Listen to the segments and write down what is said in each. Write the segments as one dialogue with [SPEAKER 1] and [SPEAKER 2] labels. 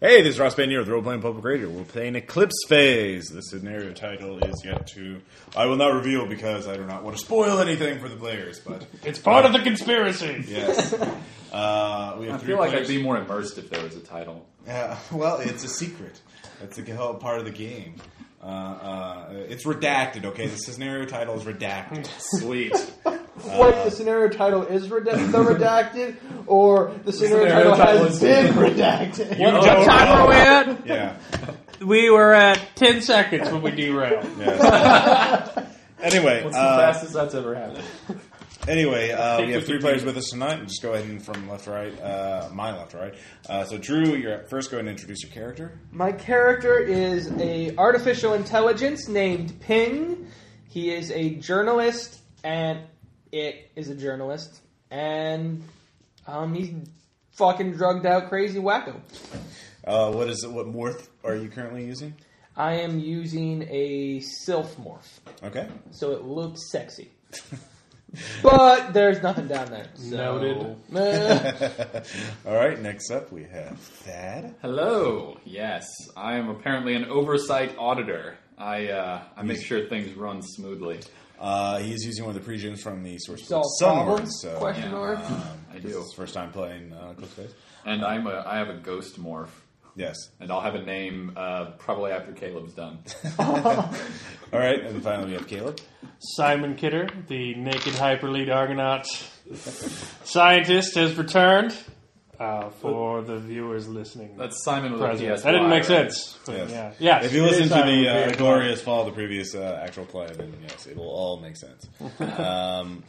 [SPEAKER 1] Hey, this is Ross Banier with Roleplaying Public Radio. We're playing Eclipse Phase. The scenario title is yet to. I will not reveal because I do not want to spoil anything for the players, but
[SPEAKER 2] It's part of the conspiracy.
[SPEAKER 1] yes. Uh, we have
[SPEAKER 3] I
[SPEAKER 1] three
[SPEAKER 3] feel like I'd
[SPEAKER 1] players.
[SPEAKER 3] be more immersed if there was a title.
[SPEAKER 1] Yeah, well, it's a secret. That's the whole part of the game. Uh, uh, it's redacted, okay? The scenario title is redacted.
[SPEAKER 3] Sweet.
[SPEAKER 4] What if the scenario title is redact- the redacted, or the scenario,
[SPEAKER 3] scenario
[SPEAKER 4] title,
[SPEAKER 3] title
[SPEAKER 4] has
[SPEAKER 3] is-
[SPEAKER 4] been redacted?
[SPEAKER 2] What time are we at?
[SPEAKER 1] Yeah.
[SPEAKER 2] We were at 10 seconds when we derailed.
[SPEAKER 1] yeah. anyway,
[SPEAKER 3] It's the
[SPEAKER 1] uh,
[SPEAKER 3] fastest that's ever happened.
[SPEAKER 1] anyway, uh, we have three
[SPEAKER 2] Take
[SPEAKER 1] players with us tonight. We'll just go ahead and from left to right, uh, my left to right. Uh, so, Drew, you're at first. Go ahead and introduce your character.
[SPEAKER 4] My character is a artificial intelligence named Ping. He is a journalist, and it is a journalist, and um, he's fucking drugged out, crazy wacko.
[SPEAKER 1] Uh, what is what morph are you currently using?
[SPEAKER 4] I am using a sylph morph,
[SPEAKER 1] Okay.
[SPEAKER 4] so it looks sexy. but there's nothing down there. So. Noted.
[SPEAKER 1] All right. Next up, we have Thad.
[SPEAKER 3] Hello. Yes, I am apparently an oversight auditor. I uh, I make sure things run smoothly.
[SPEAKER 1] Uh, he's using one of the pregens from the source book
[SPEAKER 4] Solve
[SPEAKER 1] Sunward.
[SPEAKER 4] problems?
[SPEAKER 1] So
[SPEAKER 4] Question
[SPEAKER 3] yeah,
[SPEAKER 4] mark.
[SPEAKER 3] I
[SPEAKER 1] This
[SPEAKER 3] do.
[SPEAKER 1] is his first time playing uh, Cliff Face.
[SPEAKER 3] And I'm a I have a ghost morph,
[SPEAKER 1] Yes.
[SPEAKER 3] and I'll have a name uh, probably after Caleb's done.
[SPEAKER 1] All right, and finally we have Caleb.
[SPEAKER 2] Simon Kidder, the naked hyperlead Argonaut scientist, has returned uh, for the viewers listening.
[SPEAKER 3] That's Simon with a
[SPEAKER 2] present.
[SPEAKER 3] PSY,
[SPEAKER 2] That didn't make
[SPEAKER 3] right?
[SPEAKER 2] sense. but
[SPEAKER 1] Yes.
[SPEAKER 2] Yeah. Yes.
[SPEAKER 1] If you
[SPEAKER 2] it
[SPEAKER 1] listen
[SPEAKER 2] is
[SPEAKER 1] to
[SPEAKER 2] Simon
[SPEAKER 1] the uh,
[SPEAKER 2] Kidder.
[SPEAKER 1] glorious fall of the previous uh, actual play, then yes, it will all make sense. Um,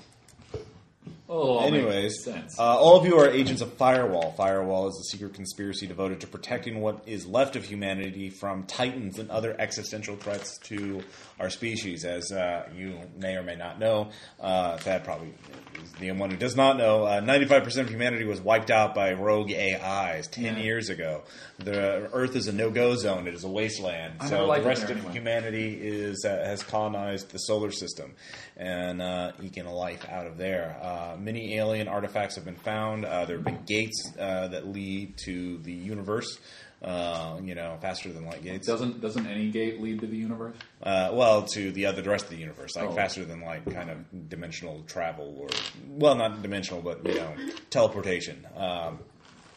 [SPEAKER 3] Oh, all makes
[SPEAKER 1] anyways, uh,
[SPEAKER 3] sense.
[SPEAKER 1] all of you are agents of Firewall. Firewall is a secret conspiracy devoted to protecting what is left of humanity from titans and other existential threats to our species. As uh, you may or may not know, uh, Thad probably is the one who does not know, uh, 95% of humanity was wiped out by rogue AIs 10
[SPEAKER 3] Yeah.
[SPEAKER 1] years ago. The Earth is a no-go zone. It is a wasteland.
[SPEAKER 3] I
[SPEAKER 1] so
[SPEAKER 3] never liked
[SPEAKER 1] the
[SPEAKER 3] it
[SPEAKER 1] rest
[SPEAKER 3] there
[SPEAKER 1] of
[SPEAKER 3] anyway.
[SPEAKER 1] humanity is uh, has colonized the solar system and uh, eking a life out of there. Uh, many alien artifacts have been found. Uh, there have been gates uh, that lead to the universe. Uh, you know, faster than light gates.
[SPEAKER 3] doesn't doesn't any gate lead to the universe?
[SPEAKER 1] Uh, well, to the other the rest of the universe, like
[SPEAKER 3] Oh.
[SPEAKER 1] faster than light, kind of dimensional travel, or well, not dimensional, but you know, teleportation. Um,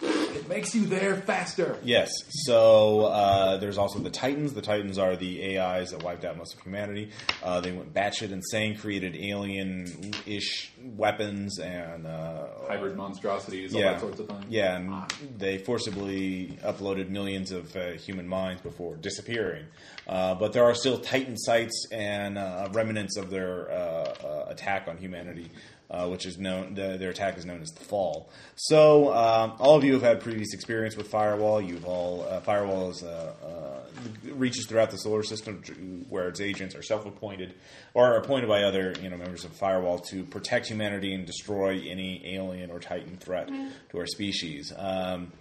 [SPEAKER 3] It makes you there faster.
[SPEAKER 1] Yes. So uh, there's also the Titans. The Titans are the AIs that wiped out most of humanity. Uh, they went batshit insane, created alien-ish weapons and uh,
[SPEAKER 3] Hybrid monstrosities, all that sorts of things.
[SPEAKER 1] yeah, and they forcibly uploaded millions of uh, human minds before disappearing. Uh, but there are still Titan sites and uh, remnants of their uh, uh, attack on humanity, uh, which is known. The, their attack is known as the Fall. So um, all of you have had previous experience with Firewall. You've all uh, Firewall is uh, uh, reaches throughout the solar system, to- where its agents are self-appointed or are appointed by other you know members of Firewall to protect humanity and destroy any alien or Titan threat to our species. Um,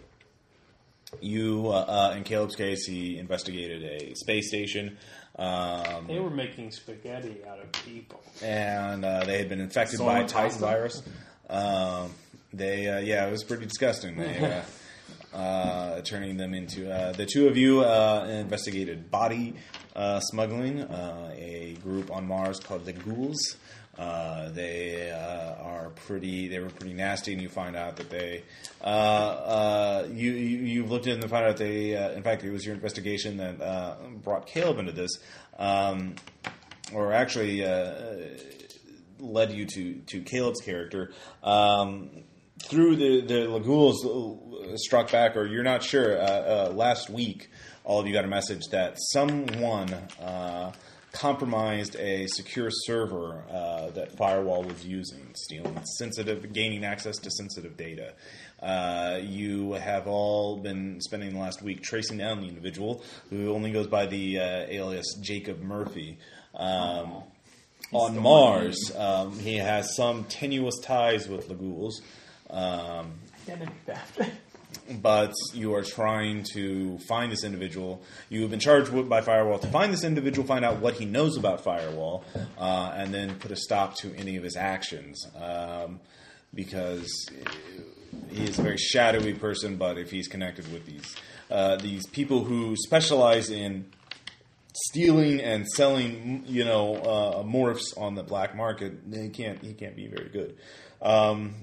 [SPEAKER 1] you, uh, uh, in Caleb's case, he investigated a space station, um,
[SPEAKER 2] They were making spaghetti out of people.
[SPEAKER 1] and uh, they had been infected
[SPEAKER 3] Someone
[SPEAKER 1] by a Titan
[SPEAKER 3] passed them?
[SPEAKER 1] virus. Um, they, uh, yeah, it was pretty disgusting. They, uh, uh, turning them into uh, the two of you uh, investigated body uh, smuggling, uh, a group on Mars called the Ghouls. Uh, they uh, are pretty. They were pretty nasty, and you find out that they. Uh, uh, you, you you've looked in and found out they. Uh, in fact, it was your investigation that uh, brought Caleb into this. Um, or actually, uh, led you to to Caleb's character. Um, through the the Lagules uh, struck back, or you're not sure. Uh, uh, last week, all of you got a message that someone uh, compromised a secure server uh, that Firewall was using, stealing sensitive, gaining access to sensitive data. Uh, you have all been spending the last week tracing down the individual who only goes by the uh, alias Jacob Murphy. Um, on Mars. Um, he has some tenuous ties with the ghouls, um,
[SPEAKER 4] Identity theft.
[SPEAKER 1] but you are trying to find this individual. You have been charged with, by Firewall to find this individual, find out what he knows about Firewall, uh, and then put a stop to any of his actions. Um, because He is a very shadowy person, but if he's connected with these uh, these people who specialize in stealing and selling, you know, uh, morphs on the black market, he can't he can't be very good. Um,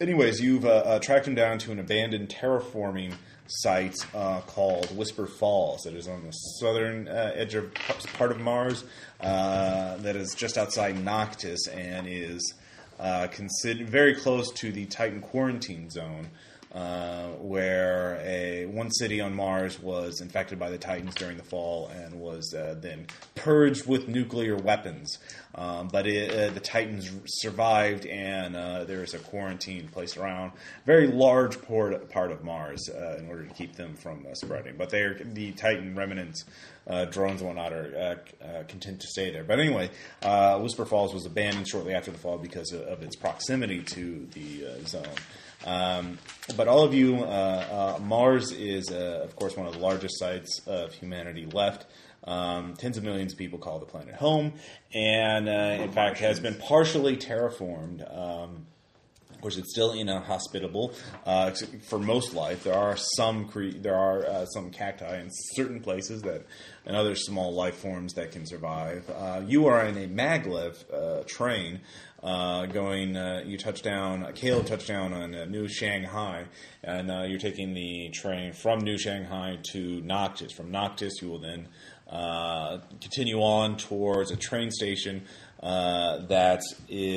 [SPEAKER 1] anyways, you've uh, uh, tracked him down to an abandoned terraforming site uh, called Whisper Falls that is on the southern uh, edge of part of Mars, uh, that is just outside Noctis and is uh, considered very close to the Titan quarantine zone. Uh, where a one city on Mars was infected by the Titans during the fall and was uh, then purged with nuclear weapons. Um, but it, uh, the Titans survived, and uh, there is a quarantine placed around very large port, part of Mars uh, in order to keep them from uh, spreading. But they are the Titan remnants. Uh, drones and whatnot are uh, uh, content to stay there. But anyway, uh, Whisper Falls was abandoned shortly after the fall because of, of its proximity to the uh, zone. Um, but all of you, uh, uh, Mars is, uh, of course, one of the largest sites of humanity left. Um, tens of millions of people call the planet home, and uh, in fact, has been partially terraformed. Um, of course, it's still inhospitable uh, ex- for most life. There are some cre- there are uh, some cacti in certain places that, and other small life forms that can survive. Uh, you are in a maglev uh, train uh, going. Uh, you touch down. Uh, Caleb touched down on uh, New Shanghai, and uh, you're taking the train from New Shanghai to Noctis. From Noctis, you will then uh, continue on towards a train station uh, that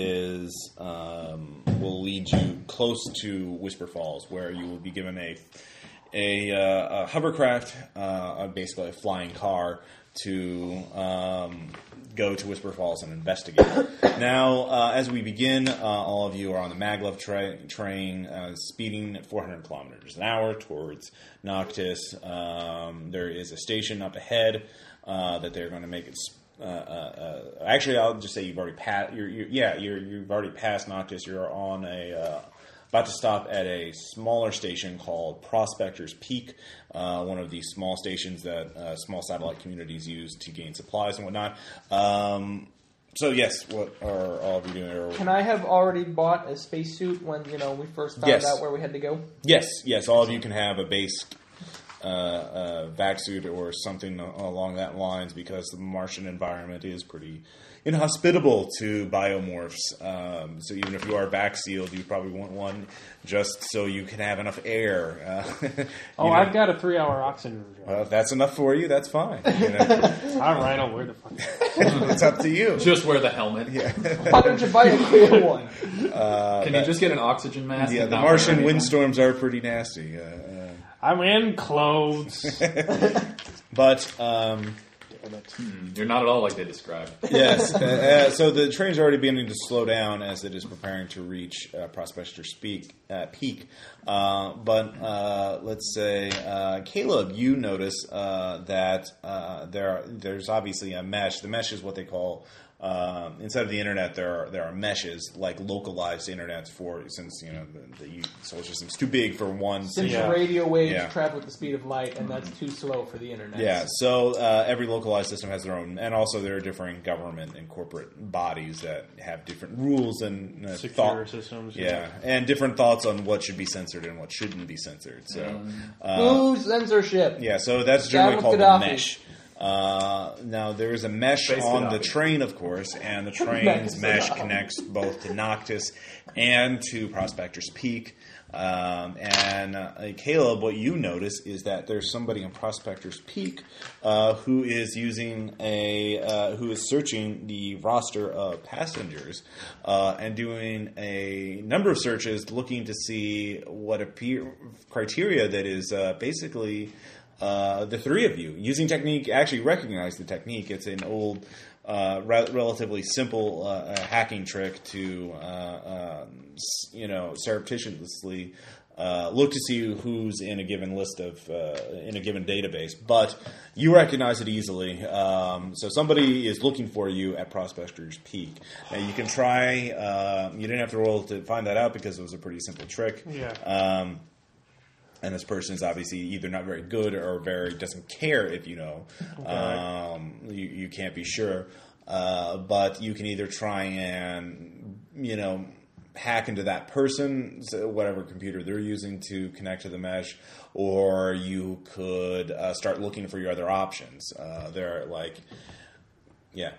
[SPEAKER 1] is um, will lead you close to Whisper Falls, where you will be given a a, uh, a hovercraft, uh, a- basically a flying car, to um, go to Whisper Falls and investigate. now, uh, as we begin, uh, all of you are on the maglev tra- train, uh, speeding at 400 kilometers an hour towards Noctis. Um, there is a station up ahead uh, that they're going to make it. s uh, uh, uh, actually, I'll just say you've already passed. You're, you're, yeah, you're, you've already passed Noctis. You're on a uh, about to stop at a smaller station called Prospector's Peak, uh, one of these small stations that uh, small satellite communities use to gain supplies and whatnot. Um, so, yes, what are all of you doing? Or-
[SPEAKER 4] Can I have already bought a spacesuit when you know we first found
[SPEAKER 1] Yes.
[SPEAKER 4] out where we had to go?
[SPEAKER 1] Yes, yes, all of you can have a base uh, uh, vac suit or something along that lines because the Martian environment is pretty inhospitable to biomorphs. Um, so even if you are vac sealed, you probably want one just so you can have enough air. Uh, you
[SPEAKER 2] Oh,
[SPEAKER 1] know,
[SPEAKER 2] I've got a three-hour oxygen
[SPEAKER 1] well,
[SPEAKER 2] reserve.
[SPEAKER 1] if that's enough for you, that's fine. You know,
[SPEAKER 2] All right, I'll wear the fuck.
[SPEAKER 1] it's up to you.
[SPEAKER 3] Just wear the helmet. Yeah.
[SPEAKER 4] Why don't you buy a clear one?
[SPEAKER 3] Can you just get an oxygen mask?
[SPEAKER 1] Yeah,
[SPEAKER 3] and
[SPEAKER 1] the
[SPEAKER 3] not wear
[SPEAKER 1] Martian
[SPEAKER 3] anything?
[SPEAKER 1] windstorms are pretty nasty. Uh, uh,
[SPEAKER 2] I'm in clothes.
[SPEAKER 1] but um,
[SPEAKER 3] You're not at all like they described.
[SPEAKER 1] yes. Uh, uh, so the train's already beginning to slow down as it is preparing to reach uh, Prospector Speak, uh, Peak. Uh, but uh, let's say, uh, Caleb, you notice uh, that uh, there are, there's obviously a mesh. The mesh is what they call. Um, instead of the internet, there are there are meshes like localized internets for since you know the, the social system's too big for one
[SPEAKER 4] Since
[SPEAKER 2] Yeah.
[SPEAKER 4] radio waves
[SPEAKER 1] Yeah.
[SPEAKER 4] travel at the speed of light, and that's too slow for the internet.
[SPEAKER 1] Yeah, so uh, every localized system has their own, and also there are differing government and corporate bodies that have different rules and uh,
[SPEAKER 2] Secure
[SPEAKER 1] thought-
[SPEAKER 2] systems.
[SPEAKER 1] Yeah, and different thoughts on what should be censored and what shouldn't be censored. So,
[SPEAKER 2] Mm.
[SPEAKER 1] uh,
[SPEAKER 4] Ooh, censorship.
[SPEAKER 1] yeah, so that's generally
[SPEAKER 4] with
[SPEAKER 1] called a
[SPEAKER 4] Gaddafi.
[SPEAKER 1] mesh. Uh, now there is a mesh
[SPEAKER 3] Face
[SPEAKER 1] on the
[SPEAKER 3] Gaddafi.
[SPEAKER 1] train, of course, and the train's
[SPEAKER 4] Mesh
[SPEAKER 1] mesh
[SPEAKER 4] Gaddafi.
[SPEAKER 1] connects both to Noctis and to Prospector's Peak. Um, and uh, Caleb, what you notice is that there's somebody on Prospector's Peak uh, who is using a uh, who is searching the roster of passengers uh, and doing a number of searches, looking to see what appear criteria that is uh, basically. Uh, the three of you using technique actually recognize the technique. It's an old, uh, re- relatively simple uh, uh, hacking trick to uh, um, s- you know surreptitiously uh, look to see who's in a given list of uh, in a given database. But you recognize it easily. Um, so somebody is looking for you at Prospector's Peak. Now you can try. Uh, you didn't have to roll to find that out because it was a pretty simple trick.
[SPEAKER 2] Yeah.
[SPEAKER 1] Um, and this person is obviously either not very good or very doesn't care if you know. Um, you, you can't be sure, uh, but you can either try and you know hack into that person, so whatever computer they're using to connect to the mesh, or you could uh, start looking for your other options. Uh, there are like, yeah,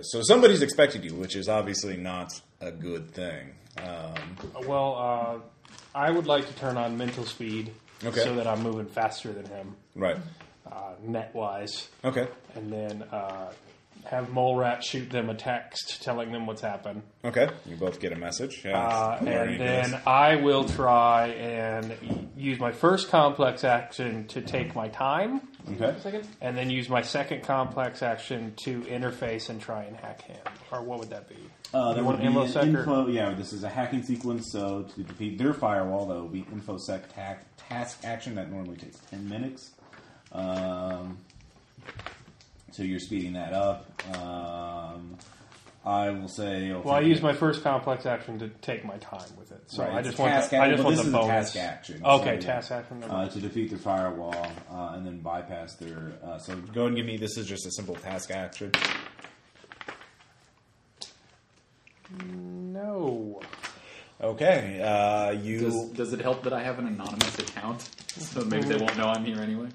[SPEAKER 1] so somebody's expected you, which is obviously not a good thing. Um,
[SPEAKER 2] Well, uh, I would like to turn on mental speed
[SPEAKER 1] Okay.
[SPEAKER 2] so that I'm moving faster than him,
[SPEAKER 1] right.
[SPEAKER 2] uh, net wise,
[SPEAKER 1] Okay.
[SPEAKER 2] and then uh, have Mole Rat shoot them a text telling them what's happened.
[SPEAKER 1] Okay. You both get a message. Yeah.
[SPEAKER 2] Uh,
[SPEAKER 1] Learning
[SPEAKER 2] and then
[SPEAKER 1] this.
[SPEAKER 2] I will try and y- use my first complex action to take my time,
[SPEAKER 1] Okay.
[SPEAKER 4] Second.
[SPEAKER 2] and then use my second complex action to interface and try and hack him. Or what would that be?
[SPEAKER 1] Uh, there
[SPEAKER 2] you want
[SPEAKER 1] would be
[SPEAKER 2] ammo
[SPEAKER 1] an
[SPEAKER 2] sec or-
[SPEAKER 1] info. Yeah, this is a hacking sequence. So to defeat their firewall, that would be infosec hack task action that normally takes ten minutes. Um, so you're speeding that up. Um, I will say.
[SPEAKER 2] Well, I use my first complex action to take my time with it. So
[SPEAKER 1] Right,
[SPEAKER 2] I
[SPEAKER 1] it's
[SPEAKER 2] just
[SPEAKER 1] a
[SPEAKER 2] want
[SPEAKER 1] task
[SPEAKER 2] the, I
[SPEAKER 1] action,
[SPEAKER 2] just
[SPEAKER 1] but
[SPEAKER 2] want
[SPEAKER 1] this
[SPEAKER 2] the
[SPEAKER 1] is a
[SPEAKER 2] bonus.
[SPEAKER 1] task action,
[SPEAKER 2] Okay,
[SPEAKER 1] so-
[SPEAKER 2] task action. number
[SPEAKER 1] uh, to defeat their firewall uh, and then bypass their. Uh, so go ahead and give me. This is just a simple task action.
[SPEAKER 2] No.
[SPEAKER 1] Okay, uh, you.
[SPEAKER 3] Does, does it help that I have an anonymous account? So maybe they won't know I'm here anyway.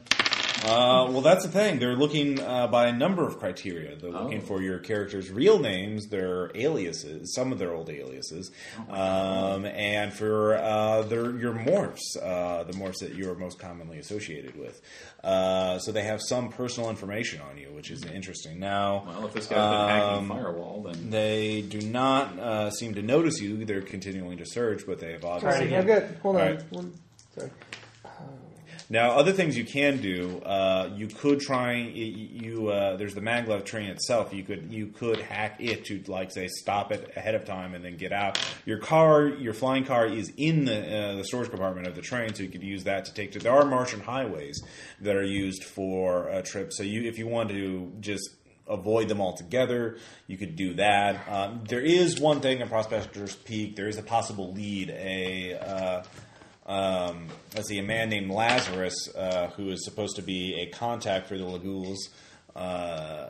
[SPEAKER 1] Uh, well, that's the thing. They're looking uh, by a number of criteria. They're looking
[SPEAKER 3] Oh.
[SPEAKER 1] for your characters' real names, their aliases, some of their old aliases,
[SPEAKER 3] Oh,
[SPEAKER 1] um, and for uh, their your morphs, uh, the morphs that you are most commonly associated with. Uh, so they have some personal information on you, which is interesting. Now,
[SPEAKER 3] Well, if this guy's been hacking the
[SPEAKER 1] um,
[SPEAKER 3] firewall, then
[SPEAKER 1] they do not uh, seem to notice you. They're continuing to search, but they have
[SPEAKER 2] Try it
[SPEAKER 1] obviously
[SPEAKER 2] again.
[SPEAKER 4] I'm good. Hold
[SPEAKER 1] All
[SPEAKER 4] on.
[SPEAKER 1] right.
[SPEAKER 4] One, sorry.
[SPEAKER 1] Now, other things you can do, uh, you could try. y- You uh, there's the maglev train itself. You could you could hack it to like say stop it ahead of time and then get out. Your car, your flying car, is in the uh, the storage compartment of the train, so you could use that to take to. There are Martian highways that are used for uh, trips. So you if you want to just avoid them altogether. You could do that. Um, there is one thing in Prospector's Peak. There is a possible lead. A uh, um, let's see, a man named Lazarus uh, who is supposed to be a contact for the Lagules. Uh,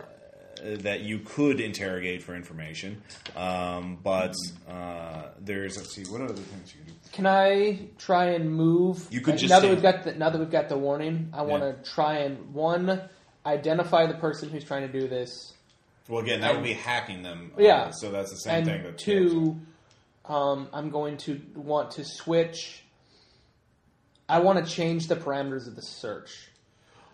[SPEAKER 1] that you could interrogate for information, um, but uh, there's let's see what other things you could do.
[SPEAKER 4] Can I try and move? Uh,
[SPEAKER 1] You could just
[SPEAKER 4] now that
[SPEAKER 1] say-
[SPEAKER 4] we've got the, now that we've got the warning. I want to try and one identify the person who's trying to do this,
[SPEAKER 1] Well, again, that would be hacking them. uh,
[SPEAKER 4] Yeah.
[SPEAKER 1] so that's the same thing.
[SPEAKER 4] and
[SPEAKER 1] That
[SPEAKER 4] two, um, I'm going to want to switch. I want to change the parameters of the search.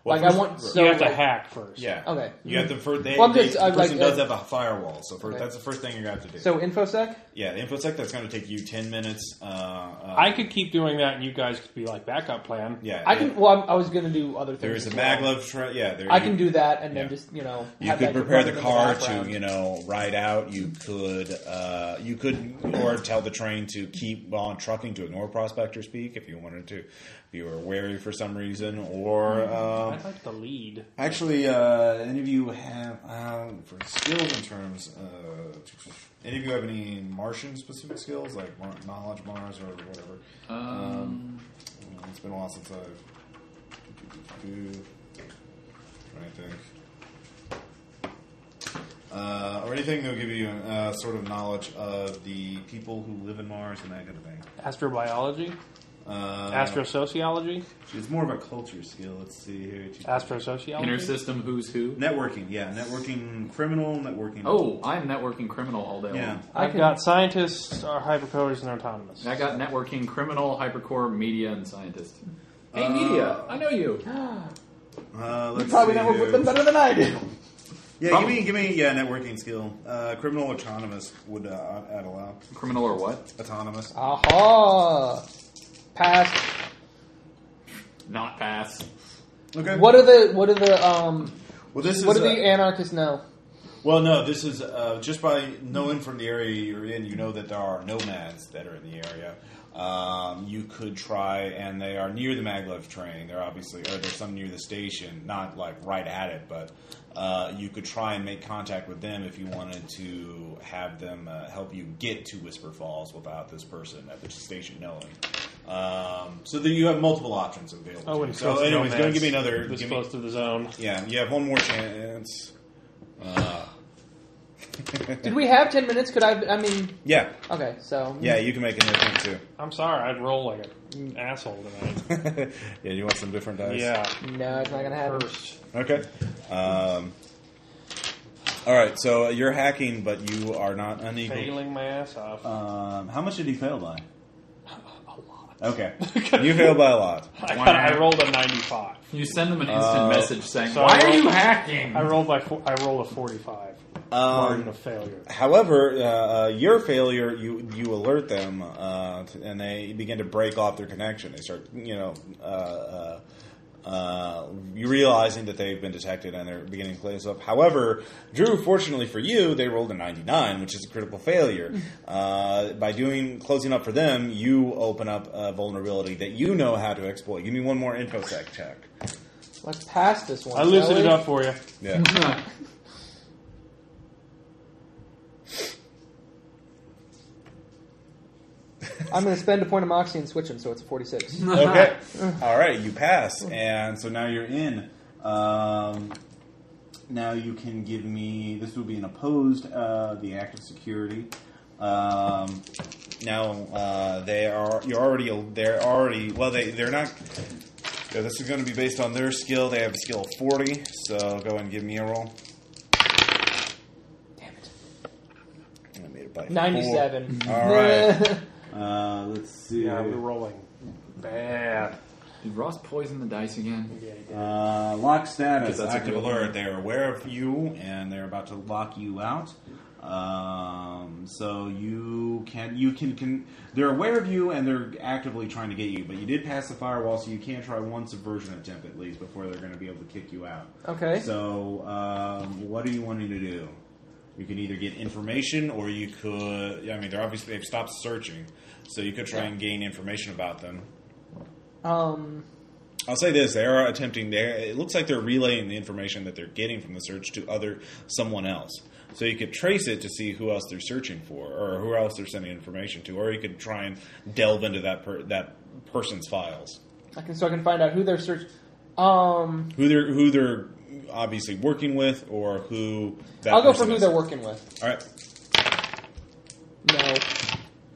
[SPEAKER 1] Well,
[SPEAKER 4] like I
[SPEAKER 1] first-
[SPEAKER 4] want so
[SPEAKER 2] you have to
[SPEAKER 4] like-
[SPEAKER 2] hack first.
[SPEAKER 1] Yeah.
[SPEAKER 4] Okay.
[SPEAKER 1] You have to first. They,
[SPEAKER 4] Well, I'm
[SPEAKER 1] they-
[SPEAKER 4] just-
[SPEAKER 1] the
[SPEAKER 4] I
[SPEAKER 1] person
[SPEAKER 4] like- uh,
[SPEAKER 1] does have a firewall, so first,
[SPEAKER 4] Okay.
[SPEAKER 1] that's the first thing you have to do.
[SPEAKER 4] So infosec.
[SPEAKER 1] yeah, the infosec that's going to take you ten minutes. Uh, uh,
[SPEAKER 2] I could keep doing that, and you guys could be like backup plan.
[SPEAKER 1] yeah,
[SPEAKER 4] I can. Well, I'm, I was going to do other things.
[SPEAKER 1] There's a
[SPEAKER 4] as well.
[SPEAKER 1] maglev. Tra- yeah, there.
[SPEAKER 4] I
[SPEAKER 1] you-
[SPEAKER 4] can do that, and then
[SPEAKER 1] Yeah.
[SPEAKER 4] just you know.
[SPEAKER 1] You
[SPEAKER 4] have
[SPEAKER 1] could
[SPEAKER 4] that
[SPEAKER 1] prepare the
[SPEAKER 4] running in
[SPEAKER 1] car to
[SPEAKER 4] background.
[SPEAKER 1] you know ride out. You could uh, you could or tell the train to keep on trucking to ignore Prospector's Peak if you wanted to. If you were wary for some reason, or um,
[SPEAKER 2] I'd like the lead.
[SPEAKER 1] Actually, uh, any of you have um, for skills in terms? Uh, any of you have any Martian specific skills like Mar- knowledge Mars or whatever?
[SPEAKER 3] Uh,
[SPEAKER 1] Um, it's been a while since I've. I think. Uh, or anything that will give you uh, sort of knowledge of the people who live in Mars and that kind of thing.
[SPEAKER 2] Astrobiology,
[SPEAKER 1] Uh,
[SPEAKER 2] astrosociology,
[SPEAKER 1] It's more of a culture skill. Let's see here.
[SPEAKER 2] astrosociology.
[SPEAKER 3] inner system who's who.
[SPEAKER 1] Networking, yeah, networking criminal, networking.
[SPEAKER 3] Oh, I'm networking criminal all day
[SPEAKER 1] yeah,
[SPEAKER 3] long.
[SPEAKER 4] I
[SPEAKER 2] I've
[SPEAKER 4] can-
[SPEAKER 2] got scientists, our hypercoders, and autonomous.
[SPEAKER 3] And I got networking criminal, hypercore, media, and scientist. Hey, media, I know you.
[SPEAKER 1] uh, let's
[SPEAKER 4] Probably
[SPEAKER 1] see
[SPEAKER 4] network with
[SPEAKER 1] here.
[SPEAKER 4] them better than I do.
[SPEAKER 1] Yeah, give
[SPEAKER 3] Probably.
[SPEAKER 1] me, give me, yeah, networking skill. Uh, criminal autonomous would uh, I'd allow
[SPEAKER 3] Criminal or what?
[SPEAKER 1] autonomous.
[SPEAKER 4] Aha! Pass.
[SPEAKER 3] Not pass.
[SPEAKER 1] Okay.
[SPEAKER 4] What are the what are the um
[SPEAKER 1] Well, this is.
[SPEAKER 4] what do
[SPEAKER 1] uh,
[SPEAKER 4] the anarchists know?
[SPEAKER 1] well, no, this is uh, just by knowing from the area you're in, you know that there are nomads that are in the area. Um, you could try, and they are near the maglev train. They're obviously, or there's some near the station, not like right at it, but uh, you could try and make contact with them if you wanted to have them uh, help you get to Whisper Falls without this person at the station knowing. Um, so that you have multiple options available. to
[SPEAKER 2] I
[SPEAKER 1] you.
[SPEAKER 2] wouldn't
[SPEAKER 1] so,
[SPEAKER 2] trust
[SPEAKER 1] anyways, go and
[SPEAKER 2] Oh, nomads
[SPEAKER 1] give me another.
[SPEAKER 2] This
[SPEAKER 1] Give me,
[SPEAKER 2] close to the zone.
[SPEAKER 1] yeah, you have one more chance. Uh,
[SPEAKER 4] Did we have ten minutes? Could I? I mean,
[SPEAKER 1] yeah,
[SPEAKER 4] okay, so
[SPEAKER 1] yeah, you can make a new thing too.
[SPEAKER 2] I'm sorry, I'd roll like an asshole tonight.
[SPEAKER 1] yeah, you want some different dice?
[SPEAKER 2] Yeah,
[SPEAKER 4] no, it's not gonna happen.
[SPEAKER 2] first.
[SPEAKER 1] Okay. Um, all right. So you're hacking, but you are not unequal.
[SPEAKER 2] Failing my ass off.
[SPEAKER 1] Um, how much did he fail by? A lot. Okay. you failed by a lot.
[SPEAKER 2] I, got, I rolled a 95.
[SPEAKER 3] You send them an instant
[SPEAKER 1] Uh,
[SPEAKER 3] message saying,
[SPEAKER 2] so
[SPEAKER 3] "Why
[SPEAKER 2] I
[SPEAKER 3] are
[SPEAKER 2] rolled-
[SPEAKER 3] you hacking?"
[SPEAKER 2] I rolled by four, I rolled a 45. Margin
[SPEAKER 1] Um,
[SPEAKER 2] of failure.
[SPEAKER 1] however, uh, uh, your failure, you you alert them, uh, t- and they begin to break off their connection. They start, you know. Uh, uh, uh, you realizing that they've been detected and they're beginning to play this up. However, Drew, fortunately for you, they rolled a 99, which is a critical failure. Uh, by doing closing up for them, you open up a vulnerability that you know how to exploit. Give me one more infosec check.
[SPEAKER 4] Let's pass this one.
[SPEAKER 2] I
[SPEAKER 4] shall
[SPEAKER 2] loosened it
[SPEAKER 4] we?
[SPEAKER 2] up for you.
[SPEAKER 1] Yeah.
[SPEAKER 4] I'm gonna spend a point of moxie and switch him, so it's a forty-six.
[SPEAKER 1] okay. All right, you pass, and so now you're in. Um, now you can give me. This would be an opposed. Uh, the act of security. Um, now uh, they are. You're already. They're already. Well, they they're not. yeah, this is going to be based on their skill. They have a skill of forty. So go ahead and give me a roll.
[SPEAKER 4] Damn it.
[SPEAKER 1] I made it by four.
[SPEAKER 4] Ninety-seven.
[SPEAKER 1] All right. Uh, let's see.
[SPEAKER 2] Yeah, we're rolling. Bad.
[SPEAKER 3] Did Ross poison the dice again?
[SPEAKER 2] Yeah, you did.
[SPEAKER 1] Uh, lock status,
[SPEAKER 3] Because that's a
[SPEAKER 1] active
[SPEAKER 3] good
[SPEAKER 1] alert.
[SPEAKER 3] one.
[SPEAKER 1] They're aware of you and they're about to lock you out. Um, so you can you can, can they're aware of you and they're actively trying to get you. But you did pass the firewall, so you can try one subversion attempt at least before they're going to be able to kick you out.
[SPEAKER 4] Okay.
[SPEAKER 1] So um, what are you wanting to do? You can either get information or you could. I mean, they're obviously they've stopped searching, so you could try and gain information about them.
[SPEAKER 4] Um.
[SPEAKER 1] I'll say this: they are attempting. There, it looks like they're relaying the information that they're getting from the search to other someone else. So you could trace it to see who else they're searching for, or who else they're sending information to, or you could try and delve into that per, that person's files,
[SPEAKER 4] I can so I can find out who they're search. Um,
[SPEAKER 1] who they're who they're obviously working with, or who. That
[SPEAKER 4] I'll go for
[SPEAKER 1] person
[SPEAKER 4] who
[SPEAKER 1] is.
[SPEAKER 4] they're working with.
[SPEAKER 1] All right.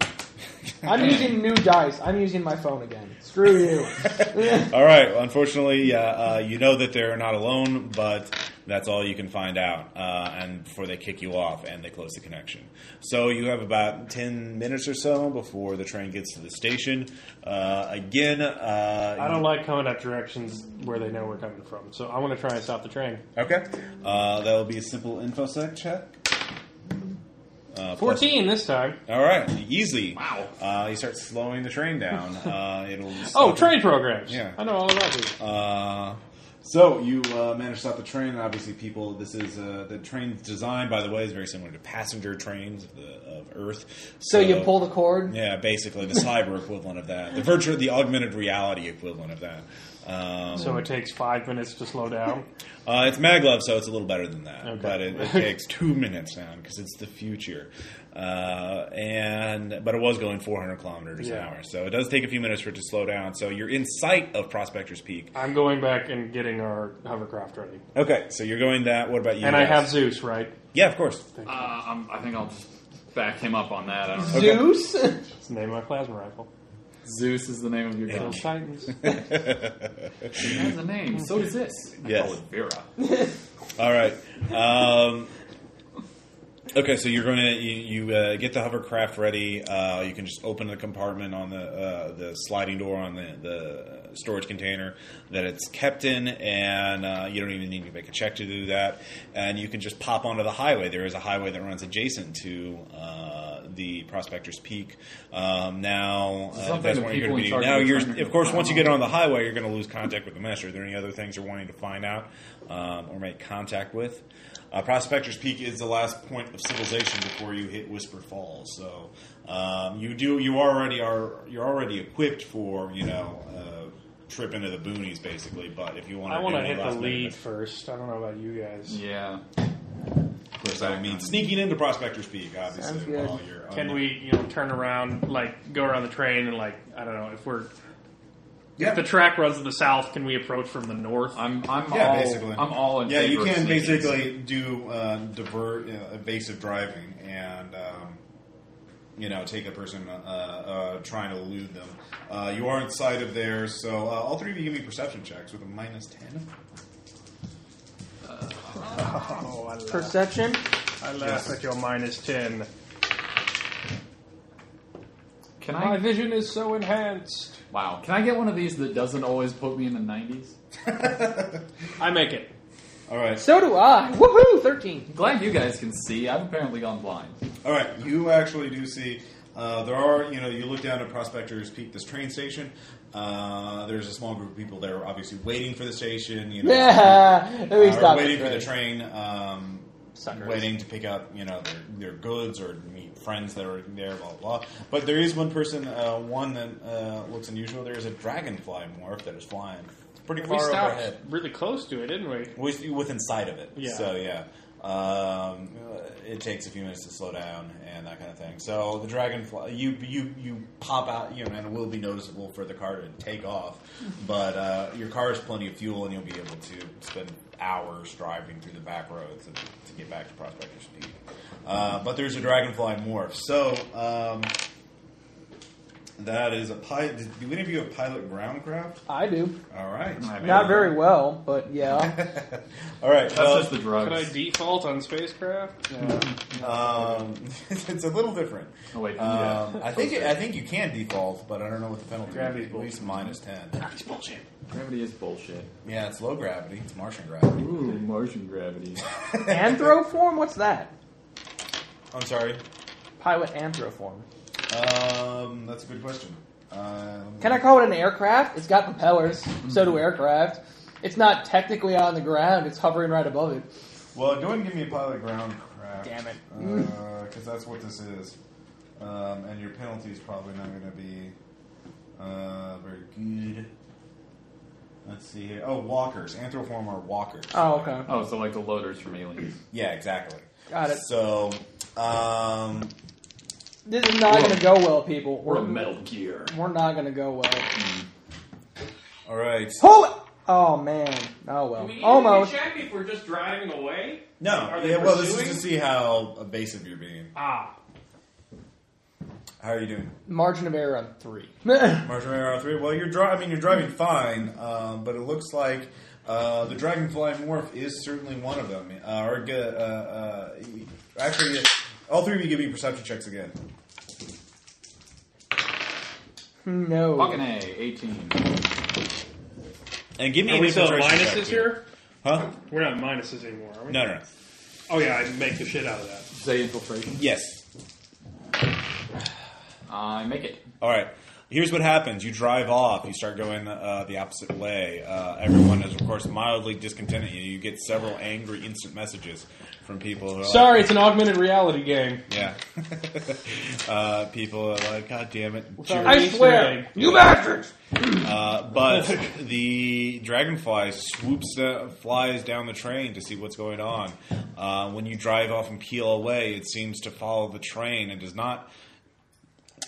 [SPEAKER 4] No, I'm using new dice. I'm using my phone again. Screw you.
[SPEAKER 1] All right. Well, unfortunately, uh, uh, you know that they're not alone, but that's all you can find out. Uh, and before they kick you off and they close the connection, so you have about ten minutes or so before the train gets to the station. Uh, again, uh,
[SPEAKER 2] I don't like coming up directions where they know we're coming from, so I want to try and stop the train.
[SPEAKER 1] Okay, uh, that will be a simple infosec check. Uh, plus-
[SPEAKER 2] 14 this time.
[SPEAKER 1] All right, easy.
[SPEAKER 3] Wow.
[SPEAKER 1] Uh, you start slowing the train down. Uh, it'll.
[SPEAKER 2] Oh,
[SPEAKER 1] train.
[SPEAKER 2] train programs.
[SPEAKER 1] Yeah.
[SPEAKER 2] I know all about these.
[SPEAKER 1] Uh, so you uh, managed to stop the train, and obviously, people. This is uh, the train's design, by the way, is very similar to passenger trains of, the, of Earth.
[SPEAKER 4] so you pull the cord.
[SPEAKER 1] Yeah, basically the cyber equivalent of that, the virtual, the augmented reality equivalent of that. Um,
[SPEAKER 2] So it takes five minutes to slow down.
[SPEAKER 1] uh, it's maglev, so it's a little better than that,
[SPEAKER 2] Okay.
[SPEAKER 1] but it, it takes two minutes now because it's the future. Uh, and but it was going 400 kilometers an
[SPEAKER 2] Yeah.
[SPEAKER 1] hour, so it does take a few minutes for it to slow down. So you're in sight of Prospector's Peak.
[SPEAKER 2] I'm going back and getting our hovercraft ready.
[SPEAKER 1] Okay, so you're going that. What about you?
[SPEAKER 2] And I
[SPEAKER 1] guys?
[SPEAKER 2] have Zeus, right?
[SPEAKER 1] Yeah, of course.
[SPEAKER 3] Uh, I'm, I think I'll just back him up on that. I don't know.
[SPEAKER 4] Zeus.
[SPEAKER 2] It's the name of my plasma rifle.
[SPEAKER 3] Zeus is the name of your
[SPEAKER 2] Little
[SPEAKER 3] girl.
[SPEAKER 2] Titans.
[SPEAKER 3] She has a name. So does this. I
[SPEAKER 1] Mm-hmm. Yes.
[SPEAKER 3] call it Vera.
[SPEAKER 1] All right. Um, okay, so you're going to you, you uh, get the hovercraft ready. Uh, you can just open the compartment on the uh, the sliding door on the, the storage container that it's kept in, and uh, you don't even need to make a check to do that. And you can just pop onto the highway. There is a highway that runs adjacent to. Uh, the Prospector's Peak. Um, now, uh,
[SPEAKER 3] Something
[SPEAKER 1] that's
[SPEAKER 3] the
[SPEAKER 1] what you're
[SPEAKER 3] people
[SPEAKER 1] going
[SPEAKER 3] in
[SPEAKER 1] to do.
[SPEAKER 3] charge
[SPEAKER 1] Now,
[SPEAKER 3] of the
[SPEAKER 1] you're,
[SPEAKER 3] train are
[SPEAKER 1] of course,
[SPEAKER 3] gonna
[SPEAKER 1] once you
[SPEAKER 3] find
[SPEAKER 1] get on the highway, you're going to lose contact with the mesh. Are there any other things you're wanting to find out um, or make contact with? Uh, Prospector's Peak is the last point of civilization before you hit Whisper Falls. So um, you do you already are you're already equipped for you know uh, trip into the boonies basically. But if you want,
[SPEAKER 2] I
[SPEAKER 1] do
[SPEAKER 2] want to
[SPEAKER 1] any
[SPEAKER 2] hit the
[SPEAKER 1] last minute-
[SPEAKER 2] lead first. I don't know about you guys.
[SPEAKER 3] Yeah.
[SPEAKER 1] Of course, I mean sneaking into Prospector's Peak, obviously.
[SPEAKER 4] Sounds good.
[SPEAKER 1] While you're on
[SPEAKER 2] Can
[SPEAKER 1] the-
[SPEAKER 2] we, you know, turn around, like go around the train and like I don't know if we're
[SPEAKER 1] Yeah.
[SPEAKER 2] If the track runs in the south, can we approach from the north?
[SPEAKER 3] I'm I'm
[SPEAKER 1] Yeah,
[SPEAKER 3] all
[SPEAKER 1] basically.
[SPEAKER 3] I'm all in
[SPEAKER 1] Yeah,
[SPEAKER 3] favor
[SPEAKER 1] you
[SPEAKER 3] of
[SPEAKER 1] can
[SPEAKER 3] sneak and sneak.
[SPEAKER 1] basically do uh, divert, uh, evasive driving, and um, you know take a person uh, uh, trying to elude them. Uh, you are inside of there, so uh, all three of you give me perception checks with a minus ten.
[SPEAKER 2] oh, I laugh.
[SPEAKER 4] Perception.
[SPEAKER 2] I laugh at your minus ten.
[SPEAKER 3] Can I?
[SPEAKER 2] vision is so enhanced.
[SPEAKER 3] Wow. Can I get one of these that doesn't always put me in the nineties?
[SPEAKER 2] I make it.
[SPEAKER 1] All right,
[SPEAKER 4] So do I. Woohoo! Thirteen.
[SPEAKER 3] Glad you guys can see. I've apparently gone blind.
[SPEAKER 1] All right, you actually do see. Uh, there are, you know, you look down at Prospector's Peak, this train station. Uh, there's a small group of people there, obviously waiting for the station. You know,
[SPEAKER 4] Yeah. Let me
[SPEAKER 1] uh,
[SPEAKER 4] stop.
[SPEAKER 1] waiting
[SPEAKER 4] it.
[SPEAKER 1] for the train. Um,
[SPEAKER 4] Suckers.
[SPEAKER 1] Waiting to pick up, you know, their, their goods or meet friends that are there, blah blah. blah. But there is one person, uh, one that uh, looks unusual. There is a dragonfly morph that is flying pretty
[SPEAKER 2] We
[SPEAKER 1] far
[SPEAKER 2] stopped
[SPEAKER 1] overhead.
[SPEAKER 2] really close to it, didn't we?
[SPEAKER 1] With, within sight of it.
[SPEAKER 2] Yeah.
[SPEAKER 1] So yeah, um, uh, it takes a few minutes to slow down and that kind of thing. So the dragonfly, you you you pop out, you know, and it will be noticeable for the car to take off. But uh, your car has plenty of fuel, and you'll be able to spend hours driving through the back roads to, to get back to Prospector's Peak. Uh, but there's a dragonfly morph. So. Um, that is a pilot. Do any of you have pilot groundcraft?
[SPEAKER 4] I do.
[SPEAKER 1] All right.
[SPEAKER 3] I mean,
[SPEAKER 4] Not very well, but yeah.
[SPEAKER 1] All right.
[SPEAKER 3] That's
[SPEAKER 1] well-
[SPEAKER 3] just the drugs.
[SPEAKER 2] Could I default on spacecraft?
[SPEAKER 1] Um, it's a little different.
[SPEAKER 3] Oh, wait,
[SPEAKER 1] um,
[SPEAKER 3] yeah.
[SPEAKER 1] I think I think you can default, but I don't know what the penalty.
[SPEAKER 2] Gravity's
[SPEAKER 1] is. At least minus ten.
[SPEAKER 2] That's bullshit.
[SPEAKER 3] gravity is bullshit.
[SPEAKER 1] Yeah, it's low gravity. It's Martian gravity.
[SPEAKER 3] Ooh, Martian gravity.
[SPEAKER 4] anthroform. What's that?
[SPEAKER 1] I'm sorry.
[SPEAKER 4] Pilot anthroform.
[SPEAKER 1] Um, that's a good question. Um,
[SPEAKER 4] Can I call it an aircraft? It's got propellers. So do aircraft. It's not technically on the ground. It's hovering right above it.
[SPEAKER 1] Well, go ahead and give me a pilot ground craft.
[SPEAKER 4] Damn it.
[SPEAKER 1] Because that's what this is. Um, and your penalty is probably not going to be uh, very good. Let's see here. Oh, walkers. Anthroform are walkers.
[SPEAKER 4] Oh, okay.
[SPEAKER 3] Oh, so like the loaders from Aliens.
[SPEAKER 1] Yeah, exactly.
[SPEAKER 4] Got it.
[SPEAKER 1] So, um,
[SPEAKER 4] This is not
[SPEAKER 3] Whoa.
[SPEAKER 4] going to go well, people.
[SPEAKER 3] Or a Metal Gear.
[SPEAKER 4] We're not going to go well.
[SPEAKER 1] all right.
[SPEAKER 4] Holy! Oh man. Oh well. Almost.
[SPEAKER 2] check if we're just driving away?
[SPEAKER 1] No,
[SPEAKER 2] Are they
[SPEAKER 1] yeah, well, this is to
[SPEAKER 2] pursuing?
[SPEAKER 1] see how evasive you're being.
[SPEAKER 2] Ah,
[SPEAKER 1] How are you doing,
[SPEAKER 4] Margin of error on three. All
[SPEAKER 1] Marshall Mayor Three? Well, you're driving. I mean, you're driving fine, um, but it looks like uh, the dragonfly morph is certainly one of them. Uh, or uh, uh, actually, all three of you give me perception checks again.
[SPEAKER 4] no.
[SPEAKER 3] Fucking A, 18.
[SPEAKER 1] And give me
[SPEAKER 2] are we still at
[SPEAKER 1] concentration check
[SPEAKER 2] minuses here?
[SPEAKER 1] Huh?
[SPEAKER 2] We're not minuses anymore, are we?
[SPEAKER 1] No, no, no.
[SPEAKER 2] Oh yeah, I make the shit out of that.
[SPEAKER 3] Say infiltration.
[SPEAKER 1] Yes.
[SPEAKER 3] I make it.
[SPEAKER 1] All right. Here's what happens. You drive off. You start going uh, the opposite way. Uh, everyone is, of course, mildly discontented. You, you get several angry instant messages from people. Who are
[SPEAKER 2] Sorry, it's an augmented reality game.
[SPEAKER 1] Like, yeah. uh, people are like, "God damn it!" jerk."
[SPEAKER 4] I swear. You bastards.
[SPEAKER 1] Uh, but the dragonfly swoops, uh, flies down the train to see what's going on. Uh, when you drive off and peel away, it seems to follow the train and does not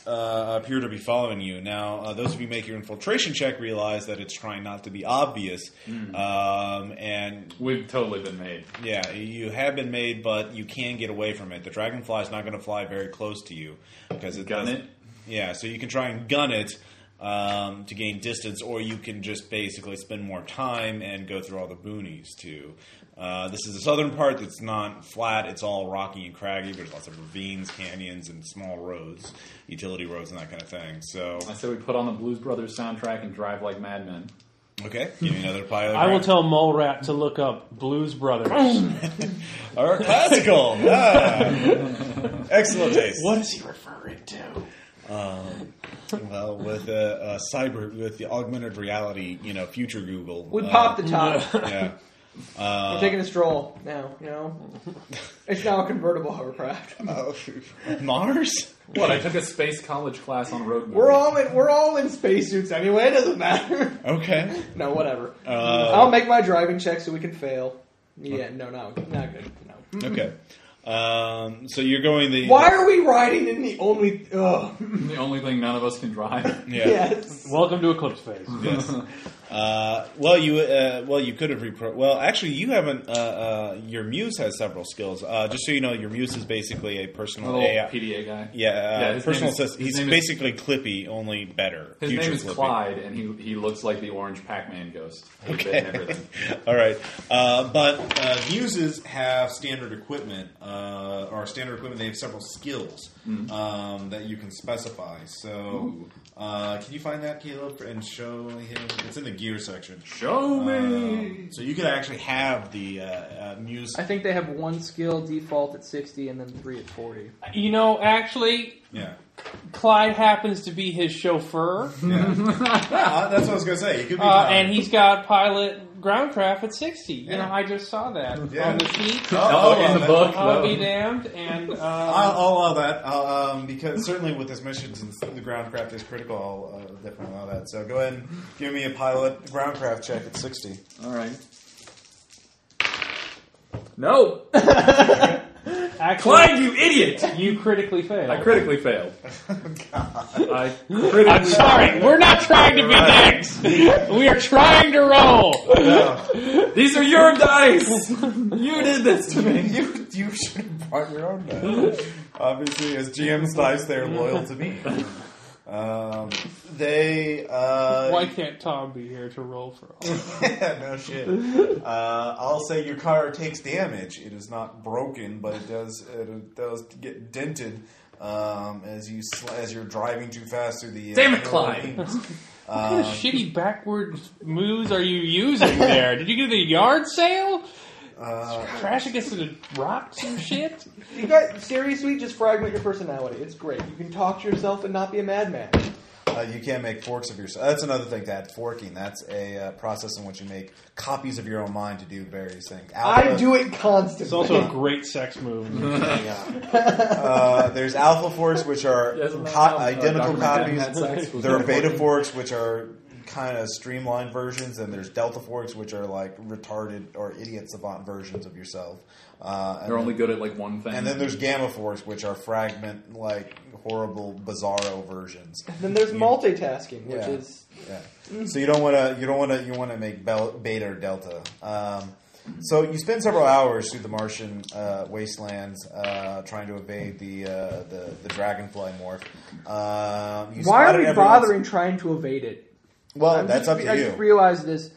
[SPEAKER 1] uh, appear to be following you. Now, uh, those of you who make your infiltration check realize that it's trying not to be obvious, um, and
[SPEAKER 3] We've totally been made.
[SPEAKER 1] yeah, you have been made, but you can get away from it. The dragonfly is not going to fly very close to you because it
[SPEAKER 3] Gun
[SPEAKER 1] doesn't-
[SPEAKER 3] it?
[SPEAKER 1] Yeah, so you can try and gun it um, to gain distance, or you can just basically spend more time and go through all the boonies too. Uh, this is the southern part that's not flat; it's all rocky and craggy. There's lots of ravines, canyons, and small roads, utility roads, and that kind of thing. So,
[SPEAKER 3] I say we put on the Blues Brothers soundtrack and drive like madmen.
[SPEAKER 1] okay, give me another pilot.
[SPEAKER 2] I will
[SPEAKER 1] round.
[SPEAKER 2] tell Mole Rat to look up Blues Brothers.
[SPEAKER 1] All right, classical. Ah. Excellent taste.
[SPEAKER 2] what is he referring to?
[SPEAKER 1] Well, with uh, uh, cyber, with the augmented reality, you know, future Google.
[SPEAKER 4] We
[SPEAKER 1] uh,
[SPEAKER 4] popped the top.
[SPEAKER 1] Yeah.
[SPEAKER 4] We're taking a stroll now. You know. It's now a convertible hovercraft.
[SPEAKER 1] Oh, Mars?
[SPEAKER 3] What? I took a space college class on road.
[SPEAKER 4] We're
[SPEAKER 3] movies.
[SPEAKER 4] all in. We're all in spacesuits anyway. It doesn't matter.
[SPEAKER 1] Okay.
[SPEAKER 4] No, whatever.
[SPEAKER 1] Uh,
[SPEAKER 4] I'll make my driving check so we can fail. Yeah, no, no, not good. No.
[SPEAKER 1] okay. Uh, Um, so you're going the
[SPEAKER 4] Why are we riding in the only? Ugh.
[SPEAKER 3] The only thing none of us can drive.
[SPEAKER 1] Yeah.
[SPEAKER 4] Yes.
[SPEAKER 2] Welcome to Eclipse Phase.
[SPEAKER 1] Yes. Uh, well, you uh, well you could have repro. Well, actually, you haven't. Uh, uh, your muse has several skills. Uh, just so you know, your muse is basically a personal
[SPEAKER 3] Little
[SPEAKER 1] AI.
[SPEAKER 3] PDA guy.
[SPEAKER 1] yeah, uh,
[SPEAKER 3] Yeah, his
[SPEAKER 1] personal
[SPEAKER 3] name is-
[SPEAKER 1] assistant. He's
[SPEAKER 3] his name is-
[SPEAKER 1] basically Clippy, only better.
[SPEAKER 3] His
[SPEAKER 1] Future
[SPEAKER 3] name is
[SPEAKER 1] Clippy.
[SPEAKER 3] Clyde, and he he looks like the orange Pac-Man ghost. He's been everything.
[SPEAKER 1] All right, uh, but uh, muses have standard equipment, uh, or standard equipment. They have several skills um, that you can specify. So, uh, can you find that, Caleb, and show him? It's in the gear section.
[SPEAKER 3] Show me.
[SPEAKER 1] Um, so you could actually have the uh, uh, muse.
[SPEAKER 4] I think they have one skill default at sixty and then three at forty.
[SPEAKER 2] You know, actually,
[SPEAKER 1] Yeah,
[SPEAKER 2] Clyde happens to be his chauffeur,
[SPEAKER 1] yeah. Ah, that's what I was gonna say. It could be,
[SPEAKER 2] uh,
[SPEAKER 1] fun.
[SPEAKER 2] and he's got pilot groundcraft at 60. You
[SPEAKER 1] Yeah.
[SPEAKER 2] know, I just saw that
[SPEAKER 1] Yeah.
[SPEAKER 2] on the sheet.
[SPEAKER 1] Oh,
[SPEAKER 3] Oh,
[SPEAKER 1] oh,
[SPEAKER 3] in the
[SPEAKER 1] that-
[SPEAKER 3] book.
[SPEAKER 2] I'll
[SPEAKER 3] though.
[SPEAKER 2] be damned, and
[SPEAKER 1] I'll,
[SPEAKER 2] uh,
[SPEAKER 1] I'll allow that I'll, um, because certainly with this mission, since the groundcraft is critical, I'll uh, definitely allow that. So go ahead and give me a pilot groundcraft check at sixty.
[SPEAKER 3] All right. No,
[SPEAKER 2] actually,
[SPEAKER 3] Clyde, you idiot!
[SPEAKER 2] you critically failed.
[SPEAKER 3] I critically failed. I critically
[SPEAKER 2] I'm sorry, we're not trying to be dicks. We are trying to roll.
[SPEAKER 3] These are your dice. You did this to me.
[SPEAKER 1] you you should have brought your own dice. Obviously, as GM's dice, they're loyal to me. Um, they uh,
[SPEAKER 2] Why can't Tom be here to roll for us?
[SPEAKER 1] yeah, no shit. Uh, I'll say your car takes damage. It is not broken, but it does it does get dented um, as you sl- as you're driving too fast through the. Uh,
[SPEAKER 3] Damn it,
[SPEAKER 1] narrow
[SPEAKER 3] Clyde.
[SPEAKER 1] lanes.
[SPEAKER 2] What kind of shitty backwards moves are you using there? Did you get a yard sale?
[SPEAKER 1] Uh,
[SPEAKER 2] Crash against the rocks and shit?
[SPEAKER 4] You guys, seriously, just fragment your personality. It's great. You can talk to yourself and not be a madman.
[SPEAKER 1] uh, you can't make forks of yourself. That's another thing. That forking. That's a uh, process in which you make copies of your own mind to do various things.
[SPEAKER 4] I
[SPEAKER 1] Alpha-
[SPEAKER 4] do it
[SPEAKER 2] It's
[SPEAKER 4] constantly.
[SPEAKER 2] also a great sex move.
[SPEAKER 1] Yeah. Uh, there's alpha forks, which are co- identical copies. There are beta forks, which are kind of streamlined versions, and there's delta forks, which are like retarded or idiot savant versions of yourself. Uh, and,
[SPEAKER 3] They're only good at like one thing.
[SPEAKER 1] and then there's gamma forks, which are fragment like horrible bizarro versions.
[SPEAKER 4] then there's multitasking, which
[SPEAKER 1] Yeah.
[SPEAKER 4] is
[SPEAKER 1] Yeah. So you don't want to. You don't want to. You want to make bel- beta or delta. Um, so you spend several hours through the Martian uh, wastelands uh, trying to evade the uh, the, the dragonfly morph. Uh, you
[SPEAKER 4] why
[SPEAKER 1] spotted
[SPEAKER 4] are we
[SPEAKER 1] everyone's-
[SPEAKER 4] bothering trying to evade it?
[SPEAKER 1] Well,
[SPEAKER 4] I'm
[SPEAKER 1] that's
[SPEAKER 4] just-
[SPEAKER 1] up to
[SPEAKER 4] I
[SPEAKER 1] you.
[SPEAKER 4] just realized this.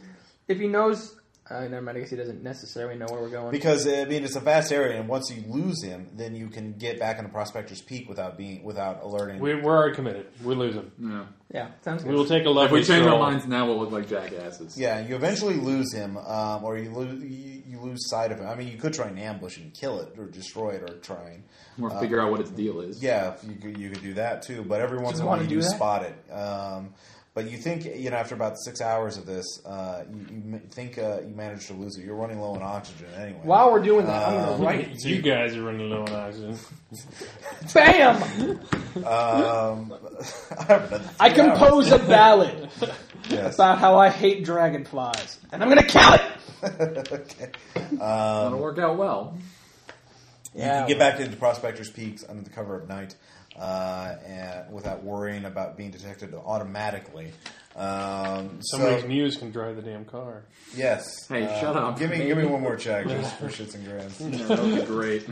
[SPEAKER 4] If he knows, uh, never mind. I guess he doesn't necessarily know where we're going.
[SPEAKER 1] because I mean it's a vast area, and once you lose him, then you can get back on the Prospector's Peak without being without alerting.
[SPEAKER 2] We're, we're already committed. We're losing.
[SPEAKER 3] Yeah.
[SPEAKER 4] yeah, sounds
[SPEAKER 2] We will
[SPEAKER 4] good.
[SPEAKER 2] take a
[SPEAKER 3] If
[SPEAKER 2] lovely
[SPEAKER 3] we change our
[SPEAKER 2] stroll.
[SPEAKER 3] minds now, we'll look like jackasses.
[SPEAKER 1] Yeah, you eventually lose him, um, or you lose you, you lose sight of him. I mean, you could try and ambush and kill it, or destroy it, or try and
[SPEAKER 3] We'll figure out what its deal is.
[SPEAKER 1] Yeah, you could, you could do that too. But every once
[SPEAKER 4] you
[SPEAKER 1] in a while,
[SPEAKER 4] wanna
[SPEAKER 1] you
[SPEAKER 4] do
[SPEAKER 1] do
[SPEAKER 4] that?
[SPEAKER 1] spot it. Um, but you think you know after about six hours of this, uh, you, you ma- think uh, you managed to lose it. You're running low on oxygen anyway.
[SPEAKER 4] While we're doing that, I'm gonna
[SPEAKER 1] Um,
[SPEAKER 4] write.
[SPEAKER 2] You guys are running low on oxygen.
[SPEAKER 4] Bam!
[SPEAKER 1] Um, I have another
[SPEAKER 4] I
[SPEAKER 1] three hours.
[SPEAKER 4] compose a ballad
[SPEAKER 1] Yes.
[SPEAKER 4] about how I hate dragonflies, and I'm gonna kill it.
[SPEAKER 1] okay.
[SPEAKER 3] That'll work out well.
[SPEAKER 1] You
[SPEAKER 4] Yeah,
[SPEAKER 1] can get back into Prospector's Peaks under the cover of night uh, and without worrying about being detected automatically. Um,
[SPEAKER 2] Somebody's
[SPEAKER 1] so,
[SPEAKER 2] muse can drive the damn car.
[SPEAKER 1] yes.
[SPEAKER 3] Hey,
[SPEAKER 1] Uh,
[SPEAKER 3] shut up.
[SPEAKER 1] Give me, give me one more check just for shits and grins.
[SPEAKER 3] Yeah, that would be great.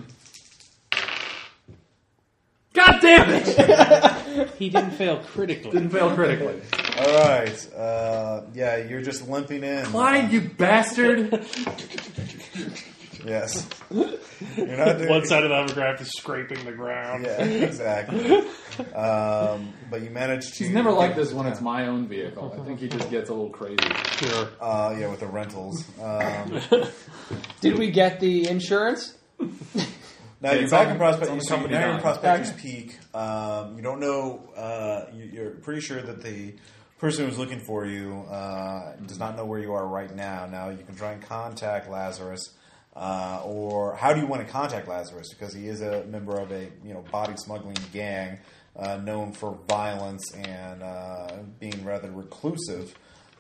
[SPEAKER 3] God damn it!
[SPEAKER 2] He didn't fail critically.
[SPEAKER 3] Didn't fail critically.
[SPEAKER 1] All right. Uh, yeah, you're just limping in.
[SPEAKER 3] Clyde, you bastard!
[SPEAKER 1] Yes. You're not doing
[SPEAKER 2] One side of the hovercraft is scraping the ground.
[SPEAKER 1] Yeah, exactly. um, but you managed to.
[SPEAKER 3] She's never like this when it's my own vehicle. I think he just gets a little crazy.
[SPEAKER 2] Sure.
[SPEAKER 1] Uh, yeah, with the rentals. Um,
[SPEAKER 4] Did we get the insurance?
[SPEAKER 1] now
[SPEAKER 3] It's
[SPEAKER 1] you're back
[SPEAKER 3] on-
[SPEAKER 1] in Prospect.
[SPEAKER 3] it's on the
[SPEAKER 1] so you're
[SPEAKER 3] company
[SPEAKER 1] now you're in
[SPEAKER 3] dime.
[SPEAKER 1] Prospector's Peak. Um, you don't know. Uh, you, you're pretty sure that the person who's looking for you uh, does not know where you are right now. Now you can try and contact Lazarus. Uh, or how do you want to contact Lazarus? Because he is a member of a you know body smuggling gang uh, known for violence and uh, being rather reclusive.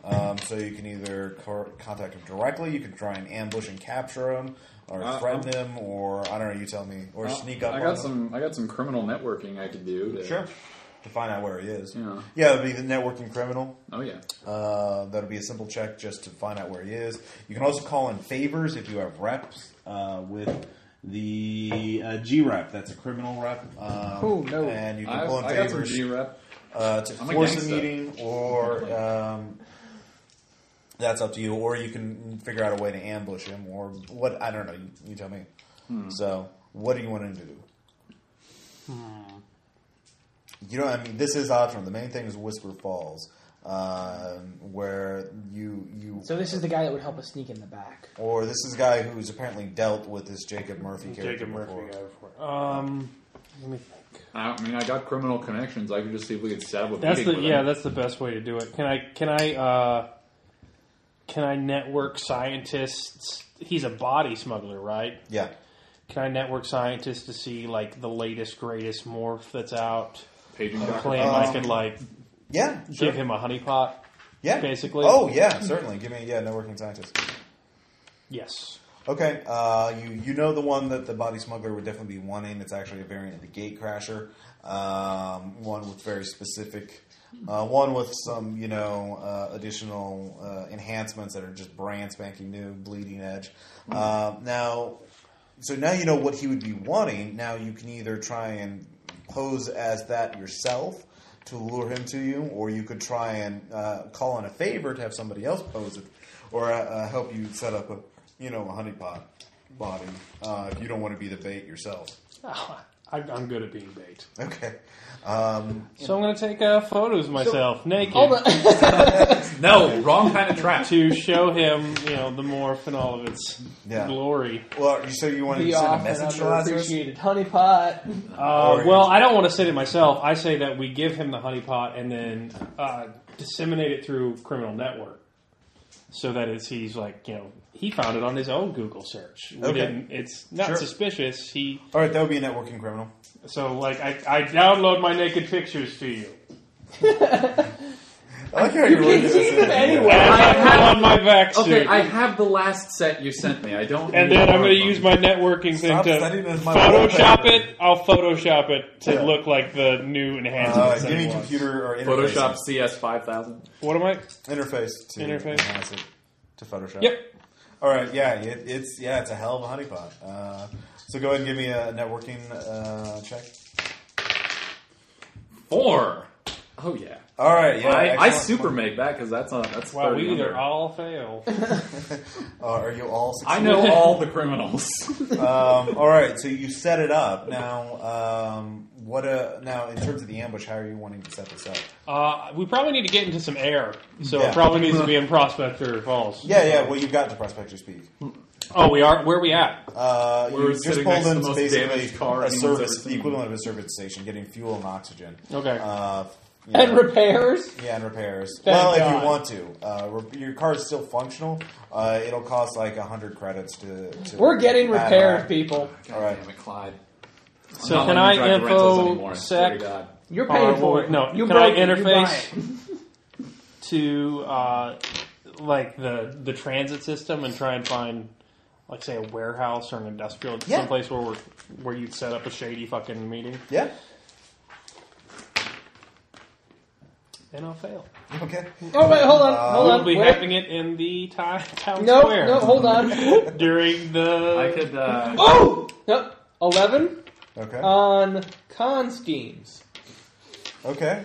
[SPEAKER 1] Um, so you can either co- contact him directly, you can try and ambush and capture him, or
[SPEAKER 3] Uh,
[SPEAKER 1] threaten him, or I don't know. You tell me, or sneak up.
[SPEAKER 3] I
[SPEAKER 1] on
[SPEAKER 3] got
[SPEAKER 1] him.
[SPEAKER 3] some. I got some criminal networking I could do. To,
[SPEAKER 1] Sure. To find out where he is.
[SPEAKER 3] Yeah.
[SPEAKER 1] Yeah, it'd be the networking criminal.
[SPEAKER 3] Oh yeah.
[SPEAKER 1] Uh, that'll be a simple check just to find out where he is. You can also call in favors if you have reps uh, with the uh, G rep. That's a criminal rep. Um,
[SPEAKER 4] Ooh, no.
[SPEAKER 1] And you can
[SPEAKER 3] I,
[SPEAKER 1] call in
[SPEAKER 3] I got some
[SPEAKER 1] favors
[SPEAKER 3] G rep.
[SPEAKER 1] uh, to
[SPEAKER 3] I'm a
[SPEAKER 1] force a
[SPEAKER 3] gangsta.
[SPEAKER 1] meeting, or um, that's up to you. Or you can figure out a way to ambush him, or what? I don't know. You, you tell me. So, what do you want to do? You know, I mean, this is optional. The main thing is Whisper Falls, um, where you you
[SPEAKER 4] So this is the guy that would help us sneak in the back.
[SPEAKER 1] or this is a guy who's apparently dealt with this Jacob Murphy character
[SPEAKER 2] Jacob Murphy
[SPEAKER 1] before.
[SPEAKER 2] guy before. Um, let me think.
[SPEAKER 3] I I mean, I got criminal connections. I could just see if we could set up a
[SPEAKER 2] That's
[SPEAKER 3] meeting
[SPEAKER 2] the
[SPEAKER 3] with
[SPEAKER 2] yeah.
[SPEAKER 3] him.
[SPEAKER 2] That's the best way to do it. Can I can I uh, can I network scientists? He's a body smuggler, right?
[SPEAKER 1] Yeah,
[SPEAKER 2] Can I network scientists to see like the latest greatest morph that's out?
[SPEAKER 3] Paging
[SPEAKER 2] A
[SPEAKER 3] Dr.
[SPEAKER 2] plan
[SPEAKER 3] Bob.
[SPEAKER 2] I could like
[SPEAKER 1] yeah, sure.
[SPEAKER 2] give him a honeypot.
[SPEAKER 1] yeah,
[SPEAKER 2] basically.
[SPEAKER 1] Oh yeah, certainly. Give me yeah, networking scientist.
[SPEAKER 2] Yes.
[SPEAKER 1] Okay, uh, you you know the one that the body smuggler would definitely be wanting. It's actually a variant of the Gatecrasher, um, one with very specific, uh, one with some you know uh, additional uh, enhancements that are just brand spanking new, bleeding edge. Uh, now, so now you know what he would be wanting. Now you can either try and pose as that yourself. To lure him to you, or you could try and uh, call in a favor to have somebody else pose it, or uh, uh, help you set up a you know, a honeypot body. Uh, if you don't want to be the bait yourself.
[SPEAKER 2] Ah, I, I'm good at being bait.
[SPEAKER 1] Okay. Um,
[SPEAKER 2] So I'm going to take uh, photos of myself naked
[SPEAKER 4] Hold on.
[SPEAKER 3] No, wrong kind of trap.
[SPEAKER 2] to show him, you know, the morph and all of its
[SPEAKER 1] Yeah.
[SPEAKER 2] glory.
[SPEAKER 1] well, so you want to
[SPEAKER 4] Be
[SPEAKER 1] send
[SPEAKER 4] off
[SPEAKER 1] a
[SPEAKER 4] and
[SPEAKER 1] message to Lazarus?
[SPEAKER 4] underappreciated honeypot.
[SPEAKER 2] Uh,
[SPEAKER 1] Or-
[SPEAKER 2] well, I don't want to say it myself. I say that we give him the honeypot and then uh, disseminate it through criminal network, so that it's he's like you know he found it on his own Google search. We
[SPEAKER 1] Okay.
[SPEAKER 2] didn't, it's not
[SPEAKER 1] Sure.
[SPEAKER 2] suspicious. He
[SPEAKER 1] All right, that would be a networking criminal.
[SPEAKER 2] so like I, I download my naked pictures to you.
[SPEAKER 1] I like how you
[SPEAKER 4] can keep him anywhere.
[SPEAKER 2] And I
[SPEAKER 4] I-
[SPEAKER 2] have on my back suit.
[SPEAKER 3] Okay, I have the last set you sent me. I don't.
[SPEAKER 2] and
[SPEAKER 3] need
[SPEAKER 2] then
[SPEAKER 3] more
[SPEAKER 2] I'm going to
[SPEAKER 3] of them.
[SPEAKER 2] use my networking
[SPEAKER 1] Stop
[SPEAKER 2] thing
[SPEAKER 1] sending
[SPEAKER 2] to
[SPEAKER 1] us my
[SPEAKER 2] Photoshop
[SPEAKER 1] wallpaper.
[SPEAKER 2] it. I'll Photoshop it to
[SPEAKER 1] Yeah.
[SPEAKER 2] look like the new
[SPEAKER 1] Uh,
[SPEAKER 2] enhancements. that
[SPEAKER 1] give
[SPEAKER 2] it
[SPEAKER 1] me
[SPEAKER 2] was.
[SPEAKER 1] computer or interface.
[SPEAKER 3] Photoshop CS five thousand.
[SPEAKER 2] What am I?
[SPEAKER 1] Interface to
[SPEAKER 2] Interface.
[SPEAKER 1] enhance it to Photoshop.
[SPEAKER 2] Yep.
[SPEAKER 1] All right, yeah, it, it's yeah, it's a hell of a honeypot. Uh, so go ahead and give me a networking uh, check.
[SPEAKER 3] Four. Oh yeah.
[SPEAKER 1] All right, yeah,
[SPEAKER 3] I, I
[SPEAKER 1] excellent.
[SPEAKER 3] super made that because that's a that's.
[SPEAKER 2] Wow, we
[SPEAKER 3] 30
[SPEAKER 2] either
[SPEAKER 3] under.
[SPEAKER 2] all fail.
[SPEAKER 1] Uh, are you all? Succeeding?
[SPEAKER 3] I know all the criminals.
[SPEAKER 1] um, all right, so you set it up now. Um, what uh now in terms of the ambush? How are you wanting to set this up?
[SPEAKER 2] Uh, we probably need to get into some air, so
[SPEAKER 1] Yeah.
[SPEAKER 2] it probably needs to be in Prospector Falls.
[SPEAKER 1] Yeah, yeah. Well, you've got the prospector speak.
[SPEAKER 2] Oh, we are. Where are we at?
[SPEAKER 1] Uh,
[SPEAKER 3] We're
[SPEAKER 1] you just
[SPEAKER 3] sitting
[SPEAKER 1] pulled
[SPEAKER 3] next to the
[SPEAKER 1] into
[SPEAKER 3] most
[SPEAKER 1] basically
[SPEAKER 3] damaged car
[SPEAKER 1] a
[SPEAKER 3] anyone's
[SPEAKER 1] service,
[SPEAKER 3] ever
[SPEAKER 1] the
[SPEAKER 3] seen.
[SPEAKER 1] equivalent of a service station, getting fuel and oxygen.
[SPEAKER 2] Okay.
[SPEAKER 1] Uh, you
[SPEAKER 4] and
[SPEAKER 1] know,
[SPEAKER 4] repairs.
[SPEAKER 1] Yeah, and repairs.
[SPEAKER 4] Thank
[SPEAKER 1] well,
[SPEAKER 4] God.
[SPEAKER 1] if you want to, uh, re- your car is still functional. Uh, it'll cost like hundred credits to, to.
[SPEAKER 4] We're getting
[SPEAKER 1] batter
[SPEAKER 4] repairs,
[SPEAKER 1] up.
[SPEAKER 4] people.
[SPEAKER 3] God
[SPEAKER 1] All right.
[SPEAKER 3] damn it, Clyde. I'm
[SPEAKER 2] So
[SPEAKER 3] not
[SPEAKER 2] can
[SPEAKER 3] letting you
[SPEAKER 2] I
[SPEAKER 3] drive the rentals
[SPEAKER 2] info
[SPEAKER 3] anymore, I
[SPEAKER 2] sec-
[SPEAKER 3] swear to God.
[SPEAKER 4] You're
[SPEAKER 2] All
[SPEAKER 4] paying
[SPEAKER 2] right,
[SPEAKER 4] for
[SPEAKER 2] Oh, well,
[SPEAKER 4] it.
[SPEAKER 2] no,
[SPEAKER 4] you
[SPEAKER 2] can I
[SPEAKER 4] broke it, you
[SPEAKER 2] interface?
[SPEAKER 4] buy it.
[SPEAKER 2] To uh, like the the transit system and try and find, like, say, a warehouse or an industrial,
[SPEAKER 1] Yeah.
[SPEAKER 2] someplace where we're, where you'd set up a shady fucking meeting,
[SPEAKER 1] Yeah.
[SPEAKER 2] and I'll fail.
[SPEAKER 1] Okay.
[SPEAKER 4] Oh wait, hold on,
[SPEAKER 1] Uh,
[SPEAKER 4] hold
[SPEAKER 2] We'll
[SPEAKER 4] on.
[SPEAKER 2] be
[SPEAKER 4] wait.
[SPEAKER 2] having it in the ti- town
[SPEAKER 4] No,
[SPEAKER 2] square
[SPEAKER 4] no, hold on.
[SPEAKER 2] during the.
[SPEAKER 3] I could. Uh,
[SPEAKER 4] oh, no, eleven
[SPEAKER 1] Okay.
[SPEAKER 4] on con schemes.
[SPEAKER 1] okay.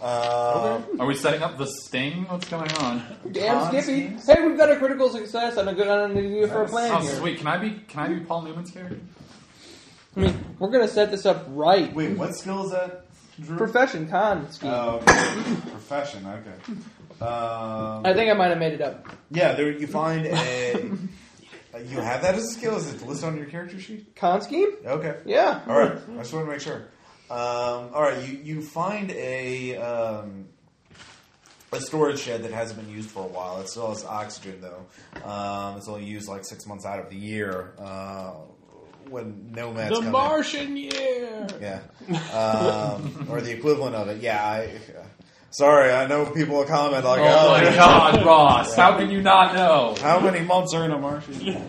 [SPEAKER 1] Uh,
[SPEAKER 3] are we setting up the sting? What's going on?
[SPEAKER 4] Damn,
[SPEAKER 1] Con
[SPEAKER 4] Skippy.
[SPEAKER 1] schemes?
[SPEAKER 4] Hey, we've got a critical success on a good on an idea for a plan
[SPEAKER 3] Oh,
[SPEAKER 4] here.
[SPEAKER 3] sweet. Can I be? Can I be Paul Newman's character?
[SPEAKER 4] I mean, we're gonna set this up right.
[SPEAKER 1] Wait, what skill is that? Drew?
[SPEAKER 4] Profession con scheme.
[SPEAKER 1] Oh, okay. profession. Okay. Um,
[SPEAKER 4] I think I might have made it up.
[SPEAKER 1] yeah, there you find a. you have that as a skill. Is it listed on your character sheet?
[SPEAKER 4] Con scheme?
[SPEAKER 1] Okay.
[SPEAKER 4] Yeah.
[SPEAKER 1] All right. I just want to make sure. Um, all right. You you find a um, a storage shed that hasn't been used for a while. It still has oxygen though. Um, it's only used like six months out of the year uh, when nomads
[SPEAKER 2] the
[SPEAKER 1] come in.
[SPEAKER 2] Martian year.
[SPEAKER 1] Yeah, um, or the equivalent of it. Yeah, I, Sorry, I know people will comment like,
[SPEAKER 3] Oh
[SPEAKER 1] "Oh,
[SPEAKER 3] my God, Ross! How can you not know?
[SPEAKER 1] how many months are in a Martian?" year?"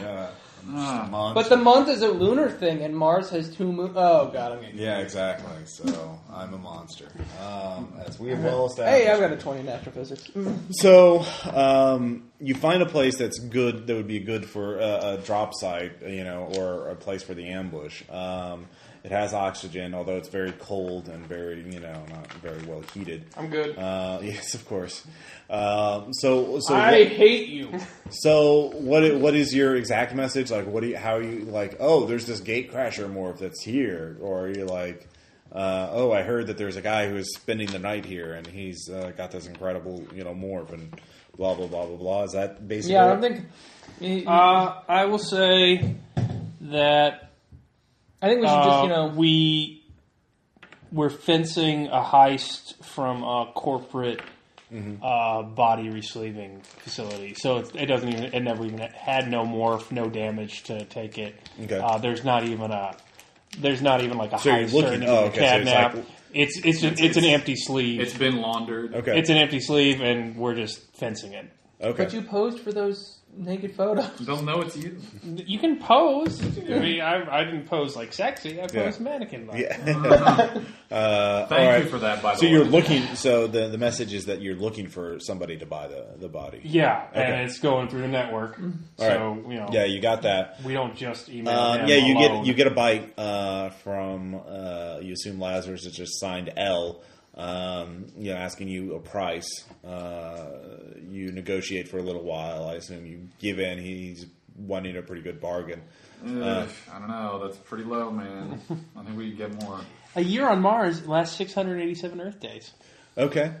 [SPEAKER 1] yeah,
[SPEAKER 3] Ah.
[SPEAKER 1] months.
[SPEAKER 4] But the month is a lunar thing, and Mars has two moons. Oh god, I'm getting.
[SPEAKER 1] yeah, exactly. So I'm a monster. Um, as we have well established.
[SPEAKER 4] Hey, I've got a 20 in astrophysics. Mm.
[SPEAKER 1] So um, you find a place that's good that would be good for a, a drop site, you know, or a place for the ambush. Um, it has oxygen, although it's very cold and very, you know, not very well heated.
[SPEAKER 4] I'm good.
[SPEAKER 1] Uh, yes, of course. Um, so, so
[SPEAKER 4] I hate you.
[SPEAKER 1] so what? i- What is your exact message? Like, what do you? How are you? Like, oh, there's this gatecrasher morph that's here, or you're like, uh, oh, I heard that there's a guy who is spending the night here, and he's uh, got this incredible, you know, morph, and blah blah blah blah blah. Is that basically?
[SPEAKER 4] Yeah, I
[SPEAKER 1] it?
[SPEAKER 4] don't think. y-
[SPEAKER 2] Uh, I will say that
[SPEAKER 4] I think we should
[SPEAKER 2] uh,
[SPEAKER 4] just, you know,
[SPEAKER 2] we we're fencing a heist from a corporate
[SPEAKER 1] Mm-hmm.
[SPEAKER 2] uh, body resleeving facility, so it, it doesn't even it never even had no morph, no damage to take it.
[SPEAKER 1] Okay.
[SPEAKER 2] Uh, there's not even a there's not even like a
[SPEAKER 1] So you're
[SPEAKER 2] heist or
[SPEAKER 1] looking-
[SPEAKER 2] anything
[SPEAKER 1] oh,
[SPEAKER 2] to
[SPEAKER 1] okay, so it's
[SPEAKER 2] Cadnap.
[SPEAKER 1] like-
[SPEAKER 2] it's it's an- it's, an empty sleeve.
[SPEAKER 3] It's been laundered.
[SPEAKER 1] Okay.
[SPEAKER 2] It's an empty sleeve, and we're just fencing it.
[SPEAKER 1] okay.
[SPEAKER 4] but you posed for those naked photos.
[SPEAKER 3] They'll know it's you.
[SPEAKER 2] You can pose. I mean, I, I didn't pose like sexy. I posed mannequin like.
[SPEAKER 1] yeah. uh,
[SPEAKER 3] Thank
[SPEAKER 1] all right.
[SPEAKER 3] you for that. By the
[SPEAKER 1] So
[SPEAKER 3] way,
[SPEAKER 1] you're looking. So the the message is that you're looking for somebody to buy the the body.
[SPEAKER 2] Yeah,
[SPEAKER 1] Okay.
[SPEAKER 2] and it's going through the network.
[SPEAKER 1] All
[SPEAKER 2] so
[SPEAKER 1] right.
[SPEAKER 2] you know,
[SPEAKER 1] Yeah, you got that.
[SPEAKER 2] we don't just email.
[SPEAKER 1] Um,
[SPEAKER 2] them
[SPEAKER 1] yeah, you
[SPEAKER 2] alone.
[SPEAKER 1] get you get a bite uh, from uh, you assume Lazarus is just signed L. Um, you know, asking you a price. Uh, you negotiate for a little while. I assume you give in. He's wanting a pretty good bargain. uh,
[SPEAKER 3] Ugh, I don't know. That's pretty low, man. I think we could get more.
[SPEAKER 2] a year on Mars lasts 687 Earth days.
[SPEAKER 1] Okay.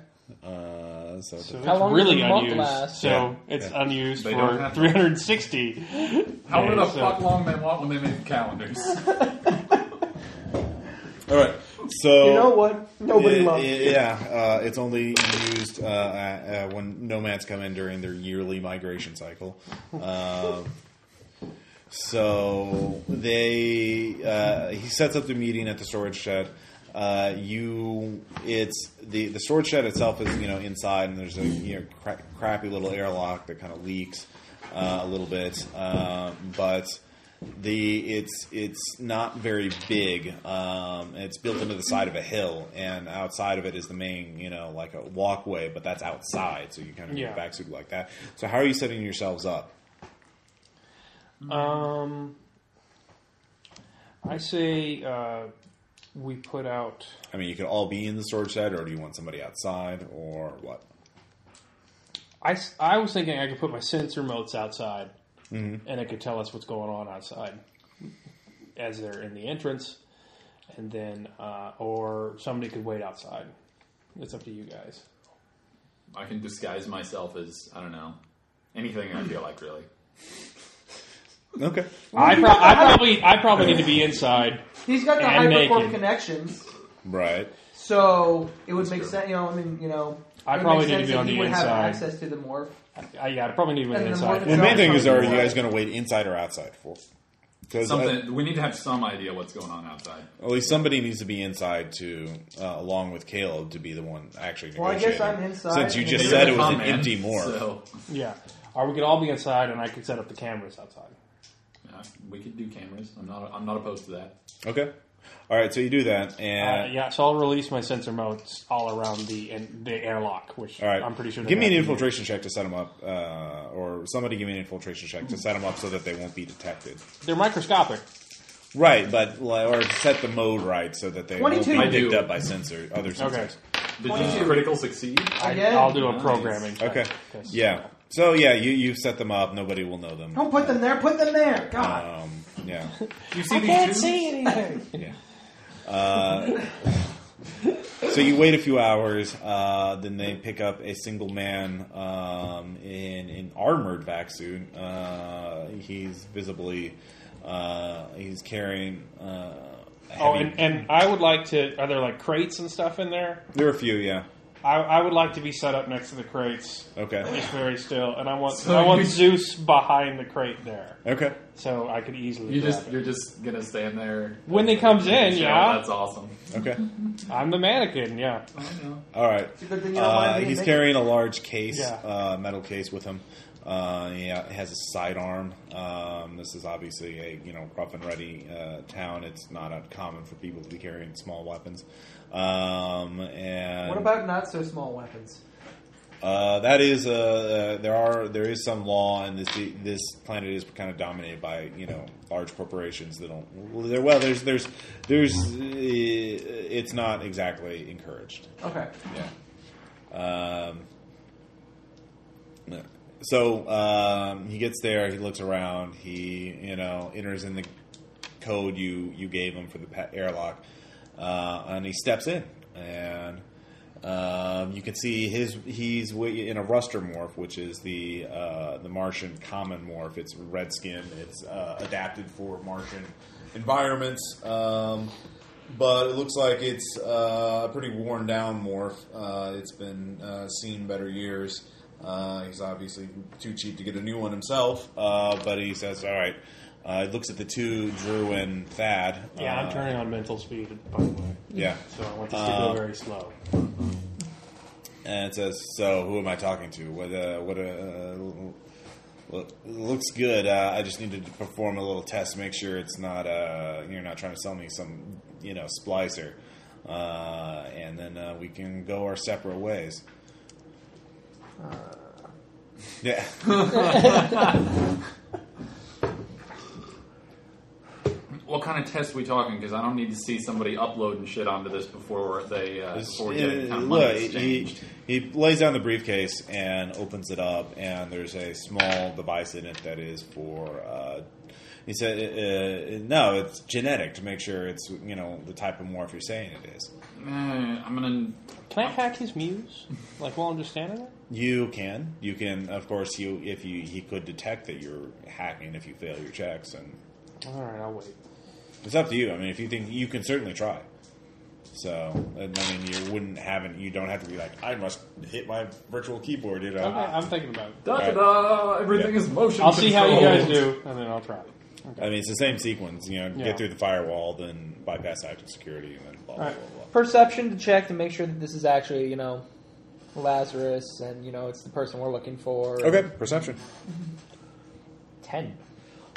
[SPEAKER 1] Uh, so,
[SPEAKER 2] So
[SPEAKER 4] How
[SPEAKER 2] it's
[SPEAKER 4] long does
[SPEAKER 2] really
[SPEAKER 4] a month
[SPEAKER 2] unused.
[SPEAKER 4] last?
[SPEAKER 2] So
[SPEAKER 1] Yeah.
[SPEAKER 2] it's
[SPEAKER 1] Yeah.
[SPEAKER 2] unused
[SPEAKER 3] They don't
[SPEAKER 2] for
[SPEAKER 3] have-
[SPEAKER 2] 360.
[SPEAKER 3] However
[SPEAKER 2] Yeah,
[SPEAKER 3] the
[SPEAKER 2] so-
[SPEAKER 3] fuck long they want when they make calendars.
[SPEAKER 1] all right. So
[SPEAKER 4] You know what? Nobody
[SPEAKER 1] Oh. Yeah,
[SPEAKER 4] loves you.
[SPEAKER 1] Yeah, uh, it's only used uh, uh, when nomads come in during their yearly migration cycle. Um, so they uh, he sets up the meeting at the storage shed. Uh, you, it's the the storage shed itself is you know inside, and there's a you know cra- crappy little airlock that kind of leaks uh, a little bit, uh, but the it's it's not very big. Um, it's built into the side of a hill, and outside of it is the main, you know, like a walkway, but that's outside, so you kind of
[SPEAKER 2] Yeah.
[SPEAKER 1] get back to like that. So how are you setting yourselves up?
[SPEAKER 2] Um, I say uh, we put out.
[SPEAKER 1] I mean, you could all be in the storage shed, or do you want somebody outside, or what?
[SPEAKER 2] I, s- I was thinking I could put my sensor motes outside, and it could tell us what's going on outside as they're in the entrance, and then uh, or somebody could wait outside. It's up to you guys.
[SPEAKER 3] I can disguise myself as I don't know anything I feel like really.
[SPEAKER 1] Okay.
[SPEAKER 2] I, pro- I probably I probably need to be inside.
[SPEAKER 4] He's got the
[SPEAKER 2] And
[SPEAKER 4] hypercorp
[SPEAKER 2] naked.
[SPEAKER 4] connections,
[SPEAKER 1] Right.
[SPEAKER 4] so it would make
[SPEAKER 3] true.
[SPEAKER 4] sense. You know, I mean, you know,
[SPEAKER 2] I
[SPEAKER 4] it would
[SPEAKER 2] probably
[SPEAKER 4] make
[SPEAKER 2] need to
[SPEAKER 4] sense
[SPEAKER 2] be
[SPEAKER 4] that
[SPEAKER 2] on
[SPEAKER 4] he
[SPEAKER 2] the
[SPEAKER 4] would have
[SPEAKER 2] inside.
[SPEAKER 4] access to the morph.
[SPEAKER 2] I, yeah, I probably need to be
[SPEAKER 4] And the
[SPEAKER 2] inside.
[SPEAKER 4] morph
[SPEAKER 1] Well, the main thing is, are you
[SPEAKER 4] Outside.
[SPEAKER 1] guys going to wait inside or outside for? Because at
[SPEAKER 3] Something we need to have some idea what's going on outside.
[SPEAKER 1] least somebody needs to be inside to, uh, along with Caleb, to be the one actually.
[SPEAKER 4] Well, I guess
[SPEAKER 1] negotiating.
[SPEAKER 4] I'm inside.
[SPEAKER 1] Since you just
[SPEAKER 4] You're
[SPEAKER 1] said
[SPEAKER 3] Here
[SPEAKER 1] it
[SPEAKER 3] we
[SPEAKER 1] was
[SPEAKER 3] come,
[SPEAKER 1] an
[SPEAKER 3] man.
[SPEAKER 1] empty morph.
[SPEAKER 3] So
[SPEAKER 2] Yeah, or we could all be inside, and I could set up the cameras outside.
[SPEAKER 3] yeah, we could do cameras. I'm not. I'm not opposed to that.
[SPEAKER 1] Okay. All right, so you do that,
[SPEAKER 2] Uh,
[SPEAKER 1] and
[SPEAKER 2] yeah, so I'll release my sensor motes all around the in, the airlock, which
[SPEAKER 1] all right,
[SPEAKER 2] I'm pretty sure. they
[SPEAKER 1] Give me an
[SPEAKER 2] have.
[SPEAKER 1] infiltration check to set them up, uh, or somebody give me an infiltration check to set them up so that they won't be detected.
[SPEAKER 2] They're microscopic.
[SPEAKER 1] Right, but like, or set the mode right so that they won't
[SPEAKER 4] 22.
[SPEAKER 1] be
[SPEAKER 4] I
[SPEAKER 3] do.
[SPEAKER 1] picked up by sensor other
[SPEAKER 2] Okay.
[SPEAKER 1] sensors.
[SPEAKER 3] Did you
[SPEAKER 4] 22.
[SPEAKER 3] critical succeed?
[SPEAKER 2] I,
[SPEAKER 4] Again?
[SPEAKER 2] I'll do a
[SPEAKER 3] Nice.
[SPEAKER 2] programming. type
[SPEAKER 1] Okay.
[SPEAKER 2] test.
[SPEAKER 1] Yeah. So yeah, you you set them up. Nobody will know them.
[SPEAKER 4] Don't put them there. Put them there. God,
[SPEAKER 1] Um, yeah.
[SPEAKER 3] You see these shoes?
[SPEAKER 4] anything.
[SPEAKER 1] Yeah. Uh, so you wait a few hours, uh, then they pick up a single man um, in an armored vac suit. Uh, he's visibly uh, he's carrying. Uh, heavy,
[SPEAKER 2] Oh, and, and I would like to. Are there like crates and stuff in there?
[SPEAKER 1] there are a few, yeah.
[SPEAKER 2] I, I would like to be set up next to the crates,
[SPEAKER 1] Okay,
[SPEAKER 2] just very still, and I want
[SPEAKER 3] So
[SPEAKER 2] I want
[SPEAKER 3] you-
[SPEAKER 2] Zeus behind the crate there.
[SPEAKER 1] okay.
[SPEAKER 2] so I could easily.
[SPEAKER 3] You
[SPEAKER 2] grab
[SPEAKER 3] just
[SPEAKER 2] it.
[SPEAKER 3] you're just gonna stand there
[SPEAKER 2] when it comes in,
[SPEAKER 3] Show,
[SPEAKER 2] yeah,
[SPEAKER 3] That's awesome.
[SPEAKER 1] Okay.
[SPEAKER 2] I'm the mannequin. Yeah,
[SPEAKER 1] All right.
[SPEAKER 4] But then you don't want
[SPEAKER 1] Uh,
[SPEAKER 4] to be
[SPEAKER 1] he's
[SPEAKER 4] naked.
[SPEAKER 1] carrying a large case,
[SPEAKER 2] Yeah.
[SPEAKER 1] uh, metal case with him. Uh, yeah, he has a sidearm. Um, this is obviously a you know rough and ready uh, town. It's not uncommon for people to be carrying small weapons. Um, and
[SPEAKER 4] What about not so small weapons?
[SPEAKER 1] uh, that is uh, uh, there are there is some law, and this this planet is kind of dominated by you know large corporations that don't. Well, there, well there's there's there's uh, it's not exactly encouraged.
[SPEAKER 4] Okay.
[SPEAKER 1] Yeah. Um, so um, he gets there. He looks around. He you know enters in the code you you gave him for the pa- airlock, uh, and he steps in and. Um, you can see his he's wi- in a ruster morph, which is the uh, the Martian common morph. It's red skin. It's uh, adapted for Martian environments, um, but it looks like it's uh, a pretty worn down morph. Uh, it's been uh, seen better years. Uh, he's obviously too cheap to get a new one himself, uh, but he says, "All right." Uh, he looks at the two Drew and Thad.
[SPEAKER 2] yeah.
[SPEAKER 1] Uh,
[SPEAKER 2] I'm turning on mental speed, by the way,
[SPEAKER 1] Yeah.
[SPEAKER 2] so I want this to
[SPEAKER 1] Uh,
[SPEAKER 2] go very slow.
[SPEAKER 1] and it says, "So who am I talking to? What? Uh, what? Uh, look, looks good. Uh, I just needed to perform a little test, make sure it's not. Uh, you're not trying to sell me some, you know, splicer, uh, and then uh, we can go our separate ways." Yeah.
[SPEAKER 3] What kind of test we talking? Because I don't need to see somebody uploading shit onto this before they uh,
[SPEAKER 1] It's-
[SPEAKER 3] before we
[SPEAKER 1] it-
[SPEAKER 3] get any kind of
[SPEAKER 1] look,
[SPEAKER 3] money
[SPEAKER 1] he,
[SPEAKER 3] exchanged.
[SPEAKER 1] he lays down the briefcase and opens it up, and there's a small device in it that is for. Uh, he said, uh, uh, "No, it's genetic to make sure it's you know the type of morph you're saying it is."
[SPEAKER 3] Eh, I'm gonna.
[SPEAKER 2] Can I hack his muse? Like while I'm just standing there?
[SPEAKER 1] You can, you can, of course, you if you he could detect that you're hacking if you fail your checks, and
[SPEAKER 2] All right, I'll wait.
[SPEAKER 1] it's up to you. I mean, if you think you can certainly try. So, and, I mean, you wouldn't have, an- you don't have to be like, I must hit my virtual keyboard, you know.
[SPEAKER 2] Okay, I'm thinking about it.
[SPEAKER 3] Da da da! Everything
[SPEAKER 1] Yeah.
[SPEAKER 3] is motion.
[SPEAKER 2] I'll see how you guys
[SPEAKER 3] controlled.
[SPEAKER 2] do, and then I'll try. it.
[SPEAKER 1] I mean, it's the same sequence. You know,
[SPEAKER 2] Yeah.
[SPEAKER 1] get through the firewall, then bypass active security, and then blah blah
[SPEAKER 2] Alright.
[SPEAKER 1] blah. blah.
[SPEAKER 4] Perception to check to make sure that this is actually, you know, Lazarus and, you know, it's the person we're looking for.
[SPEAKER 1] Okay, perception.
[SPEAKER 4] Ten.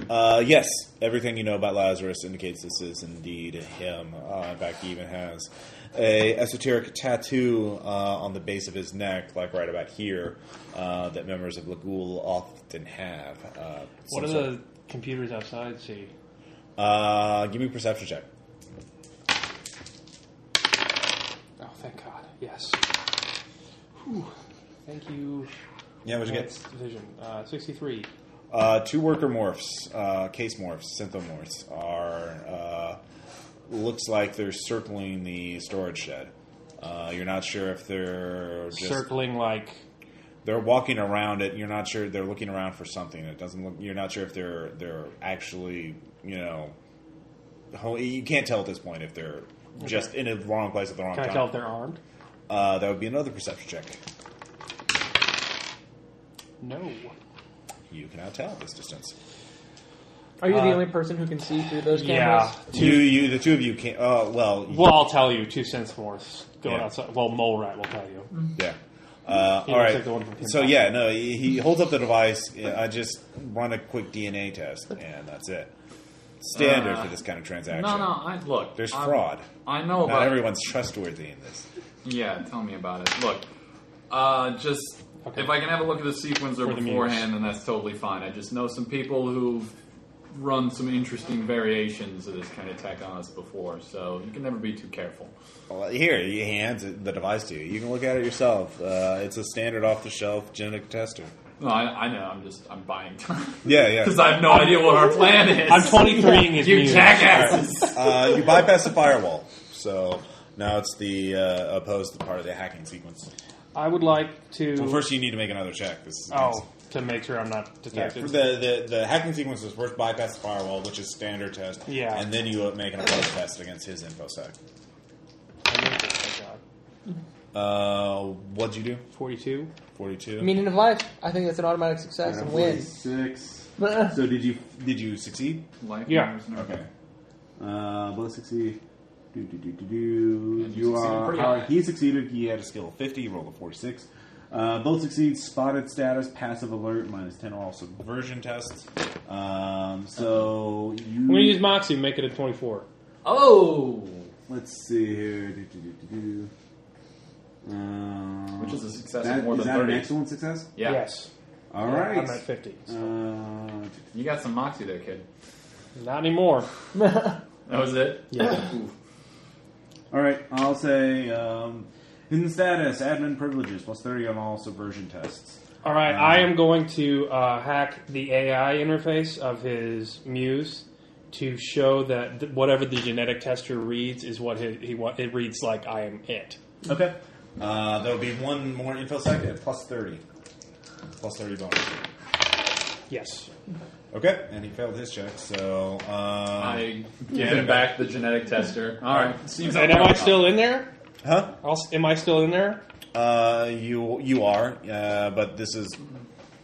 [SPEAKER 1] Uh, yes, everything you know about Lazarus indicates this is indeed him. Uh, in fact, he even has a esoteric tattoo uh, on the base of his neck, like right about here, uh, that members of Lagul often have. Uh,
[SPEAKER 2] What
[SPEAKER 1] some
[SPEAKER 2] do
[SPEAKER 1] sort-
[SPEAKER 2] the computers outside see?
[SPEAKER 1] Uh, give me a perception check.
[SPEAKER 2] Oh, thank God. Yes. Whew. Thank you.
[SPEAKER 1] Yeah, what'd you get?
[SPEAKER 2] Advanced Vision. Uh, 63.
[SPEAKER 1] Uh, two worker morphs, uh, case morphs, synthomorphs are uh, looks like they're circling the storage shed. Uh, you're not sure if they're just
[SPEAKER 2] Circling like.
[SPEAKER 1] they're walking around it. You're not sure they're looking around for something. It doesn't look. You're not sure if they're they're actually you know. ho- You can't tell at this point if they're just in the wrong place at the wrong
[SPEAKER 2] Can I
[SPEAKER 1] time.
[SPEAKER 2] tell if they're armed?
[SPEAKER 1] Uh, that would be another perception check.
[SPEAKER 2] No.
[SPEAKER 1] You cannot tell at this distance.
[SPEAKER 4] Are you the
[SPEAKER 2] Uh,
[SPEAKER 4] only person who can see through those
[SPEAKER 2] Yeah.
[SPEAKER 4] cameras?
[SPEAKER 1] Two, you, the two of you can't. Uh, well,
[SPEAKER 2] Well, I'll tell you. Two cents more. Going
[SPEAKER 1] Yeah.
[SPEAKER 2] outside. Well, Mole Rat will tell you.
[SPEAKER 1] Yeah. Uh,
[SPEAKER 2] He
[SPEAKER 1] all
[SPEAKER 2] looks
[SPEAKER 1] right.
[SPEAKER 2] like the one from Pin
[SPEAKER 1] so
[SPEAKER 2] Pop.
[SPEAKER 1] yeah, no, he, he holds up the device. I just run a quick DNA test, and that's it. Standard
[SPEAKER 3] Uh,
[SPEAKER 1] for this kind of transaction.
[SPEAKER 3] No, Um, no. I look.
[SPEAKER 1] There's
[SPEAKER 3] I'm-
[SPEAKER 1] fraud.
[SPEAKER 3] I know
[SPEAKER 1] Not
[SPEAKER 3] about
[SPEAKER 1] everyone's trustworthy in this.
[SPEAKER 3] Yeah, tell me about it. Look, uh, just
[SPEAKER 2] Okay.
[SPEAKER 3] if I can have a look at the sequencer
[SPEAKER 2] For the
[SPEAKER 3] beforehand, then that's totally fine. I just know some people who run some interesting variations of this kind of tech on us before, so you can never be too careful.
[SPEAKER 1] Well, here, he hands it- the device to you. You can look at it yourself. Uh, it's a standard off-the-shelf genetic tester.
[SPEAKER 3] No, I, I know. I'm just I'm buying time
[SPEAKER 1] Yeah, yeah.
[SPEAKER 3] because I have no idea what our plan is.
[SPEAKER 2] I'm 23ing his
[SPEAKER 3] You
[SPEAKER 2] muse.
[SPEAKER 3] jackasses!
[SPEAKER 1] Uh, you bypass the firewall, so now it's the uh, opposed part of the hacking sequence.
[SPEAKER 2] I would like to.
[SPEAKER 1] Well, first you need to make another check. This is against-
[SPEAKER 2] oh, to make sure I'm not
[SPEAKER 1] Yeah,
[SPEAKER 2] detected.
[SPEAKER 1] for the, the the hacking sequence is first bypass the firewall, which is standard test.
[SPEAKER 2] Yeah.
[SPEAKER 1] and then you make an opposed test against his infosec.
[SPEAKER 2] Oh, God.
[SPEAKER 1] Uh, what'd you do?
[SPEAKER 2] 42.
[SPEAKER 1] Forty two.
[SPEAKER 4] Meaning of life. I think that's an automatic success and win.
[SPEAKER 5] Six.
[SPEAKER 4] Bleh.
[SPEAKER 1] So did you did you succeed?
[SPEAKER 3] Life
[SPEAKER 2] Yeah.
[SPEAKER 3] matters and everything.
[SPEAKER 1] Okay. Uh, both succeed. Do, do, do, do, do.
[SPEAKER 3] And you
[SPEAKER 1] You
[SPEAKER 3] succeeded
[SPEAKER 1] are.
[SPEAKER 3] pretty
[SPEAKER 1] how-
[SPEAKER 3] high.
[SPEAKER 1] he succeeded. He had a skill of 50. He rolled a 46. Uh, both succeed. Spotted status, passive alert, minus 10 all subversion tests. Um, so you.
[SPEAKER 2] I'm going to use Moxie and make it a 24.
[SPEAKER 3] Oh,
[SPEAKER 1] Let's see here. Do, do, do, do, do. Um,
[SPEAKER 3] Which is a success of
[SPEAKER 1] that-
[SPEAKER 3] more
[SPEAKER 1] is
[SPEAKER 3] than
[SPEAKER 1] that
[SPEAKER 3] 30.
[SPEAKER 1] an excellent success?
[SPEAKER 3] yeah.
[SPEAKER 2] Yes.
[SPEAKER 1] All
[SPEAKER 2] Yeah,
[SPEAKER 1] right.
[SPEAKER 2] I'm at 50.
[SPEAKER 1] Uh,
[SPEAKER 3] You got some moxie there, kid.
[SPEAKER 2] Not anymore.
[SPEAKER 3] That was it.
[SPEAKER 2] Yeah.
[SPEAKER 3] Ooh.
[SPEAKER 1] all right. I'll say um, hidden status, admin privileges, plus 30 on all subversion tests.
[SPEAKER 2] All right, I am going to uh, hack the AI interface of his Muse to show that th- whatever the genetic tester reads is what he, he wa- it reads like I am it.
[SPEAKER 1] Okay. Uh, there'll be one more info sec at plus 30. Plus 30 bonus.
[SPEAKER 2] Yes.
[SPEAKER 1] Okay, and he failed his check, so. Uh,
[SPEAKER 3] I give him back the genetic tester. All right, seems.
[SPEAKER 2] And am I still in there?
[SPEAKER 1] Huh?
[SPEAKER 2] I'll s- am I still in there?
[SPEAKER 1] Uh, you, you are, uh, but this is.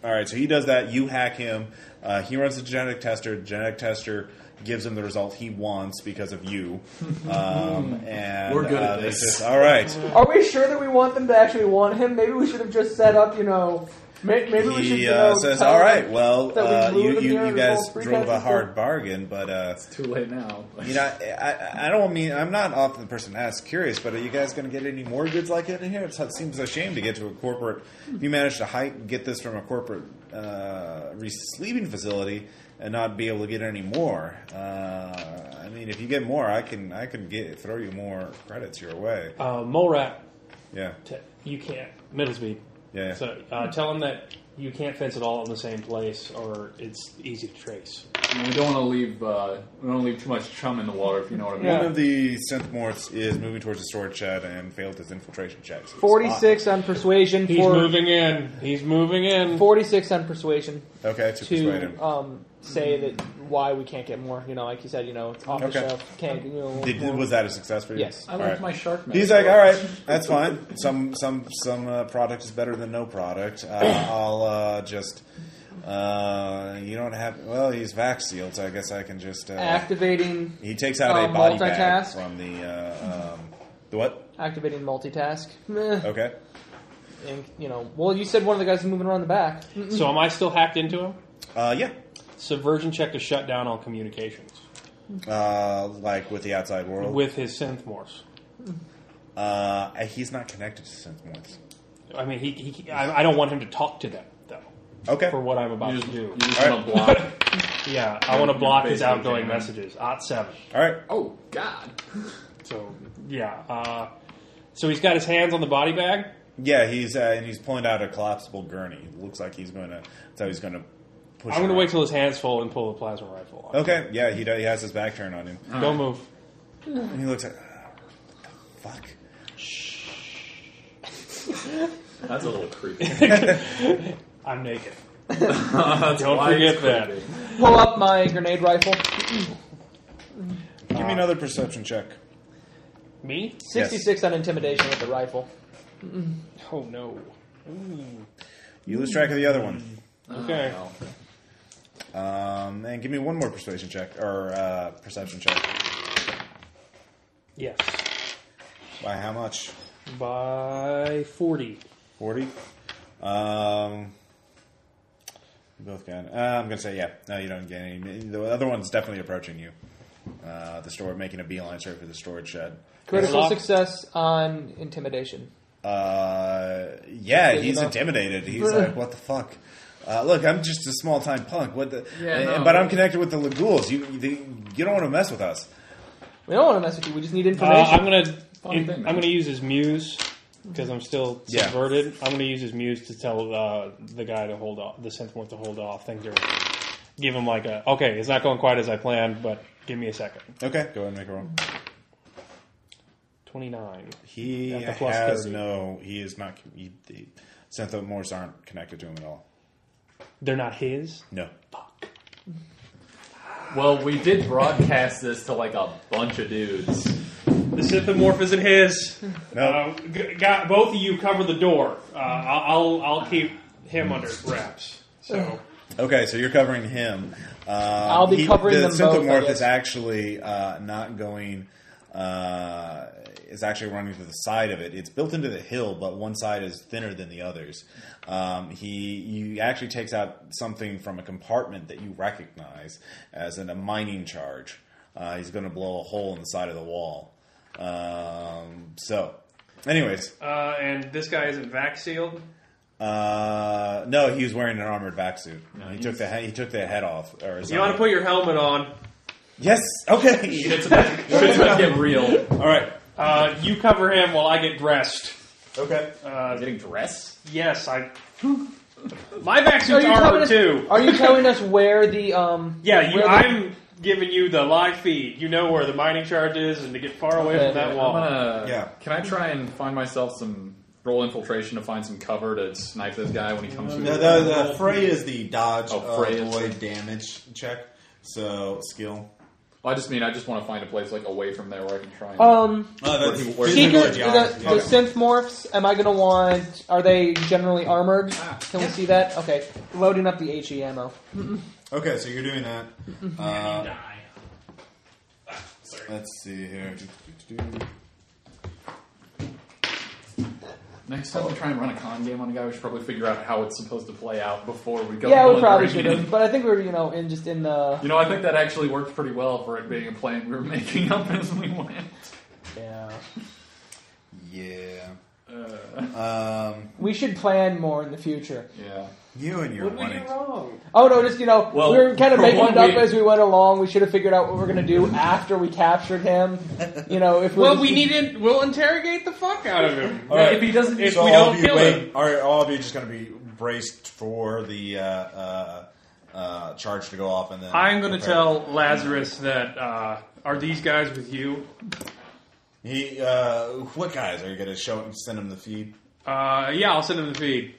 [SPEAKER 1] Alright, so he does that, you hack him, uh, he runs the genetic tester, genetic tester gives him the result he wants because of you. Um, and
[SPEAKER 3] We're good at
[SPEAKER 1] uh, they
[SPEAKER 3] this.
[SPEAKER 1] just- Alright.
[SPEAKER 4] Are we sure that we want them to actually want him? Maybe we should have just set up, you know. May, maybe we should.
[SPEAKER 1] He
[SPEAKER 4] you know,
[SPEAKER 1] uh, says,
[SPEAKER 4] tell them-
[SPEAKER 1] "All right, well,
[SPEAKER 4] that we
[SPEAKER 1] uh,
[SPEAKER 4] blew
[SPEAKER 1] you,
[SPEAKER 4] them
[SPEAKER 1] you,
[SPEAKER 4] here
[SPEAKER 1] you
[SPEAKER 4] and
[SPEAKER 1] guys
[SPEAKER 4] rolled three
[SPEAKER 1] drove a
[SPEAKER 4] dice
[SPEAKER 1] hard
[SPEAKER 4] instead."
[SPEAKER 1] bargain, but uh,
[SPEAKER 3] Too late now.
[SPEAKER 1] You know, I, I, I don't mean I'm not often the person that's curious, but are you guys going to get any more goods like it in here? It's, it seems a shame to get to a corporate. If you managed to hike, get this from a corporate uh, re- sleeping facility and not be able to get any more. Uh, I mean, if you get more, I can I can get throw you more credits your way.
[SPEAKER 2] Uh, Mole Rat,
[SPEAKER 1] Yeah,
[SPEAKER 2] t- you can't. Middlesby.
[SPEAKER 1] yeah.
[SPEAKER 2] So uh, tell him that you can't fence it all in the same place or it's easy to trace.
[SPEAKER 3] we don't want to leave. Uh, we don't want to leave too much chum in the water, if you know what I mean.
[SPEAKER 4] Yeah.
[SPEAKER 1] One of the synthmorphs is moving towards the storage shed and failed his infiltration checks.
[SPEAKER 4] 46 on persuasion
[SPEAKER 2] He's
[SPEAKER 4] for
[SPEAKER 2] moving in. He's moving in.
[SPEAKER 4] 46 on persuasion
[SPEAKER 1] Okay, to, persuade him.
[SPEAKER 4] to um, say that why we can't get more. You know, like you said, you know, it's off
[SPEAKER 1] Okay.
[SPEAKER 4] the shelf. Can't you know,
[SPEAKER 1] Did,
[SPEAKER 4] more.
[SPEAKER 1] was that a success for you?
[SPEAKER 4] Yes.
[SPEAKER 3] I
[SPEAKER 1] All
[SPEAKER 3] like
[SPEAKER 1] right.
[SPEAKER 3] my shark.
[SPEAKER 1] He's
[SPEAKER 3] mask.
[SPEAKER 1] like, all right, that's fine. Some some some uh, product is better than no product. Uh, I'll uh, just uh, you don't have. Well, he's vac sealed, so I guess I can just. Uh,
[SPEAKER 4] activating
[SPEAKER 1] he takes out
[SPEAKER 4] Uh,
[SPEAKER 1] a body bag
[SPEAKER 4] multitask.
[SPEAKER 1] from the uh, um, the what?
[SPEAKER 4] activating multitask. Meh.
[SPEAKER 1] Okay,
[SPEAKER 4] And, you know, well, you said one of the guys is moving around the back.
[SPEAKER 2] So am I still hacked into him?
[SPEAKER 1] uh, yeah,
[SPEAKER 2] Subversion check to shut down all communications
[SPEAKER 1] uh, like with the outside world.
[SPEAKER 2] with his synth morphs.
[SPEAKER 1] uh, he's not connected to synthmoids.
[SPEAKER 2] I mean, he, he I, I don't want him to talk to them though.
[SPEAKER 1] Okay,
[SPEAKER 2] For what I'm about
[SPEAKER 3] You
[SPEAKER 2] to
[SPEAKER 3] just,
[SPEAKER 2] do.
[SPEAKER 3] you just
[SPEAKER 1] All
[SPEAKER 3] want to block.
[SPEAKER 2] yeah, I want to block his
[SPEAKER 3] basically
[SPEAKER 2] outgoing
[SPEAKER 3] can.
[SPEAKER 2] messages. Ot seven.
[SPEAKER 1] all right.
[SPEAKER 3] oh God.
[SPEAKER 2] So yeah. Uh, so he's got his hands on the body bag.
[SPEAKER 1] Yeah, he's uh, and he's pulling out a collapsible gurney. It looks like he's going to. That's how he's going to push.
[SPEAKER 2] I'm going to
[SPEAKER 1] around.
[SPEAKER 2] wait till his hands full and pull the plasma rifle. On.
[SPEAKER 1] Okay, yeah, he, does, he has his back turned on him.
[SPEAKER 3] All
[SPEAKER 2] Don't
[SPEAKER 3] right.
[SPEAKER 2] move.
[SPEAKER 1] And he looks like, "Ah, what the fuck?
[SPEAKER 3] That's a little creepy.
[SPEAKER 2] I'm naked.
[SPEAKER 3] That's
[SPEAKER 2] Don't
[SPEAKER 3] why it's
[SPEAKER 2] forget that.
[SPEAKER 3] creepy.
[SPEAKER 4] Pull up my grenade rifle.
[SPEAKER 1] Give me another perception check.
[SPEAKER 2] Me?
[SPEAKER 4] 66 on intimidation with the rifle.
[SPEAKER 2] Oh no.
[SPEAKER 1] You lose track of the other one.
[SPEAKER 2] Okay.
[SPEAKER 3] Oh, well.
[SPEAKER 1] Um, and give me one more persuasion check, or uh, perception check.
[SPEAKER 2] Yes.
[SPEAKER 1] By how much?
[SPEAKER 2] By forty.
[SPEAKER 1] 40? Um, you both got. Uh, I'm going to say, yeah. No, you don't get any. The other one's definitely approaching you. Uh, the store, making a beeline straight for the storage shed.
[SPEAKER 4] Critical
[SPEAKER 2] Lock.
[SPEAKER 4] success on intimidation.
[SPEAKER 1] Uh, yeah,
[SPEAKER 4] Big
[SPEAKER 1] he's
[SPEAKER 4] enough.
[SPEAKER 1] intimidated. He's like, what the fuck? Uh, look, I'm just a small time punk. What the?
[SPEAKER 3] Yeah,
[SPEAKER 1] and-
[SPEAKER 3] no.
[SPEAKER 1] But I'm connected with the Lagules. You, you you don't want to mess with us.
[SPEAKER 4] We don't want to mess with you. We just need
[SPEAKER 2] Uh,
[SPEAKER 4] information.
[SPEAKER 2] I'm gonna
[SPEAKER 3] Fun
[SPEAKER 2] in-
[SPEAKER 3] thing, man.
[SPEAKER 2] I'm gonna use his muse because I'm still
[SPEAKER 1] Yeah.
[SPEAKER 2] subverted. I'm gonna use his muse to tell uh, the guy to hold off, the synth morph to hold off. Things are give him like a okay, it's not going quite as I planned, but give me a second.
[SPEAKER 1] Okay, go ahead and make a roll.
[SPEAKER 2] Twenty nine.
[SPEAKER 1] He
[SPEAKER 2] At the plus
[SPEAKER 1] has
[SPEAKER 2] 30.
[SPEAKER 1] no. He is not. He, the Synthomorphs aren't connected to him at all.
[SPEAKER 2] They're not his.
[SPEAKER 1] No.
[SPEAKER 2] Fuck.
[SPEAKER 3] Well, we did broadcast this to like a bunch of dudes.
[SPEAKER 2] The synthomorph isn't his.
[SPEAKER 1] No.
[SPEAKER 2] Uh, g- got, both of you cover the door. Uh, I'll, I'll I'll keep him under wraps. So
[SPEAKER 1] Okay, so you're covering him. Uh,
[SPEAKER 4] I'll be covering
[SPEAKER 1] the
[SPEAKER 4] them both, I
[SPEAKER 1] Synthomorph
[SPEAKER 4] guess.
[SPEAKER 1] is actually uh, not going. Uh, is actually running to the side of it. It's built into the hill, but one side is thinner than the others. Um, he, he actually takes out something from a compartment that you recognize as an, a mining charge. Uh, he's going to blow a hole in the side of the wall. Um, so, anyways,
[SPEAKER 2] Uh, and this guy isn't vac sealed.
[SPEAKER 1] uh, no, he was wearing an armored back suit. he took the he, he took the head off. Or
[SPEAKER 2] You want to put your helmet on.
[SPEAKER 1] yes? Okay.
[SPEAKER 3] Shit's about, shit's about to get real.
[SPEAKER 1] All right.
[SPEAKER 2] Uh, you cover him while I get dressed.
[SPEAKER 1] Okay.
[SPEAKER 2] Uh,
[SPEAKER 3] Getting dressed?
[SPEAKER 2] yes, I. My vac suit's
[SPEAKER 4] you telling
[SPEAKER 2] armored
[SPEAKER 4] us,
[SPEAKER 2] too.
[SPEAKER 4] Are you telling us where the um?
[SPEAKER 2] Yeah,
[SPEAKER 4] where
[SPEAKER 2] you,
[SPEAKER 4] the-
[SPEAKER 2] I'm giving you the live feed. You know where the mining charge is, and to get far away
[SPEAKER 4] Okay,
[SPEAKER 2] from that
[SPEAKER 4] I'm
[SPEAKER 2] wall.
[SPEAKER 3] I'm gonna.
[SPEAKER 1] Yeah.
[SPEAKER 3] Can I try and find myself some roll infiltration to find some cover to snipe this guy when he comes? through
[SPEAKER 1] No,
[SPEAKER 3] the
[SPEAKER 1] the, the fray is the dodge
[SPEAKER 3] Oh,
[SPEAKER 1] uh,
[SPEAKER 3] fray is-
[SPEAKER 1] void damage check. So skill.
[SPEAKER 3] Well, I just mean I just want to find a place like away from there where I can try. And,
[SPEAKER 4] Um,
[SPEAKER 1] Oh,
[SPEAKER 3] that's
[SPEAKER 1] that's
[SPEAKER 3] Where's
[SPEAKER 4] Seeker,
[SPEAKER 3] physical
[SPEAKER 4] the, the,
[SPEAKER 1] yeah.
[SPEAKER 4] synth morphs. Am I gonna want? Are they generally armored?
[SPEAKER 3] Ah,
[SPEAKER 4] Can we see that? Okay, loading up the E HE ammo.
[SPEAKER 1] Okay, so you're doing that. Uh,
[SPEAKER 2] Die.
[SPEAKER 1] let's see here.
[SPEAKER 3] Next time we try and run a con game on a guy, we should probably figure out how it's supposed to play out before we go.
[SPEAKER 4] yeah,
[SPEAKER 3] full
[SPEAKER 4] we probably
[SPEAKER 3] immersion.
[SPEAKER 4] should have. But I think we're you know in just in the
[SPEAKER 3] You know, I think that actually worked pretty well for it being a plan we were making up as we went.
[SPEAKER 4] yeah.
[SPEAKER 1] Yeah.
[SPEAKER 3] Uh,
[SPEAKER 1] Um,
[SPEAKER 4] We should plan more in the future.
[SPEAKER 3] yeah.
[SPEAKER 1] you and your
[SPEAKER 2] What were you
[SPEAKER 1] running.
[SPEAKER 2] wrong?
[SPEAKER 4] Oh no, just you know,
[SPEAKER 3] Well,
[SPEAKER 4] we were kind of
[SPEAKER 3] for
[SPEAKER 4] making
[SPEAKER 3] one
[SPEAKER 4] it up
[SPEAKER 3] week-
[SPEAKER 4] as we went along. We should have figured out what we're gonna do after we captured him. You know, if we're
[SPEAKER 2] Well,
[SPEAKER 4] just-
[SPEAKER 2] we need it. We'll interrogate the fuck out of him.
[SPEAKER 1] All right.
[SPEAKER 2] If he doesn't, if
[SPEAKER 1] so
[SPEAKER 2] we
[SPEAKER 1] all
[SPEAKER 2] don't
[SPEAKER 1] of you
[SPEAKER 2] kill
[SPEAKER 1] wait,
[SPEAKER 2] him,
[SPEAKER 1] all right, all of you are just going to be braced for the uh, uh, uh, charge to go off, and then
[SPEAKER 2] I'm going to
[SPEAKER 1] Okay.
[SPEAKER 2] tell Lazarus that uh, are these guys with you?
[SPEAKER 1] He, uh, what guys are you going to show and send him the feed?
[SPEAKER 2] Uh, yeah, I'll send him the feed.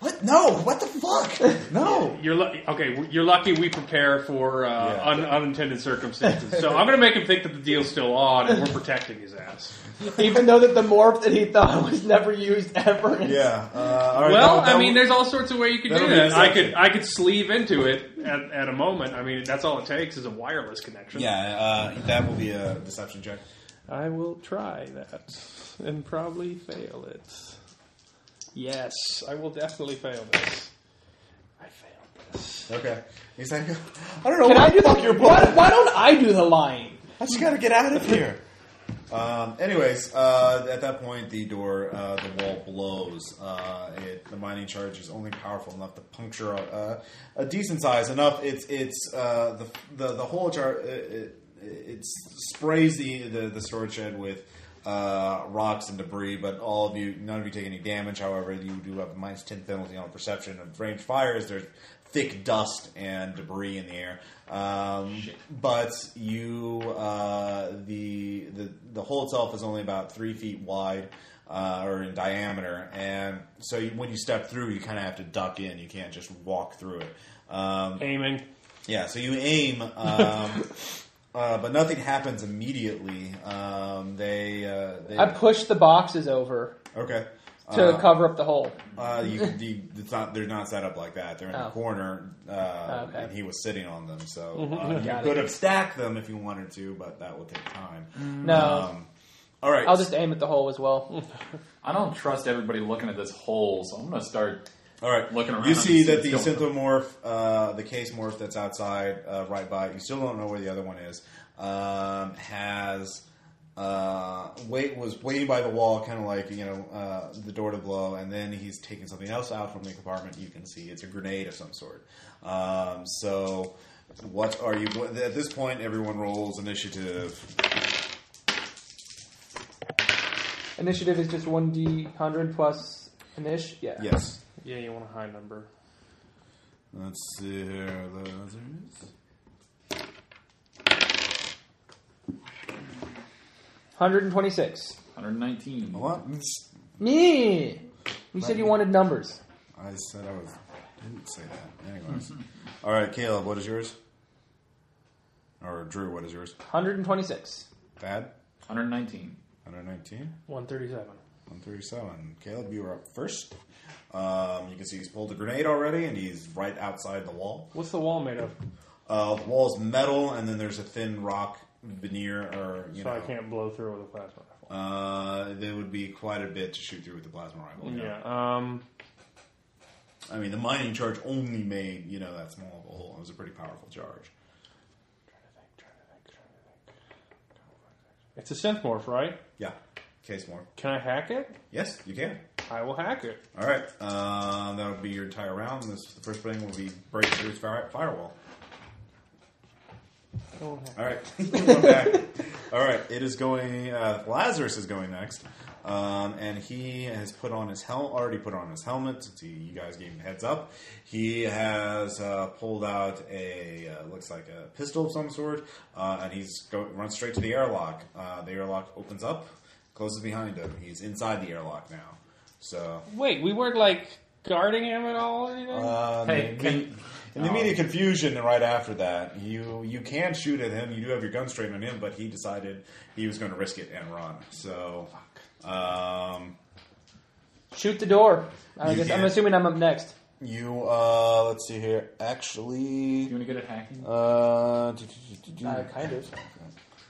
[SPEAKER 1] What? No! What the fuck? No!
[SPEAKER 2] You're lu- okay. w- You're lucky we prepare for uh,
[SPEAKER 1] Yeah.
[SPEAKER 2] un- unintended circumstances. so I'm going to make him think that the deal's still on and we're protecting his ass.
[SPEAKER 4] even though that the morph that he thought was never used ever.
[SPEAKER 1] yeah. Uh, all right,
[SPEAKER 2] well,
[SPEAKER 1] that- that
[SPEAKER 2] I mean,
[SPEAKER 1] would-
[SPEAKER 2] there's all sorts of way you could do
[SPEAKER 1] that'll be
[SPEAKER 2] that. I
[SPEAKER 1] deception.
[SPEAKER 2] could I could sleeve into it at, at a moment. I mean, that's all it takes is a wireless connection.
[SPEAKER 1] yeah, uh, that will be a deception check.
[SPEAKER 2] I will try that and probably fail it. Yes, I will definitely fail this. I failed this.
[SPEAKER 1] Okay. He's like, I don't know what
[SPEAKER 4] Can I
[SPEAKER 1] the
[SPEAKER 4] do the
[SPEAKER 1] fuck you're
[SPEAKER 4] why,
[SPEAKER 1] blowing.
[SPEAKER 4] why don't I do the lying?
[SPEAKER 1] I just gotta get out of here. Um, anyways, uh, at that point, the door, uh, the wall blows. Uh, it, the mining charge is only powerful enough to puncture a, uh, a decent size enough. It's it's uh, the, the the whole jar. It, it sprays the, the the storage shed with uh, rocks and debris, but all of you, none of you take any damage. However, you do have a minus ten penalty on perception of range fires. There's thick dust and debris in the air. Um, but you, uh, the, the the hole itself is only about three feet wide uh, or in diameter, and so you, when you step through, you kind of have to duck in. You can't just walk through it. Um,
[SPEAKER 2] Aiming.
[SPEAKER 1] yeah, so you aim, um, uh, but nothing happens immediately. Um, they, uh, they
[SPEAKER 4] I pushed the boxes over
[SPEAKER 1] okay.
[SPEAKER 4] to
[SPEAKER 3] Uh-huh.
[SPEAKER 1] Uh,
[SPEAKER 4] cover up the hole.
[SPEAKER 1] uh, you, you, it's not, they're not set up like that. They're in the
[SPEAKER 4] Oh.
[SPEAKER 1] corner, uh,
[SPEAKER 4] Okay. Mm-hmm.
[SPEAKER 1] and he was sitting on them. So uh, you
[SPEAKER 4] Got
[SPEAKER 1] could
[SPEAKER 4] it.
[SPEAKER 1] have stacked them if you wanted to, but that would take time.
[SPEAKER 4] No,
[SPEAKER 3] Uh-huh.
[SPEAKER 1] Um, all right.
[SPEAKER 4] Mm. I'll just aim at the hole as well.
[SPEAKER 3] I don't trust everybody looking at this hole, so I'm gonna start.
[SPEAKER 1] All right,
[SPEAKER 3] looking around
[SPEAKER 1] You
[SPEAKER 3] and
[SPEAKER 1] see
[SPEAKER 3] see
[SPEAKER 1] that the
[SPEAKER 3] what's going
[SPEAKER 1] synthomorph, uh, the case morph that's outside, uh, right by. it, You still don't know where the other one is. Um, has uh, wait was waiting by the wall, kind of like you know uh, the door to blow, and then he's taking something else out from the compartment. You can see it's a grenade of some sort. Um, so, what are you? At this point, everyone rolls initiative.
[SPEAKER 4] Initiative is just one d hundred plus inish. Yeah.
[SPEAKER 1] Yes.
[SPEAKER 2] Yeah, you want a high number.
[SPEAKER 1] Let's see here. Lazarus.
[SPEAKER 4] Hundred and twenty six.
[SPEAKER 3] 119.
[SPEAKER 1] What?
[SPEAKER 4] Me. You said you wanted numbers.
[SPEAKER 1] I said I was. Didn't say that. Anyways, all right, Caleb, what is yours? Or Drew, what is yours?
[SPEAKER 4] Hundred and twenty six.
[SPEAKER 1] Thad,
[SPEAKER 3] 119.
[SPEAKER 1] 119,
[SPEAKER 2] 137.
[SPEAKER 1] 137. Caleb, you are up first. Um, you can see he's pulled a grenade already, and he's right outside the wall.
[SPEAKER 2] What's the wall made of?
[SPEAKER 1] Uh, the wall's metal, and then there's a thin rock veneer, or you
[SPEAKER 2] So
[SPEAKER 1] know,
[SPEAKER 2] I can't blow through with a plasma rifle.
[SPEAKER 1] Uh, there would be quite a bit to shoot through with the plasma rifle. you know.
[SPEAKER 2] Yeah. Um,
[SPEAKER 1] I mean, the mining charge only made you know that small of a hole. It was a pretty powerful charge.
[SPEAKER 2] trying to think, trying to think, trying to think. It's a synth morph, right?
[SPEAKER 1] Yeah, case more.
[SPEAKER 2] Can I hack it?
[SPEAKER 1] Yes, you can.
[SPEAKER 2] I will hack it.
[SPEAKER 1] All right, uh, that'll be your entire round. This the first thing will be break through his fire, firewall.
[SPEAKER 2] I will hack it.
[SPEAKER 1] All right, Okay. all right. It is going. Uh, Lazarus is going next, um, and he has put on his helmet. Already put on his helmet since he, you guys gave him a heads up. He has uh, pulled out a uh, looks like a pistol of some sort, uh, and he's go, runs straight to the airlock. Uh, the airlock opens up, closes behind him. He's inside the airlock now. So
[SPEAKER 2] Wait, we weren't like guarding him at all or anything?
[SPEAKER 4] Uh,
[SPEAKER 1] um,
[SPEAKER 3] Hey,
[SPEAKER 1] in,
[SPEAKER 3] can- Oh.
[SPEAKER 1] the, in the immediate confusion, and right after that, you you can shoot at him. You do have your gun straight on him, but he decided he was going to risk it and run. So, um,
[SPEAKER 4] Shoot the door. I
[SPEAKER 1] You
[SPEAKER 4] guess, I'm
[SPEAKER 1] can't.
[SPEAKER 4] assuming I'm up next.
[SPEAKER 1] you uh, let's see here. Actually,
[SPEAKER 3] You want to get at hacking?
[SPEAKER 1] uh, do, do, do, do, do.
[SPEAKER 4] Uh, kind of.
[SPEAKER 3] I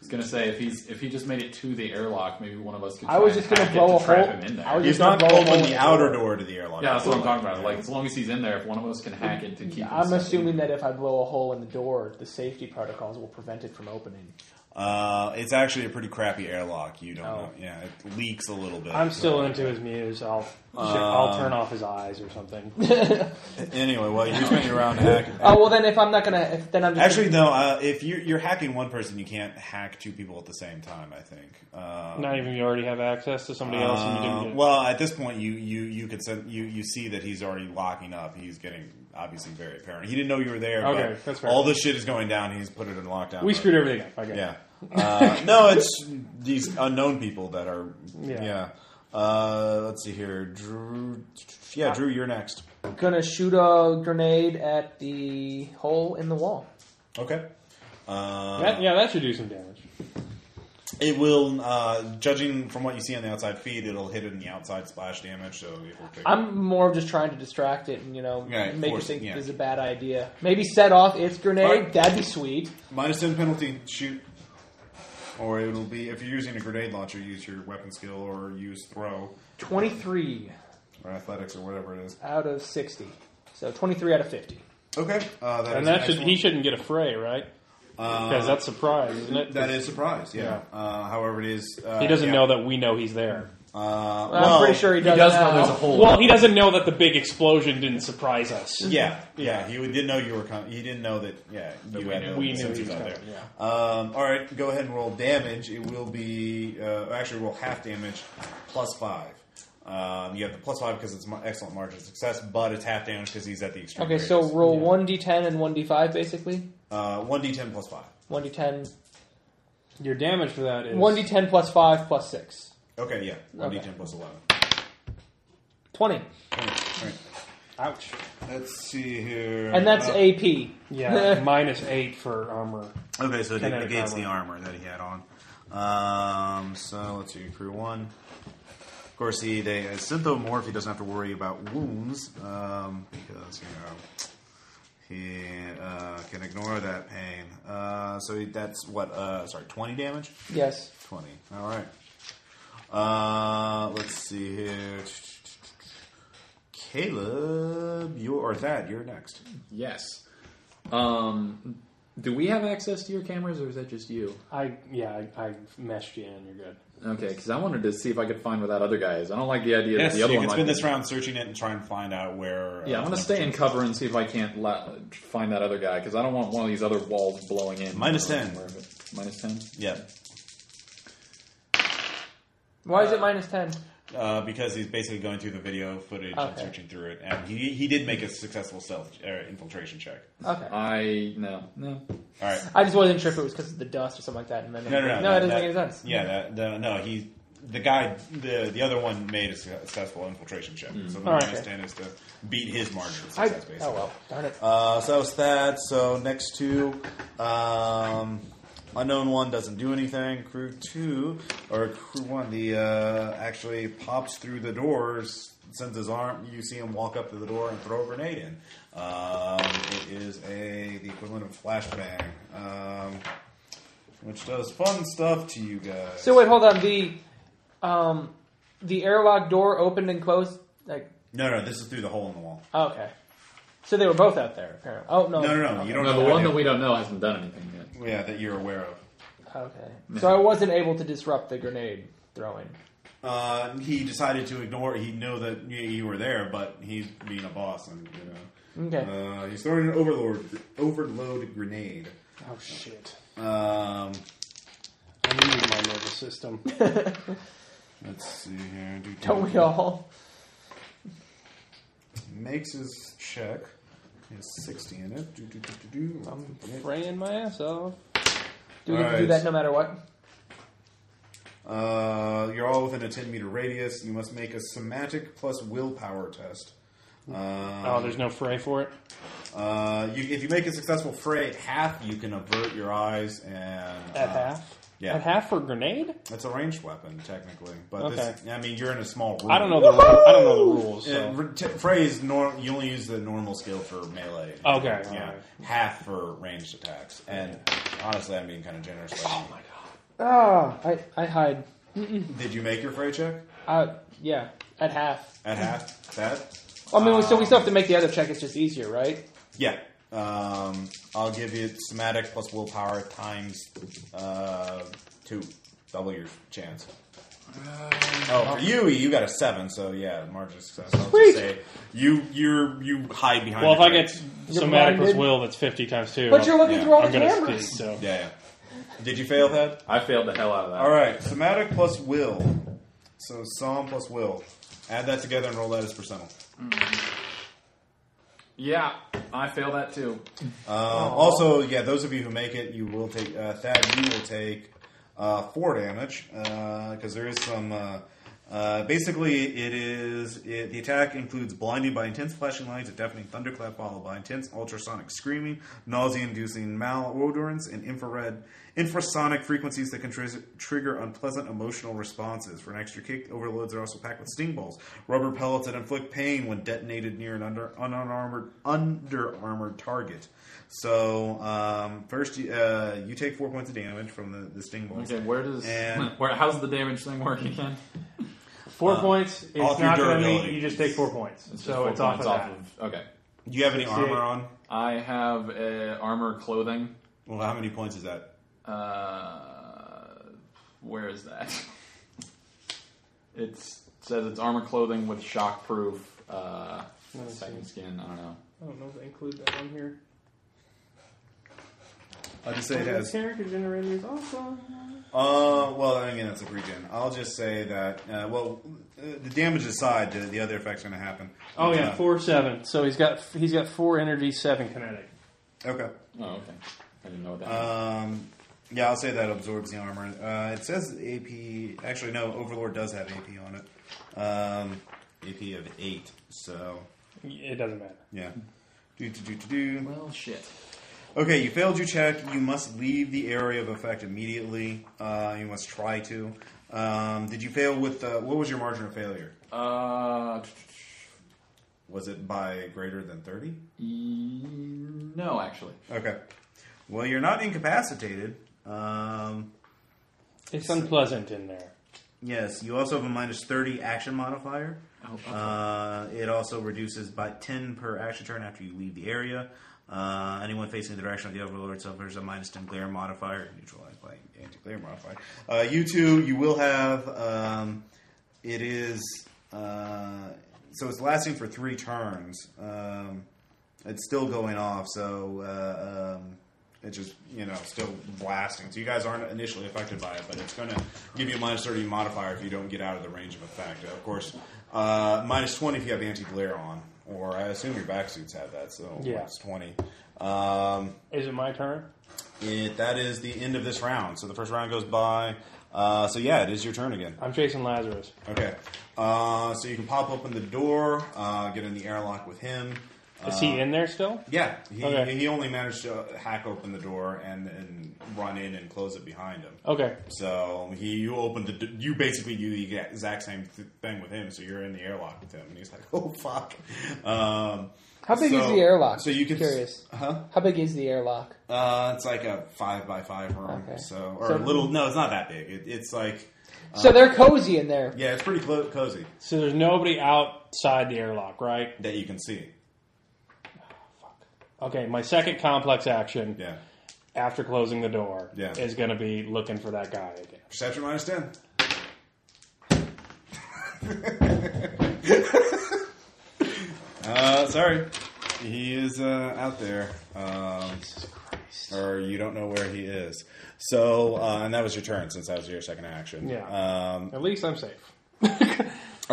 [SPEAKER 3] was gonna say if he's if he just made it to the airlock, maybe one of us could.
[SPEAKER 4] I
[SPEAKER 3] try
[SPEAKER 4] was
[SPEAKER 3] and
[SPEAKER 4] just gonna
[SPEAKER 3] hack
[SPEAKER 4] blow
[SPEAKER 3] it
[SPEAKER 4] a
[SPEAKER 3] to trap
[SPEAKER 4] hole-
[SPEAKER 3] him in there.
[SPEAKER 4] I was
[SPEAKER 1] he's
[SPEAKER 4] just
[SPEAKER 1] not
[SPEAKER 4] gonna blow a
[SPEAKER 1] open
[SPEAKER 4] hole in
[SPEAKER 1] the
[SPEAKER 4] the
[SPEAKER 1] outer
[SPEAKER 4] door.
[SPEAKER 1] door to the airlock.
[SPEAKER 3] yeah, that's what I'm talking about. Like as long as he's in there, if one of us can hack it to keep. him
[SPEAKER 4] I'm
[SPEAKER 3] safe.
[SPEAKER 4] assuming that if I blow a hole in the door, the safety protocols will prevent it from opening.
[SPEAKER 1] Uh, it's actually a pretty crappy airlock. You don't
[SPEAKER 4] Oh.
[SPEAKER 1] know. Yeah, it leaks a little bit.
[SPEAKER 2] I'm still into his muse. I'll I'll
[SPEAKER 1] Um,
[SPEAKER 2] turn off his eyes or something.
[SPEAKER 1] Anyway, well, you spent your round hack.
[SPEAKER 4] Oh well, then if I'm not gonna, if, then I'm just
[SPEAKER 1] Actually, no. Uh, if you're, you're hacking one person, you can't hack two people at the same time. I think. Uh,
[SPEAKER 2] Not even you already have access to somebody else and you didn't
[SPEAKER 1] uh,
[SPEAKER 2] get
[SPEAKER 1] well, at this point, you you you could send, you you see that he's already locking up. He's getting obviously very apparent. He didn't know you were there.
[SPEAKER 2] Okay,
[SPEAKER 1] but
[SPEAKER 2] that's fair.
[SPEAKER 1] All this shit is going down. He's put it in lockdown.
[SPEAKER 2] We
[SPEAKER 1] mode.
[SPEAKER 2] screwed everything up. Okay.
[SPEAKER 1] Yeah. Uh, no, it's these unknown people that are. Yeah.
[SPEAKER 2] Yeah.
[SPEAKER 1] Uh, let's see here, Drew. Yeah, Drew, you're next.
[SPEAKER 4] gonna shoot a grenade at the hole in the wall.
[SPEAKER 1] Okay. Uh,
[SPEAKER 2] That, yeah, that should do some damage.
[SPEAKER 1] It will, uh, judging from what you see on the outside feed, it'll hit it in the outside splash damage. So it will take.
[SPEAKER 4] I'm more of just trying to distract it and you know
[SPEAKER 1] Yeah,
[SPEAKER 4] make it
[SPEAKER 1] force it,
[SPEAKER 4] think
[SPEAKER 1] yeah.
[SPEAKER 4] this is a bad idea. Maybe set off its grenade.
[SPEAKER 1] Alright.
[SPEAKER 4] That'd be sweet.
[SPEAKER 1] minus ten penalty shoot, or it'll be if you're using a grenade launcher, use your weapon skill or use throw
[SPEAKER 4] Twenty three
[SPEAKER 1] or athletics or whatever it is.
[SPEAKER 4] out of sixty, so twenty three out of fifty.
[SPEAKER 1] Okay, uh, that
[SPEAKER 2] And
[SPEAKER 1] is
[SPEAKER 2] that should
[SPEAKER 1] excellent.
[SPEAKER 2] he shouldn't get a fray, right? Because that's surprise, isn't it?
[SPEAKER 1] That is surprise. Yeah. Uh, however, it is. Uh,
[SPEAKER 2] He doesn't
[SPEAKER 1] yeah.
[SPEAKER 2] know that we know he's there.
[SPEAKER 1] Uh,
[SPEAKER 4] I'm
[SPEAKER 1] well,
[SPEAKER 4] pretty sure he
[SPEAKER 3] He
[SPEAKER 4] does.
[SPEAKER 3] does know
[SPEAKER 4] now.
[SPEAKER 3] there's a hole.
[SPEAKER 2] Well, he doesn't know that the big explosion didn't surprise us.
[SPEAKER 1] Yeah, yeah. He didn't know you were coming. He didn't know that. Yeah, you
[SPEAKER 3] we
[SPEAKER 1] had
[SPEAKER 3] knew-
[SPEAKER 1] no
[SPEAKER 2] we knew
[SPEAKER 1] senses
[SPEAKER 2] he was
[SPEAKER 1] out
[SPEAKER 2] coming,
[SPEAKER 1] there. Um, all right, go ahead and roll damage. It will be uh, actually roll half damage plus five. Um, you have the plus five because it's mar- excellent margin of success, but it's half damage because he's at the extreme.
[SPEAKER 4] Okay, so roll one d ten and one d five basically.
[SPEAKER 1] Uh, one d10 plus five.
[SPEAKER 4] One d ten.
[SPEAKER 2] Your damage for that is
[SPEAKER 4] One d ten plus five plus six.
[SPEAKER 1] Okay, yeah, one
[SPEAKER 4] Okay.
[SPEAKER 1] d10 plus eleven.
[SPEAKER 4] Twenty,
[SPEAKER 1] All right, all right.
[SPEAKER 2] ouch.
[SPEAKER 1] Let's see here,
[SPEAKER 4] and that's
[SPEAKER 1] Uh,
[SPEAKER 4] AP.
[SPEAKER 2] Yeah, minus eight for armor.
[SPEAKER 1] Okay, so it
[SPEAKER 2] Kinetic
[SPEAKER 1] negates the
[SPEAKER 2] armor.
[SPEAKER 1] armor that he had on. Um, so let's see, crew one. Of course, he they as synthomorph, he doesn't have to worry about wounds um, because you know he uh, can ignore that pain. Uh, so he, that's what uh, sorry, twenty damage.
[SPEAKER 4] yes.
[SPEAKER 1] Twenty. All right. Uh, let's see here. Caleb, you or that you're next.
[SPEAKER 3] Yes. Um, do we have access to your cameras, or is that just you?
[SPEAKER 2] I yeah, I, I meshed you in. You're good.
[SPEAKER 3] Okay, because I wanted to see if I could find where that other guy is. I don't like the idea that the other
[SPEAKER 1] you can
[SPEAKER 3] one. might
[SPEAKER 1] spend
[SPEAKER 3] be-
[SPEAKER 1] this round searching it and try and find out where. uh,
[SPEAKER 3] Yeah, I'm gonna stay in cover and see if I can't la- find that other guy because I don't want one of these other walls blowing in.
[SPEAKER 1] Minus
[SPEAKER 3] Or
[SPEAKER 1] 10.
[SPEAKER 3] wherever- Minus ten.
[SPEAKER 1] Yeah,
[SPEAKER 4] Why is it minus ten?
[SPEAKER 1] uh, because he's basically going through the video footage and
[SPEAKER 4] Okay.
[SPEAKER 1] searching through it, and he he did make a successful stealth uh, infiltration check.
[SPEAKER 4] Okay.
[SPEAKER 3] Uh, I no no.
[SPEAKER 1] All right,
[SPEAKER 4] I just wasn't sure if it was because of the dust or something like that. And then
[SPEAKER 1] no, no, no,
[SPEAKER 4] that doesn't make any sense.
[SPEAKER 1] Yeah, that, the, no, he the guy the the other one made a successful infiltration check, so the
[SPEAKER 2] All right.
[SPEAKER 1] minus ten is to beat his margin of
[SPEAKER 4] Mm. I,
[SPEAKER 1] success. basically.
[SPEAKER 4] oh well, darn it.
[SPEAKER 1] Uh, so that was that. So next two, um, unknown one doesn't do anything. Crew two or crew one, the uh, actually pops through the doors, sends his arm. You see him walk up to the door and throw a grenade in. Um, it is a the equivalent of flashbang, um, which does fun stuff to you guys.
[SPEAKER 4] So wait, hold on. The um, the airlock door opened and closed. Like oh,
[SPEAKER 1] no, no, this is through the hole in the wall.
[SPEAKER 4] okay, so they were both out there apparently. Oh no,
[SPEAKER 1] No, no, no. You don't
[SPEAKER 3] No,
[SPEAKER 1] know
[SPEAKER 3] the
[SPEAKER 1] what
[SPEAKER 3] one
[SPEAKER 1] they-
[SPEAKER 3] that we don't know hasn't done anything yet.
[SPEAKER 1] yeah that you're aware of.
[SPEAKER 4] Okay, so I wasn't able to disrupt the grenade throwing.
[SPEAKER 1] Uh, he decided to ignore. He knew that y- you were there, but he's being a boss, and you know,
[SPEAKER 4] Okay.
[SPEAKER 1] uh, he's throwing an overlord overload grenade.
[SPEAKER 2] Oh shit!
[SPEAKER 1] Um,
[SPEAKER 2] I need my nervous system.
[SPEAKER 1] let's see here. Do-
[SPEAKER 4] Don't we all?
[SPEAKER 1] Makes his check. He has sixty in it. Do, do, do, do, do.
[SPEAKER 2] Um,
[SPEAKER 4] I'm fraying my ass off. Do we
[SPEAKER 1] All
[SPEAKER 4] get to do
[SPEAKER 1] right.
[SPEAKER 4] that no matter what?
[SPEAKER 1] Uh, you're all within a ten meter radius. You must make a somatic plus willpower test. Um,
[SPEAKER 2] Oh, there's no fray for it.
[SPEAKER 1] Uh, you, if you make a successful fray at half, you can avert your eyes and
[SPEAKER 2] At
[SPEAKER 1] uh,
[SPEAKER 2] half.
[SPEAKER 1] yeah.
[SPEAKER 2] At half for grenade.
[SPEAKER 1] It's a ranged weapon, technically, but this,
[SPEAKER 2] Okay.
[SPEAKER 1] I mean, you're in a small room.
[SPEAKER 2] I don't know the. Ru- I don't know the rules.
[SPEAKER 1] Yeah,
[SPEAKER 2] So.
[SPEAKER 1] re- t- phrase norm. You only use the normal skill for melee.
[SPEAKER 2] Okay,
[SPEAKER 1] Yeah,
[SPEAKER 2] alright.
[SPEAKER 1] half for ranged attacks, and honestly, I'm being kind of generous. by
[SPEAKER 2] Oh
[SPEAKER 1] saying-
[SPEAKER 4] Ah, I I hide.
[SPEAKER 1] Did you make your fray check
[SPEAKER 4] Uh, yeah, at half.
[SPEAKER 1] at half? That?
[SPEAKER 4] I mean, so we still have to make the other check. It's just easier, right?
[SPEAKER 1] Yeah. Um, I'll give you somatic plus willpower times uh, two, double your chance.
[SPEAKER 2] Uh,
[SPEAKER 1] Oh, for you, you got a seven, so yeah, margin of success. I'll
[SPEAKER 4] Sweet.
[SPEAKER 1] just say you you you hide behind.
[SPEAKER 2] Well, if
[SPEAKER 1] the
[SPEAKER 2] I
[SPEAKER 1] fray.
[SPEAKER 2] get somatic plus
[SPEAKER 4] blinded.
[SPEAKER 2] will, that's fifty times two.
[SPEAKER 4] But you're looking
[SPEAKER 1] yeah,
[SPEAKER 4] through all
[SPEAKER 2] I'm
[SPEAKER 4] the
[SPEAKER 2] gonna
[SPEAKER 4] cameras.
[SPEAKER 2] see, so
[SPEAKER 1] Yeah, yeah. Did you fail that?
[SPEAKER 3] I failed the hell out of that.
[SPEAKER 1] All right. Somatic plus will. So psalm plus will. Add that together and roll that as percentile.
[SPEAKER 3] Yeah, I failed that too.
[SPEAKER 1] Um, also, yeah, those of you who make it, you will take uh, Thad. You will take uh, four damage because there is some. Uh, uh, basically, it is it, the attack includes blinding by intense flashing lights, a deafening thunderclap followed by intense ultrasonic screaming, nausea-inducing malodorants, and infrared infrasonic frequencies that can tris- trigger unpleasant emotional responses. For an extra kick, overloads are also packed with sting balls, rubber pellets that inflict pain when detonated near an under an unarmored under armored target. So um, first, you- uh, you take four points of damage from the, the sting balls.
[SPEAKER 3] Okay, where does
[SPEAKER 1] And-
[SPEAKER 3] where how's the damage thing work again?
[SPEAKER 2] four points. It's
[SPEAKER 1] off your
[SPEAKER 2] not going to
[SPEAKER 1] durability.
[SPEAKER 2] meet. You just take four points.
[SPEAKER 3] It's just
[SPEAKER 2] so
[SPEAKER 3] four
[SPEAKER 2] it's off of
[SPEAKER 3] points
[SPEAKER 2] that.
[SPEAKER 3] of- okay.
[SPEAKER 1] Do you have any armor on?
[SPEAKER 3] I have uh, armor, clothing.
[SPEAKER 1] Well, how many points is that?
[SPEAKER 3] Uh, where is that? It says it's armor, clothing with shockproof. Uh,
[SPEAKER 4] me
[SPEAKER 3] second skin. I don't know.
[SPEAKER 4] I don't know if I include that one here.
[SPEAKER 1] I'll just say it has.
[SPEAKER 4] Character generator is awesome.
[SPEAKER 1] Uh, well, again, that's a pre-gen. I'll just say that. Uh, well, uh, the damage aside, the, the other effect's going to happen.
[SPEAKER 2] Oh yeah,
[SPEAKER 1] Uh,
[SPEAKER 2] four seven. So he's got he's got four energy, seven kinetic.
[SPEAKER 1] Uh, Okay.
[SPEAKER 3] Oh, okay. I didn't know what that. meant.
[SPEAKER 1] Um, yeah, I'll say that absorbs the armor. Uh, it says AP. Actually, no. Overlord does have AP on it. Um, AP of eight. So
[SPEAKER 2] It doesn't matter.
[SPEAKER 1] yeah. Do do do do do.
[SPEAKER 3] well, shit.
[SPEAKER 1] Okay, you failed your check. You must leave the area of effect immediately. Uh, you must try to. Um, did you fail with uh, what was your margin of failure?
[SPEAKER 3] Uh,
[SPEAKER 1] Was it by greater than thirty?
[SPEAKER 3] no, actually.
[SPEAKER 1] Okay. Well, you're not incapacitated. Um,
[SPEAKER 2] It's unpleasant in there.
[SPEAKER 1] yes, you also have a minus 30 action modifier.
[SPEAKER 3] Oh, okay.
[SPEAKER 1] Uh, it also reduces by 10 per action turn after you leave the area. Uh, anyone facing the direction of the Overlord suffers a minus 10 glare modifier, neutralized by anti glare modifier. Uh, you two, you will have. Um, it is. Uh, so it's lasting for three turns. Um, it's still going off, so uh, um, it's just you know still blasting. So you guys aren't initially affected by it, but it's going to give you a minus thirty modifier if you don't get out of the range of effect. Of course, uh, minus twenty if you have anti glare on, or I assume your backsuits have that, so
[SPEAKER 2] Yeah.
[SPEAKER 1] minus twenty. Um,
[SPEAKER 2] Is it my turn?
[SPEAKER 1] it, that is the end of this round. So the first round goes by. Uh, so yeah, it is your turn again.
[SPEAKER 2] I'm chasing Lazarus.
[SPEAKER 1] Okay. Uh, so you can pop open the door, uh, get in the airlock with him.
[SPEAKER 2] Is he in there still?
[SPEAKER 1] Yeah, he,
[SPEAKER 2] Okay.
[SPEAKER 1] he only managed to hack open the door and, and run in and close it behind him.
[SPEAKER 2] Okay.
[SPEAKER 1] So he, you opened the, d- you basically do the exact same th- thing with him. So you're in the airlock with him, and he's like, "Oh fuck." Um,
[SPEAKER 4] How big is
[SPEAKER 1] so-
[SPEAKER 4] the airlock?
[SPEAKER 1] So you can
[SPEAKER 4] curious.
[SPEAKER 1] huh?
[SPEAKER 4] How big is the airlock?
[SPEAKER 1] Uh, it's like a five by five room.
[SPEAKER 4] Okay.
[SPEAKER 1] So or
[SPEAKER 4] So-
[SPEAKER 1] a little. No, it's not that big. It, it's like
[SPEAKER 4] so they're cozy in there.
[SPEAKER 1] Uh, yeah, it's pretty clo- cozy
[SPEAKER 2] So there's nobody outside the airlock, right?
[SPEAKER 1] that you can see.
[SPEAKER 2] Okay, my second complex action
[SPEAKER 1] Yeah.
[SPEAKER 2] after closing the door
[SPEAKER 1] Yeah.
[SPEAKER 2] is going to be looking for that guy again.
[SPEAKER 1] Perception minus ten. uh, sorry, he is uh, out there, um,
[SPEAKER 2] Jesus Christ.
[SPEAKER 1] or you don't know where he is. So, uh, and that was your turn since that was your second action.
[SPEAKER 2] Yeah.
[SPEAKER 1] Um,
[SPEAKER 2] At least I'm safe.
[SPEAKER 1] all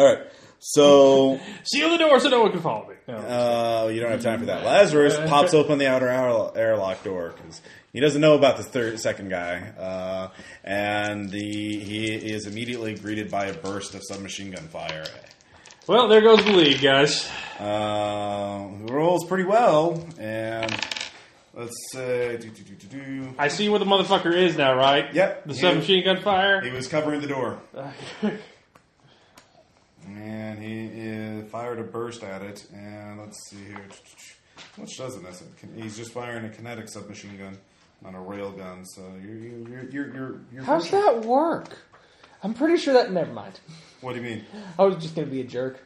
[SPEAKER 1] right. So
[SPEAKER 2] Seal the door so no one can follow me. No.
[SPEAKER 1] uh, you don't have time for that. Lazarus pops open the outer air- airlock door because he doesn't know about the third, second guy, uh, and the he is immediately greeted by a burst of submachine gun fire.
[SPEAKER 2] well, there goes the lead, guys.
[SPEAKER 1] Uh, who rolls pretty well, and let's say. do, do, do, do, do.
[SPEAKER 2] I see where the motherfucker is now, right?
[SPEAKER 1] Yep.
[SPEAKER 2] The
[SPEAKER 1] He-
[SPEAKER 2] submachine gun
[SPEAKER 1] He
[SPEAKER 2] fire.
[SPEAKER 1] was covering the door, and he uh, fired a burst at it. And let's see here, which doesn't this? He's just firing a kinetic submachine gun, not a rail gun. So you're you're you're you're. you're, you're
[SPEAKER 4] How's that work? I'm pretty sure that. Never mind.
[SPEAKER 1] What do you mean?
[SPEAKER 4] I was just going to be a jerk.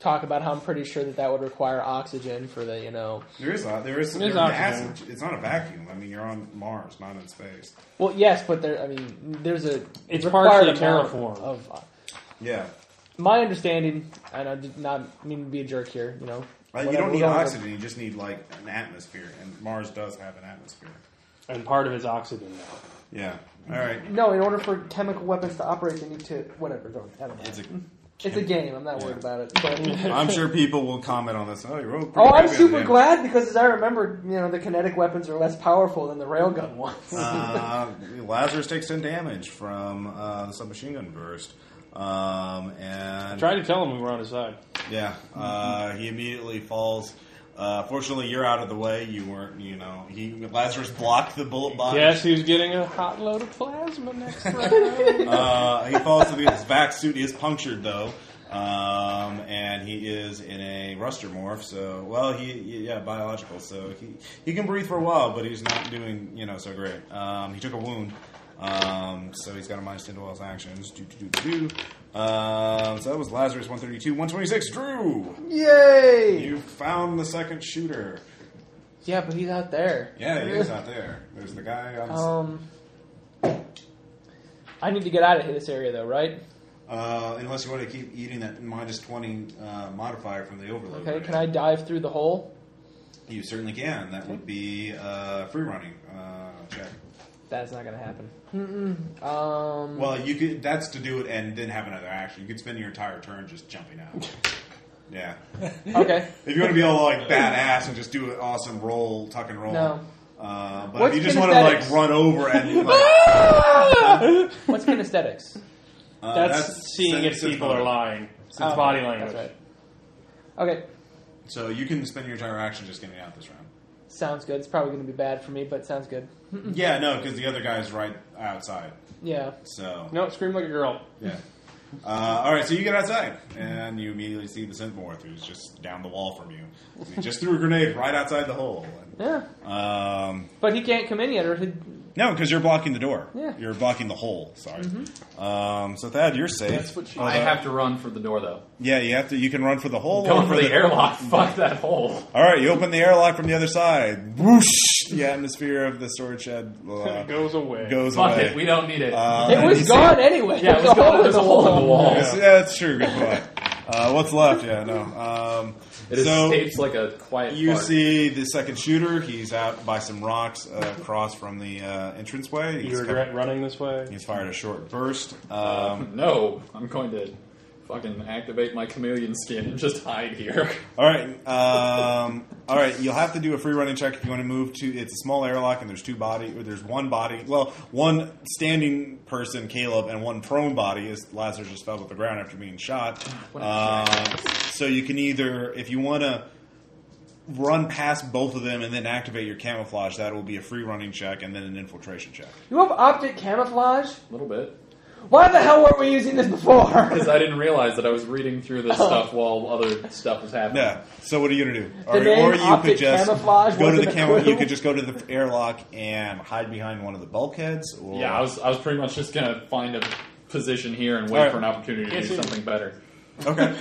[SPEAKER 4] Talk about how I'm pretty sure that that would require oxygen for the, you know.
[SPEAKER 1] There is a, there is
[SPEAKER 2] There's
[SPEAKER 1] there-
[SPEAKER 2] oxygen.
[SPEAKER 1] acid- It's not a vacuum. I mean, you're on Mars, not in space.
[SPEAKER 4] Well, yes, but there. I mean, there's a.
[SPEAKER 2] It's
[SPEAKER 4] required
[SPEAKER 2] partially
[SPEAKER 4] amount
[SPEAKER 2] terraformed.
[SPEAKER 4] Of, of-
[SPEAKER 1] Yeah,
[SPEAKER 4] my understanding, and I did not mean to be a jerk here. You know,
[SPEAKER 1] like, Uh, you
[SPEAKER 4] Whatever,
[SPEAKER 1] don't need
[SPEAKER 4] whatever.
[SPEAKER 1] oxygen. You just need like an atmosphere, and Mars does have an atmosphere.
[SPEAKER 2] And part of his oxygen now.
[SPEAKER 1] Yeah. All right.
[SPEAKER 4] No, in order for chemical weapons to operate, they need to whatever. Don't. I don't know.
[SPEAKER 1] It's a,
[SPEAKER 4] It's a game. I'm not worried about it. But,
[SPEAKER 1] I'm sure people will comment on this. Oh, you wrote. pretty
[SPEAKER 4] oh, I'm
[SPEAKER 1] good,
[SPEAKER 4] super
[SPEAKER 1] man.
[SPEAKER 4] glad because, as I remember, you know, the kinetic weapons are less powerful than the railgun ones.
[SPEAKER 1] Uh, Lazarus takes ten damage from uh, the submachine gun burst, um, and
[SPEAKER 2] Try to tell him we were on his side.
[SPEAKER 1] yeah, uh, he immediately falls. Uh, fortunately, you're out of the way. You weren't, you know. He Lazarus blocked the bullet body.
[SPEAKER 2] Yes, he was getting a hot load of plasma next round.
[SPEAKER 1] Uh, he falls to the his back suit is punctured though, um, and he is in a ruster morph. So, well, he yeah biological. So he he can breathe for a while, but he's not doing you know so great. Um, he took a wound, um, so he's got a minus ten to all his actions. Do do do do. Um, so that was Lazarus one thirty two one twenty six. Drew,
[SPEAKER 4] Yay!
[SPEAKER 1] you found the second shooter.
[SPEAKER 4] Yeah, but he's out there.
[SPEAKER 1] Yeah, he is out there. There's the guy on. the
[SPEAKER 4] Um, I need to get out of this area though, right?
[SPEAKER 1] Uh, unless you want to keep eating that minus twenty uh, modifier from the overload.
[SPEAKER 4] Okay,
[SPEAKER 1] right?
[SPEAKER 4] can I dive through the hole?
[SPEAKER 1] You certainly can. That would be uh, free running uh, check.
[SPEAKER 4] Mm-hmm. That's not gonna happen. Mm-mm. Um,
[SPEAKER 1] Well, you could. That's to do it and then have another action. You could spend your entire turn just jumping out. Yeah.
[SPEAKER 4] okay.
[SPEAKER 1] If you want to be all like badass and just do an awesome roll, tuck and roll.
[SPEAKER 4] No.
[SPEAKER 1] Uh, but
[SPEAKER 4] What's
[SPEAKER 1] if you just want to like
[SPEAKER 4] kinesthetics?
[SPEAKER 1] run over and like,
[SPEAKER 4] What's kinesthetics?
[SPEAKER 1] uh,
[SPEAKER 2] That's, seeing if
[SPEAKER 1] sensitive
[SPEAKER 2] people are
[SPEAKER 1] motor.
[SPEAKER 2] lying. It's
[SPEAKER 4] Oh,
[SPEAKER 2] body
[SPEAKER 4] okay,
[SPEAKER 2] language.
[SPEAKER 4] that's right. Okay,
[SPEAKER 1] So you can spend your entire action just getting out this round.
[SPEAKER 4] sounds good. It's probably gonna be bad for me, but sounds good. Hmm,
[SPEAKER 1] Yeah, no, because the other guy's right outside.
[SPEAKER 4] Yeah.
[SPEAKER 1] So
[SPEAKER 2] No, scream like a girl.
[SPEAKER 1] Yeah. Uh, all right, so you get outside, and you immediately see the synthmorph who's just down the wall from you. He just threw a grenade right outside the hole.
[SPEAKER 4] Yeah.
[SPEAKER 1] Um,
[SPEAKER 4] But he can't come in yet, or he
[SPEAKER 1] no, because you're blocking the door.
[SPEAKER 4] Yeah.
[SPEAKER 1] You're blocking the hole. Sorry. Um, so Thad, you're safe.
[SPEAKER 2] That's what she-
[SPEAKER 1] Although-
[SPEAKER 3] I have to run for the door though.
[SPEAKER 1] Yeah, you have to. You can run for the hole. or
[SPEAKER 3] Going for the
[SPEAKER 1] door.
[SPEAKER 3] airlock. Fuck that hole.
[SPEAKER 1] All right, you open the airlock from the other side. Whoosh! The atmosphere of the storage shed uh,
[SPEAKER 2] It goes away.
[SPEAKER 1] goes
[SPEAKER 3] Fuck
[SPEAKER 1] away.
[SPEAKER 3] it. We don't need it.
[SPEAKER 1] Uh,
[SPEAKER 4] it
[SPEAKER 1] and
[SPEAKER 4] was
[SPEAKER 1] you see-
[SPEAKER 4] gone anyway.
[SPEAKER 3] yeah, it was going, there's a hole in the wall.
[SPEAKER 1] Yeah, that's true. Good point. Uh, what's left? Yeah, no. Um,
[SPEAKER 3] It
[SPEAKER 1] so,
[SPEAKER 3] escapes like a quiet.
[SPEAKER 1] You
[SPEAKER 3] fart.
[SPEAKER 1] see the second shooter. He's out by some rocks uh, across from the uh, entranceway. He's,
[SPEAKER 2] You regret running this way?
[SPEAKER 1] he's fired a short burst. Um,
[SPEAKER 3] No, I'm going to fucking activate my chameleon skin and just hide here.
[SPEAKER 1] all right, um, all right. You'll have to do a free running check if you want to move to. It's a small airlock, and there's two body. Or there's one body. Well, one standing person, Caleb, and one prone body. Is Lazarus just fell to the ground after being shot? Um,
[SPEAKER 3] What a
[SPEAKER 1] Uh, so you can either, if you want to run past both of them and then activate your camouflage, that will be a free running check and then an infiltration check.
[SPEAKER 4] You have optic camouflage?
[SPEAKER 3] A little bit.
[SPEAKER 4] Why the hell weren't we using this before?
[SPEAKER 3] Because I didn't realize that I was reading through this
[SPEAKER 2] Uh-huh.
[SPEAKER 3] stuff while other stuff was happening.
[SPEAKER 1] Yeah. So what are you gonna do? Or,
[SPEAKER 4] name
[SPEAKER 1] or you could
[SPEAKER 4] optic
[SPEAKER 1] just
[SPEAKER 4] camouflage
[SPEAKER 1] go to
[SPEAKER 4] wasn't
[SPEAKER 1] the
[SPEAKER 4] a
[SPEAKER 1] camera.
[SPEAKER 4] clue?
[SPEAKER 1] You could just go to the airlock and hide behind one of the bulkheads. Or,
[SPEAKER 3] Yeah, I was, I was pretty much just going to find a position here and wait
[SPEAKER 1] Alright.
[SPEAKER 3] for an opportunity to
[SPEAKER 2] Yes,
[SPEAKER 3] do
[SPEAKER 2] sir.
[SPEAKER 3] something better.
[SPEAKER 1] okay.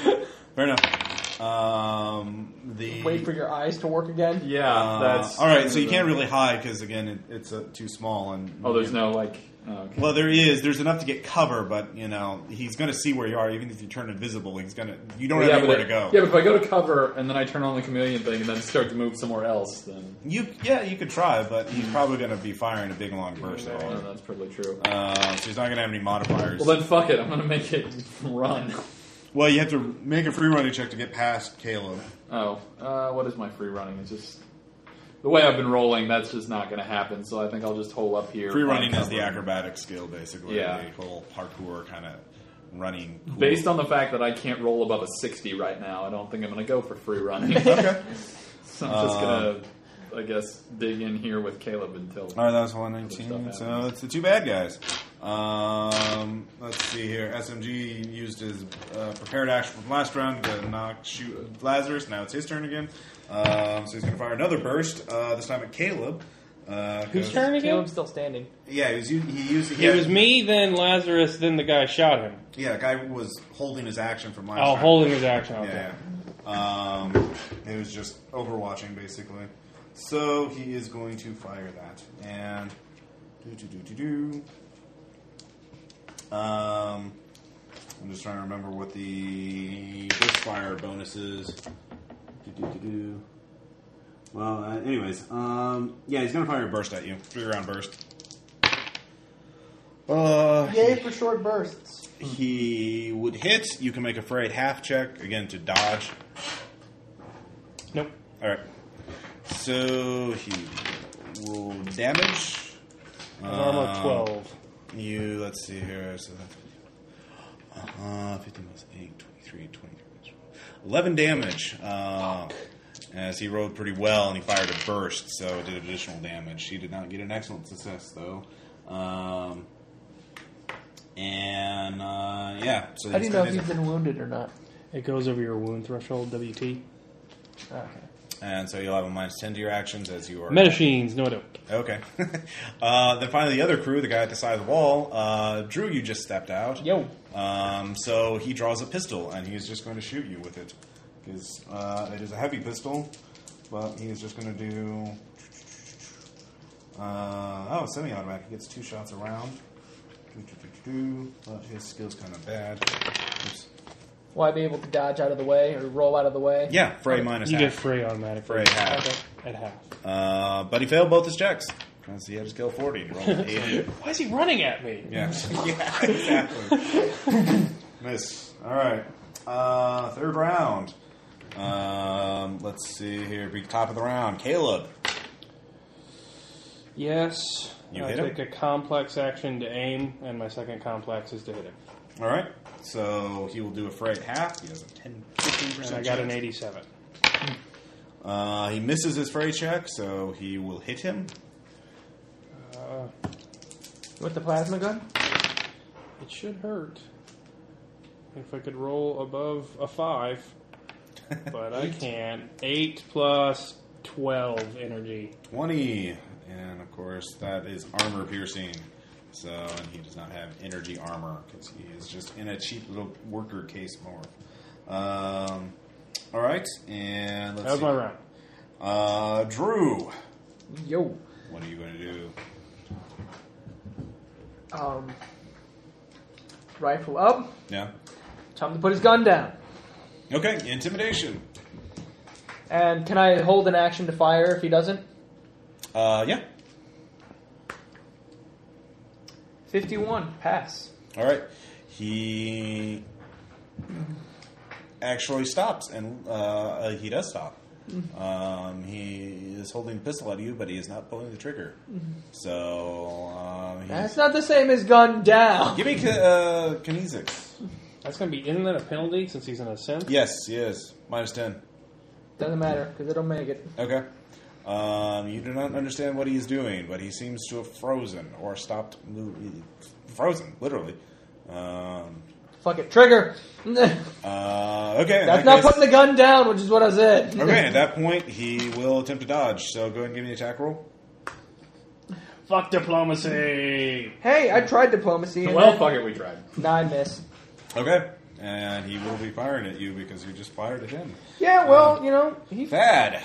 [SPEAKER 1] Fair enough. Um, the
[SPEAKER 4] Wait for your eyes to work again.
[SPEAKER 3] Yeah,
[SPEAKER 1] uh,
[SPEAKER 3] that's.
[SPEAKER 1] all right. So you can't really hide because again, it, it's uh, too small and
[SPEAKER 3] Oh, there's no, like. oh, okay.
[SPEAKER 1] Well, there is. There's enough to get cover, but you know he's going to see where you are. Even if you turn invisible, he's going to. You don't have
[SPEAKER 3] Oh, yeah, but
[SPEAKER 1] anywhere
[SPEAKER 3] it-
[SPEAKER 1] to go.
[SPEAKER 3] yeah, but if I go to cover and then I turn on the chameleon thing and then start to move somewhere else, then
[SPEAKER 1] You yeah, you could try, but he's probably going to be firing a big long burst. at
[SPEAKER 3] uh,
[SPEAKER 1] all.
[SPEAKER 3] that's probably true.
[SPEAKER 1] Uh, so he's not going to have any modifiers.
[SPEAKER 3] Well, then fuck it. I'm going to make it run.
[SPEAKER 1] Well, you have to make a free running check to get past Caleb.
[SPEAKER 3] Oh, uh, what is my free running? It's just the way I've been rolling. That's just not going to happen. So I think I'll just hole up here.
[SPEAKER 1] Free running
[SPEAKER 3] find
[SPEAKER 1] is the
[SPEAKER 3] cover.
[SPEAKER 1] acrobatic skill, basically.
[SPEAKER 3] Yeah.
[SPEAKER 1] The whole parkour kind of running. cool.
[SPEAKER 3] Based on the fact that I can't roll above a sixty right now, I don't think I'm going to go for free running.
[SPEAKER 1] Okay. Uh,
[SPEAKER 3] so I'm just going to, I guess, dig in here with Caleb until.
[SPEAKER 1] All right, that was 119.
[SPEAKER 3] Stuff
[SPEAKER 1] So
[SPEAKER 3] happens.
[SPEAKER 1] it's the two bad guys. Um, let's see here. SMG used his uh, prepared action from last round to knock shoot Lazarus. Now it's his turn again. Um, so he's going to fire another burst. Uh, this time at Caleb. Uh, 'cause-
[SPEAKER 2] Whose turn again?
[SPEAKER 4] Caleb's still standing.
[SPEAKER 1] Yeah, he, was, u- he used. He
[SPEAKER 2] It was me, then Lazarus, then the guy shot him.
[SPEAKER 1] Yeah, the guy was holding his action from last.
[SPEAKER 2] Oh,
[SPEAKER 1] round.
[SPEAKER 2] holding his action. Okay.
[SPEAKER 1] Yeah. Um, it was just overwatching, basically. So he is going to fire that. And. Do, do, do, do, do. Um, I'm just trying to remember what the burst fire bonus is. Do, do, do, do. Well, uh, anyways, um, yeah, he's gonna fire a burst at you. Three round burst. Uh,
[SPEAKER 4] Yay for short bursts.
[SPEAKER 1] he would hit. You can make a frayed half check again to dodge.
[SPEAKER 2] Nope.
[SPEAKER 1] All right. So he will damage.
[SPEAKER 2] An armor of
[SPEAKER 1] Um,
[SPEAKER 2] twelve.
[SPEAKER 1] You let's see here. So that's uh, 15 plus 8, 23, 23, 11 damage. Uh, as he rolled pretty well and he fired a burst, so it did additional damage. He did not get an excellent success though. Um, and uh, yeah, so
[SPEAKER 4] How do you
[SPEAKER 1] he's
[SPEAKER 4] know
[SPEAKER 1] got
[SPEAKER 4] if
[SPEAKER 1] his-
[SPEAKER 4] you've been wounded or not?
[SPEAKER 2] It goes over your wound threshold. WT.
[SPEAKER 4] Okay.
[SPEAKER 1] And so you'll have a minus 10 to your actions as you are.
[SPEAKER 2] Medicines. No, I don't.
[SPEAKER 1] okay. uh, then finally, the other crew, the guy at the side of the wall, uh, Drew, you just stepped out.
[SPEAKER 4] Yo.
[SPEAKER 1] Um, so he draws a pistol and he's just going to shoot you with it. 'Cause, uh, it is a heavy pistol, but he is just going to do. Uh, oh, semi automatic. He gets two shots around. But his skill's kind of bad. Oops.
[SPEAKER 4] Will I be able to dodge out of the way or roll out of the way?
[SPEAKER 1] Yeah, Frey minus
[SPEAKER 2] You get
[SPEAKER 1] half.
[SPEAKER 2] fray automatically.
[SPEAKER 1] Frey half.
[SPEAKER 4] Okay.
[SPEAKER 2] At half.
[SPEAKER 1] Uh, but he failed both his checks. Because he had his skill 40. He rolled an 80.
[SPEAKER 2] Why is he running at me?
[SPEAKER 1] Yeah. yeah, exactly. Miss. All right. Uh, third round. Um, let's see here. Be top of the round. Caleb.
[SPEAKER 2] Yes.
[SPEAKER 1] You
[SPEAKER 2] I
[SPEAKER 1] hit him?
[SPEAKER 2] take a complex action to aim, and my second complex is to hit him.
[SPEAKER 1] All right. So he will do a fray at half. He has a 10, 15%
[SPEAKER 2] And I got an
[SPEAKER 1] chance.
[SPEAKER 2] 87.
[SPEAKER 1] Uh, he misses his fray check, so he will hit him.
[SPEAKER 2] Uh,
[SPEAKER 4] With the plasma gun?
[SPEAKER 2] it should hurt. If I could roll above a 5, but I can't. 8 plus 12 energy.
[SPEAKER 1] 20. And of course, that is armor piercing. So, and he does not have energy armor because he is just in a cheap little worker case morph. Um, all right, and let's
[SPEAKER 2] That was
[SPEAKER 1] see.
[SPEAKER 2] my round.
[SPEAKER 1] Uh, Drew,
[SPEAKER 4] Yo.
[SPEAKER 1] what are you going to do?
[SPEAKER 4] Um, rifle up.
[SPEAKER 1] Yeah.
[SPEAKER 4] Time to put his gun down.
[SPEAKER 1] Okay, intimidation.
[SPEAKER 4] And can I hold an action to fire if he doesn't?
[SPEAKER 1] Uh, yeah.
[SPEAKER 4] 51. Pass.
[SPEAKER 1] All right. He actually stops, and uh, uh, he does stop. Um, he is holding a pistol at you, but he is not pulling the trigger. So, um, he-
[SPEAKER 4] That's not the same as gun down.
[SPEAKER 1] give me ki- uh, kinesics.
[SPEAKER 2] That's going to be, isn't that a penalty since he's in a synth?
[SPEAKER 1] Yes, yes. Minus ten.
[SPEAKER 4] Doesn't matter because it'll make it.
[SPEAKER 1] Okay. Um, you do not understand what he is doing, but he seems to have frozen or stopped moving. Frozen, literally. Um,
[SPEAKER 4] Fuck it. Trigger.
[SPEAKER 1] uh, okay. in
[SPEAKER 4] That's
[SPEAKER 1] that
[SPEAKER 4] not
[SPEAKER 1] case-
[SPEAKER 4] putting the gun down, which is what I said.
[SPEAKER 1] okay, at that point, he will attempt to dodge, so go ahead and give me an attack roll.
[SPEAKER 2] Fuck diplomacy.
[SPEAKER 4] Hey, I tried diplomacy. and
[SPEAKER 3] Well,
[SPEAKER 4] that-
[SPEAKER 3] fuck it, we tried.
[SPEAKER 4] Nah, I miss.
[SPEAKER 1] Okay. And he will be firing at you because you just fired at him.
[SPEAKER 4] Yeah, well, you know, he.
[SPEAKER 1] Thad.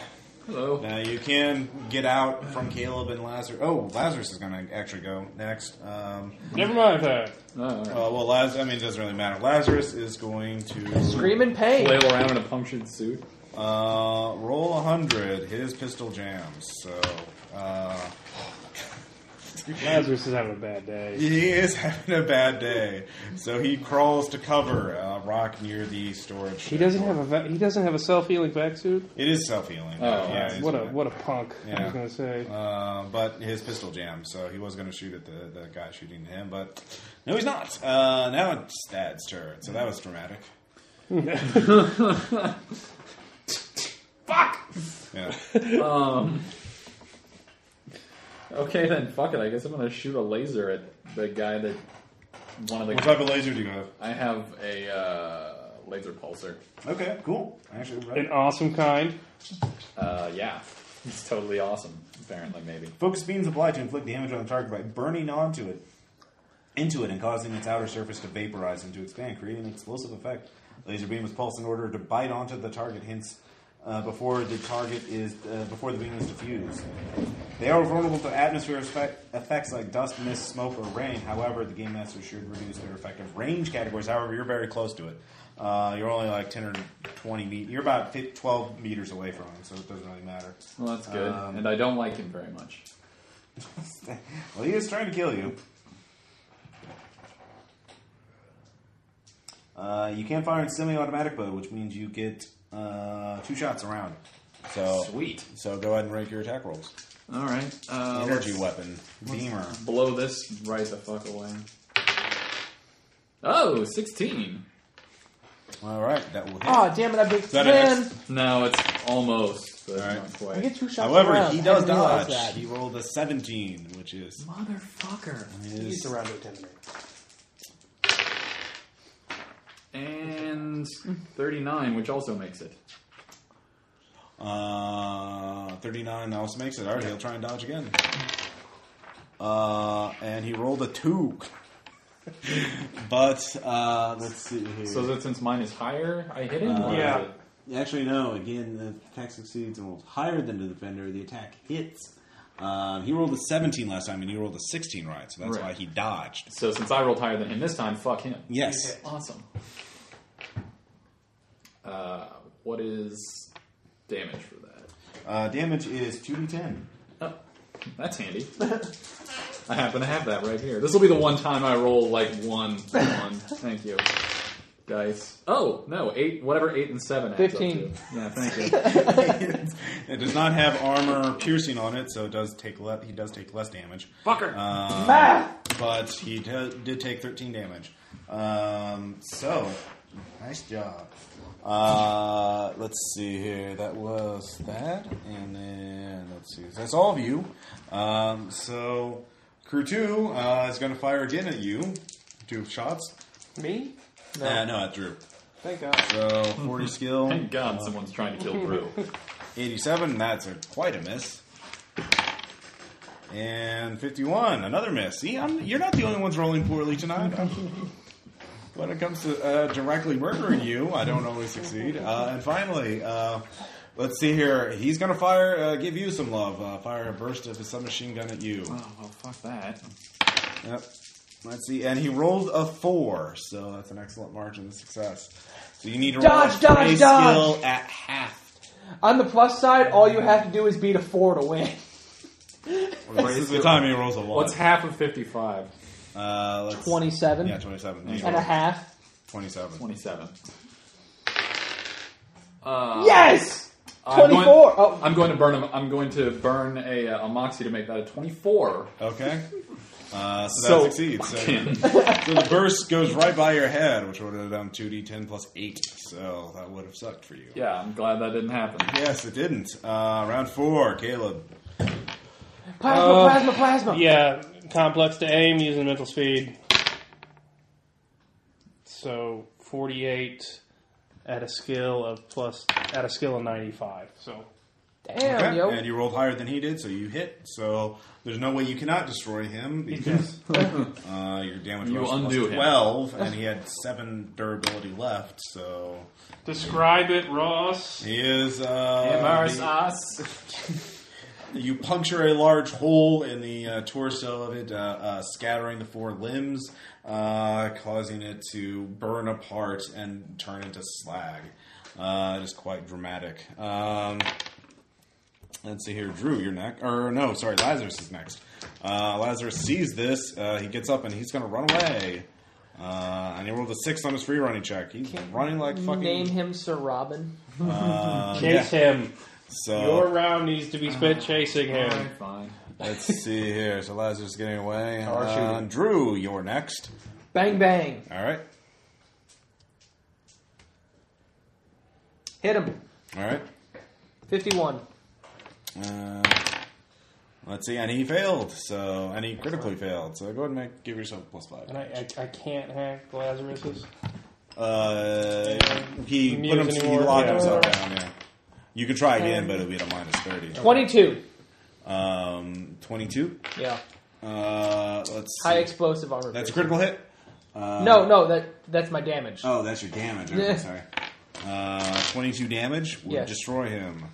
[SPEAKER 3] Hello.
[SPEAKER 1] Now you can get out from Caleb and Lazarus. Oh, Lazarus is going to actually go next. Um,
[SPEAKER 2] Never mind that.
[SPEAKER 3] Oh, all right.
[SPEAKER 1] uh, well, Laz- I mean, it doesn't really matter. Lazarus is going to
[SPEAKER 4] Scream in pain.
[SPEAKER 3] Flail around in a punctured suit.
[SPEAKER 1] Uh, roll 100. His pistol jams. So, uh,
[SPEAKER 2] Lazarus is having a bad day.
[SPEAKER 1] he is having a bad day. So he crawls to cover a rock near the storage.
[SPEAKER 2] He doesn't have a va- he doesn't have a self healing vac suit.
[SPEAKER 1] It is self healing.
[SPEAKER 3] Oh,
[SPEAKER 1] yeah. he's
[SPEAKER 2] What a
[SPEAKER 1] fine.
[SPEAKER 2] what a punk! I
[SPEAKER 1] Yeah.
[SPEAKER 2] was gonna say.
[SPEAKER 1] Uh, but his pistol jams, so he was going to shoot at the, the guy shooting at him, but no, he's not. Uh, now it's Thad's turn, so that was dramatic.
[SPEAKER 3] Fuck!
[SPEAKER 1] Yeah.
[SPEAKER 3] Um. Okay, then fuck it. I guess I'm gonna shoot a laser at the guy that one of the.
[SPEAKER 1] what type of laser do you have?
[SPEAKER 3] I have a uh, laser pulser.
[SPEAKER 1] Okay, cool. Actually, right.
[SPEAKER 2] An awesome kind.
[SPEAKER 3] Uh, yeah, it's totally awesome. Apparently, maybe.
[SPEAKER 1] Focus beams apply to inflict damage on the target by burning onto it, into it, and causing its outer surface to vaporize and to expand, creating an explosive effect. Laser beam is pulsed in order to bite onto the target, hence uh, before the target is uh, before the beam is diffused. They are vulnerable to atmospheric effect, effects like dust, mist, smoke, or rain. However, the game master should reduce their effective range categories. However, you're very close to it. Uh, you're only like 10 or 20 meters. You're about 15, 12 meters away from him, so it doesn't really matter.
[SPEAKER 3] Well, that's good.
[SPEAKER 1] Um,
[SPEAKER 3] and I don't like him very much.
[SPEAKER 1] well, he is trying to kill you. Uh, you can't fire in semi-automatic mode, which means you get uh, two shots around. So
[SPEAKER 3] Sweet.
[SPEAKER 1] So go ahead and rank your attack rolls.
[SPEAKER 3] oh. All right. Uh,
[SPEAKER 1] Energy
[SPEAKER 3] let's
[SPEAKER 1] weapon, beamer.
[SPEAKER 3] Blow this right the fuck away. Oh, 16.
[SPEAKER 1] All right, that will hit.
[SPEAKER 4] Aw, damn it, I big
[SPEAKER 1] that an
[SPEAKER 4] man.
[SPEAKER 1] X?
[SPEAKER 3] No, it's almost, but
[SPEAKER 1] Alright.
[SPEAKER 3] not
[SPEAKER 4] I
[SPEAKER 3] quite.
[SPEAKER 4] get two shots
[SPEAKER 1] However,
[SPEAKER 4] around.
[SPEAKER 1] he
[SPEAKER 4] I
[SPEAKER 1] does
[SPEAKER 4] didn't realize
[SPEAKER 1] dodge.
[SPEAKER 4] that.
[SPEAKER 1] He rolled a 17, which is
[SPEAKER 3] Motherfucker.
[SPEAKER 1] his
[SPEAKER 2] around to intimidate.
[SPEAKER 3] And 39, which also makes it.
[SPEAKER 1] Uh, 39 also makes it. All right, he'll try and dodge again. Uh, and he rolled a 2. but, uh, let's see here.
[SPEAKER 3] So that since mine is higher, I hit him? or is
[SPEAKER 2] Yeah.
[SPEAKER 3] it-
[SPEAKER 1] Actually, no. Again, the attack succeeds and rolls higher than the defender. The attack hits. Um, he rolled a 17 last time, and he rolled a 16 right, so that's
[SPEAKER 3] Right.
[SPEAKER 1] why he dodged.
[SPEAKER 3] So since I rolled higher than him this time, fuck him.
[SPEAKER 1] Yes.
[SPEAKER 3] Awesome. Uh, what is damage for that?
[SPEAKER 1] Uh, damage is 2d10.
[SPEAKER 3] Oh, that's handy. I happen to have that right here. This will be the one time I roll like one, one. Thank you, dice. Oh no, eight, whatever, eight and seven. adds up
[SPEAKER 4] Fifteen.
[SPEAKER 3] to. Yeah, thank you.
[SPEAKER 1] it does not have armor piercing on it, so it does take le- he does take less damage.
[SPEAKER 3] Fucker.
[SPEAKER 1] Um,
[SPEAKER 4] Ah!
[SPEAKER 1] but he d- did take 13 damage. Um, so, nice job. Uh, let's see here. That was that, and then let's see. That's all of you. Um, so, crew two uh, is going to fire again at you. Two shots.
[SPEAKER 4] Me? No.
[SPEAKER 1] Uh, no, at Drew.
[SPEAKER 4] Thank God.
[SPEAKER 1] So, 40 skill,
[SPEAKER 3] Thank God someone's trying to kill Brew.
[SPEAKER 1] 87. That's a, quite a miss. And 51, another miss. See, I'm, you're not the only ones rolling poorly tonight. When it comes to uh, directly murdering you, I don't always succeed. Uh, and finally, uh, let's see here. He's going to fire, uh, give you some love. Uh, fire a burst of his submachine gun at you.
[SPEAKER 3] Oh well, fuck that.
[SPEAKER 1] Yep. Let's see. And he rolled a four, so that's an excellent margin of success. So you need to
[SPEAKER 4] Dodge,
[SPEAKER 1] roll a
[SPEAKER 4] dodge,
[SPEAKER 1] play
[SPEAKER 4] dodge.
[SPEAKER 1] skill at half.
[SPEAKER 4] On the plus side, all you have to do is beat a four to win.
[SPEAKER 1] This is the time he rolls a one.
[SPEAKER 3] What's half of fifty-five?
[SPEAKER 1] uh, let's,
[SPEAKER 4] 27
[SPEAKER 1] Yeah, 27. He
[SPEAKER 4] and a
[SPEAKER 1] rolled
[SPEAKER 4] half.
[SPEAKER 1] 27.
[SPEAKER 3] Twenty-seven. Uh,
[SPEAKER 4] Yes!
[SPEAKER 3] I'm going-
[SPEAKER 4] 24. Oh.
[SPEAKER 3] I'm going to burn. A, I'm going to burn a, uh, a moxie to make that a twenty-four.
[SPEAKER 1] Okay. Uh, so that
[SPEAKER 3] So-
[SPEAKER 1] succeeds. So, so the burst goes right by your head, which would have done 2d10 plus 8. So that would have sucked for you.
[SPEAKER 3] Yeah, I'm glad that didn't happen.
[SPEAKER 1] Yes, it didn't. Uh, round four, Caleb.
[SPEAKER 4] Plasma,
[SPEAKER 2] Uh,
[SPEAKER 4] plasma, plasma.
[SPEAKER 2] Yeah, complex to aim using mental speed. So forty-eight at a skill of plus at a skill of ninety-five. So
[SPEAKER 4] Damn,
[SPEAKER 1] Okay,
[SPEAKER 4] yo.
[SPEAKER 1] And you rolled higher than he did, so you hit. So there's no way you cannot destroy him because uh, your damage
[SPEAKER 3] You
[SPEAKER 1] was
[SPEAKER 3] undo him.
[SPEAKER 1] 12, and he had 7 durability left. So
[SPEAKER 2] describe it, Ross.
[SPEAKER 1] he is. Uh,
[SPEAKER 3] MRS us.
[SPEAKER 1] You puncture a large hole in the uh, torso of it, uh, uh, scattering the four limbs, uh, causing it to burn apart and turn into slag. Uh, it is quite dramatic. Um, let's see here, Drew, your neck, or no, sorry, Lazarus is next. Uh, Lazarus sees this, uh, he gets up and he's going to run away. Uh, and he rolled a six on his free running check. He's running like fucking.
[SPEAKER 4] Name him Sir Robin.
[SPEAKER 1] uh,
[SPEAKER 2] Chase
[SPEAKER 1] yeah. Uh,
[SPEAKER 2] him.
[SPEAKER 1] So
[SPEAKER 2] Your round needs to be spent chasing
[SPEAKER 1] uh,
[SPEAKER 3] Fine,
[SPEAKER 2] him.
[SPEAKER 3] fine.
[SPEAKER 1] Let's see here. So Lazarus is getting away.
[SPEAKER 2] Or
[SPEAKER 1] Uh,
[SPEAKER 2] shooting.
[SPEAKER 1] Drew, you're next.
[SPEAKER 4] Bang, bang.
[SPEAKER 1] All right.
[SPEAKER 4] Hit him.
[SPEAKER 1] All right.
[SPEAKER 4] 51.
[SPEAKER 1] Uh, let's see. And he failed. So and he critically failed. So go ahead and make, give yourself a plus
[SPEAKER 2] And
[SPEAKER 1] five.
[SPEAKER 2] I, I, I can't hack Lazarus's.
[SPEAKER 1] Uh, he
[SPEAKER 2] Didn't
[SPEAKER 1] put
[SPEAKER 2] use
[SPEAKER 1] him, he
[SPEAKER 2] anymore.
[SPEAKER 1] locked
[SPEAKER 2] Yeah.
[SPEAKER 1] himself down. Yeah. You could try again, but it'll be at a minus thirty.
[SPEAKER 4] 22.
[SPEAKER 1] Um, twenty-two.
[SPEAKER 4] Yeah.
[SPEAKER 1] Uh, let's.
[SPEAKER 4] High
[SPEAKER 1] See.
[SPEAKER 4] explosive armor.
[SPEAKER 1] That's a
[SPEAKER 4] piercing.
[SPEAKER 1] critical hit. Uh,
[SPEAKER 4] No, no, that that's my damage.
[SPEAKER 1] Oh, that's your damage. Okay,
[SPEAKER 4] Yeah.
[SPEAKER 1] Sorry. Uh, twenty-two damage would
[SPEAKER 4] Yes.
[SPEAKER 1] destroy him.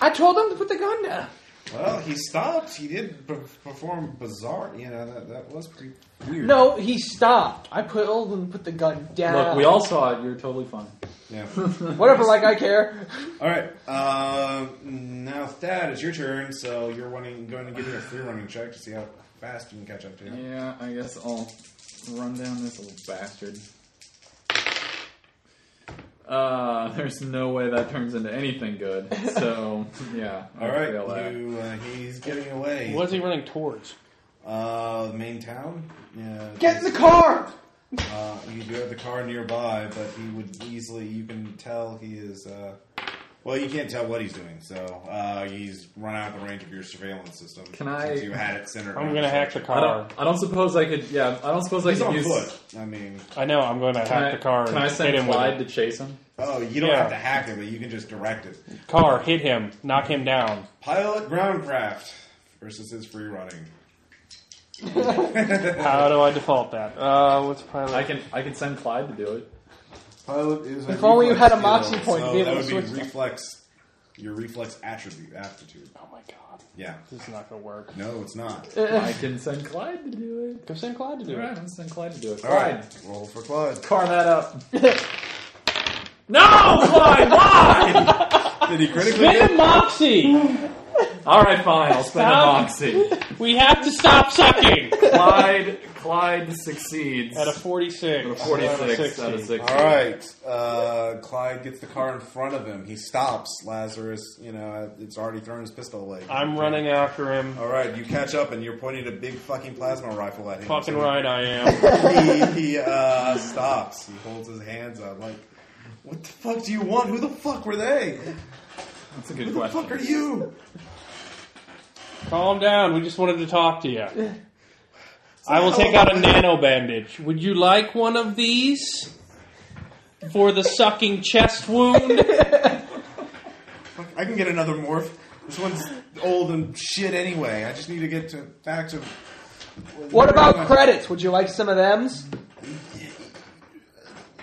[SPEAKER 4] I told him to put the gun down.
[SPEAKER 1] Well, he stopped. He did p- perform bizarre. You know that that was pretty weird.
[SPEAKER 4] No, he stopped. I put told him to put the gun down.
[SPEAKER 3] Look, we all saw it. You're totally fine.
[SPEAKER 1] Yeah.
[SPEAKER 4] Whatever, like I care.
[SPEAKER 1] All right. Uh, now, Thad, it's your turn. So you're running, going to give me a free running check to see how fast you can catch up to him.
[SPEAKER 3] Yeah, I guess I'll run down this little bastard. Uh, there's no way that turns into anything good. So, yeah. I
[SPEAKER 1] All
[SPEAKER 3] fail that.
[SPEAKER 1] right. You, uh, he's getting away.
[SPEAKER 2] What is he running towards?
[SPEAKER 1] Uh, main town. Yeah.
[SPEAKER 4] Get in the car!
[SPEAKER 1] Uh, you do have the car nearby, but he would easily. You can tell he is. Uh, well, you can't tell what he's doing, so uh, he's run out of the range of your surveillance system.
[SPEAKER 3] Can I-
[SPEAKER 1] Since you had it centered.
[SPEAKER 2] I'm
[SPEAKER 1] around
[SPEAKER 2] going
[SPEAKER 1] the
[SPEAKER 2] to hack the
[SPEAKER 1] structure.
[SPEAKER 3] I
[SPEAKER 2] car.
[SPEAKER 3] don't, I don't suppose I could, yeah, I don't suppose I
[SPEAKER 1] He's
[SPEAKER 3] could
[SPEAKER 1] on
[SPEAKER 3] use.
[SPEAKER 1] foot. I mean,
[SPEAKER 2] I know. I'm going to
[SPEAKER 3] Can
[SPEAKER 2] hack
[SPEAKER 3] I,
[SPEAKER 2] the car.
[SPEAKER 3] can
[SPEAKER 2] and
[SPEAKER 3] I
[SPEAKER 2] hit
[SPEAKER 3] send
[SPEAKER 2] him with
[SPEAKER 3] Clyde
[SPEAKER 2] a
[SPEAKER 3] to chase him?
[SPEAKER 1] oh, you don't
[SPEAKER 2] Yeah.
[SPEAKER 1] have to hack it, but you can just direct it.
[SPEAKER 2] car? Hit him. Knock him down.
[SPEAKER 1] Pilot Groundcraft versus his free running.
[SPEAKER 2] How do I default that? Uh, what's pilot?
[SPEAKER 3] I can, I can send Clyde to do it.
[SPEAKER 1] Pilot is.
[SPEAKER 4] If only you had a moxie point to
[SPEAKER 1] so
[SPEAKER 4] be able
[SPEAKER 1] Oh, that
[SPEAKER 4] to
[SPEAKER 1] would be
[SPEAKER 4] switch them.
[SPEAKER 1] reflex. Your reflex attribute aptitude.
[SPEAKER 2] oh my god,
[SPEAKER 1] Yeah.
[SPEAKER 2] this is not going to work.
[SPEAKER 1] No, it's not.
[SPEAKER 4] Uh,
[SPEAKER 3] I can send Clyde to do it.
[SPEAKER 2] Go send Clyde to do
[SPEAKER 3] Alright, I'm
[SPEAKER 2] it.
[SPEAKER 3] gonna send Clyde to do it.
[SPEAKER 1] All right.
[SPEAKER 4] uh,
[SPEAKER 1] Roll for Clyde.
[SPEAKER 3] Car that up. no, Clyde, why?
[SPEAKER 1] Did he critically?
[SPEAKER 2] Spin a moxie.
[SPEAKER 3] Alright, fine, I'll spend a
[SPEAKER 2] Stop.
[SPEAKER 3] moxie.
[SPEAKER 2] We have to stop sucking.
[SPEAKER 3] Clyde, Clyde succeeds.
[SPEAKER 2] At a 46. At
[SPEAKER 3] 46 out of 60.
[SPEAKER 1] All right. Uh, Clyde gets the car in front of him. He stops. Lazarus, you know, it's already thrown his pistol away.
[SPEAKER 2] I'm running after him.
[SPEAKER 1] All right, you catch up and you're pointing a big fucking plasma rifle at him.
[SPEAKER 2] Fucking
[SPEAKER 1] So he-
[SPEAKER 2] right, I am.
[SPEAKER 1] He, he uh, stops. He holds his hands out like, "What the fuck do you want? Who the fuck were they?
[SPEAKER 3] That's a good
[SPEAKER 1] Who the fuck are
[SPEAKER 3] question.
[SPEAKER 1] you?"
[SPEAKER 2] Calm down. We just wanted to talk to you. I will
[SPEAKER 1] how-
[SPEAKER 2] take out a nano bandage. Would you like one of these for the sucking chest wound?
[SPEAKER 1] Fuck, I can get another morph. This one's old and shit anyway. I just need to get to back to.
[SPEAKER 4] What about credits? Would you like some of thems?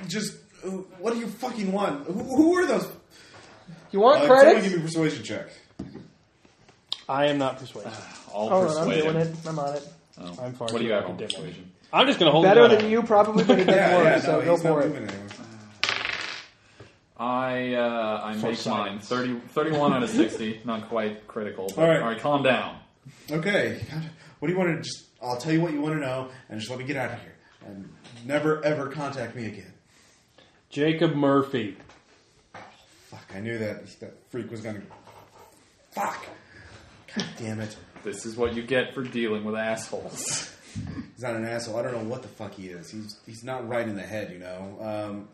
[SPEAKER 1] Just uh, what do you fucking want? Who, who are those?
[SPEAKER 4] You want
[SPEAKER 1] Uh, someone give
[SPEAKER 4] credits?
[SPEAKER 1] me a persuasion check.
[SPEAKER 2] I am not persuaded.
[SPEAKER 3] I'll
[SPEAKER 4] Hold on, I'm
[SPEAKER 3] persuade
[SPEAKER 4] doing
[SPEAKER 3] him.
[SPEAKER 4] it. I'm on it.
[SPEAKER 3] Oh.
[SPEAKER 2] I'm far
[SPEAKER 3] what do
[SPEAKER 2] too
[SPEAKER 3] you have on
[SPEAKER 2] academic.
[SPEAKER 3] persuasion?
[SPEAKER 2] I'm just going to hold
[SPEAKER 4] Better
[SPEAKER 2] it up.
[SPEAKER 4] than you, probably, but it doesn't work, so go
[SPEAKER 1] he's not
[SPEAKER 4] for it.
[SPEAKER 1] moving anywhere.
[SPEAKER 3] I uh, I make
[SPEAKER 2] science.
[SPEAKER 3] mine 30, 31 out of sixty. Not quite critical. But, all
[SPEAKER 1] All
[SPEAKER 3] right,
[SPEAKER 1] right.
[SPEAKER 3] calm down.
[SPEAKER 1] Okay, God, what do you want to just? I'll tell you what you want to know, and just let me get out of here, and never ever contact me again.
[SPEAKER 2] Jacob Murphy.
[SPEAKER 1] Fuck, I knew that that freak was gonna. Fuck. Damn it.
[SPEAKER 3] This is what you get for dealing with assholes.
[SPEAKER 1] He's not an asshole. I don't know what the fuck he is. He's he's not right in the head, you know. Um,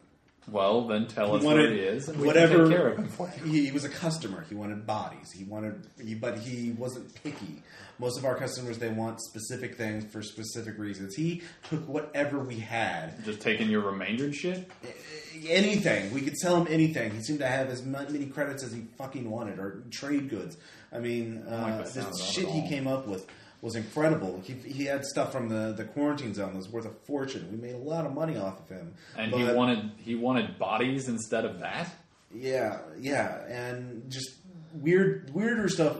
[SPEAKER 3] Well, then tell us
[SPEAKER 1] What
[SPEAKER 3] what,
[SPEAKER 1] it-
[SPEAKER 3] it is, and we
[SPEAKER 1] whatever-
[SPEAKER 3] can take care of him for you.
[SPEAKER 1] he, he was a customer. He wanted bodies. He wanted, he, but he wasn't picky. Most of our customers they want specific things for specific reasons. He took whatever we had.
[SPEAKER 3] Just taking your remainder and shit.
[SPEAKER 1] anything. We could sell him anything. He seemed to have as mu- many credits as he fucking wanted, or trade goods. I mean,
[SPEAKER 3] like
[SPEAKER 1] uh,
[SPEAKER 3] the sound
[SPEAKER 1] the
[SPEAKER 3] of that
[SPEAKER 1] shit
[SPEAKER 3] at
[SPEAKER 1] he
[SPEAKER 3] all.
[SPEAKER 1] came up with was incredible. He, he had stuff from the, the quarantine zone that was worth a fortune. We made a lot of money off of him.
[SPEAKER 3] And he
[SPEAKER 1] But-
[SPEAKER 3] wanted he wanted bodies instead of that.
[SPEAKER 1] yeah, yeah, and just weird, weirder stuff.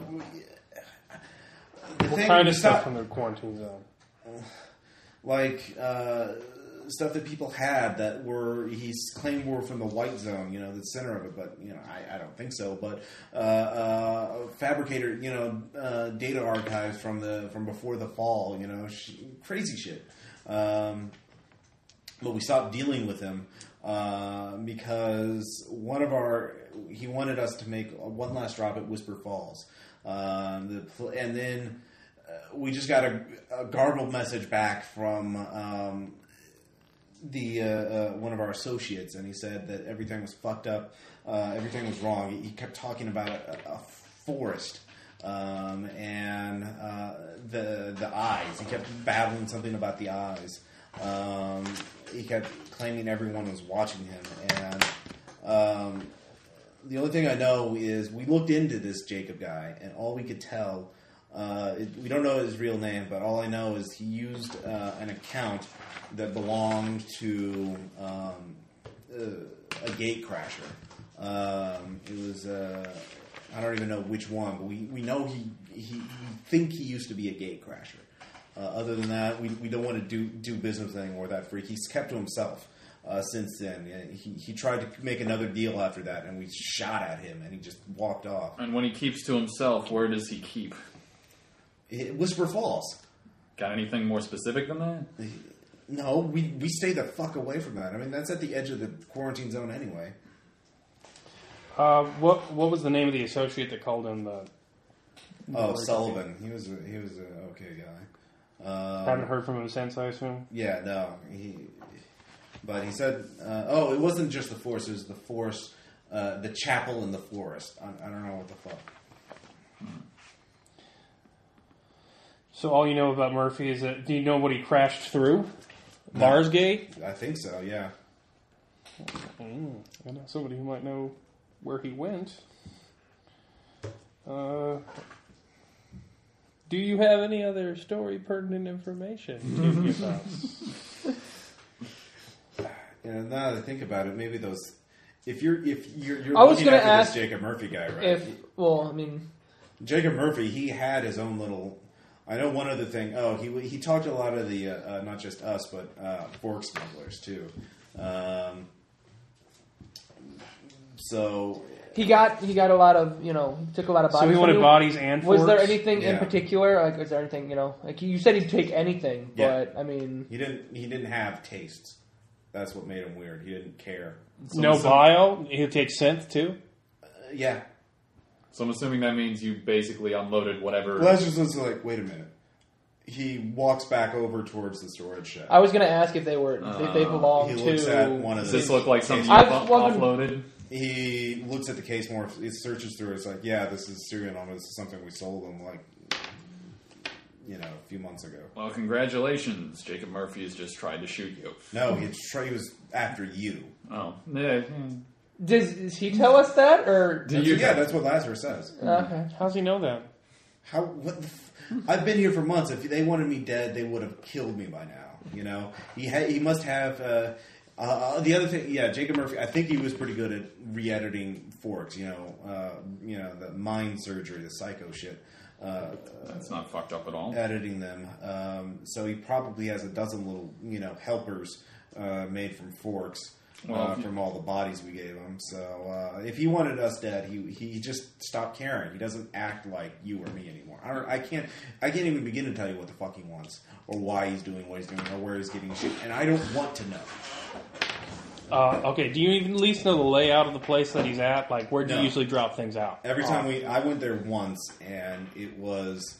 [SPEAKER 1] The
[SPEAKER 2] What
[SPEAKER 1] thing-
[SPEAKER 2] kind of
[SPEAKER 1] stop-
[SPEAKER 2] stuff from the quarantine zone?
[SPEAKER 1] like uh, stuff that people had that were he's claimed were from the white zone, you know, the center of it. But you know, I, I don't think so. But uh, uh, fabricator, you know, uh, data archives from the from before the fall, you know, sh- crazy shit. Um, but we stopped dealing with him uh, because one of our he wanted us to make one last drop at Whisper Falls, um, the, pl- and then uh, we just got a, a garbled message back from um, the uh, uh, one of our associates, and he said that everything was fucked up, uh, everything was wrong. He, he kept talking about a, a forest um, and uh, the the eyes. He kept babbling something about the eyes. Um, he kept claiming everyone was watching him, and um, the only thing I know is we looked into this Jacob guy, and all we could tell, uh, it, we don't know his real name, but all I know is he used uh, an account that belonged to um, uh, a gate crasher. Um, it was uh, I don't even know which one, but we, we know he, he we think he used to be a gate crasher. Uh, other than that, we, we don't want to do do business anymore with that freak. He's kept to himself uh, since then. Uh, He, he tried to make another deal after that, and we shot at him, and he just walked off.
[SPEAKER 3] And when he keeps to himself, where does he keep?
[SPEAKER 1] It, Whisper Falls.
[SPEAKER 3] Got anything more specific than that?
[SPEAKER 1] No, we, we stay the fuck away from that. I mean, that's at the edge of the quarantine zone anyway.
[SPEAKER 2] Uh, what what was the name of the associate that called him the?
[SPEAKER 1] Oh,
[SPEAKER 2] Or-
[SPEAKER 1] Sullivan. He was a, he was an okay guy. Um,
[SPEAKER 2] Haven't heard from him since, I assume.
[SPEAKER 1] Yeah, no. He, but he said, uh, "Oh, it wasn't just the force; it was the force, uh, the chapel, and the forest." I, I don't know what the fuck.
[SPEAKER 2] So all you know about Murphy is that do you know what he crashed through? Mars Gate.
[SPEAKER 1] I think so. Yeah.
[SPEAKER 2] Mm, I know somebody who might know where he went. Uh, do you have any other story pertinent information to give us?
[SPEAKER 1] And now that I think about it, maybe those. If you're if you're, you're
[SPEAKER 4] I was
[SPEAKER 1] looking
[SPEAKER 4] gonna
[SPEAKER 1] after
[SPEAKER 4] ask
[SPEAKER 1] this Jacob Murphy guy, right?
[SPEAKER 4] If well, I mean,
[SPEAKER 1] Jacob Murphy, he had his own little. I know one other thing. Oh, he he talked to a lot of the uh, uh, not just us, but uh, fork smugglers too. Um, so
[SPEAKER 4] he got he got a lot of you know he took a lot of bodies.
[SPEAKER 2] so he
[SPEAKER 4] from
[SPEAKER 2] wanted
[SPEAKER 4] you.
[SPEAKER 2] bodies and
[SPEAKER 4] Was there
[SPEAKER 2] forks?
[SPEAKER 4] anything in
[SPEAKER 1] Yeah.
[SPEAKER 4] particular? Like, was there anything you know? Like you said, he'd take anything,
[SPEAKER 1] Yeah.
[SPEAKER 4] but I mean,
[SPEAKER 1] He didn't. He didn't have tastes. That's what made him weird. He didn't care.
[SPEAKER 2] No
[SPEAKER 3] So-
[SPEAKER 2] bio. He'll take synth too.
[SPEAKER 1] Uh, yeah.
[SPEAKER 3] So I'm assuming that means you basically unloaded whatever.
[SPEAKER 1] Well, that's just it's like, wait a minute. He walks back over towards the storage shed.
[SPEAKER 4] I was gonna ask if they were if they
[SPEAKER 3] Uh,
[SPEAKER 4] belong
[SPEAKER 1] he
[SPEAKER 4] to.
[SPEAKER 1] looks at one of
[SPEAKER 3] Does
[SPEAKER 1] the.
[SPEAKER 3] this look like something you
[SPEAKER 4] I've
[SPEAKER 3] up-
[SPEAKER 4] wondered-
[SPEAKER 3] offloaded?
[SPEAKER 1] He looks at the case more. He searches through. it. It's like, yeah, this is serial number. This is something we sold him like, you know, a few months ago.
[SPEAKER 3] Well, congratulations, Jacob Murphy has just tried to shoot you.
[SPEAKER 1] No, he, tr- he was after you.
[SPEAKER 3] Oh, yeah.
[SPEAKER 4] Does, does he tell us that or?
[SPEAKER 3] Do
[SPEAKER 1] That's-
[SPEAKER 3] you?
[SPEAKER 1] yeah, that's what Lazarus says.
[SPEAKER 4] Okay.
[SPEAKER 2] How's he know that?
[SPEAKER 1] How? What? The f- I've been here for months. If they wanted me dead, they would have killed me by now. You know, he ha- he must have. Uh, uh, uh, the other thing, yeah, Jacob Murphy. I think he was pretty good at re-editing forks. You know, uh, you know the mind surgery, the psycho shit, uh,
[SPEAKER 3] That's not fucked up at all.
[SPEAKER 1] editing them. Um, so he probably has a dozen little you know helpers uh, made from forks.
[SPEAKER 3] Well,
[SPEAKER 1] uh,
[SPEAKER 3] if you-
[SPEAKER 1] from all the bodies we gave him, so uh, if he wanted us dead, he he just stopped caring. He doesn't act like you or me anymore. I don't. I can't. I can't even begin to tell you what the fuck he wants or why he's doing what he's doing or where he's getting shit, and I don't want to know.
[SPEAKER 2] Uh, okay, do you even at least know the layout of the place that he's at? Like, where do
[SPEAKER 1] No.
[SPEAKER 2] you usually drop things out?
[SPEAKER 1] Every time we, I went there once, and it was,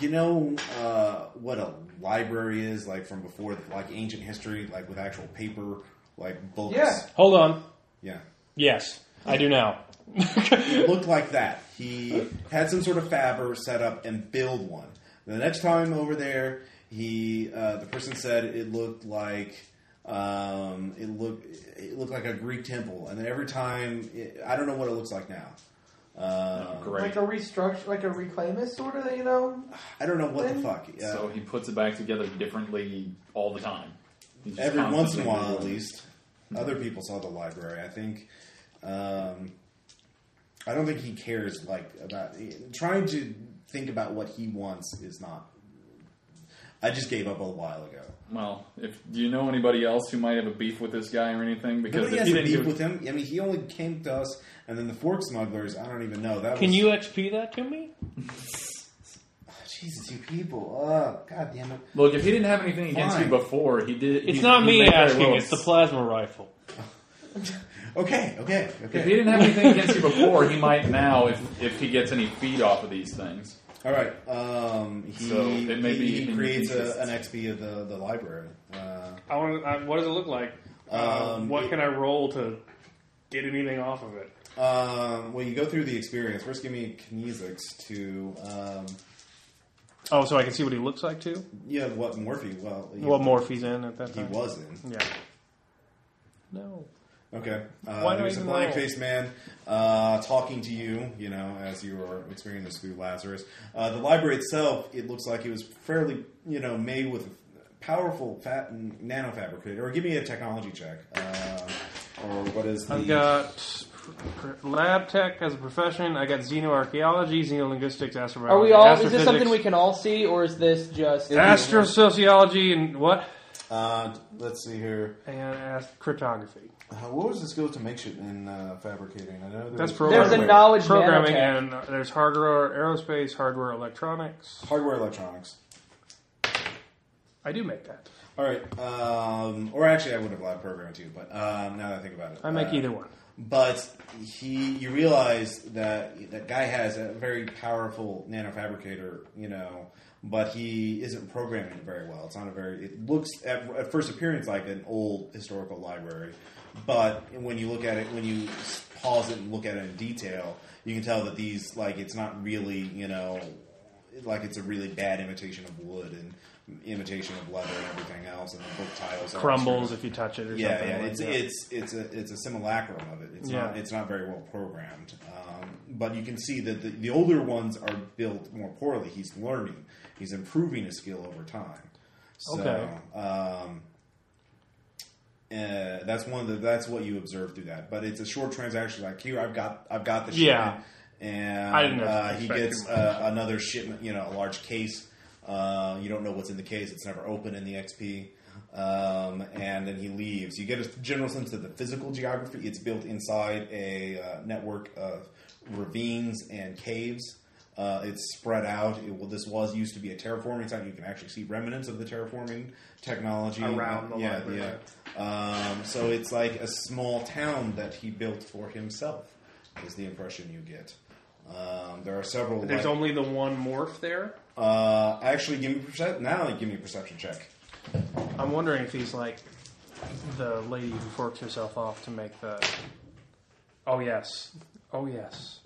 [SPEAKER 1] you know, uh, what a library is like from before, like ancient history, like with actual paper, like books.
[SPEAKER 4] Yeah.
[SPEAKER 2] Hold on.
[SPEAKER 1] Yeah.
[SPEAKER 2] Yes, I do now.
[SPEAKER 1] It looked like that. He had some sort of fabber set up and build one. The next time over there, he uh, the person said it looked like um, it looked it looked like a Greek temple, and then every time it, I don't know what it looks like now. Uh,
[SPEAKER 3] Great.
[SPEAKER 4] Like a restructure, like a reclaimist sort of, you know?
[SPEAKER 1] I don't know what the fuck. Uh,
[SPEAKER 3] So he puts it back together differently all the time. He's just
[SPEAKER 1] every once in a
[SPEAKER 3] constantly
[SPEAKER 1] while at
[SPEAKER 3] doing it.
[SPEAKER 1] least. Other people saw the library. I think. Um, I don't think he cares like about trying to think about what he wants is not. I just gave up a while ago.
[SPEAKER 3] Well, if do you know anybody else who might have a beef with this guy or anything, because
[SPEAKER 1] Nobody
[SPEAKER 3] if
[SPEAKER 1] has
[SPEAKER 3] he
[SPEAKER 1] a
[SPEAKER 3] didn't
[SPEAKER 1] beef
[SPEAKER 3] give-
[SPEAKER 1] with him. I mean, he only came to us, and then the fork smugglers. I don't even know that.
[SPEAKER 2] Can
[SPEAKER 1] was,
[SPEAKER 2] you XP that to me?
[SPEAKER 1] Jesus, you people! Oh, God damn it!
[SPEAKER 3] look, if he didn't have anything against
[SPEAKER 1] Fine.
[SPEAKER 3] you before, he did.
[SPEAKER 2] It's
[SPEAKER 3] he-
[SPEAKER 2] not
[SPEAKER 3] he
[SPEAKER 2] me
[SPEAKER 3] may very
[SPEAKER 2] asking.
[SPEAKER 3] well
[SPEAKER 2] It's the
[SPEAKER 3] have-
[SPEAKER 2] plasma rifle.
[SPEAKER 1] Okay, okay,
[SPEAKER 3] If he
[SPEAKER 1] okay.
[SPEAKER 3] didn't have anything against you before, he might now if if he gets any feed off of these things.
[SPEAKER 1] All right. Um, he,
[SPEAKER 3] So, it may
[SPEAKER 1] he-
[SPEAKER 3] be
[SPEAKER 1] he
[SPEAKER 3] in
[SPEAKER 1] creates
[SPEAKER 3] interest.
[SPEAKER 1] a, an XP of the the library. Uh,
[SPEAKER 2] I want. I, what does it look like? Uh,
[SPEAKER 1] Um,
[SPEAKER 2] what
[SPEAKER 1] it-
[SPEAKER 2] can I roll to get anything off of it?
[SPEAKER 1] Um, well, you go through the experience. First, give me kinesics to, um,
[SPEAKER 2] Oh, so I can see what he looks like too.
[SPEAKER 1] yeah, what Morphe, well, he,
[SPEAKER 2] What Morphe's in at that
[SPEAKER 1] he
[SPEAKER 2] time?
[SPEAKER 1] was in.
[SPEAKER 2] Yeah. No.
[SPEAKER 1] Okay.
[SPEAKER 2] Why
[SPEAKER 1] Uh,
[SPEAKER 2] do I
[SPEAKER 1] there's a
[SPEAKER 2] even
[SPEAKER 1] blank
[SPEAKER 2] roll?
[SPEAKER 1] faced man uh, talking to you, you know, as you were experiencing this through Lazarus. Uh, the library itself, it looks like it was fairly, you know, made with powerful fat nanofabricated. Or give me a technology check. Uh, or what is the.
[SPEAKER 2] I've got lab tech as a profession. I got xenoarchaeology, xenolinguistics, astrobiology.
[SPEAKER 4] Are we all? Is this something we can all see, or is this just
[SPEAKER 2] astrosociology and what?
[SPEAKER 1] uh, let's see here.
[SPEAKER 2] And ast- cryptography.
[SPEAKER 1] Uh, what was the skill to make shit in uh, fabricating? I know there was-
[SPEAKER 2] That's programming.
[SPEAKER 4] There's a knowledge
[SPEAKER 2] Programming
[SPEAKER 4] nanotech.
[SPEAKER 2] and uh, there's hardware, aerospace, hardware, electronics.
[SPEAKER 1] Hardware electronics.
[SPEAKER 2] I do make that.
[SPEAKER 1] All right. Um, or actually, I would have allowed programming too, but um, now that I think about it,
[SPEAKER 2] I make
[SPEAKER 1] uh,
[SPEAKER 2] either one.
[SPEAKER 1] But he, you realize that that guy has a very powerful nanofabricator, you know, but he isn't programming it very well. It's not a very. It looks at, at first appearance like an old historical library, but when you look at it, when you s- pause it and look at it in detail, you can tell that these like it's not really, you know, like it's a really bad imitation of wood and imitation of leather and everything else, and the book tiles are
[SPEAKER 2] Crumbles if you touch it or
[SPEAKER 1] yeah,
[SPEAKER 2] something.
[SPEAKER 1] yeah.
[SPEAKER 2] like
[SPEAKER 1] It's
[SPEAKER 2] that.
[SPEAKER 1] it's it's a it's a simulacrum of it. It's
[SPEAKER 2] Yeah.
[SPEAKER 1] not it's not very well programmed. Um, but you can see that the, the older ones are built more poorly. He's learning. He's improving his skill over time. So,
[SPEAKER 2] Okay.
[SPEAKER 1] Um, uh, that's one of the that's what you observe through that. But it's a short transaction. Like here, I've got I've got the
[SPEAKER 2] Yeah.
[SPEAKER 1] shipment, and
[SPEAKER 2] I didn't
[SPEAKER 1] uh, he
[SPEAKER 2] expect
[SPEAKER 1] gets
[SPEAKER 2] too much.
[SPEAKER 1] uh, another shipment. You know, a large case. Uh, you don't know what's in the case. It's never open in the XP. Um, and then he leaves. You get a general sense of the physical geography. It's built inside a uh, network of ravines and caves. Uh, it's spread out. It, well, this was used to be a terraforming site. You can actually see remnants of the terraforming technology
[SPEAKER 2] Around the
[SPEAKER 1] yeah,
[SPEAKER 2] library.
[SPEAKER 1] yeah. Um, so it's like a small town that he built for himself, is the impression you get. Um, there are several.
[SPEAKER 2] There's
[SPEAKER 1] like-
[SPEAKER 2] only the one morph there.
[SPEAKER 1] uh, actually, give me percep- now. Give me a perception check.
[SPEAKER 2] I'm wondering if he's like the lady who forks herself off to make the. Oh yes, oh yes.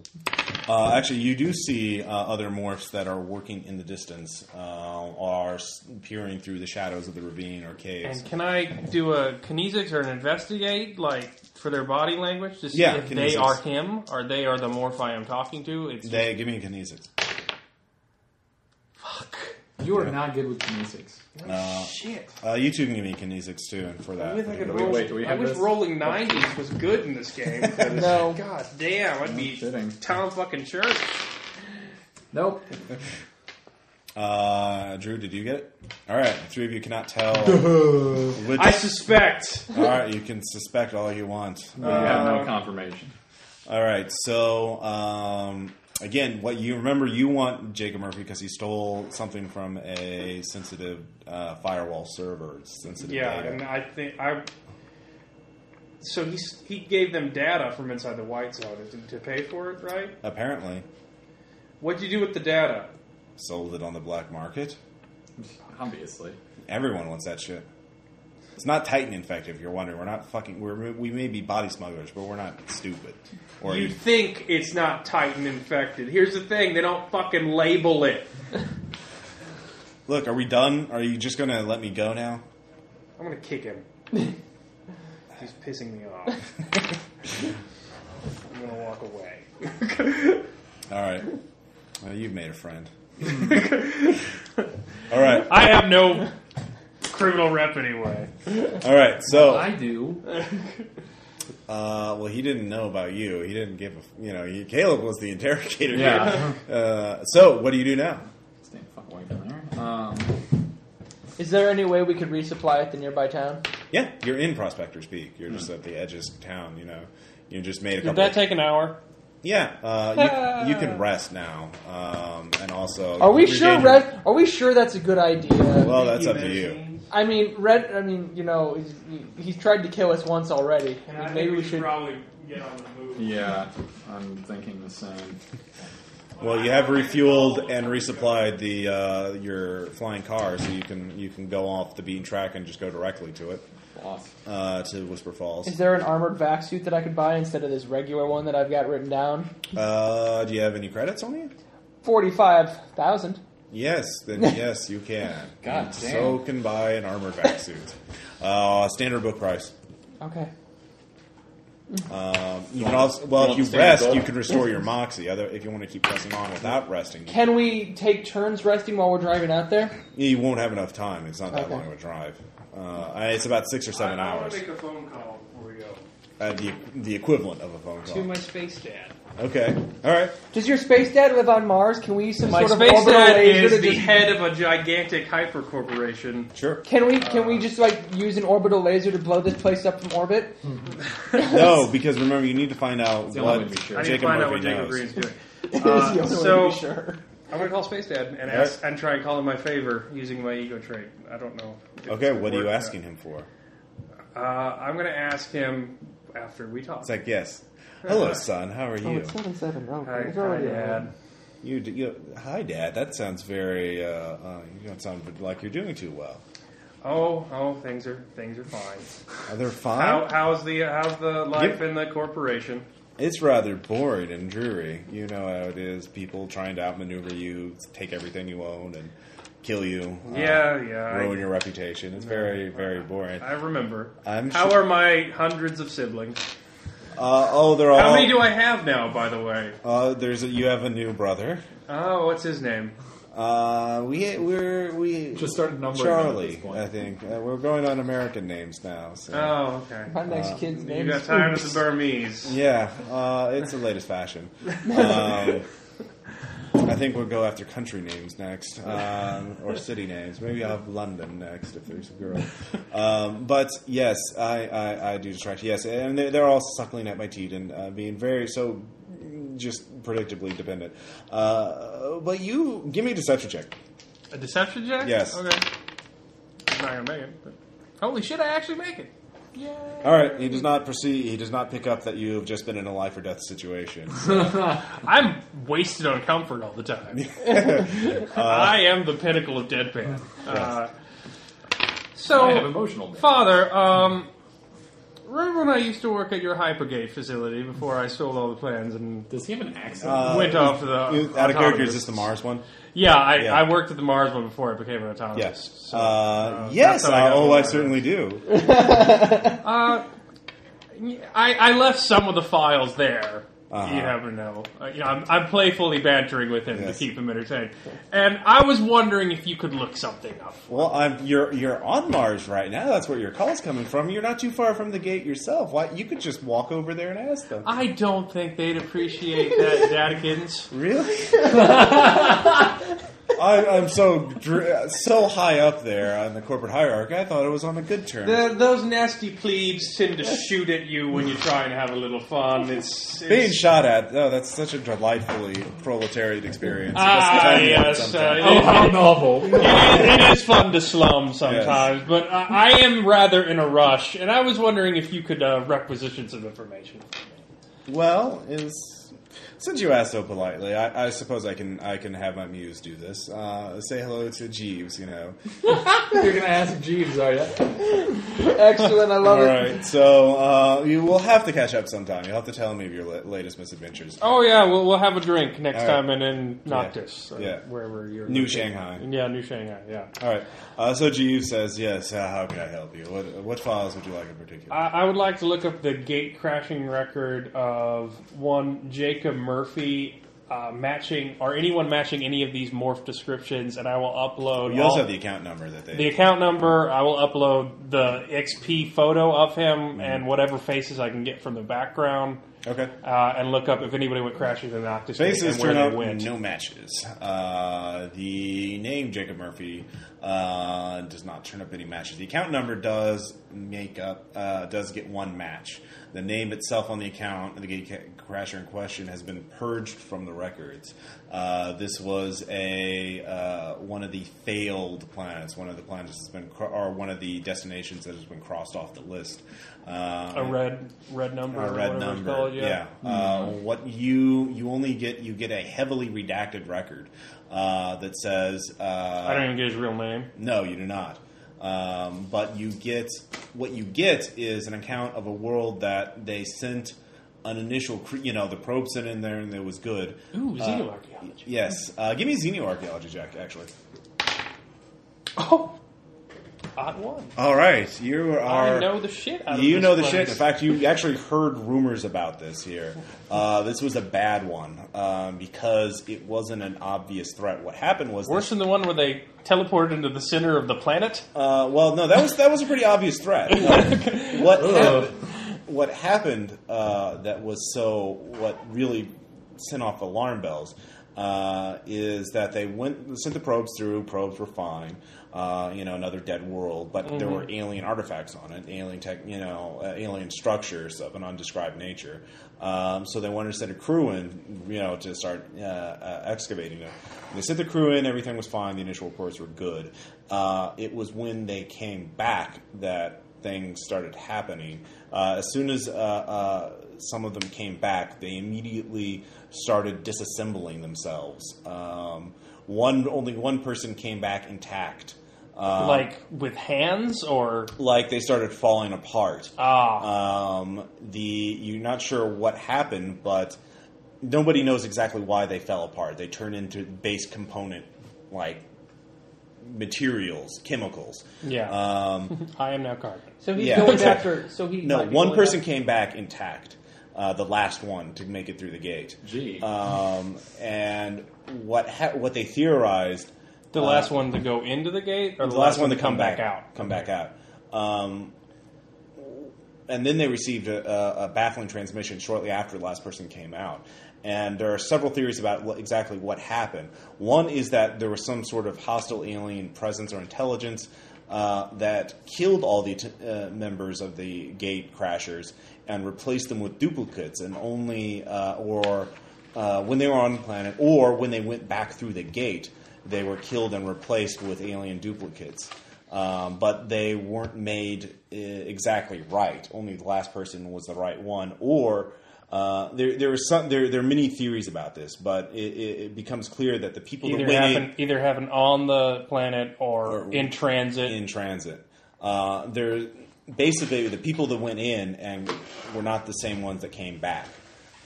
[SPEAKER 1] Uh, actually, you do see uh, other morphs that are working in the distance, uh, are s- peering through the shadows of the ravine or caves.
[SPEAKER 2] And can I do a kinesics or an investigate, like for their body language, to see
[SPEAKER 1] Yeah,
[SPEAKER 2] if
[SPEAKER 1] kinesics.
[SPEAKER 2] they are him or they are the morph I am talking to? It's
[SPEAKER 1] they give me a kinesics.
[SPEAKER 3] You are not good with kinesics.
[SPEAKER 2] shit.
[SPEAKER 1] Uh, you two can give me kinesics too, and for that,
[SPEAKER 2] I, wish I could
[SPEAKER 3] Wait,
[SPEAKER 2] roll-
[SPEAKER 3] wait, do we
[SPEAKER 2] I
[SPEAKER 3] have
[SPEAKER 2] wish
[SPEAKER 3] this?
[SPEAKER 2] rolling nineties was good in this game.
[SPEAKER 4] No.
[SPEAKER 2] God damn, I'd be
[SPEAKER 3] kidding.
[SPEAKER 2] town fucking church.
[SPEAKER 3] Nope.
[SPEAKER 1] uh, Drew, did you get it? All right, the three of you cannot tell. which-
[SPEAKER 2] I suspect.
[SPEAKER 1] All right, you can suspect all you want.
[SPEAKER 3] We have no confirmation.
[SPEAKER 1] All right, so um, again, what you remember, you want Jacob Murphy because he stole something from a sensitive uh, firewall server. It's sensitive
[SPEAKER 2] Yeah,
[SPEAKER 1] data.
[SPEAKER 2] and I think I so he s- he gave them data from inside the white zone to, to pay for it, right?
[SPEAKER 1] Apparently,
[SPEAKER 2] What'd you do with the data?
[SPEAKER 1] sold it on the black market.
[SPEAKER 3] Obviously.
[SPEAKER 1] Everyone wants that shit. It's not Titan, in fact, if you're wondering. We're not fucking. We're, we may be body smugglers, but we're not stupid. Or
[SPEAKER 2] You think it's not Titan infected. Here's the thing: they don't fucking label it.
[SPEAKER 1] look, are we done? Are you just gonna let me go now?
[SPEAKER 2] I'm gonna kick him. He's pissing me off. I'm gonna walk away.
[SPEAKER 1] All right. Well, you've made a friend. All right.
[SPEAKER 2] I have no criminal rep anyway.
[SPEAKER 1] All right. So,
[SPEAKER 3] I do.
[SPEAKER 1] uh, well, he didn't know about you. He didn't give a. You know, he, Caleb was the interrogator. here.
[SPEAKER 3] Yeah.
[SPEAKER 1] Uh, so, what do you do now?
[SPEAKER 3] Stay the fuck away from there. Um,
[SPEAKER 4] Is there any way we could resupply at the nearby town?
[SPEAKER 1] Yeah, you're in Prospector's Peak. You're
[SPEAKER 4] Hmm.
[SPEAKER 1] just at the edges of town. You know, you just made a
[SPEAKER 2] Did
[SPEAKER 1] couple.
[SPEAKER 2] that take an hour?
[SPEAKER 1] yeah, uh, you, you can rest now, um, and also
[SPEAKER 4] Are we
[SPEAKER 1] regain
[SPEAKER 4] sure
[SPEAKER 1] your-
[SPEAKER 4] Red? Are we sure that's a good idea?
[SPEAKER 1] Well, Oh, that's up to you.
[SPEAKER 4] I mean, Red. I mean, you know, he's, he- he's tried to kill us once already. I mean, maybe we should.
[SPEAKER 2] probably get on the move.
[SPEAKER 3] yeah, I'm thinking the same.
[SPEAKER 1] Well, you have refueled and resupplied the uh, your flying car, so you can you can go off the beaten track and just go directly to it
[SPEAKER 3] Lost.
[SPEAKER 1] uh, to Whisper Falls.
[SPEAKER 4] Is there an armored vac suit that I could buy instead of this regular one that I've got written down?
[SPEAKER 1] Uh, do you have any credits on you?
[SPEAKER 4] Forty-five thousand.
[SPEAKER 1] Yes, then yes, you can.
[SPEAKER 3] God
[SPEAKER 1] So can buy an armor vac suit. Uh, standard book price.
[SPEAKER 4] Okay.
[SPEAKER 1] Um, you can also well,
[SPEAKER 3] you
[SPEAKER 1] if you
[SPEAKER 3] want the standard
[SPEAKER 1] rest,
[SPEAKER 3] gold?
[SPEAKER 1] you can restore your moxie. Other, if you want to keep pressing on without resting,
[SPEAKER 4] Can we take turns resting while we're driving out there?
[SPEAKER 1] you won't have enough time. It's not that
[SPEAKER 4] Okay.
[SPEAKER 1] long of a drive. Uh, it's about six or seven hours.
[SPEAKER 2] a phone call before we go.
[SPEAKER 1] Uh, the the equivalent of a phone call.
[SPEAKER 2] To my space dad.
[SPEAKER 1] Okay. All right.
[SPEAKER 4] Does your space dad live on Mars? Can we use some
[SPEAKER 2] My
[SPEAKER 4] sort of
[SPEAKER 2] space
[SPEAKER 4] orbital
[SPEAKER 2] dad
[SPEAKER 4] laser
[SPEAKER 2] is
[SPEAKER 4] to
[SPEAKER 2] the
[SPEAKER 4] just-
[SPEAKER 2] head of a gigantic hypercorporation.
[SPEAKER 1] Sure.
[SPEAKER 4] Can we can we just like use an orbital laser to blow this place up from orbit?
[SPEAKER 1] No, because remember, you need to find out
[SPEAKER 3] the only
[SPEAKER 1] what
[SPEAKER 3] way to be sure.
[SPEAKER 2] I
[SPEAKER 1] Jacob
[SPEAKER 2] need to find out what
[SPEAKER 1] Murphy
[SPEAKER 2] Jacob
[SPEAKER 1] knows.
[SPEAKER 2] Green's doing. Uh,
[SPEAKER 4] It's the only way to
[SPEAKER 2] so-
[SPEAKER 4] be sure.
[SPEAKER 2] I'm gonna call Space Dad and
[SPEAKER 1] All right.
[SPEAKER 2] ask and try and call in my favor using my ego trait. I don't know. if
[SPEAKER 1] Okay.
[SPEAKER 2] it's
[SPEAKER 1] What are you
[SPEAKER 2] worth it.
[SPEAKER 1] asking him for?
[SPEAKER 2] Uh, I'm gonna ask him after we talk.
[SPEAKER 1] It's like yes. Hello, son. How are you?
[SPEAKER 4] seven seven. Oh,
[SPEAKER 2] Hi, hi, Dad.
[SPEAKER 1] You, d- you hi, dad. That sounds very. Uh, uh, you don't sound like you're doing too well.
[SPEAKER 2] Oh, oh, things are things are fine.
[SPEAKER 1] Are they fine?
[SPEAKER 2] How, how's the how's the life
[SPEAKER 1] Yep.
[SPEAKER 2] in the corporation?
[SPEAKER 1] It's rather boring and dreary. You know how it is. People trying to outmaneuver you, take everything you own, and kill you. uh,
[SPEAKER 2] yeah, yeah.
[SPEAKER 1] ruin your reputation. It's very, very boring.
[SPEAKER 2] I, I remember.
[SPEAKER 1] I'm
[SPEAKER 2] How
[SPEAKER 1] sure-
[SPEAKER 2] are my hundreds of siblings?
[SPEAKER 1] Uh, oh, they're all.
[SPEAKER 2] How many do I have now, by the way?
[SPEAKER 1] uh, there's a, you have a new brother.
[SPEAKER 2] Oh, what's his name?
[SPEAKER 1] Uh, we we're we
[SPEAKER 3] Just started numbering them at this
[SPEAKER 1] Charlie.
[SPEAKER 3] point.
[SPEAKER 1] I think uh, we're going on American names now. So.
[SPEAKER 2] Oh, okay.
[SPEAKER 4] My next kid's
[SPEAKER 2] You
[SPEAKER 4] name
[SPEAKER 2] got
[SPEAKER 4] is
[SPEAKER 2] tired of the Burmese.
[SPEAKER 1] Yeah, uh, it's the latest fashion. Um, I think we'll go after country names next, um, or city names. Maybe I'll have London next if there's a girl. Um, but yes, I, I, I do distract. Yes, and they're, they're all suckling at my teat and uh, being very so just predictably dependent. Uh, but you give me a deception check.
[SPEAKER 2] A deception check?
[SPEAKER 1] Yes.
[SPEAKER 2] Okay. I'm not gonna make it. But... Holy shit! I actually make it.
[SPEAKER 1] All right, he does not proceed. He does not pick up that you have just been in a life or death situation.
[SPEAKER 2] I'm wasted on comfort all the time.
[SPEAKER 1] Uh,
[SPEAKER 2] I am the pinnacle of deadpan. Uh,
[SPEAKER 3] I have
[SPEAKER 2] so,
[SPEAKER 3] emotional. bits.
[SPEAKER 2] Father, um, remember when I used to work at your Hypergate facility before I sold all the plans and
[SPEAKER 3] Does he have an accent?
[SPEAKER 2] went off to the
[SPEAKER 1] Out of character,
[SPEAKER 2] autonomous?
[SPEAKER 1] Uh, is this the Mars one?
[SPEAKER 2] Yeah, I,
[SPEAKER 1] Yeah.
[SPEAKER 2] I worked at the Mars one before I became an autonomous.
[SPEAKER 1] Yes.
[SPEAKER 2] So,
[SPEAKER 1] uh,
[SPEAKER 2] uh,
[SPEAKER 1] yes.
[SPEAKER 2] that's how
[SPEAKER 1] I,
[SPEAKER 2] got
[SPEAKER 1] oh,
[SPEAKER 2] my
[SPEAKER 1] I
[SPEAKER 2] order.
[SPEAKER 1] certainly do.
[SPEAKER 2] I, I left some of the files there.
[SPEAKER 1] Uh-huh.
[SPEAKER 2] You never know. Uh, you know, I'm, I'm playfully bantering with him
[SPEAKER 1] Yes.
[SPEAKER 2] to keep him entertained. And I was wondering if you could look something up.
[SPEAKER 1] Well, I'm, you're you're on Mars right now. That's where your call's coming from. You're not too far from the gate yourself. Why you could just walk over there and ask them.
[SPEAKER 2] I don't think they'd appreciate that, Dadikins.
[SPEAKER 1] really? I, I'm so dr- so high up there on the corporate hierarchy. I thought it was on a good term.
[SPEAKER 2] The, those nasty plebes tend to shoot at you when you try and have a little fun. It's, it's
[SPEAKER 1] Being shot at, oh, that's such a delightfully proletarian experience. Just
[SPEAKER 2] ah
[SPEAKER 1] tell me that
[SPEAKER 2] yes,
[SPEAKER 1] sometime.
[SPEAKER 2] uh, it-
[SPEAKER 3] how novel.
[SPEAKER 2] it, it is fun to slum sometimes, but I, I am rather in a rush, and I was wondering if you could uh, requisition some information.
[SPEAKER 1] Well, is since you asked so politely, I, I suppose I can I can have my muse do this. Uh, say hello to Jeeves. You know.
[SPEAKER 3] You're gonna ask Jeeves, are you?
[SPEAKER 4] Excellent. I love
[SPEAKER 1] All
[SPEAKER 4] it.
[SPEAKER 1] right. So uh, you will have to catch up sometime. You'll have to tell me of your la- latest misadventures.
[SPEAKER 2] Oh yeah, we'll, we'll have a drink next
[SPEAKER 1] All right.
[SPEAKER 2] time, and in Noctis, or
[SPEAKER 1] Yeah.
[SPEAKER 2] wherever you're.
[SPEAKER 1] New
[SPEAKER 2] located.
[SPEAKER 1] Shanghai.
[SPEAKER 2] yeah, New Shanghai, yeah.
[SPEAKER 1] All right. Uh, so Jeeves says, "Yes. Uh, how can I help you? What what files would you like in particular?"
[SPEAKER 2] I, I would like to look up the gate crashing record of one Jacob Murphy. Uh, matching or anyone matching any of these morph descriptions, and I will upload.
[SPEAKER 1] you also
[SPEAKER 2] all-
[SPEAKER 1] have the account number that they.
[SPEAKER 2] the account number. I will upload the XP photo of
[SPEAKER 1] Mm-hmm.
[SPEAKER 2] him and whatever faces I can get from the background,
[SPEAKER 1] okay.
[SPEAKER 2] uh, and look up if anybody went crashing the Noctis Gate
[SPEAKER 1] Faces
[SPEAKER 2] and where
[SPEAKER 1] turn
[SPEAKER 2] they
[SPEAKER 1] out
[SPEAKER 2] went.
[SPEAKER 1] no matches. Uh, the name Jacob Murphy uh, does not turn up any matches. The account number does make up uh, does get one match. The name itself on the account, the gate ca- crasher in question, has been purged from the records. Uh, this was a uh, one of the failed planets, one of the planets that's been, cro- or one of the destinations that has been crossed off the list. Uh,
[SPEAKER 2] A red red number,
[SPEAKER 1] a
[SPEAKER 2] or
[SPEAKER 1] red
[SPEAKER 2] whatever
[SPEAKER 1] number.
[SPEAKER 2] It's called, yeah. Hmm.
[SPEAKER 1] yeah. Uh, what you you only get you get a heavily redacted record uh, that says uh,
[SPEAKER 2] I don't even get his real name.
[SPEAKER 1] no, you do not. Um, but you get what you get is an account of a world that they sent an initial. Cre- you know, the probe sent in there and it was good.
[SPEAKER 2] Ooh,
[SPEAKER 1] Uh,
[SPEAKER 2] xenoarchaeology.
[SPEAKER 1] Yes, uh, give me xenoarchaeology, Jack. Actually,
[SPEAKER 2] Oh, odd one.
[SPEAKER 1] all right, you are
[SPEAKER 2] I know the shit. Out of
[SPEAKER 1] you
[SPEAKER 2] this
[SPEAKER 1] know the
[SPEAKER 2] place.
[SPEAKER 1] shit. In fact, you actually heard rumors about this here. Uh, this was a bad one um, because it wasn't an obvious threat. What happened was,
[SPEAKER 2] Worse than the one where they teleported into the center of the planet.
[SPEAKER 1] uh, well, no, that was that was a pretty obvious threat. Uh, what happened, what happened uh, that was so what really sent off alarm bells uh, is that they went sent the probes through. Probes were fine. Uh, you know, another dead world, but there were alien artifacts on it, alien tech, you know, uh, alien structures of an undescribed nature. Um, so they wanted to send a crew in, you know, to start uh, uh, excavating it. They sent the crew in. Everything was fine. The initial reports were good. Uh, it was when they came back that things started happening. Uh, as soon as uh, uh, some of them came back, they immediately started disassembling themselves. Um, one only one person came back intact. Uh,
[SPEAKER 2] like with hands or
[SPEAKER 1] like they started falling apart.
[SPEAKER 2] ah,
[SPEAKER 1] Um, the you're not sure what happened, but nobody knows exactly why they fell apart. They turned into base component like materials, chemicals.
[SPEAKER 2] yeah.
[SPEAKER 1] Um,
[SPEAKER 2] I am now carbon.
[SPEAKER 4] So he's
[SPEAKER 1] Yeah.
[SPEAKER 4] going
[SPEAKER 1] Okay.
[SPEAKER 4] after. So he
[SPEAKER 1] No,
[SPEAKER 4] might be
[SPEAKER 1] one
[SPEAKER 4] going
[SPEAKER 1] person came back intact, uh, the last one to make it through the gate.
[SPEAKER 3] Gee.
[SPEAKER 1] Um, and what ha- what they theorized
[SPEAKER 2] The last one to go into the gate, or
[SPEAKER 1] the last one to come back
[SPEAKER 2] out?
[SPEAKER 1] come back out. Um, and then they received a, a, a baffling transmission shortly after the last person came out. And there are several theories about what, exactly what happened. One is that there was some sort of hostile alien presence or intelligence uh, that killed all the t- uh, members of the gate crashers and replaced them with duplicates, and only uh, or uh, when they were on the planet or when they went back through the gate, they were killed and replaced with alien duplicates um, but they weren't made uh, exactly right. Only the last person was the right one, or uh, there there is some there there are many theories about this, but it, it, it becomes clear that the people
[SPEAKER 2] Either
[SPEAKER 1] that went in-
[SPEAKER 2] happen, either happen on the planet or,
[SPEAKER 1] Or
[SPEAKER 2] in transit.
[SPEAKER 1] in transit. Uh, there, basically, the people that went in and were not the same ones that came back,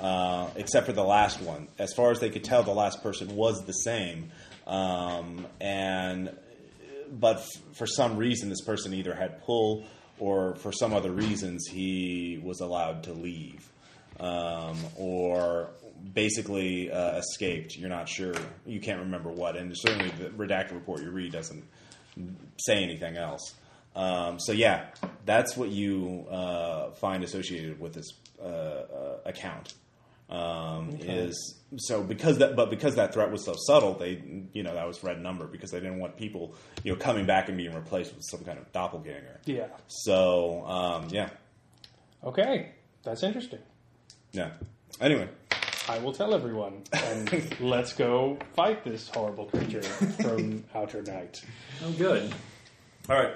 [SPEAKER 1] uh, except for the last one. As far as they could tell, the last person was the same, um, and but f- for some reason, this person either had pull or for some other reasons he was allowed to leave um, or basically uh, escaped. You're not sure. You can't remember what, and certainly the redacted report you read doesn't say anything else. Um, so yeah, that's what you uh, find associated with this uh, uh, account. Um, Is so because that, but because that threat was so subtle, they you know that was red number because they didn't want people you know coming back and being replaced with some kind of doppelganger.
[SPEAKER 2] Yeah.
[SPEAKER 1] So um, yeah,
[SPEAKER 2] Okay. That's interesting.
[SPEAKER 1] yeah. Anyway,
[SPEAKER 2] I will tell everyone, and let's go fight this horrible creature from outer night.
[SPEAKER 3] Oh, good.
[SPEAKER 1] all right.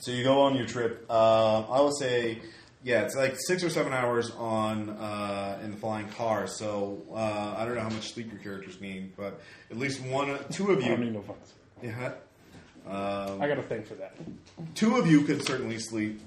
[SPEAKER 1] So you go on your trip. Um, I will say, yeah, it's like six or seven hours on uh, in the flying car. So uh, I don't know how much sleep your characters need, but at least one, two of
[SPEAKER 2] I don't
[SPEAKER 1] you.
[SPEAKER 2] need no fucks.
[SPEAKER 1] Yeah. Um,
[SPEAKER 2] I got a thing for that.
[SPEAKER 1] two of you could certainly sleep.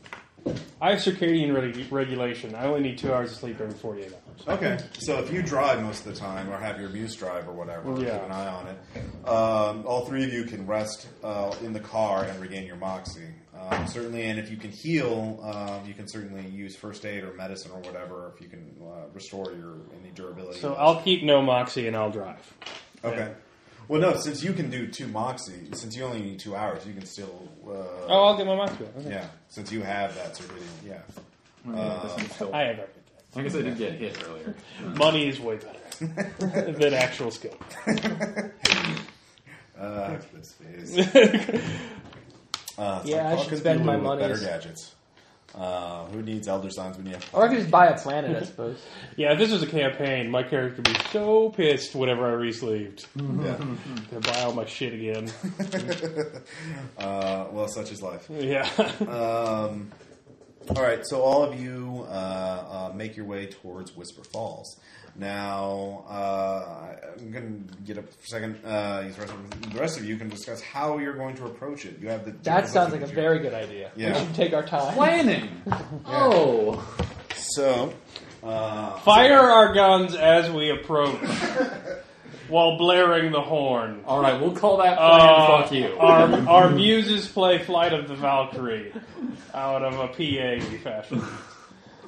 [SPEAKER 2] I have circadian reg- regulation. I only need two hours of sleep every 48 hours.
[SPEAKER 1] Okay. So if you drive most of the time, or have your muse drive, or whatever,
[SPEAKER 2] Yeah.
[SPEAKER 1] keep an eye on it. Um, all three of you can rest uh, in the car and regain your moxie. Um, certainly, and if you can heal, um, you can certainly use first aid or medicine or whatever if you can uh, restore your any durability.
[SPEAKER 2] So I'll keep no moxie and I'll drive.
[SPEAKER 1] okay. Well, no, since you can do two moxie, since you only need two hours, you can still. Uh,
[SPEAKER 2] Oh, I'll get my moxie. Okay.
[SPEAKER 1] Yeah, since you have that sort of yeah.
[SPEAKER 3] Alright, this one's still-
[SPEAKER 2] I have everything.
[SPEAKER 3] I guess I did get hit earlier.
[SPEAKER 2] Money is way better than actual skill.
[SPEAKER 1] Uh, this is- Uh,
[SPEAKER 4] Yeah, I should
[SPEAKER 1] Falcons
[SPEAKER 4] spend
[SPEAKER 1] people
[SPEAKER 4] my
[SPEAKER 1] with Better
[SPEAKER 4] monies.
[SPEAKER 1] gadgets. Uh, who needs elder signs when you have?
[SPEAKER 4] Or I could just buy a planet, I suppose.
[SPEAKER 2] yeah, if this was a campaign, my character would be so pissed whenever I resleeved.
[SPEAKER 4] Mm-hmm.
[SPEAKER 1] Yeah.
[SPEAKER 2] They buy all my shit again.
[SPEAKER 1] uh, well, such is life.
[SPEAKER 2] Yeah.
[SPEAKER 1] Um, all right, so all of you uh, uh, make your way towards Whisper Falls. Now, uh, I'm going to get up for a second. Uh, the rest of- the rest of you can discuss how you're going to approach it. You have the
[SPEAKER 4] That sounds like a very good idea.
[SPEAKER 1] Yeah.
[SPEAKER 4] We should take our time.
[SPEAKER 3] Planning. Oh,
[SPEAKER 1] so. Uh,
[SPEAKER 2] Fire our guns as we approach while blaring the horn.
[SPEAKER 3] all right. We'll call that plan.
[SPEAKER 2] Uh,
[SPEAKER 3] Fuck you.
[SPEAKER 2] Our, our muses play Flight of the Valkyrie out of a PA fashion.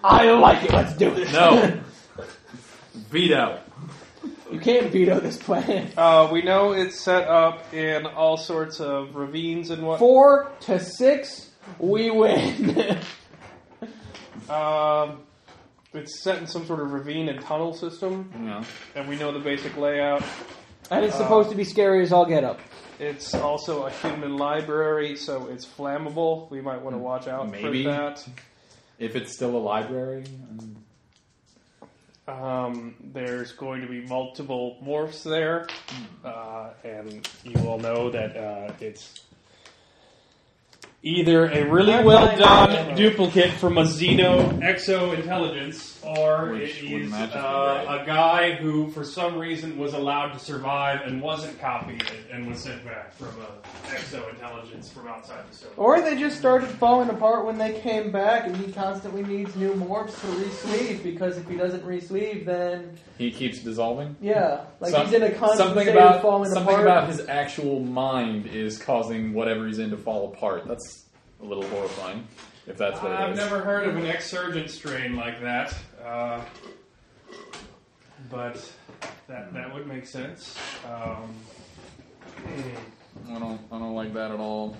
[SPEAKER 4] I like it. Let's do this.
[SPEAKER 3] no. Veto.
[SPEAKER 4] You can't veto this plan.
[SPEAKER 2] Uh, we know it's set up in all sorts of ravines and what.
[SPEAKER 4] Four to six, we win.
[SPEAKER 2] Um, it's set in some sort of ravine and tunnel system,
[SPEAKER 3] No.
[SPEAKER 2] and we know the basic layout.
[SPEAKER 4] and it's supposed to be scary as all get up.
[SPEAKER 2] It's also a human library, so it's flammable. We might want to watch out
[SPEAKER 3] Maybe.
[SPEAKER 2] for that.
[SPEAKER 3] If it's still a library, um,
[SPEAKER 2] Um, there's going to be multiple morphs there, uh, and you all know that uh, it's either a really
[SPEAKER 4] I'm
[SPEAKER 2] well
[SPEAKER 4] fine.
[SPEAKER 2] done duplicate from a Xeno Exo Intelligence, or
[SPEAKER 3] Which
[SPEAKER 2] it
[SPEAKER 3] would
[SPEAKER 2] is
[SPEAKER 3] magically
[SPEAKER 2] uh, a guy who, for some reason, was allowed to survive and wasn't copied and was sent back from a Exo Intelligence from outside the server.
[SPEAKER 4] Or they just started falling apart when they came back, and he constantly needs new morphs to re-sleeve because if he doesn't re-sleeve, then
[SPEAKER 3] he keeps dissolving.
[SPEAKER 4] yeah, like
[SPEAKER 3] Some-
[SPEAKER 4] he's in a constant
[SPEAKER 3] something
[SPEAKER 4] state
[SPEAKER 3] about
[SPEAKER 4] of falling
[SPEAKER 3] something
[SPEAKER 4] apart.
[SPEAKER 3] about his actual mind is causing whatever he's in to fall apart. That's a little horrifying, if that's what it
[SPEAKER 2] I've
[SPEAKER 3] is.
[SPEAKER 2] never heard of an exsurgent strain like that, uh, but that that would make sense. Um, hmm.
[SPEAKER 3] I don't. I don't like that at all.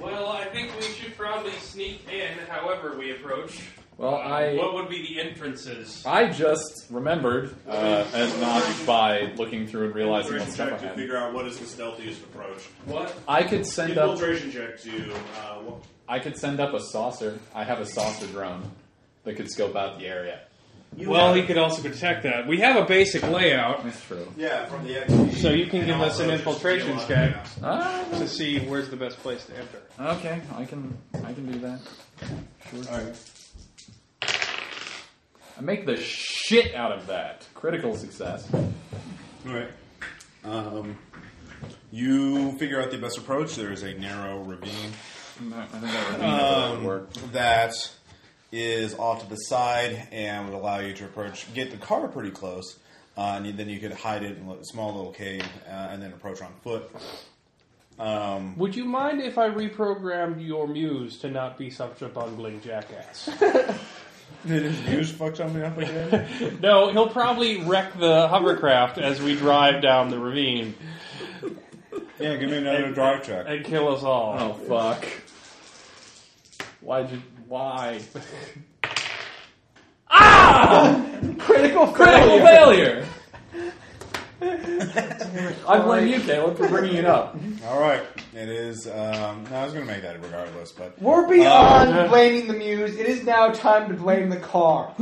[SPEAKER 2] well, I think we should probably sneak in, however we approach.
[SPEAKER 3] Well,
[SPEAKER 2] Uh,
[SPEAKER 3] I.
[SPEAKER 2] what would be the entrances?
[SPEAKER 3] I just remembered, uh, and not by looking through and realizing what stuff I
[SPEAKER 5] check to
[SPEAKER 3] had.
[SPEAKER 5] figure out what is the stealthiest approach.
[SPEAKER 2] What?
[SPEAKER 3] I could send
[SPEAKER 4] uh,
[SPEAKER 3] up.
[SPEAKER 5] Infiltration check to uh, what,
[SPEAKER 3] I could send up a saucer. I have a saucer drone that could scope out the area.
[SPEAKER 2] Well, he could also detect that. We have a basic layout,
[SPEAKER 3] That's true.
[SPEAKER 5] yeah from the XP.
[SPEAKER 2] so you can
[SPEAKER 5] And
[SPEAKER 2] give us
[SPEAKER 5] also
[SPEAKER 2] an
[SPEAKER 5] just
[SPEAKER 2] infiltration
[SPEAKER 5] deal on-
[SPEAKER 2] check
[SPEAKER 5] yeah.
[SPEAKER 3] Ah,
[SPEAKER 2] to see where's the best place to enter.
[SPEAKER 3] okay, I can. I can do that. Sure. I make the shit out of that. Critical success.
[SPEAKER 1] All right. Um, you figure out the best approach. There is a narrow ravine
[SPEAKER 3] No, I think that would be
[SPEAKER 1] um,
[SPEAKER 3] would work.
[SPEAKER 1] that is off to the side and would allow you to approach, get the car pretty close, uh, and then you could hide it in a small little cave uh, and then approach on foot. Um,
[SPEAKER 2] Would you mind if I reprogrammed your muse to not be such a bungling jackass?
[SPEAKER 1] did his news fuck something up again?
[SPEAKER 2] No, he'll probably wreck the hovercraft as we drive down the ravine
[SPEAKER 1] yeah, give me another drive check.
[SPEAKER 2] and kill us all.
[SPEAKER 3] Oh fuck! Why'd you? Why?
[SPEAKER 4] Critical
[SPEAKER 3] Critical
[SPEAKER 4] failure.
[SPEAKER 3] failure. I blame you, Caleb, for bringing it up.
[SPEAKER 1] All right. It is. Um, no, I was going to make that regardless, but
[SPEAKER 4] We're beyond blaming the muse. It is now time to blame the car.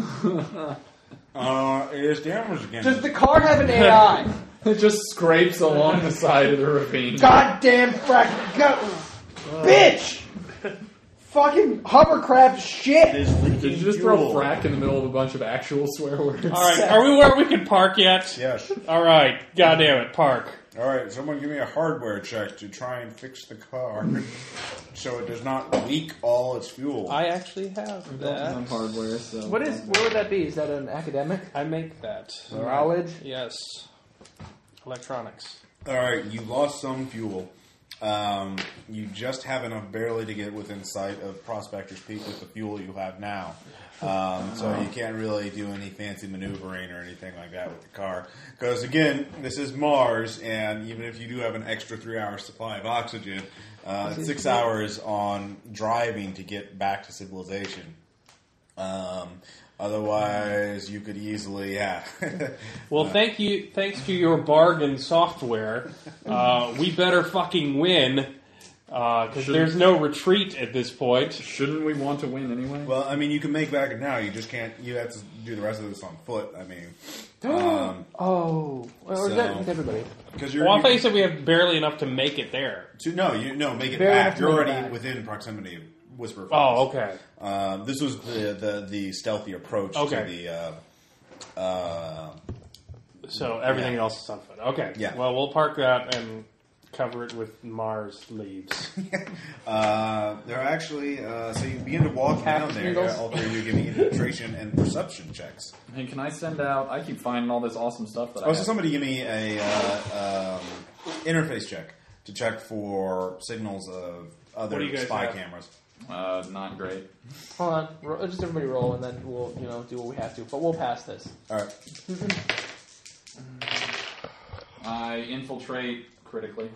[SPEAKER 1] uh, it is damage again.
[SPEAKER 4] Does the car have an AI?
[SPEAKER 3] It just scrapes along the side of the ravine.
[SPEAKER 4] Goddamn frack, go, bitch! Fucking hovercraft
[SPEAKER 1] It
[SPEAKER 4] shit.
[SPEAKER 1] is
[SPEAKER 3] Did
[SPEAKER 1] leaking
[SPEAKER 3] you just throw
[SPEAKER 1] fuel.
[SPEAKER 3] frack in the middle of a bunch of actual swear words?
[SPEAKER 2] All right, are we where we can park yet?
[SPEAKER 1] Yes.
[SPEAKER 2] All right, goddamn it, park.
[SPEAKER 1] All right. Someone give me a hardware check to try and fix the car, so it does not leak all its fuel.
[SPEAKER 2] I actually have
[SPEAKER 3] On
[SPEAKER 2] that.
[SPEAKER 3] hardware, so
[SPEAKER 4] What is? What would that be? Is that an academic?
[SPEAKER 2] I make that.
[SPEAKER 4] Knowledge?
[SPEAKER 2] Yes. Electronics.
[SPEAKER 1] All right, you lost some fuel. Um, you just have enough barely to get within sight of Prospector's Peak with the fuel you have now. Um, so you can't really do any fancy maneuvering or anything like that with the car. Because again, this is Mars, and even if you do have an extra three-hour supply of oxygen, uh, it's six hours on driving to get back to civilization. Um, otherwise, you could easily, yeah.
[SPEAKER 2] Well, thank you. Thanks to your bargain software, uh, we better fucking win because
[SPEAKER 3] Shouldn't-
[SPEAKER 2] there's no retreat at this point.
[SPEAKER 3] Shouldn't we want to win anyway?
[SPEAKER 1] Well, I mean, you can make back it now. You just can't. You have to do the rest of this on foot. I mean, um,
[SPEAKER 4] Oh, or is that
[SPEAKER 1] So-
[SPEAKER 4] with everybody?
[SPEAKER 1] because you're
[SPEAKER 2] Well, I thought you
[SPEAKER 1] you-
[SPEAKER 2] said we have barely enough to make it there.
[SPEAKER 1] to- no, you no make it
[SPEAKER 4] Very
[SPEAKER 1] back.
[SPEAKER 4] enough to
[SPEAKER 1] You're
[SPEAKER 4] make it
[SPEAKER 1] already
[SPEAKER 4] back.
[SPEAKER 1] within proximity of Whisper.
[SPEAKER 2] Oh,
[SPEAKER 1] Falls.
[SPEAKER 2] okay.
[SPEAKER 1] Um, this was the the, the stealthy approach
[SPEAKER 2] Okay.
[SPEAKER 1] to the. Uh, uh,
[SPEAKER 2] So everything
[SPEAKER 1] Yeah.
[SPEAKER 2] else is on foot. Okay.
[SPEAKER 1] Yeah.
[SPEAKER 2] Well, we'll park that and cover it with Mars leaves.
[SPEAKER 1] uh, they're actually uh, so you begin to walk down there.
[SPEAKER 4] needles.
[SPEAKER 1] Yeah, all three of you give me infiltration and perception checks.
[SPEAKER 3] Hey, can I send out? I keep finding all this awesome stuff that I
[SPEAKER 1] Oh, so
[SPEAKER 3] have.
[SPEAKER 1] somebody give me a uh, um, interface check to check for signals of
[SPEAKER 2] What do
[SPEAKER 1] other
[SPEAKER 2] you guys
[SPEAKER 1] spy
[SPEAKER 2] have?
[SPEAKER 1] cameroras.
[SPEAKER 3] Uh, not great.
[SPEAKER 4] Hold on, Ro- just everybody roll, and then we'll you know do what we have to. But we'll pass this.
[SPEAKER 1] All right.
[SPEAKER 3] I infiltrate critically.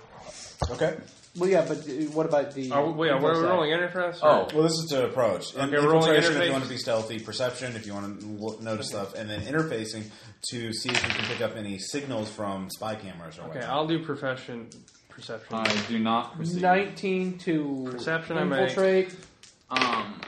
[SPEAKER 1] Okay.
[SPEAKER 4] Well, yeah, but uh, what about the?
[SPEAKER 2] Oh, Are we, yeah, we're rolling interface.
[SPEAKER 3] or-
[SPEAKER 1] Well, this is to approach.
[SPEAKER 2] Okay,
[SPEAKER 1] Infiltration
[SPEAKER 2] rolling
[SPEAKER 1] if
[SPEAKER 2] interface.
[SPEAKER 1] you want to be stealthy, perception if you want to look, notice stuff, and then interfacing to see if you can pick up any signals from spy cameras or
[SPEAKER 2] Okay,
[SPEAKER 1] whatnot.
[SPEAKER 2] I'll do profession perception.
[SPEAKER 3] I do not perceive.
[SPEAKER 4] Nineteen to
[SPEAKER 2] Perception, I make.
[SPEAKER 4] infiltrate.
[SPEAKER 3] Um,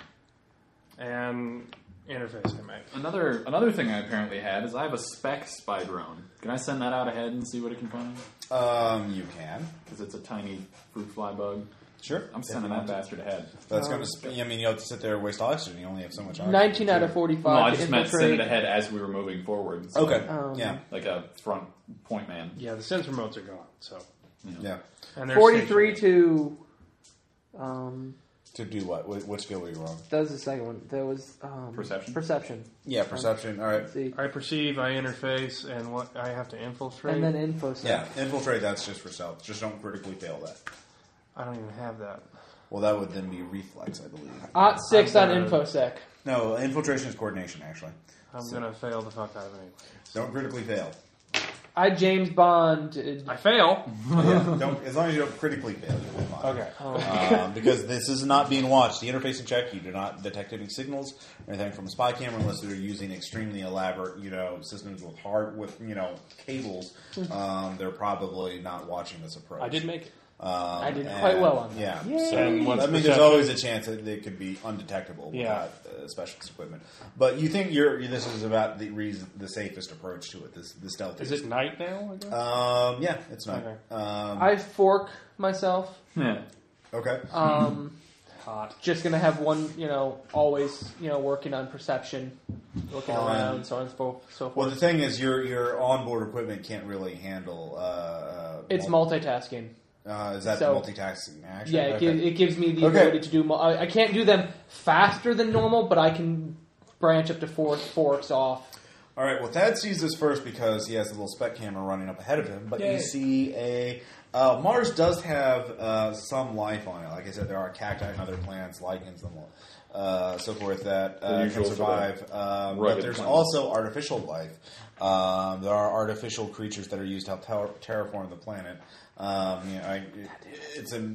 [SPEAKER 2] and interface I make.
[SPEAKER 3] another another thing I apparently had is I have a spec spy drone. Can I send that out ahead and see what it can find?
[SPEAKER 1] Um, you can.
[SPEAKER 3] Because it's a tiny fruit fly bug.
[SPEAKER 1] Sure.
[SPEAKER 3] I'm sending that bastard ahead.
[SPEAKER 1] That's going to. Sp- I mean, you have to sit there and waste oxygen. You only have so much oxygen.
[SPEAKER 4] Nineteen out of
[SPEAKER 3] No, I
[SPEAKER 4] forty-five to
[SPEAKER 3] just meant send it
[SPEAKER 4] infiltrate.
[SPEAKER 3] ahead as we were moving forward. so-
[SPEAKER 1] Okay.
[SPEAKER 4] Um,
[SPEAKER 1] yeah.
[SPEAKER 3] Like a front point man.
[SPEAKER 2] Yeah, the sensor modes are gone. So
[SPEAKER 1] Yeah.
[SPEAKER 2] and they're
[SPEAKER 4] Forty-three
[SPEAKER 2] stationary.
[SPEAKER 4] to. Um,
[SPEAKER 1] To do what? What, what skill were you on?
[SPEAKER 4] that was the second one. That was um,
[SPEAKER 3] Perception?
[SPEAKER 4] Perception.
[SPEAKER 1] Yeah, perception. All right.
[SPEAKER 4] Let's see,
[SPEAKER 2] I perceive, I interface, and what I have to infiltrate.
[SPEAKER 4] and then info. sec.
[SPEAKER 1] Yeah, infiltrate. That's just for stealth. Just don't critically fail that.
[SPEAKER 2] I don't even have that.
[SPEAKER 1] Well, that would then be reflex, I believe.
[SPEAKER 4] Ot six
[SPEAKER 2] I'm
[SPEAKER 4] on
[SPEAKER 2] gonna-
[SPEAKER 4] infosec.
[SPEAKER 1] No, infiltration is coordination. Actually,
[SPEAKER 2] I'm gonna fail the fuck out of it. anyway.
[SPEAKER 1] don't critically fail.
[SPEAKER 4] I James Bond. uh,
[SPEAKER 2] I fail.
[SPEAKER 1] Yeah, don't, as long as you don't critically fail, you'll be fine.
[SPEAKER 2] Okay.
[SPEAKER 1] Um, because this is not being watched. The interfacing check, you do not detect any signals or anything from a spy camera unless they're using extremely elaborate, you know, systems with hard with you know cables. Um, they're probably not watching this approach.
[SPEAKER 2] I did make it.
[SPEAKER 1] Um,
[SPEAKER 4] I did
[SPEAKER 1] and-
[SPEAKER 4] quite well on
[SPEAKER 1] Yeah.
[SPEAKER 4] that. Yay.
[SPEAKER 1] So,
[SPEAKER 2] And what's
[SPEAKER 1] I mean, there's
[SPEAKER 2] perception?
[SPEAKER 1] always a chance that they could be undetectable
[SPEAKER 2] Yeah.
[SPEAKER 1] without uh, specialist equipment. But you think you're this is about the reason the safest approach to it. This the stealth.
[SPEAKER 2] Is it night now? I guess?
[SPEAKER 1] Um, yeah, it's not.
[SPEAKER 2] Okay.
[SPEAKER 1] Um,
[SPEAKER 4] I fork myself.
[SPEAKER 3] Yeah.
[SPEAKER 1] okay.
[SPEAKER 4] Um,
[SPEAKER 2] Hot.
[SPEAKER 4] just gonna have one. You know, always. You know, working on perception, looking
[SPEAKER 1] Um,
[SPEAKER 4] around, so on and so so forth.
[SPEAKER 1] Well, the thing is, your your onboard equipment can't really handle. Uh, uh,
[SPEAKER 4] it's
[SPEAKER 1] mul-
[SPEAKER 4] multitasking.
[SPEAKER 1] Uh, is that
[SPEAKER 4] so-
[SPEAKER 1] the multitasking action?
[SPEAKER 4] Yeah, it,
[SPEAKER 1] Okay.
[SPEAKER 4] gives, it gives me the
[SPEAKER 1] Okay.
[SPEAKER 4] ability to do. Mo- I, I can't do them faster than normal, but I can branch up to four forks off.
[SPEAKER 1] All right. Well, Thad sees this first because he has a little spec camera running up ahead of him. But
[SPEAKER 4] Yay.
[SPEAKER 1] you see a uh, Mars does have uh, some life on it. Like I said, there are cacti and other plants, lichens, and uh, so forth that uh,
[SPEAKER 3] usual
[SPEAKER 1] can
[SPEAKER 3] sort of
[SPEAKER 1] survive. Um, but
[SPEAKER 3] rugged
[SPEAKER 1] there's
[SPEAKER 3] plants.
[SPEAKER 1] also artificial life. Um, there are artificial creatures that are used to help ter- terraform the planet. Um, you know, I, it's a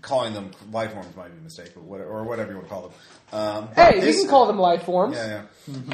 [SPEAKER 1] calling them life forms might be a mistake, but what, or whatever you want to call them. Um, but
[SPEAKER 4] Hey, you
[SPEAKER 1] this-
[SPEAKER 4] can call them life forms.
[SPEAKER 1] yeah, yeah.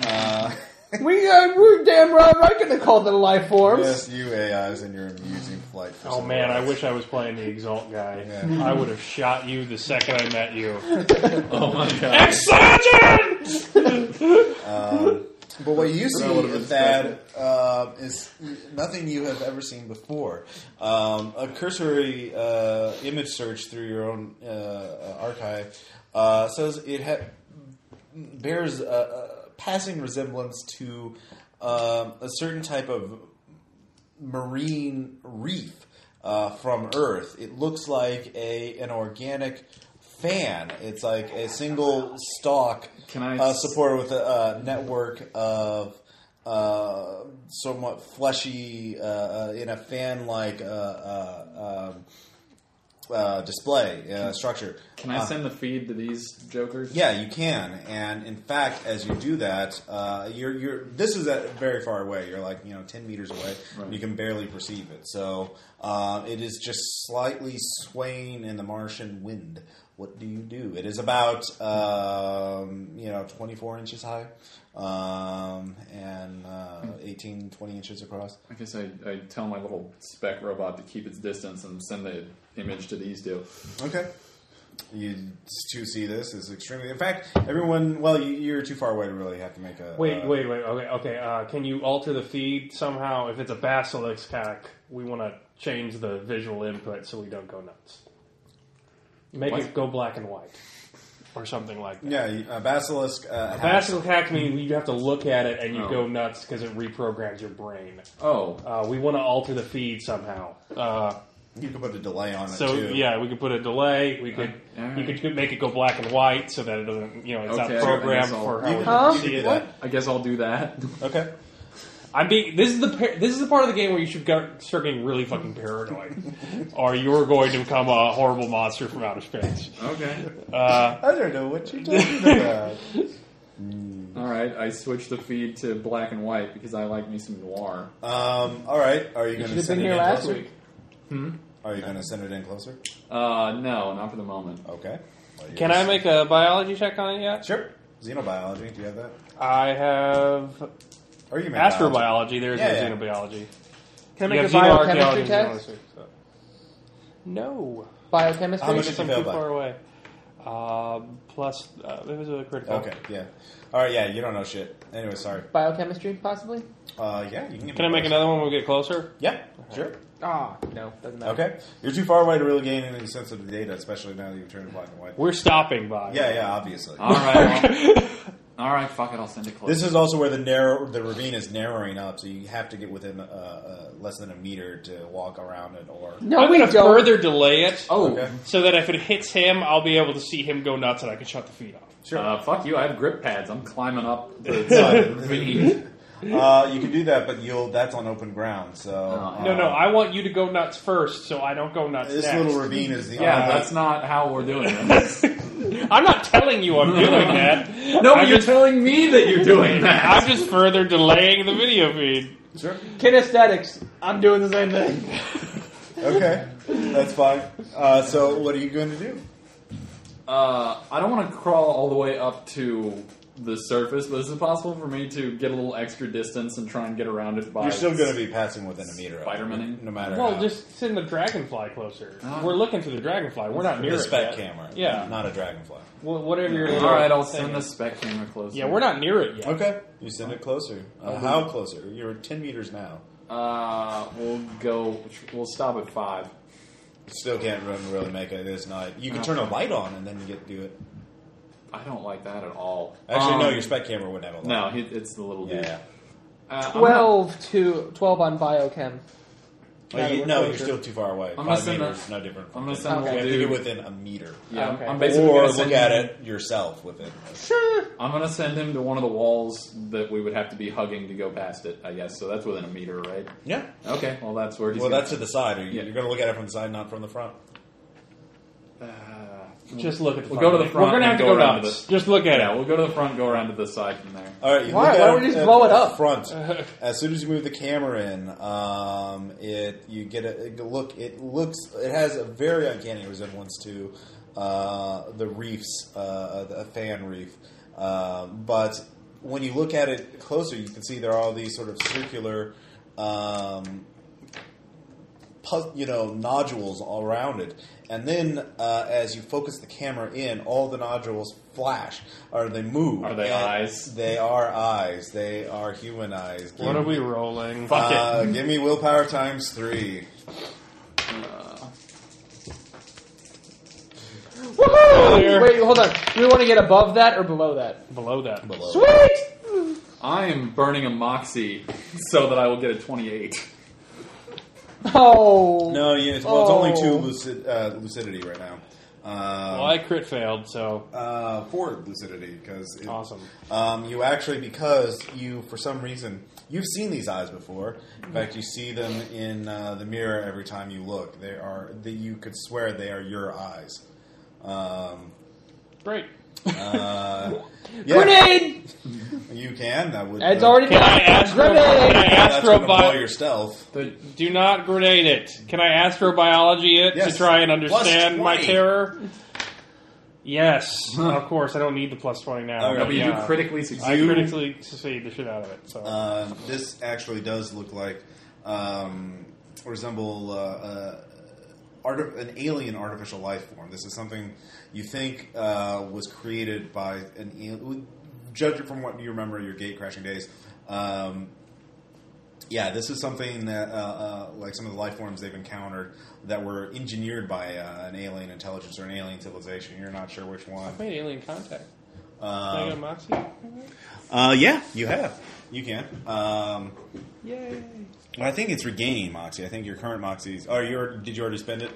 [SPEAKER 1] Uh,
[SPEAKER 4] We uh, we're damn right, right gonna call them life forms.
[SPEAKER 1] Yes, you AIs and your amusing flight. for
[SPEAKER 2] Oh
[SPEAKER 1] some
[SPEAKER 2] man, I
[SPEAKER 1] reason.
[SPEAKER 2] wish I was playing the exalt guy.
[SPEAKER 1] Yeah.
[SPEAKER 2] I would have shot you the second I met you.
[SPEAKER 3] Oh my god.
[SPEAKER 2] Ex sergeant!
[SPEAKER 1] Um, but what you see,
[SPEAKER 3] would've been
[SPEAKER 1] Thad, uh, is nothing you have ever seen before. Um, a cursory uh, image search through your own uh, uh, archive uh, says it ha- bears a, a passing resemblance to um, a certain type of marine reef uh, from Earth. It looks like a an organic fan. It's like a single stalk
[SPEAKER 3] Can I-
[SPEAKER 1] uh, supported with a uh, network of uh, somewhat fleshy uh, uh, in a fan like uh, uh, um, uh, display uh, structure.
[SPEAKER 3] Can I
[SPEAKER 1] Uh,
[SPEAKER 3] send the feed to these jokers?
[SPEAKER 1] yeah, you can, and in fact, as you do that, uh, you're you're this is at very far away. You're like you know ten meters away.
[SPEAKER 3] Right.
[SPEAKER 1] You can barely perceive it. So uh, it is just slightly swaying in the Martian wind. What do you do? It is about um, you know twenty four inches high um, and uh, 18, 20 inches across.
[SPEAKER 3] I guess I, I tell my little spec robot to keep its distance and send the image to these two.
[SPEAKER 1] Okay. You to see this is extremely. In fact, everyone. Well, you, you're too far away to really have to make a.
[SPEAKER 2] Wait,
[SPEAKER 1] uh,
[SPEAKER 2] wait, wait. Okay, okay. Uh, can you alter the feed somehow? If it's a basilisk hack, we want to change the visual input so we don't go nuts. Make
[SPEAKER 3] What?
[SPEAKER 2] it go black and white, or something like that.
[SPEAKER 1] Yeah, you- a basilisk. Uh, has-
[SPEAKER 2] Basilisk hack means you have to look at it and you
[SPEAKER 3] Oh.
[SPEAKER 2] go nuts because it reprograms your brain.
[SPEAKER 3] Oh,
[SPEAKER 2] Uh, we want to alter the feed somehow. Uh,
[SPEAKER 1] You can put a delay on it
[SPEAKER 2] so
[SPEAKER 1] too.
[SPEAKER 2] yeah, we could put a delay. We could
[SPEAKER 3] Uh, all
[SPEAKER 2] you
[SPEAKER 3] right.
[SPEAKER 2] could make it go black and white so that it doesn't you know it's
[SPEAKER 3] Okay, I
[SPEAKER 2] not
[SPEAKER 3] guess
[SPEAKER 2] programmed
[SPEAKER 3] I'll-
[SPEAKER 2] for
[SPEAKER 1] You
[SPEAKER 2] how we
[SPEAKER 1] can-
[SPEAKER 4] Huh?
[SPEAKER 1] you can do
[SPEAKER 4] What?
[SPEAKER 1] that.
[SPEAKER 3] I guess I'll do that.
[SPEAKER 1] Okay.
[SPEAKER 2] I'm being. This is the par- this is the part of the game where you should go, start getting really fucking paranoid, or you're going to become a horrible monster from outer space.
[SPEAKER 3] okay.
[SPEAKER 2] Uh,
[SPEAKER 1] I don't know what you're talking about.
[SPEAKER 3] All right. I switch the feed to black and white because I like me some noir.
[SPEAKER 1] um, all right. Are you going to
[SPEAKER 4] Should've
[SPEAKER 1] send
[SPEAKER 4] been
[SPEAKER 1] it
[SPEAKER 4] here
[SPEAKER 1] in
[SPEAKER 4] last
[SPEAKER 1] closer?
[SPEAKER 4] week.
[SPEAKER 1] Are you going to send it in closer?
[SPEAKER 3] Uh, no, not for the moment.
[SPEAKER 1] Okay. Well, you're
[SPEAKER 2] can
[SPEAKER 1] just-
[SPEAKER 2] I make a biology check on it yet?
[SPEAKER 1] Sure. Xenobiology. Do you have that?
[SPEAKER 2] I have
[SPEAKER 1] Or you make biology.
[SPEAKER 2] astrobiology. There is
[SPEAKER 1] Yeah,
[SPEAKER 2] no
[SPEAKER 1] yeah.
[SPEAKER 2] xenobiology.
[SPEAKER 4] Can I
[SPEAKER 2] You have
[SPEAKER 4] make a biochemistry
[SPEAKER 2] xenoarchaeology and
[SPEAKER 4] test?
[SPEAKER 2] xenobiology, so- No,
[SPEAKER 1] How
[SPEAKER 4] Biochemistry.
[SPEAKER 1] much-
[SPEAKER 2] because I'm
[SPEAKER 1] fail
[SPEAKER 2] too
[SPEAKER 1] by?
[SPEAKER 2] far away. Um, plus, uh, it was a critical.
[SPEAKER 1] Okay. Yeah. All right. Yeah. You don't know shit. Anyway, sorry.
[SPEAKER 4] Biochemistry, possibly.
[SPEAKER 1] Uh, yeah. You can.
[SPEAKER 2] Can I make another one when we get closer?
[SPEAKER 1] Yeah. Sure.
[SPEAKER 4] Ah, no, doesn't matter.
[SPEAKER 1] Okay. You're too far away to really gain any sense of the data, especially now that you've turned it black and white.
[SPEAKER 2] We're stopping by.
[SPEAKER 1] Yeah. Yeah. Obviously.
[SPEAKER 3] All right. well- all right. Fuck it. I'll send it close.
[SPEAKER 1] This is also where the narrow the ravine is narrowing up, so you have to get within uh, uh, less than a meter to walk around it. Or
[SPEAKER 4] No,
[SPEAKER 2] I'm
[SPEAKER 4] we
[SPEAKER 2] going
[SPEAKER 4] don't.
[SPEAKER 2] to further delay it.
[SPEAKER 3] oh,
[SPEAKER 1] okay,
[SPEAKER 2] So that if it hits him, I'll be able to see him go nuts and I can shut the feed off.
[SPEAKER 1] sure.
[SPEAKER 3] Uh, fuck you. I have grip pads. I'm climbing up the
[SPEAKER 1] Fine. uh, you can do that, but you'll that's on open ground. So
[SPEAKER 3] Oh,
[SPEAKER 2] No,
[SPEAKER 1] uh,
[SPEAKER 2] no, I want you to go nuts first so I don't go nuts
[SPEAKER 1] this
[SPEAKER 2] next.
[SPEAKER 1] little ravine is the
[SPEAKER 3] Yeah,
[SPEAKER 1] uh,
[SPEAKER 3] that's not how we're doing this.
[SPEAKER 2] I'm not telling you I'm doing that.
[SPEAKER 3] no,
[SPEAKER 2] I'm
[SPEAKER 3] but you're
[SPEAKER 2] just,
[SPEAKER 3] telling me that you're doing that.
[SPEAKER 2] I'm just further delaying the video feed.
[SPEAKER 1] sure.
[SPEAKER 4] Kinesthetics. I'm doing the same thing.
[SPEAKER 1] Okay, that's fine. Uh, so what are you going to do?
[SPEAKER 3] Uh, I don't want to crawl all the way up to the surface, but is it possible for me to get a little extra distance and try and get around it by?
[SPEAKER 1] You're still going to be passing within a meter, of it,
[SPEAKER 3] Spider-Man-ing?
[SPEAKER 1] no matter.
[SPEAKER 2] Well,
[SPEAKER 1] how.
[SPEAKER 2] just send the dragonfly closer.
[SPEAKER 3] Ah.
[SPEAKER 2] We're looking to the dragonfly. We're not near
[SPEAKER 1] the
[SPEAKER 2] it
[SPEAKER 1] spec
[SPEAKER 2] yet.
[SPEAKER 1] camera,
[SPEAKER 2] Yeah.
[SPEAKER 1] not a dragonfly.
[SPEAKER 2] Wha- Whatever your
[SPEAKER 3] All
[SPEAKER 2] little
[SPEAKER 3] right, I'll
[SPEAKER 2] thing
[SPEAKER 3] send the
[SPEAKER 2] is.
[SPEAKER 3] spec camera closer.
[SPEAKER 2] Yeah, we're not near it yet.
[SPEAKER 1] Okay, you send it closer. Uh,
[SPEAKER 2] Mm-hmm.
[SPEAKER 1] how closer? You're ten meters now.
[SPEAKER 3] Uh, we'll go. We'll stop at five.
[SPEAKER 1] Still can't run, really make it. It's not. You can turn a light on and then you get to do it.
[SPEAKER 3] I don't like that at all.
[SPEAKER 1] Actually, no.
[SPEAKER 3] Um,
[SPEAKER 1] Your spec camera wouldn't have a light.
[SPEAKER 3] No, he, it's the little dude.
[SPEAKER 1] Yeah.
[SPEAKER 3] Uh, I'm gonna-
[SPEAKER 4] Twelve to twelve on biochem.
[SPEAKER 1] Well, you,
[SPEAKER 4] we're
[SPEAKER 1] no, you're
[SPEAKER 4] closer.
[SPEAKER 1] still too far away.
[SPEAKER 3] I'm gonna
[SPEAKER 1] Five
[SPEAKER 3] send
[SPEAKER 1] meters,
[SPEAKER 3] that-
[SPEAKER 1] no different.
[SPEAKER 3] I'm
[SPEAKER 1] from
[SPEAKER 3] gonna
[SPEAKER 1] ten.
[SPEAKER 3] send the
[SPEAKER 4] Okay.
[SPEAKER 1] You
[SPEAKER 3] little
[SPEAKER 1] have to
[SPEAKER 3] dude.
[SPEAKER 1] get within a meter,
[SPEAKER 3] yeah,
[SPEAKER 4] Okay.
[SPEAKER 3] I'm basically
[SPEAKER 1] or
[SPEAKER 3] gonna
[SPEAKER 1] look
[SPEAKER 3] send
[SPEAKER 1] at
[SPEAKER 3] him-
[SPEAKER 1] it yourself with it.
[SPEAKER 3] I'm gonna send him to one of the walls that we would have to be hugging to go past it. I guess so. That's within a meter, right?
[SPEAKER 1] Yeah.
[SPEAKER 3] Okay. Well, that's where he's.
[SPEAKER 1] Well,
[SPEAKER 3] gonna-
[SPEAKER 1] that's to the side. Are you,
[SPEAKER 3] Yeah.
[SPEAKER 1] You're going to look at it from the side, not from the front.
[SPEAKER 3] Uh,
[SPEAKER 2] Just look at the
[SPEAKER 3] We'll
[SPEAKER 2] front.
[SPEAKER 3] go to the front
[SPEAKER 2] We're gonna have
[SPEAKER 3] and
[SPEAKER 2] to
[SPEAKER 3] go
[SPEAKER 2] go
[SPEAKER 3] around
[SPEAKER 2] nuts.
[SPEAKER 3] to
[SPEAKER 2] Just look at
[SPEAKER 3] yeah,
[SPEAKER 2] it.
[SPEAKER 3] we'll go to the front, go around to the side from there.
[SPEAKER 1] All right. You
[SPEAKER 4] Why-
[SPEAKER 1] look at
[SPEAKER 4] why
[SPEAKER 1] it
[SPEAKER 4] don't we just
[SPEAKER 1] at
[SPEAKER 4] blow it
[SPEAKER 1] the
[SPEAKER 4] up?
[SPEAKER 1] Front. as soon as you move the camera in, um, it you get a, a look. It looks. It has a very uncanny resemblance to uh, the reefs, uh, a fan reef, Um but when you look at it closer, you can see there are all these sort of circular, um, pu- you know, nodules all around it. And then uh, as you focus the camera in, all the nodules flash or they move.
[SPEAKER 3] Are they
[SPEAKER 1] And
[SPEAKER 3] eyes?
[SPEAKER 1] They are eyes. They are human eyes.
[SPEAKER 2] What are we rolling?
[SPEAKER 3] Fuck it.
[SPEAKER 1] Uh, give me willpower times three.
[SPEAKER 4] Woohoo! Wait, hold on. Do we want to get above that or below that?
[SPEAKER 2] Below that.
[SPEAKER 1] Below.
[SPEAKER 4] Sweet!
[SPEAKER 3] I am burning a moxie so that I will get a 28.
[SPEAKER 4] Oh.
[SPEAKER 1] No, yeah, it's, well, it's only
[SPEAKER 4] Oh.
[SPEAKER 1] two lucid, uh, lucidity right now. Um,
[SPEAKER 2] Well, I crit failed, so
[SPEAKER 1] uh, for lucidity because
[SPEAKER 2] awesome.
[SPEAKER 1] Um, you actually because you for some reason you've seen these eyes before. In fact, you see them in uh, the mirror every time you look. They are that you could swear they are your eyes. Um,
[SPEAKER 2] Great.
[SPEAKER 1] uh, yeah,
[SPEAKER 4] Grenade!
[SPEAKER 1] you can. That would.
[SPEAKER 4] Ed's
[SPEAKER 1] uh,
[SPEAKER 4] already
[SPEAKER 2] Can I astro?
[SPEAKER 4] Grenade!
[SPEAKER 2] Can I
[SPEAKER 1] yeah, that's gonna
[SPEAKER 2] astro?
[SPEAKER 1] blow
[SPEAKER 2] Bi-
[SPEAKER 1] your stealth.
[SPEAKER 2] do not grenade it. Can I astrobiology it
[SPEAKER 1] Yes.
[SPEAKER 2] to try and
[SPEAKER 1] Plus
[SPEAKER 2] understand my
[SPEAKER 1] 20.
[SPEAKER 2] terror? Yes, of course. I don't need the plus twenty now.
[SPEAKER 1] Okay.
[SPEAKER 3] No, but you
[SPEAKER 2] yeah.
[SPEAKER 3] do critically
[SPEAKER 2] I
[SPEAKER 3] succeed.
[SPEAKER 2] critically succeed the shit out of it. So
[SPEAKER 1] Uh, this actually does look like um, resemble uh, uh, arti- an alien artificial life form. This is something you think uh, was created by an alien. Judge it from what you remember of your gate crashing days. Um, yeah, this is something that, uh, uh, like some of the life forms they've encountered, that were engineered by uh, an alien intelligence or an alien civilization. You're not sure which one.
[SPEAKER 2] made alien contact. Can I
[SPEAKER 1] Um,
[SPEAKER 2] get a moxie?
[SPEAKER 1] uh, yeah, you have. You can. Um,
[SPEAKER 4] Yay.
[SPEAKER 1] Well, I think it's regaining moxie. I think your current moxie's. Oh, you are did you already spend it?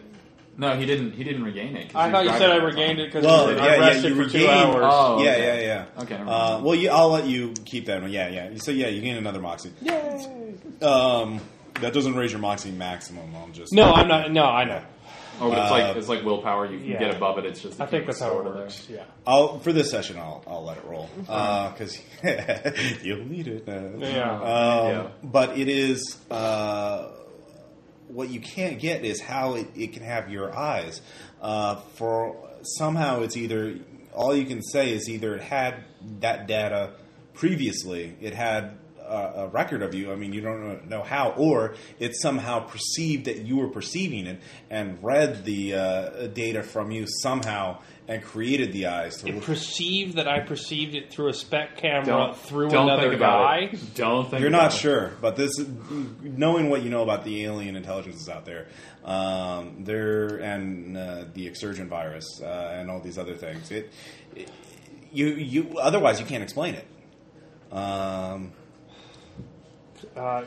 [SPEAKER 3] No, he didn't. He didn't regain it. 'cause
[SPEAKER 2] I
[SPEAKER 3] he
[SPEAKER 2] thought you
[SPEAKER 3] died
[SPEAKER 2] said I
[SPEAKER 3] at that
[SPEAKER 2] regained it
[SPEAKER 3] time.
[SPEAKER 2] because
[SPEAKER 1] Well, yeah,
[SPEAKER 2] I
[SPEAKER 1] yeah,
[SPEAKER 2] rested
[SPEAKER 1] you
[SPEAKER 2] for two
[SPEAKER 1] regained-
[SPEAKER 2] hours.
[SPEAKER 3] Oh,
[SPEAKER 1] yeah,
[SPEAKER 3] okay.
[SPEAKER 1] yeah, yeah.
[SPEAKER 3] Okay, never mind.
[SPEAKER 1] Uh, well, you, I'll let you keep that one. Yeah, yeah. So yeah, you gain another moxie.
[SPEAKER 4] Yay.
[SPEAKER 1] Um, that doesn't raise your moxie maximum. I'll just
[SPEAKER 2] No, I'm not. No, I know.
[SPEAKER 3] Oh, but
[SPEAKER 1] Uh,
[SPEAKER 3] it's like it's like willpower. You can
[SPEAKER 2] yeah.
[SPEAKER 3] get above it. It's just
[SPEAKER 2] I think that's how it
[SPEAKER 3] sorta there.
[SPEAKER 2] works. Yeah.
[SPEAKER 1] I'll for this session. I'll I'll let it roll because you'll need it. uh.
[SPEAKER 2] Yeah.
[SPEAKER 1] Um,
[SPEAKER 3] Yeah.
[SPEAKER 1] But it is uh, what you can't get is how it, it can have your eyes. Uh, for somehow it's either all you can say is either it had that data previously, it had a, a record of you. I mean, you don't know how, or it somehow perceived that you were perceiving it and read the uh, data from you somehow and created the eyes to
[SPEAKER 2] It
[SPEAKER 1] look
[SPEAKER 2] perceived that I perceived it through a spec camera
[SPEAKER 3] Don't
[SPEAKER 2] through
[SPEAKER 3] don't
[SPEAKER 2] another
[SPEAKER 3] think about
[SPEAKER 2] guy.
[SPEAKER 3] it. Don't think.
[SPEAKER 1] You're not
[SPEAKER 3] about it.
[SPEAKER 1] sure, but this, knowing what you know about the alien intelligences out there, um, there and uh, the exurgent virus uh, and all these other things, it, it you you otherwise you can't explain it. Um,
[SPEAKER 2] Uh,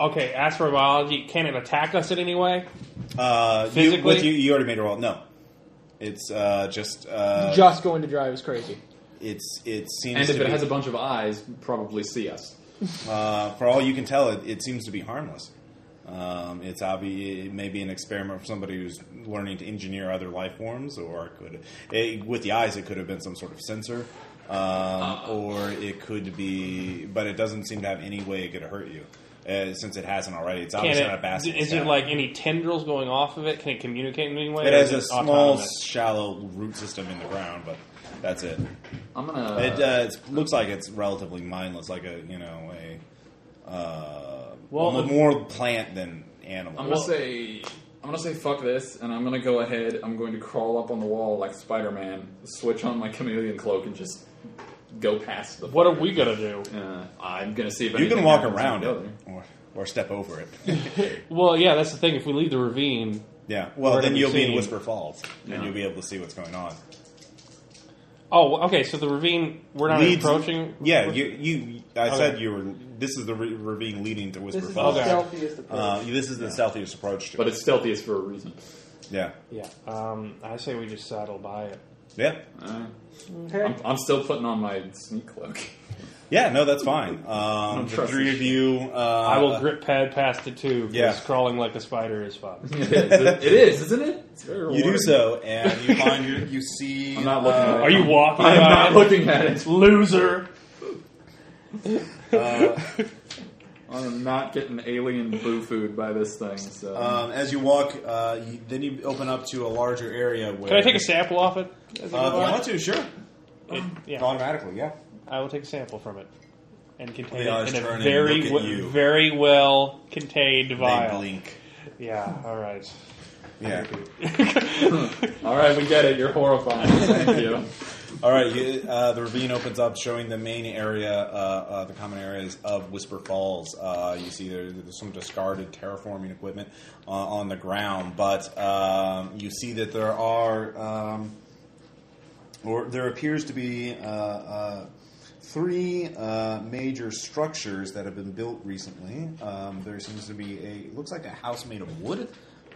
[SPEAKER 2] okay, astrobiology. Can it attack us in any way?
[SPEAKER 1] uh, you,
[SPEAKER 2] Physically?
[SPEAKER 1] with you, you already made a roll. No, it's uh, just uh,
[SPEAKER 4] Just going to drive is crazy.
[SPEAKER 1] it's it seems
[SPEAKER 3] And if
[SPEAKER 1] to
[SPEAKER 3] it
[SPEAKER 1] be,
[SPEAKER 3] has a bunch of eyes, probably see us.
[SPEAKER 1] uh, for all you can tell, it, it seems to be harmless. Um, it's obvi- it may be an experiment for somebody who's learning to engineer other life forms, or it could it, with the eyes, it could have been some sort of sensor, um,
[SPEAKER 2] Uh-huh.
[SPEAKER 1] or it could be. But it doesn't seem to have any way it could hurt you, uh, since it hasn't already. It's
[SPEAKER 2] Can
[SPEAKER 1] obviously not a
[SPEAKER 2] it?
[SPEAKER 1] basket.
[SPEAKER 2] Is it
[SPEAKER 1] staff.
[SPEAKER 2] like any tendrils going off of it? Can it communicate in any way?
[SPEAKER 1] it
[SPEAKER 2] or
[SPEAKER 1] has
[SPEAKER 2] is
[SPEAKER 1] a small,
[SPEAKER 2] autonomous?
[SPEAKER 1] shallow root system in the ground, but that's it.
[SPEAKER 3] I'm gonna.
[SPEAKER 1] It uh, it's, looks like it's relatively mindless, like a you know a uh,
[SPEAKER 2] Well,
[SPEAKER 1] well,
[SPEAKER 2] the-
[SPEAKER 1] more plant than animal.
[SPEAKER 3] I'm gonna say. I'm gonna say fuck this, and I'm gonna go ahead. I'm going to crawl up on the wall like Spider-Man, switch on my chameleon cloak, and just go past the.
[SPEAKER 2] What are we gonna do?
[SPEAKER 3] Uh, I'm gonna see if
[SPEAKER 1] you
[SPEAKER 3] anything
[SPEAKER 1] can walk
[SPEAKER 3] happens
[SPEAKER 1] around
[SPEAKER 3] to the
[SPEAKER 1] it
[SPEAKER 3] other.
[SPEAKER 1] or, or step over it.
[SPEAKER 2] Well, yeah, that's the thing. If we leave the ravine,
[SPEAKER 1] yeah. Well,
[SPEAKER 2] We're
[SPEAKER 1] then
[SPEAKER 2] gonna
[SPEAKER 1] you'll
[SPEAKER 2] be
[SPEAKER 1] be in
[SPEAKER 2] seen.
[SPEAKER 1] Whisper Falls
[SPEAKER 3] Yeah.
[SPEAKER 1] and you'll be able to see what's going on.
[SPEAKER 2] oh, okay. So the ravine, we're not
[SPEAKER 1] Leads-
[SPEAKER 2] approaching.
[SPEAKER 1] Yeah. You. You. I
[SPEAKER 2] Okay.
[SPEAKER 1] said you were. This is the re- ravine leading to Whisper
[SPEAKER 4] This is the
[SPEAKER 1] Falls.
[SPEAKER 2] Okay.
[SPEAKER 4] stealthiest approach.
[SPEAKER 1] Uh, this is the stealthiest approach to
[SPEAKER 3] But
[SPEAKER 1] it.
[SPEAKER 3] it's stealthiest for a reason.
[SPEAKER 1] Yeah.
[SPEAKER 2] yeah. Um, I say we just saddle by it.
[SPEAKER 1] Yeah.
[SPEAKER 3] Uh,
[SPEAKER 4] okay.
[SPEAKER 3] I'm, I'm still putting on my sneak cloak.
[SPEAKER 1] Yeah. No, that's fine. Um, the
[SPEAKER 3] trust
[SPEAKER 1] three
[SPEAKER 3] this
[SPEAKER 1] of you. Uh,
[SPEAKER 2] I will grip pad past the tube.
[SPEAKER 1] Yeah.
[SPEAKER 2] because crawling like a spider is fun.
[SPEAKER 3] it is, it is, isn't it? It's very
[SPEAKER 1] You
[SPEAKER 3] rewarding.
[SPEAKER 1] do so, and you find your. You see.
[SPEAKER 3] I'm not looking
[SPEAKER 1] uh,
[SPEAKER 3] at it.
[SPEAKER 2] Are you walking?
[SPEAKER 3] I'm
[SPEAKER 2] by
[SPEAKER 3] not
[SPEAKER 2] it?
[SPEAKER 3] looking at it.
[SPEAKER 2] Loser.
[SPEAKER 3] I'm not getting alien boo food by this thing. So
[SPEAKER 1] Um, as you walk, uh, you, then you open up to a larger area where.
[SPEAKER 2] Can I take a sample off it? as I
[SPEAKER 1] Uh,
[SPEAKER 2] go
[SPEAKER 1] if you
[SPEAKER 2] by?
[SPEAKER 1] want to, sure.
[SPEAKER 2] It- yeah,
[SPEAKER 1] Automatically, yeah.
[SPEAKER 2] I will take a sample from it. and contain
[SPEAKER 1] They
[SPEAKER 2] it
[SPEAKER 1] always
[SPEAKER 2] in a
[SPEAKER 1] turn and
[SPEAKER 2] very
[SPEAKER 1] look at
[SPEAKER 2] we-
[SPEAKER 1] you.
[SPEAKER 2] very well contained
[SPEAKER 1] They
[SPEAKER 2] vial.
[SPEAKER 1] blink.
[SPEAKER 2] Yeah, all right.
[SPEAKER 1] Yeah.
[SPEAKER 3] All right, we get it. You're horrifying. Thank you.
[SPEAKER 1] All right. You, uh, the ravine opens up, showing the main area, uh, uh, the common areas of Whisper Falls. Uh, you see there, there's some discarded terraforming equipment uh, on the ground, but um, you see that there are, um, or there appears to be. Uh, uh, Three uh, major structures that have been built recently. Um, there seems to be a looks like a house made of wood,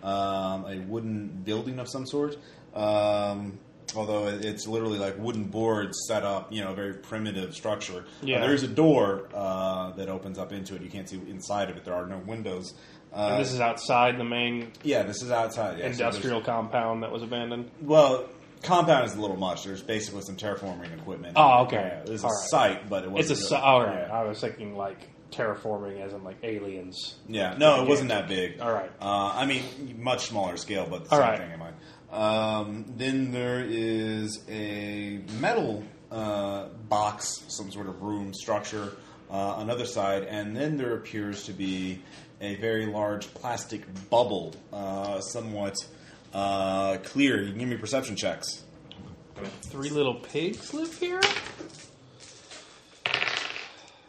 [SPEAKER 1] um, a wooden building of some sort. Um, although it- it's literally like wooden boards set up, you know, very primitive structure. Uh,
[SPEAKER 2] Yeah.
[SPEAKER 1] there is a door uh, that opens up into it. You can't see inside of it. There are no windows. Uh,
[SPEAKER 2] And this is outside the main
[SPEAKER 1] yeah, this is outside. yeah, so there's-
[SPEAKER 2] industrial compound that was abandoned.
[SPEAKER 1] well, compound is a little much. There's basically some terraforming equipment.
[SPEAKER 2] Oh, okay.
[SPEAKER 1] Yeah, there's a
[SPEAKER 2] All right.
[SPEAKER 1] site, but it wasn't.
[SPEAKER 2] It's a
[SPEAKER 1] really-
[SPEAKER 2] si- all right.
[SPEAKER 1] Yeah.
[SPEAKER 2] I was thinking like terraforming, as in like aliens.
[SPEAKER 1] Yeah, no, it wasn't that big.
[SPEAKER 2] All right.
[SPEAKER 1] Uh, I mean, much smaller scale, but the
[SPEAKER 2] All
[SPEAKER 1] same
[SPEAKER 2] right.
[SPEAKER 1] thing in mind. Um, then there is a metal uh, box, some sort of room structure, uh, another side, and then there appears to be a very large plastic bubble, uh, somewhat uh, clear. You can give me perception checks.
[SPEAKER 2] Three little pigs live here.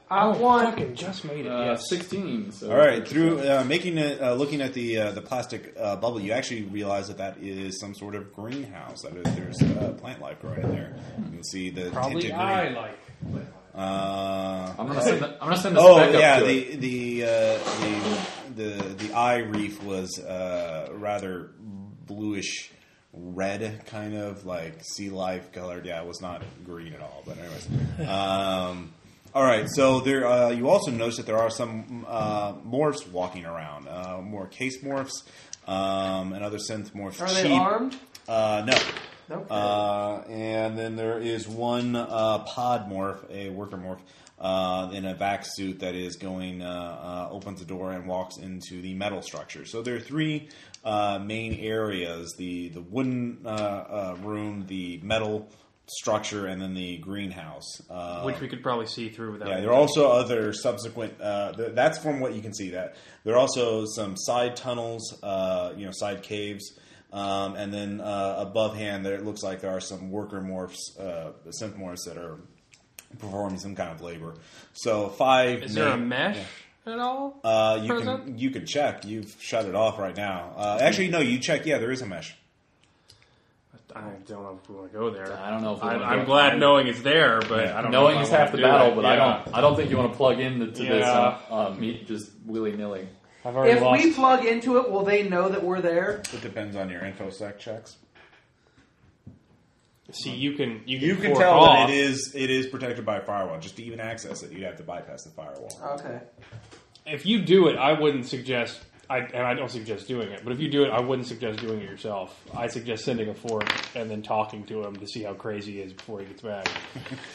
[SPEAKER 4] I want
[SPEAKER 2] Oh, fucking just made it.
[SPEAKER 3] Uh,
[SPEAKER 2] yes.
[SPEAKER 3] 16. So
[SPEAKER 1] All right, through uh, making it, uh, looking at the uh, the plastic uh, bubble, you actually realize that that is some sort of greenhouse. That is, there's uh, plant life growing there. You can see the
[SPEAKER 2] Probably
[SPEAKER 1] tinted
[SPEAKER 2] I
[SPEAKER 1] green.
[SPEAKER 2] like.
[SPEAKER 1] Uh,
[SPEAKER 3] I'm gonna send. The, I'm gonna send the
[SPEAKER 1] oh
[SPEAKER 3] spec
[SPEAKER 1] yeah,
[SPEAKER 3] up to it.
[SPEAKER 1] the the, uh, the the the eye reef was uh, rather bluish red, kind of like sea life colored. Yeah, it was not green at all. But anyways. Um, All right, so there. Uh, you also notice that there are some uh, morphs walking around, uh, more case morphs um, and other synth morphs.
[SPEAKER 4] Are they
[SPEAKER 1] Sheep-
[SPEAKER 4] armed?
[SPEAKER 1] Uh, no.
[SPEAKER 4] Okay.
[SPEAKER 1] Uh, and then there is one uh, pod morph, a worker morph, uh, in a vac suit that is going, uh, uh, opens the door and walks into the metal structure. So there are three uh, main areas the, the wooden uh, uh, room, the metal structure, and then the greenhouse. Uh,
[SPEAKER 2] Which we could probably see through without.
[SPEAKER 1] yeah, there are also other subsequent. Uh, th- that's from what you can see. That there are also some side tunnels, uh, you know, side caves, um, and then uh, above hand, there it looks like there are some worker morphs, uh, synth morphs that are performing some kind of labor. So five.
[SPEAKER 2] Is there a
[SPEAKER 1] main-
[SPEAKER 2] mesh at all?
[SPEAKER 1] Uh, you can
[SPEAKER 2] present?
[SPEAKER 1] you can check. You've shut it off right now. Uh, actually, no. You check. Yeah, there is a mesh.
[SPEAKER 2] I don't know if we want to go there.
[SPEAKER 3] I don't know if we
[SPEAKER 2] I,
[SPEAKER 3] wanna
[SPEAKER 2] I'm
[SPEAKER 3] go.
[SPEAKER 2] glad knowing it's there, but I don't.
[SPEAKER 3] Knowing
[SPEAKER 2] know if
[SPEAKER 3] is
[SPEAKER 2] I wanna
[SPEAKER 3] half the
[SPEAKER 2] do
[SPEAKER 3] battle,
[SPEAKER 2] it.
[SPEAKER 3] but
[SPEAKER 2] Yeah.
[SPEAKER 3] I don't. I don't think you want to plug into to this.
[SPEAKER 2] Yeah.
[SPEAKER 3] Uh, me just willy nilly.
[SPEAKER 2] I've already
[SPEAKER 4] If
[SPEAKER 2] lost.
[SPEAKER 4] we plug into it, will they know that we're there?
[SPEAKER 1] It depends on your infosec checks.
[SPEAKER 2] see, you can you can,
[SPEAKER 1] You can
[SPEAKER 2] fork
[SPEAKER 1] tell
[SPEAKER 2] off.
[SPEAKER 1] that it is it is protected by a firewall. Just to even access it, you have to bypass the firewall.
[SPEAKER 4] Okay.
[SPEAKER 2] If you do it, I wouldn't suggest. I, and I don't suggest doing it, but if you do it, I wouldn't suggest doing it yourself. I suggest sending a fork and then talking to him to see how crazy he is before he gets back.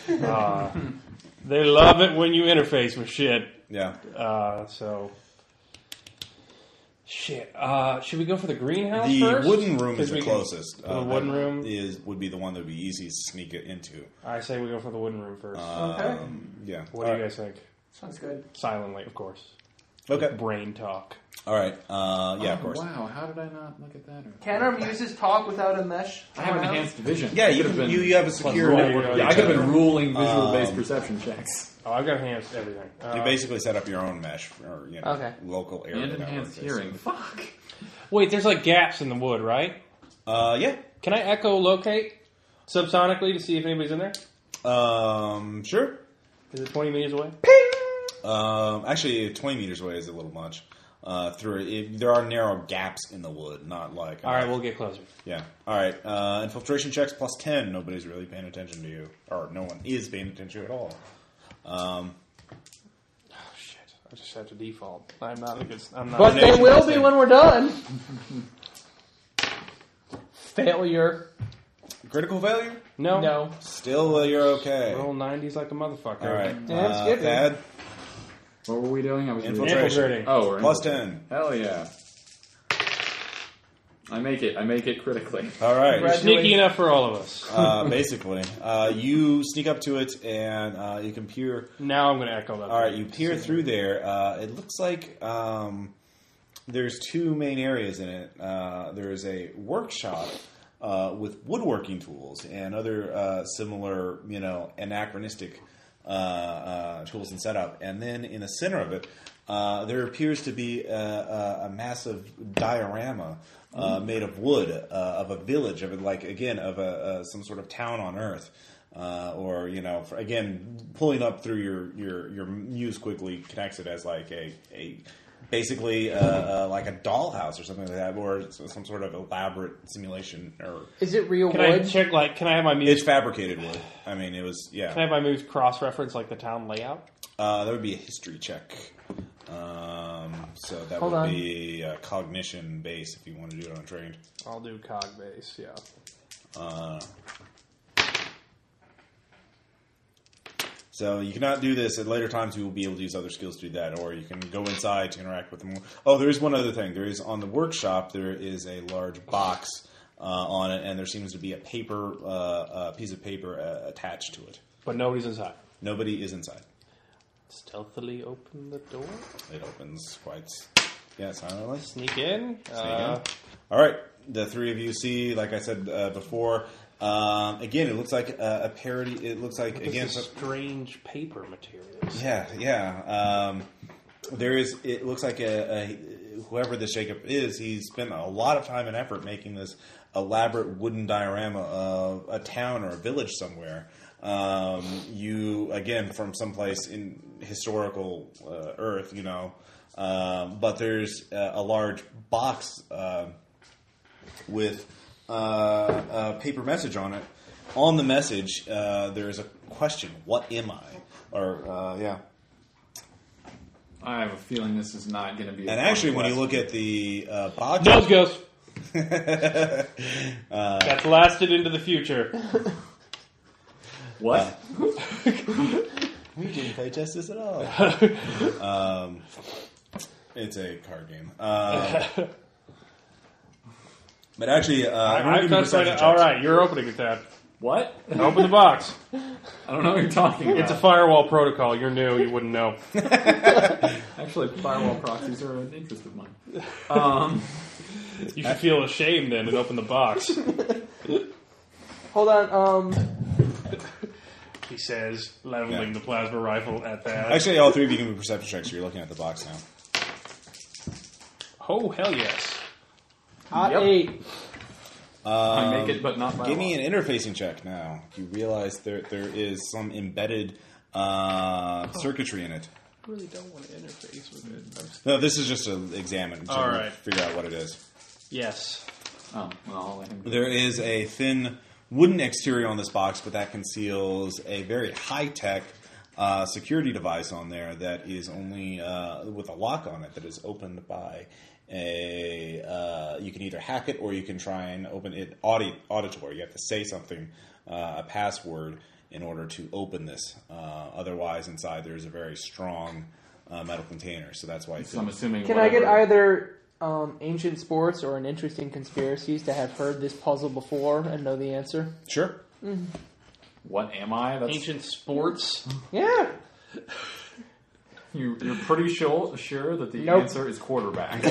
[SPEAKER 2] uh, they love it when you interface with shit.
[SPEAKER 1] Yeah.
[SPEAKER 2] Uh, so, shit. Uh, should we go for the greenhouse
[SPEAKER 1] The
[SPEAKER 2] first?
[SPEAKER 1] wooden room is
[SPEAKER 2] 'Cause we
[SPEAKER 1] the
[SPEAKER 2] can-
[SPEAKER 1] closest.
[SPEAKER 2] the wooden
[SPEAKER 1] that
[SPEAKER 2] room?
[SPEAKER 1] is would be the one that would be easiest to sneak it into.
[SPEAKER 2] I say we go for the wooden room first.
[SPEAKER 4] Okay.
[SPEAKER 1] Um, yeah.
[SPEAKER 2] what do you guys think?
[SPEAKER 4] Sounds good.
[SPEAKER 2] Silently, of course.
[SPEAKER 1] Okay.
[SPEAKER 2] Brain talk.
[SPEAKER 1] All right. Uh, yeah, of
[SPEAKER 3] Oh,
[SPEAKER 1] course.
[SPEAKER 3] Wow, how did I not look at that? earlier?
[SPEAKER 4] Canarm uses talk without a mesh.
[SPEAKER 3] I have
[SPEAKER 4] around?
[SPEAKER 3] enhanced vision.
[SPEAKER 1] Yeah,
[SPEAKER 3] I
[SPEAKER 1] you,
[SPEAKER 3] could've
[SPEAKER 1] can-
[SPEAKER 3] been-
[SPEAKER 1] you you have a secure
[SPEAKER 2] roll.
[SPEAKER 1] network. with
[SPEAKER 3] Yeah, I
[SPEAKER 1] each
[SPEAKER 3] could have
[SPEAKER 1] other.
[SPEAKER 3] been ruling visual based
[SPEAKER 1] Um,
[SPEAKER 3] perception checks.
[SPEAKER 2] Oh, I've got hands to everything. Uh,
[SPEAKER 1] You basically set up your own mesh or you know,
[SPEAKER 4] Okay.
[SPEAKER 1] local area
[SPEAKER 3] And
[SPEAKER 1] network,
[SPEAKER 3] enhanced
[SPEAKER 1] basically.
[SPEAKER 3] hearing. Fuck.
[SPEAKER 2] Wait, there's like gaps in the wood, right?
[SPEAKER 1] Uh, yeah.
[SPEAKER 2] Can I echolocate subsonically to see if anybody's in there?
[SPEAKER 1] Um, sure.
[SPEAKER 2] Is it 20 meters away?
[SPEAKER 1] Um, actually, twenty meters away is a little much. Uh, through it, It- there are narrow gaps in the wood, not like
[SPEAKER 2] All right, we'll get closer.
[SPEAKER 1] Yeah. All right. Uh, infiltration checks plus ten. Nobody's really paying attention to you, or no one is paying attention to you at all. Um,
[SPEAKER 2] Oh, shit. I just have to default. I'm not a good. I'm not.
[SPEAKER 4] But
[SPEAKER 1] Nation
[SPEAKER 4] they will be
[SPEAKER 1] building.
[SPEAKER 4] when we're done. Failure.
[SPEAKER 1] critical failure.
[SPEAKER 2] no.
[SPEAKER 4] No.
[SPEAKER 1] Still, uh, you're okay.
[SPEAKER 2] Roll 90s like a motherfucker.
[SPEAKER 1] All right.
[SPEAKER 4] Yeah, that's
[SPEAKER 1] Uh,
[SPEAKER 4] good, man.
[SPEAKER 1] Thad,
[SPEAKER 3] What were we doing? I was reading-
[SPEAKER 1] Infiltration.
[SPEAKER 2] Infiltrating.
[SPEAKER 3] Oh, we're
[SPEAKER 1] plus
[SPEAKER 3] infiltrating.
[SPEAKER 1] ten.
[SPEAKER 3] Hell yeah. I make it. I make it critically.
[SPEAKER 1] All right.
[SPEAKER 4] Right.
[SPEAKER 2] Sneaky enough for all of us.
[SPEAKER 1] Uh, basically, uh, you sneak up to it and uh, you can peer.
[SPEAKER 2] Now I'm going to echo that.
[SPEAKER 1] All right, you peer through there. Uh, it looks like um, there's two main areas in it. Uh, there is a workshop uh, with woodworking tools and other uh, similar, you know, anachronistic uh, uh, tools and setup. And then in the center of it, uh, there appears to be a, a, a massive diorama uh, made of wood uh, of a village of like again of a, uh, some sort of town on Earth uh, or you know, for, again, pulling up through your your your muse quickly connects it as like a a basically uh, uh, like a dollhouse or something like that, or s- some sort of elaborate simulation. Or
[SPEAKER 4] Is it real
[SPEAKER 2] Can I
[SPEAKER 4] wood?
[SPEAKER 2] check? Like, can I have my
[SPEAKER 1] it's
[SPEAKER 2] moves?
[SPEAKER 1] fabricated wood. I mean, it was
[SPEAKER 2] Can I
[SPEAKER 1] yeah.
[SPEAKER 2] have my moves cross reference like the town layout?
[SPEAKER 1] Uh, that would be a history check. Um, so that
[SPEAKER 4] Hold
[SPEAKER 1] would
[SPEAKER 4] on.
[SPEAKER 1] be a cognition base if you want to do it untrained.
[SPEAKER 2] I'll do cog base. Yeah.
[SPEAKER 1] Uh, so you cannot do this at later times. You will be able to use other skills to do that, or you can go inside to interact with them. Oh, there is one other thing. There is on the workshop. There is a large box uh, on it, and there seems to be a paper, uh, uh, piece of paper uh, attached to it.
[SPEAKER 2] But nobody's inside.
[SPEAKER 1] Nobody is inside.
[SPEAKER 2] Stealthily open the door.
[SPEAKER 1] It opens quite, yeah, silently.
[SPEAKER 2] Sneak in. Uh,
[SPEAKER 1] All right, the three of you see, like I said uh, before. Um, again, it looks like uh, a parody. It looks like again
[SPEAKER 2] Again,
[SPEAKER 1] so-
[SPEAKER 2] strange paper materials.
[SPEAKER 1] Yeah, yeah. Um, there is. It looks like a, a whoever the shakeup is. He spent a lot of time and effort making this elaborate wooden diorama of a town or a village somewhere. Um, you again from someplace in historical uh, Earth, you know. Um, but there's uh, a large box. Uh, with uh, a paper message on it. On the message, uh, there is a question: "What am I?" Or uh, yeah.
[SPEAKER 3] I have a feeling this is not going to be. a
[SPEAKER 1] And
[SPEAKER 3] fun
[SPEAKER 1] actually, when you
[SPEAKER 3] quest.
[SPEAKER 1] look at the uh, body,
[SPEAKER 2] Nose goes. That's lasted into the future.
[SPEAKER 3] what?
[SPEAKER 1] we didn't play test this at all. um, it's a card game. Um, but actually, uh,
[SPEAKER 2] I,
[SPEAKER 1] I'm gonna
[SPEAKER 2] I
[SPEAKER 1] give you
[SPEAKER 2] found
[SPEAKER 1] perception
[SPEAKER 2] out-
[SPEAKER 1] checks.
[SPEAKER 2] all right, you're opening it then.
[SPEAKER 3] what?
[SPEAKER 2] Open the box.
[SPEAKER 3] I don't know what you're talking about.
[SPEAKER 2] It's a firewall protocol. You're new. You wouldn't know.
[SPEAKER 3] Actually, firewall proxies are an interest of mine. Um,
[SPEAKER 2] You should feel ashamed then and open the box.
[SPEAKER 4] Hold on. Um,
[SPEAKER 2] He says, leveling
[SPEAKER 1] Yeah.
[SPEAKER 2] the plasma rifle at that.
[SPEAKER 1] Actually, all three of you give me perception checks. You're looking at the box now.
[SPEAKER 2] oh hell yes!
[SPEAKER 4] I
[SPEAKER 3] Yep.
[SPEAKER 4] eight.
[SPEAKER 3] I make it, but not by
[SPEAKER 1] Give me
[SPEAKER 3] law.
[SPEAKER 1] an interfacing check now. You realize there there is some embedded uh, circuitry in it.
[SPEAKER 2] I really don't want to interface with it.
[SPEAKER 1] No, this is just to examine. To
[SPEAKER 2] All right.
[SPEAKER 1] Figure out what it is.
[SPEAKER 2] Yes.
[SPEAKER 3] Oh, well, I'll let him do it.
[SPEAKER 1] There is a thin wooden exterior on this box, but that conceals a very high tech uh, security device on there that is only uh, with a lock on it that is opened by a. Uh, you can either hack it or you can try and open it audi- auditory. You have to say something, uh, a password, in order to open this. Uh, otherwise, inside there is a very strong uh, metal container, so that's why it's.
[SPEAKER 3] So I'm assuming.
[SPEAKER 4] Can I
[SPEAKER 3] whatever.
[SPEAKER 4] get either um, ancient sports or an interest in conspiracies to have heard this puzzle before and know the answer?
[SPEAKER 1] Sure.
[SPEAKER 3] What am I? That's
[SPEAKER 2] Ancient sports.
[SPEAKER 4] Yeah.
[SPEAKER 3] You, you're pretty sure sure that the
[SPEAKER 4] Nope.
[SPEAKER 3] answer is quarterback.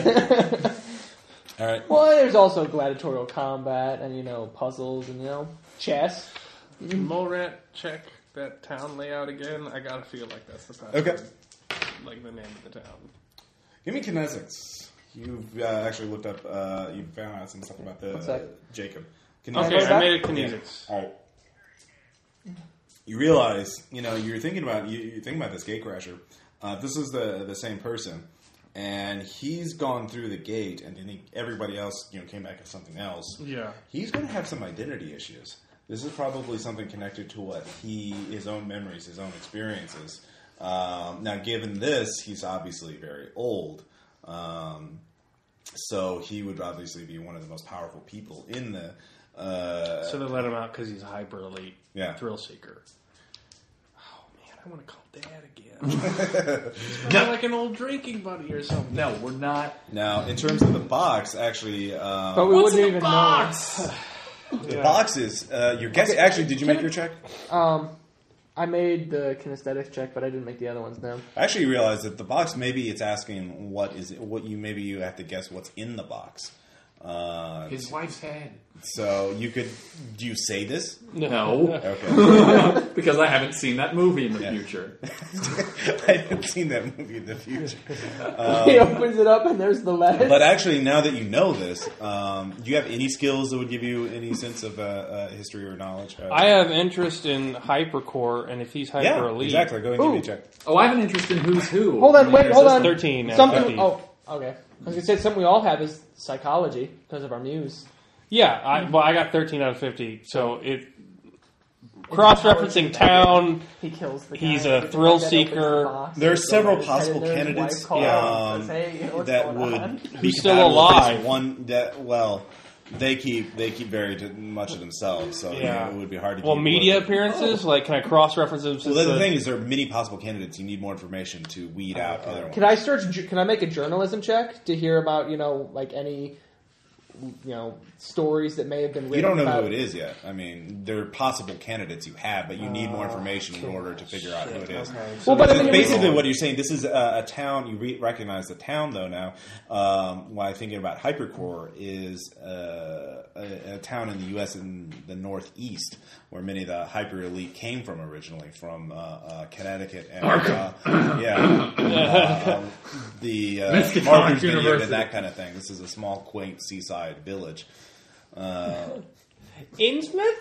[SPEAKER 1] All right.
[SPEAKER 4] Well, there's also gladiatorial combat and you know puzzles and you know chess.
[SPEAKER 2] Mole rat, check that town layout again. I gotta feel like that's the password.
[SPEAKER 1] Okay.
[SPEAKER 2] Like the name of the town.
[SPEAKER 1] Give me kinesics. You've uh, actually looked up. Uh, you found out some stuff about the
[SPEAKER 4] What's that?
[SPEAKER 1] Jacob.
[SPEAKER 4] I
[SPEAKER 2] Okay,
[SPEAKER 4] love
[SPEAKER 2] I
[SPEAKER 4] that.
[SPEAKER 2] made it
[SPEAKER 1] Yeah.
[SPEAKER 2] kinesics.
[SPEAKER 1] All right. You realize, you know, you're thinking about you, you're thinking about this gatecrasher. Uh, this is the the same person, and he's gone through the gate, and then he, everybody else, you know, came back as something else.
[SPEAKER 2] Yeah.
[SPEAKER 1] He's going to have some identity issues. This is probably something connected to what he, his own memories, his own experiences. Um, now, given this, he's obviously very old. Um, so he would obviously be one of the most powerful people in the. Uh,
[SPEAKER 2] So they let him out because he's hyper elite.
[SPEAKER 1] Yeah.
[SPEAKER 2] Thrill seeker.
[SPEAKER 4] Man, I
[SPEAKER 2] Oh, I want to call Dad again. Kinda like an old drinking buddy or something.
[SPEAKER 3] No, we're not.
[SPEAKER 1] Now, in terms of the box, actually, uh,
[SPEAKER 4] But we
[SPEAKER 3] What's in
[SPEAKER 4] wouldn't
[SPEAKER 3] the
[SPEAKER 4] even
[SPEAKER 3] box?
[SPEAKER 1] the boxes. Uh, your guess. Actually, did you make your check?
[SPEAKER 4] know. Um, I made the kinesthetic check, but I didn't make the other ones. No.
[SPEAKER 1] I actually realized that the box maybe it's asking what is it, what you maybe you have to guess what's in the box. Uh,
[SPEAKER 3] His wife's head.
[SPEAKER 1] so you could do you say this?
[SPEAKER 3] No,
[SPEAKER 1] Okay,
[SPEAKER 3] because I haven't seen that movie in the
[SPEAKER 1] Yeah.
[SPEAKER 3] future.
[SPEAKER 1] I haven't seen that movie in the future.
[SPEAKER 2] Oh.
[SPEAKER 4] he opens it up and there's the lettuce.
[SPEAKER 1] But actually, now that you know this, um, do you have any skills that would give you any sense of uh, uh, history or knowledge? Uh,
[SPEAKER 2] I have interest in hypercore, and if he's hyper
[SPEAKER 1] yeah,
[SPEAKER 2] elite,
[SPEAKER 1] exactly. Go ahead and give me a
[SPEAKER 4] Ooh.
[SPEAKER 1] check.
[SPEAKER 3] Oh, I have an interest in who's who.
[SPEAKER 4] hold on,
[SPEAKER 3] in
[SPEAKER 4] wait,
[SPEAKER 3] their
[SPEAKER 4] hold on.
[SPEAKER 3] system.
[SPEAKER 2] thirteen. out of
[SPEAKER 4] Something.
[SPEAKER 2] 50.
[SPEAKER 4] Oh, okay. I was gonna say something we all have is psychology because of our muse.
[SPEAKER 2] Yeah, I, well, I got 13 out of 50. So it cross referencing town.
[SPEAKER 4] He kills the.
[SPEAKER 2] He's
[SPEAKER 4] guy.
[SPEAKER 2] a thrill
[SPEAKER 4] Opens the
[SPEAKER 2] seeker.
[SPEAKER 4] box,
[SPEAKER 1] There are
[SPEAKER 4] and his
[SPEAKER 1] several
[SPEAKER 4] wife-
[SPEAKER 1] possible
[SPEAKER 4] and his wife
[SPEAKER 1] candidates,
[SPEAKER 4] calls
[SPEAKER 1] um,
[SPEAKER 4] and says, "Hey, what's
[SPEAKER 1] that
[SPEAKER 4] going on?"
[SPEAKER 1] would be
[SPEAKER 2] Who's still
[SPEAKER 1] compatible with this
[SPEAKER 2] alive.
[SPEAKER 1] One that well, they keep they keep very to- much of themselves, so yeah.
[SPEAKER 2] Yeah.
[SPEAKER 1] it would be hard to.
[SPEAKER 2] Well,
[SPEAKER 1] keep
[SPEAKER 2] media
[SPEAKER 1] working.
[SPEAKER 2] appearances. Like, can I cross reference them?
[SPEAKER 1] Oh. Well, that's the thing is there are many possible candidates. You need more information to weed out other ones.
[SPEAKER 4] Can I search? ju- Can I make a journalism check to hear about you know like any you know stories that may have been written?
[SPEAKER 1] you don't know
[SPEAKER 4] about,
[SPEAKER 1] who it is yet. I mean, there are possible candidates you have, but you need
[SPEAKER 4] Oh,
[SPEAKER 1] more information in order to figure out who it is.
[SPEAKER 4] Well, but I
[SPEAKER 1] This
[SPEAKER 4] mean,
[SPEAKER 1] is
[SPEAKER 4] it was-
[SPEAKER 1] basically what you're saying. This is a, a town. You re- recognize the town though now. Um, why thinking about Hypercore is uh, a, a town in the U.S. in the Northeast where many of the hyper elite came from originally, from uh, uh, Connecticut and uh, yeah, uh, the uh,
[SPEAKER 3] Miskatonic
[SPEAKER 1] Martha's Vineyard
[SPEAKER 3] University.
[SPEAKER 1] and that kind of thing. This is a small, quaint seaside village.
[SPEAKER 4] Innsmouth?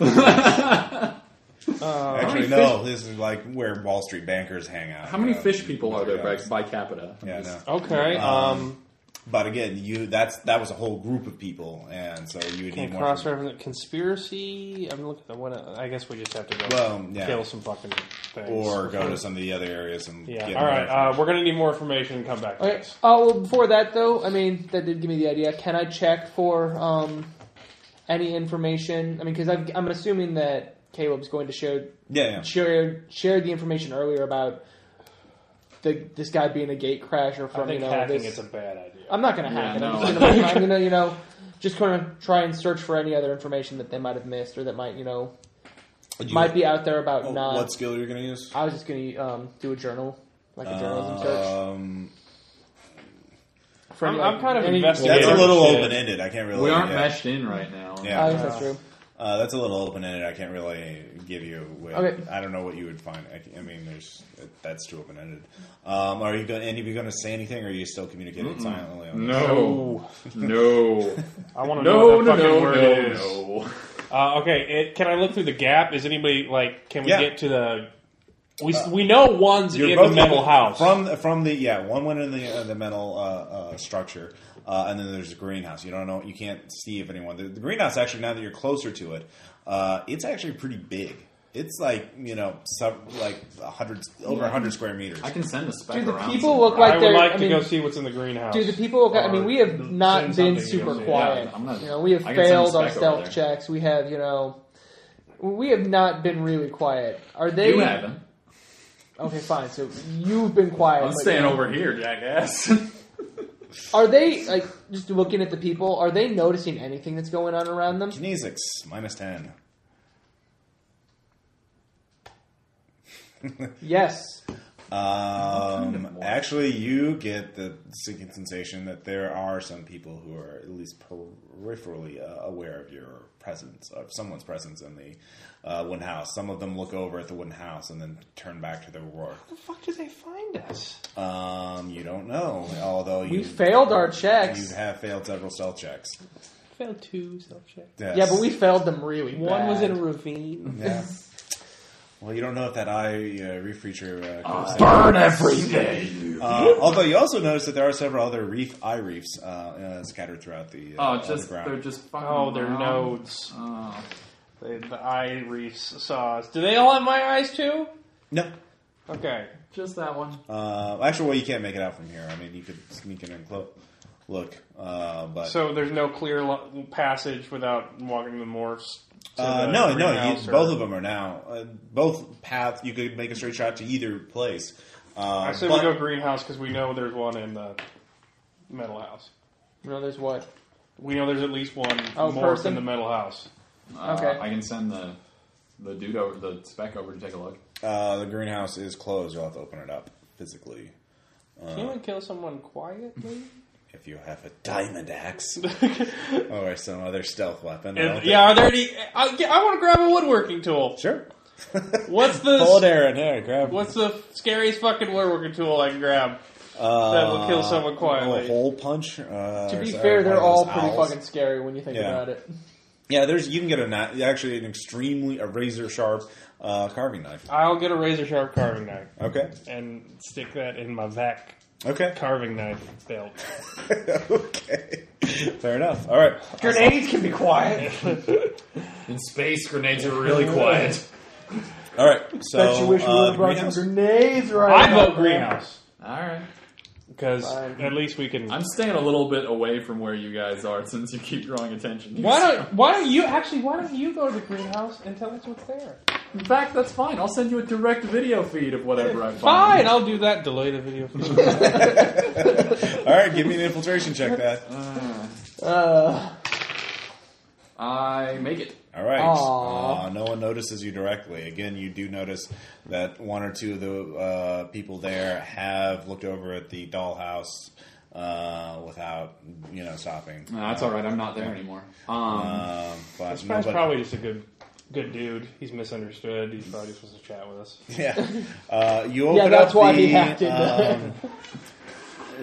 [SPEAKER 1] Actually,
[SPEAKER 3] Uh, many
[SPEAKER 1] no. This is like where Wall Street bankers hang out.
[SPEAKER 3] How many
[SPEAKER 1] you know.
[SPEAKER 3] fish people are there by,
[SPEAKER 1] Yeah.
[SPEAKER 3] by capita? I'm
[SPEAKER 1] Yeah,
[SPEAKER 3] just-
[SPEAKER 1] no.
[SPEAKER 2] Okay. Um,
[SPEAKER 1] But again, you that's that was a whole group of people, and so you would
[SPEAKER 2] can
[SPEAKER 1] need
[SPEAKER 2] I
[SPEAKER 1] more.
[SPEAKER 2] cross
[SPEAKER 1] from-
[SPEAKER 2] reference conspiracy? I'm looking at one. I guess we just have to go
[SPEAKER 1] Well, yeah.
[SPEAKER 2] kill some fucking things
[SPEAKER 1] or go to some of the other areas and
[SPEAKER 2] Yeah.
[SPEAKER 1] get
[SPEAKER 2] All
[SPEAKER 1] more
[SPEAKER 2] right. Uh,
[SPEAKER 1] information.
[SPEAKER 2] we're gonna need more information and come back. to
[SPEAKER 4] Okay.
[SPEAKER 2] this.
[SPEAKER 4] Oh well, before that though, I mean that did give me the idea. Can I check for um any information? I mean, because I'm assuming that Caleb's going to share
[SPEAKER 1] yeah, yeah.
[SPEAKER 4] shared shared the information earlier about the this guy being a gate crasher
[SPEAKER 2] I
[SPEAKER 4] from you
[SPEAKER 2] think
[SPEAKER 4] know
[SPEAKER 2] hacking
[SPEAKER 4] this.
[SPEAKER 2] is a bad idea.
[SPEAKER 4] I'm not gonna
[SPEAKER 3] Yeah,
[SPEAKER 4] hack it.
[SPEAKER 3] no.
[SPEAKER 4] I'm, just gonna, I'm gonna you know just gonna try and search for any other information that they might have missed or that might you know
[SPEAKER 1] Do you-
[SPEAKER 4] might be out there about
[SPEAKER 1] oh,
[SPEAKER 4] not.
[SPEAKER 1] What skill are you going to use?
[SPEAKER 4] I was just gonna um, do a journal like
[SPEAKER 3] Uh,
[SPEAKER 4] a journalism search.
[SPEAKER 1] Um,
[SPEAKER 4] For any,
[SPEAKER 2] I'm- I'm
[SPEAKER 4] like,
[SPEAKER 2] kind of
[SPEAKER 4] any-
[SPEAKER 2] investing-
[SPEAKER 1] that's
[SPEAKER 2] Yeah.
[SPEAKER 1] a little
[SPEAKER 2] Shit.
[SPEAKER 1] open ended. I can't really.
[SPEAKER 3] We aren't
[SPEAKER 1] yeah.
[SPEAKER 3] meshed in right now.
[SPEAKER 1] Yeah,
[SPEAKER 4] I guess that's true.
[SPEAKER 1] uh, that's a little open ended. I can't really give you. With,
[SPEAKER 4] Okay.
[SPEAKER 1] I don't know what you would find. I, c- I mean, there's that's too open ended. Um, are you going? Any of you going to say anything, or are you still communicating silently? On this?
[SPEAKER 3] No. No.
[SPEAKER 2] I want to know
[SPEAKER 3] No,
[SPEAKER 2] what that fucking
[SPEAKER 3] no, no,
[SPEAKER 2] word
[SPEAKER 3] no,
[SPEAKER 2] is.
[SPEAKER 3] no.
[SPEAKER 2] Uh, okay, it, can I look through the gap? Is anybody like? Can we
[SPEAKER 1] Yeah.
[SPEAKER 2] get to the? We s we know one's in the metal house.
[SPEAKER 1] from from the yeah one went in the uh, the metal uh, uh, structure, uh, and then there's a greenhouse. You don't know you can't see if anyone. The, the greenhouse actually now that you're closer to it, uh, it's actually pretty big. It's like you know sub, like a hundred over a hundred square meters.
[SPEAKER 3] I can send a spec
[SPEAKER 4] Do the
[SPEAKER 3] around.
[SPEAKER 4] people
[SPEAKER 3] somewhere.
[SPEAKER 4] look like
[SPEAKER 2] I
[SPEAKER 4] they're?
[SPEAKER 2] would like
[SPEAKER 4] I
[SPEAKER 2] to
[SPEAKER 4] mean,
[SPEAKER 2] go see what's in the greenhouse.
[SPEAKER 4] Do the people? Okay, I mean, we have
[SPEAKER 2] Or
[SPEAKER 4] not
[SPEAKER 2] say
[SPEAKER 4] been
[SPEAKER 2] something,
[SPEAKER 4] super
[SPEAKER 2] you'll see.
[SPEAKER 4] quiet.
[SPEAKER 3] Yeah, I'm not-
[SPEAKER 4] you know, we have
[SPEAKER 3] I can send
[SPEAKER 4] failed
[SPEAKER 3] spec
[SPEAKER 4] on
[SPEAKER 3] over
[SPEAKER 4] stealth
[SPEAKER 3] there.
[SPEAKER 4] checks. We have, you know, we have not been really quiet. Are they?
[SPEAKER 3] You haven't.
[SPEAKER 4] Okay, fine. So you've been quiet.
[SPEAKER 3] I'm
[SPEAKER 4] but-
[SPEAKER 3] staying over here, jackass.
[SPEAKER 4] Are they like just looking at the people? Are they noticing anything that's going on around them?
[SPEAKER 1] Kinesics minus ten.
[SPEAKER 4] Yes.
[SPEAKER 1] Um,
[SPEAKER 3] more.
[SPEAKER 1] actually, you get the sinking sensation that there are some people who are at least peripherally uh, aware of your presence, of someone's presence in the uh, wooden house. Some of them look over at the wooden house and then turn back to their work.
[SPEAKER 2] the fuck did they find us?
[SPEAKER 1] Um, you don't know, although you
[SPEAKER 4] We failed our checks.
[SPEAKER 1] You have failed several stealth checks.
[SPEAKER 2] Failed two self check.
[SPEAKER 1] Yes.
[SPEAKER 4] Yeah, but we failed them really
[SPEAKER 2] One was in a
[SPEAKER 4] bad.
[SPEAKER 2] ravine.
[SPEAKER 1] Yeah. Well, you don't know if that eye uh, reef creature. Uh, could have sent-
[SPEAKER 3] Burn everything.
[SPEAKER 1] Uh, although you also notice that there are several other reef eye reefs uh, uh, scattered throughout the. Uh,
[SPEAKER 3] Oh, just
[SPEAKER 1] ground.
[SPEAKER 3] they're just fucking.
[SPEAKER 2] Oh, their
[SPEAKER 3] around.
[SPEAKER 2] nodes.
[SPEAKER 3] Oh.
[SPEAKER 2] They, the eye reefs saw us. Do they all have my eyes too?
[SPEAKER 1] no.
[SPEAKER 2] Okay.
[SPEAKER 3] Just that one.
[SPEAKER 1] Uh, actually, well, you can't make it out from here. I mean, you could sneak in and close. look. Uh, but
[SPEAKER 2] So there's no clear lo- passage without walking the Morse. to
[SPEAKER 1] Uh,
[SPEAKER 2] the
[SPEAKER 1] no, no,
[SPEAKER 2] greenhouse
[SPEAKER 1] you,
[SPEAKER 2] or-
[SPEAKER 1] both of them are now. Uh, both paths, you could make a straight shot to either place. Uh,
[SPEAKER 2] I say we
[SPEAKER 1] but-
[SPEAKER 2] go greenhouse because we know there's one in the metal house.
[SPEAKER 4] No, there's what?
[SPEAKER 2] We know there's at least one
[SPEAKER 4] Oh,
[SPEAKER 2] morph
[SPEAKER 4] person?
[SPEAKER 2] in the metal house.
[SPEAKER 3] Uh,
[SPEAKER 4] Okay.
[SPEAKER 3] I can send the the dude over, the spec over to take a look.
[SPEAKER 1] uh, the greenhouse is closed. You'll have to open it up physically
[SPEAKER 2] Can anyone kill someone quietly?
[SPEAKER 1] if you have a diamond axe or some other stealth weapon. I don't think-
[SPEAKER 2] yeah, are there any? I, want to grab a woodworking tool.
[SPEAKER 1] sure.
[SPEAKER 2] What's the
[SPEAKER 1] Pull it, Aaron. Here, grab.
[SPEAKER 2] what's the scariest fucking woodworking tool I can grab?
[SPEAKER 1] uh,
[SPEAKER 2] that will kill someone quietly?
[SPEAKER 1] A hole punch. Uh,
[SPEAKER 4] To
[SPEAKER 1] or
[SPEAKER 4] be
[SPEAKER 1] so-
[SPEAKER 4] fair,
[SPEAKER 1] one
[SPEAKER 4] they're
[SPEAKER 1] of
[SPEAKER 4] all
[SPEAKER 1] those
[SPEAKER 4] pretty
[SPEAKER 1] owls.
[SPEAKER 4] fucking scary when you think
[SPEAKER 1] Yeah.
[SPEAKER 4] about it.
[SPEAKER 1] Yeah, there's you can get a knife, actually an extremely a razor sharp uh, carving knife.
[SPEAKER 2] I'll get a razor sharp carving knife
[SPEAKER 1] Okay.
[SPEAKER 2] and stick that in my vac
[SPEAKER 1] Okay.
[SPEAKER 2] carving knife belt.
[SPEAKER 1] okay. Fair enough. All right.
[SPEAKER 4] Grenades can be quiet,
[SPEAKER 3] In space, grenades are really quiet.
[SPEAKER 1] All right. So
[SPEAKER 4] but you wish we
[SPEAKER 1] uh,
[SPEAKER 4] would have brought
[SPEAKER 1] greenhouse?
[SPEAKER 4] some grenades right
[SPEAKER 2] I vote greenhouse
[SPEAKER 3] All right.
[SPEAKER 2] because
[SPEAKER 4] Fine.
[SPEAKER 2] at least we can.
[SPEAKER 3] I'm staying a little bit away from where you guys are since you keep drawing attention.
[SPEAKER 2] Why don't Why don't you actually? Why don't you go to the greenhouse and tell us what's there?
[SPEAKER 3] In fact, that's fine. I'll send you a direct video feed of whatever I find.
[SPEAKER 2] Fine, I'll do that. Delay the video.
[SPEAKER 1] All right, give me an infiltration check. That.
[SPEAKER 3] Uh,
[SPEAKER 4] Uh,
[SPEAKER 3] I make it.
[SPEAKER 1] All right.
[SPEAKER 4] Aw.
[SPEAKER 1] Uh, no one notices you directly. Again, you do notice that one or two of the uh, people there have looked over at the dollhouse uh, without you know stopping.
[SPEAKER 3] No, that's all right. I'm not there anymore. Um,
[SPEAKER 1] Um, but
[SPEAKER 2] Sprite's
[SPEAKER 1] nobody-
[SPEAKER 2] probably just a good good dude. He's misunderstood. He's probably just wants to chat with us.
[SPEAKER 1] Yeah. Uh, you open
[SPEAKER 4] that's
[SPEAKER 1] up
[SPEAKER 4] why
[SPEAKER 1] the,
[SPEAKER 4] he hacked it.
[SPEAKER 1] um,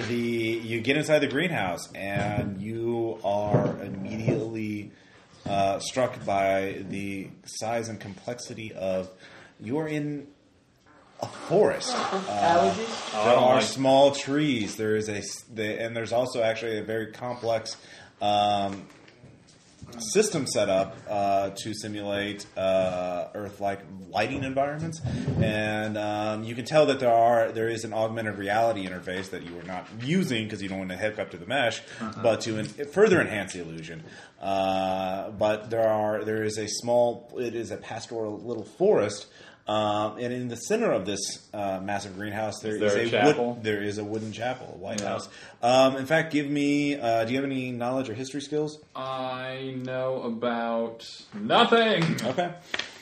[SPEAKER 1] the you get inside the greenhouse and you are immediately uh, struck by the size and complexity of you're in a forest.
[SPEAKER 4] allergies.
[SPEAKER 1] There
[SPEAKER 3] Oh,
[SPEAKER 1] are
[SPEAKER 3] my-
[SPEAKER 1] small trees. There is a s- the, and there's also actually a very complex um, system set up uh, to simulate uh, Earth-like lighting environments, and um, you can tell that there are there is an augmented reality interface that you are not using because you don't want to hook up to the mesh,
[SPEAKER 3] Uh-huh.
[SPEAKER 1] but to en- further enhance the illusion. Uh, but there are there is a small it is a pastoral little forest. Um, and in the center of this uh, massive greenhouse, there is
[SPEAKER 3] there a
[SPEAKER 1] a,
[SPEAKER 3] chapel?
[SPEAKER 1] Wood, there is a wooden chapel, a White
[SPEAKER 3] Yeah.
[SPEAKER 1] House. Um, in fact, give me. Uh, do you have any knowledge or history skills?
[SPEAKER 3] I know about nothing.
[SPEAKER 1] Okay.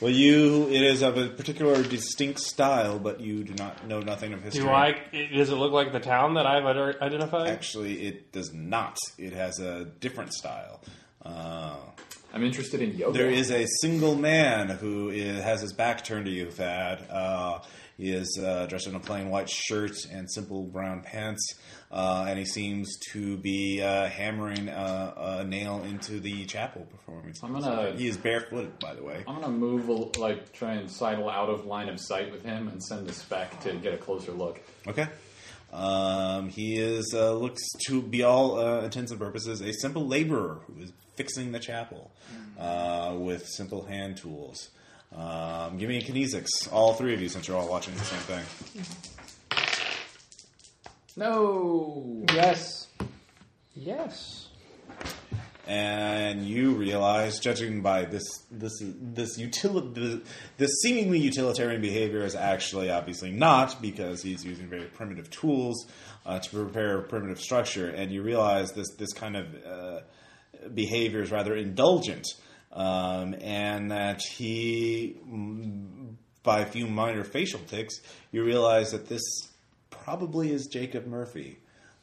[SPEAKER 1] Well, you it is of a particular distinct style, but you do not know nothing of history.
[SPEAKER 2] Do I? Does it look like the town that I've ide- identified?
[SPEAKER 1] Actually, it does not. It has a different style. Uh,
[SPEAKER 3] I'm interested in yoga.
[SPEAKER 1] there is a single man who is, has his back turned to you, Thad. Uh, he is uh, dressed in a plain white shirt and simple brown pants, uh, and he seems to be uh, hammering uh, a nail into the chapel performance.
[SPEAKER 3] I'm gonna-
[SPEAKER 1] He is barefooted, by the way.
[SPEAKER 3] I'm gonna move, a- like, try and sidle out of line of sight with him and send a spec to get a closer look.
[SPEAKER 1] Okay. Um, he is uh, looks to be all uh, intents and purposes a simple laborer who is fixing the chapel uh, with simple hand tools. Um, give me a kinesics, all three of you, since you're all watching the same thing.
[SPEAKER 3] No.
[SPEAKER 4] Yes.
[SPEAKER 2] Yes.
[SPEAKER 1] and you realize, judging by this this this util the, this seemingly utilitarian behavior is actually obviously not because he's using very primitive tools uh, to prepare a primitive structure, and you realize this this kind of uh, behavior is rather indulgent, um, and that he, mm, by a few minor facial ticks, you realize that this probably is Jacob Murphy.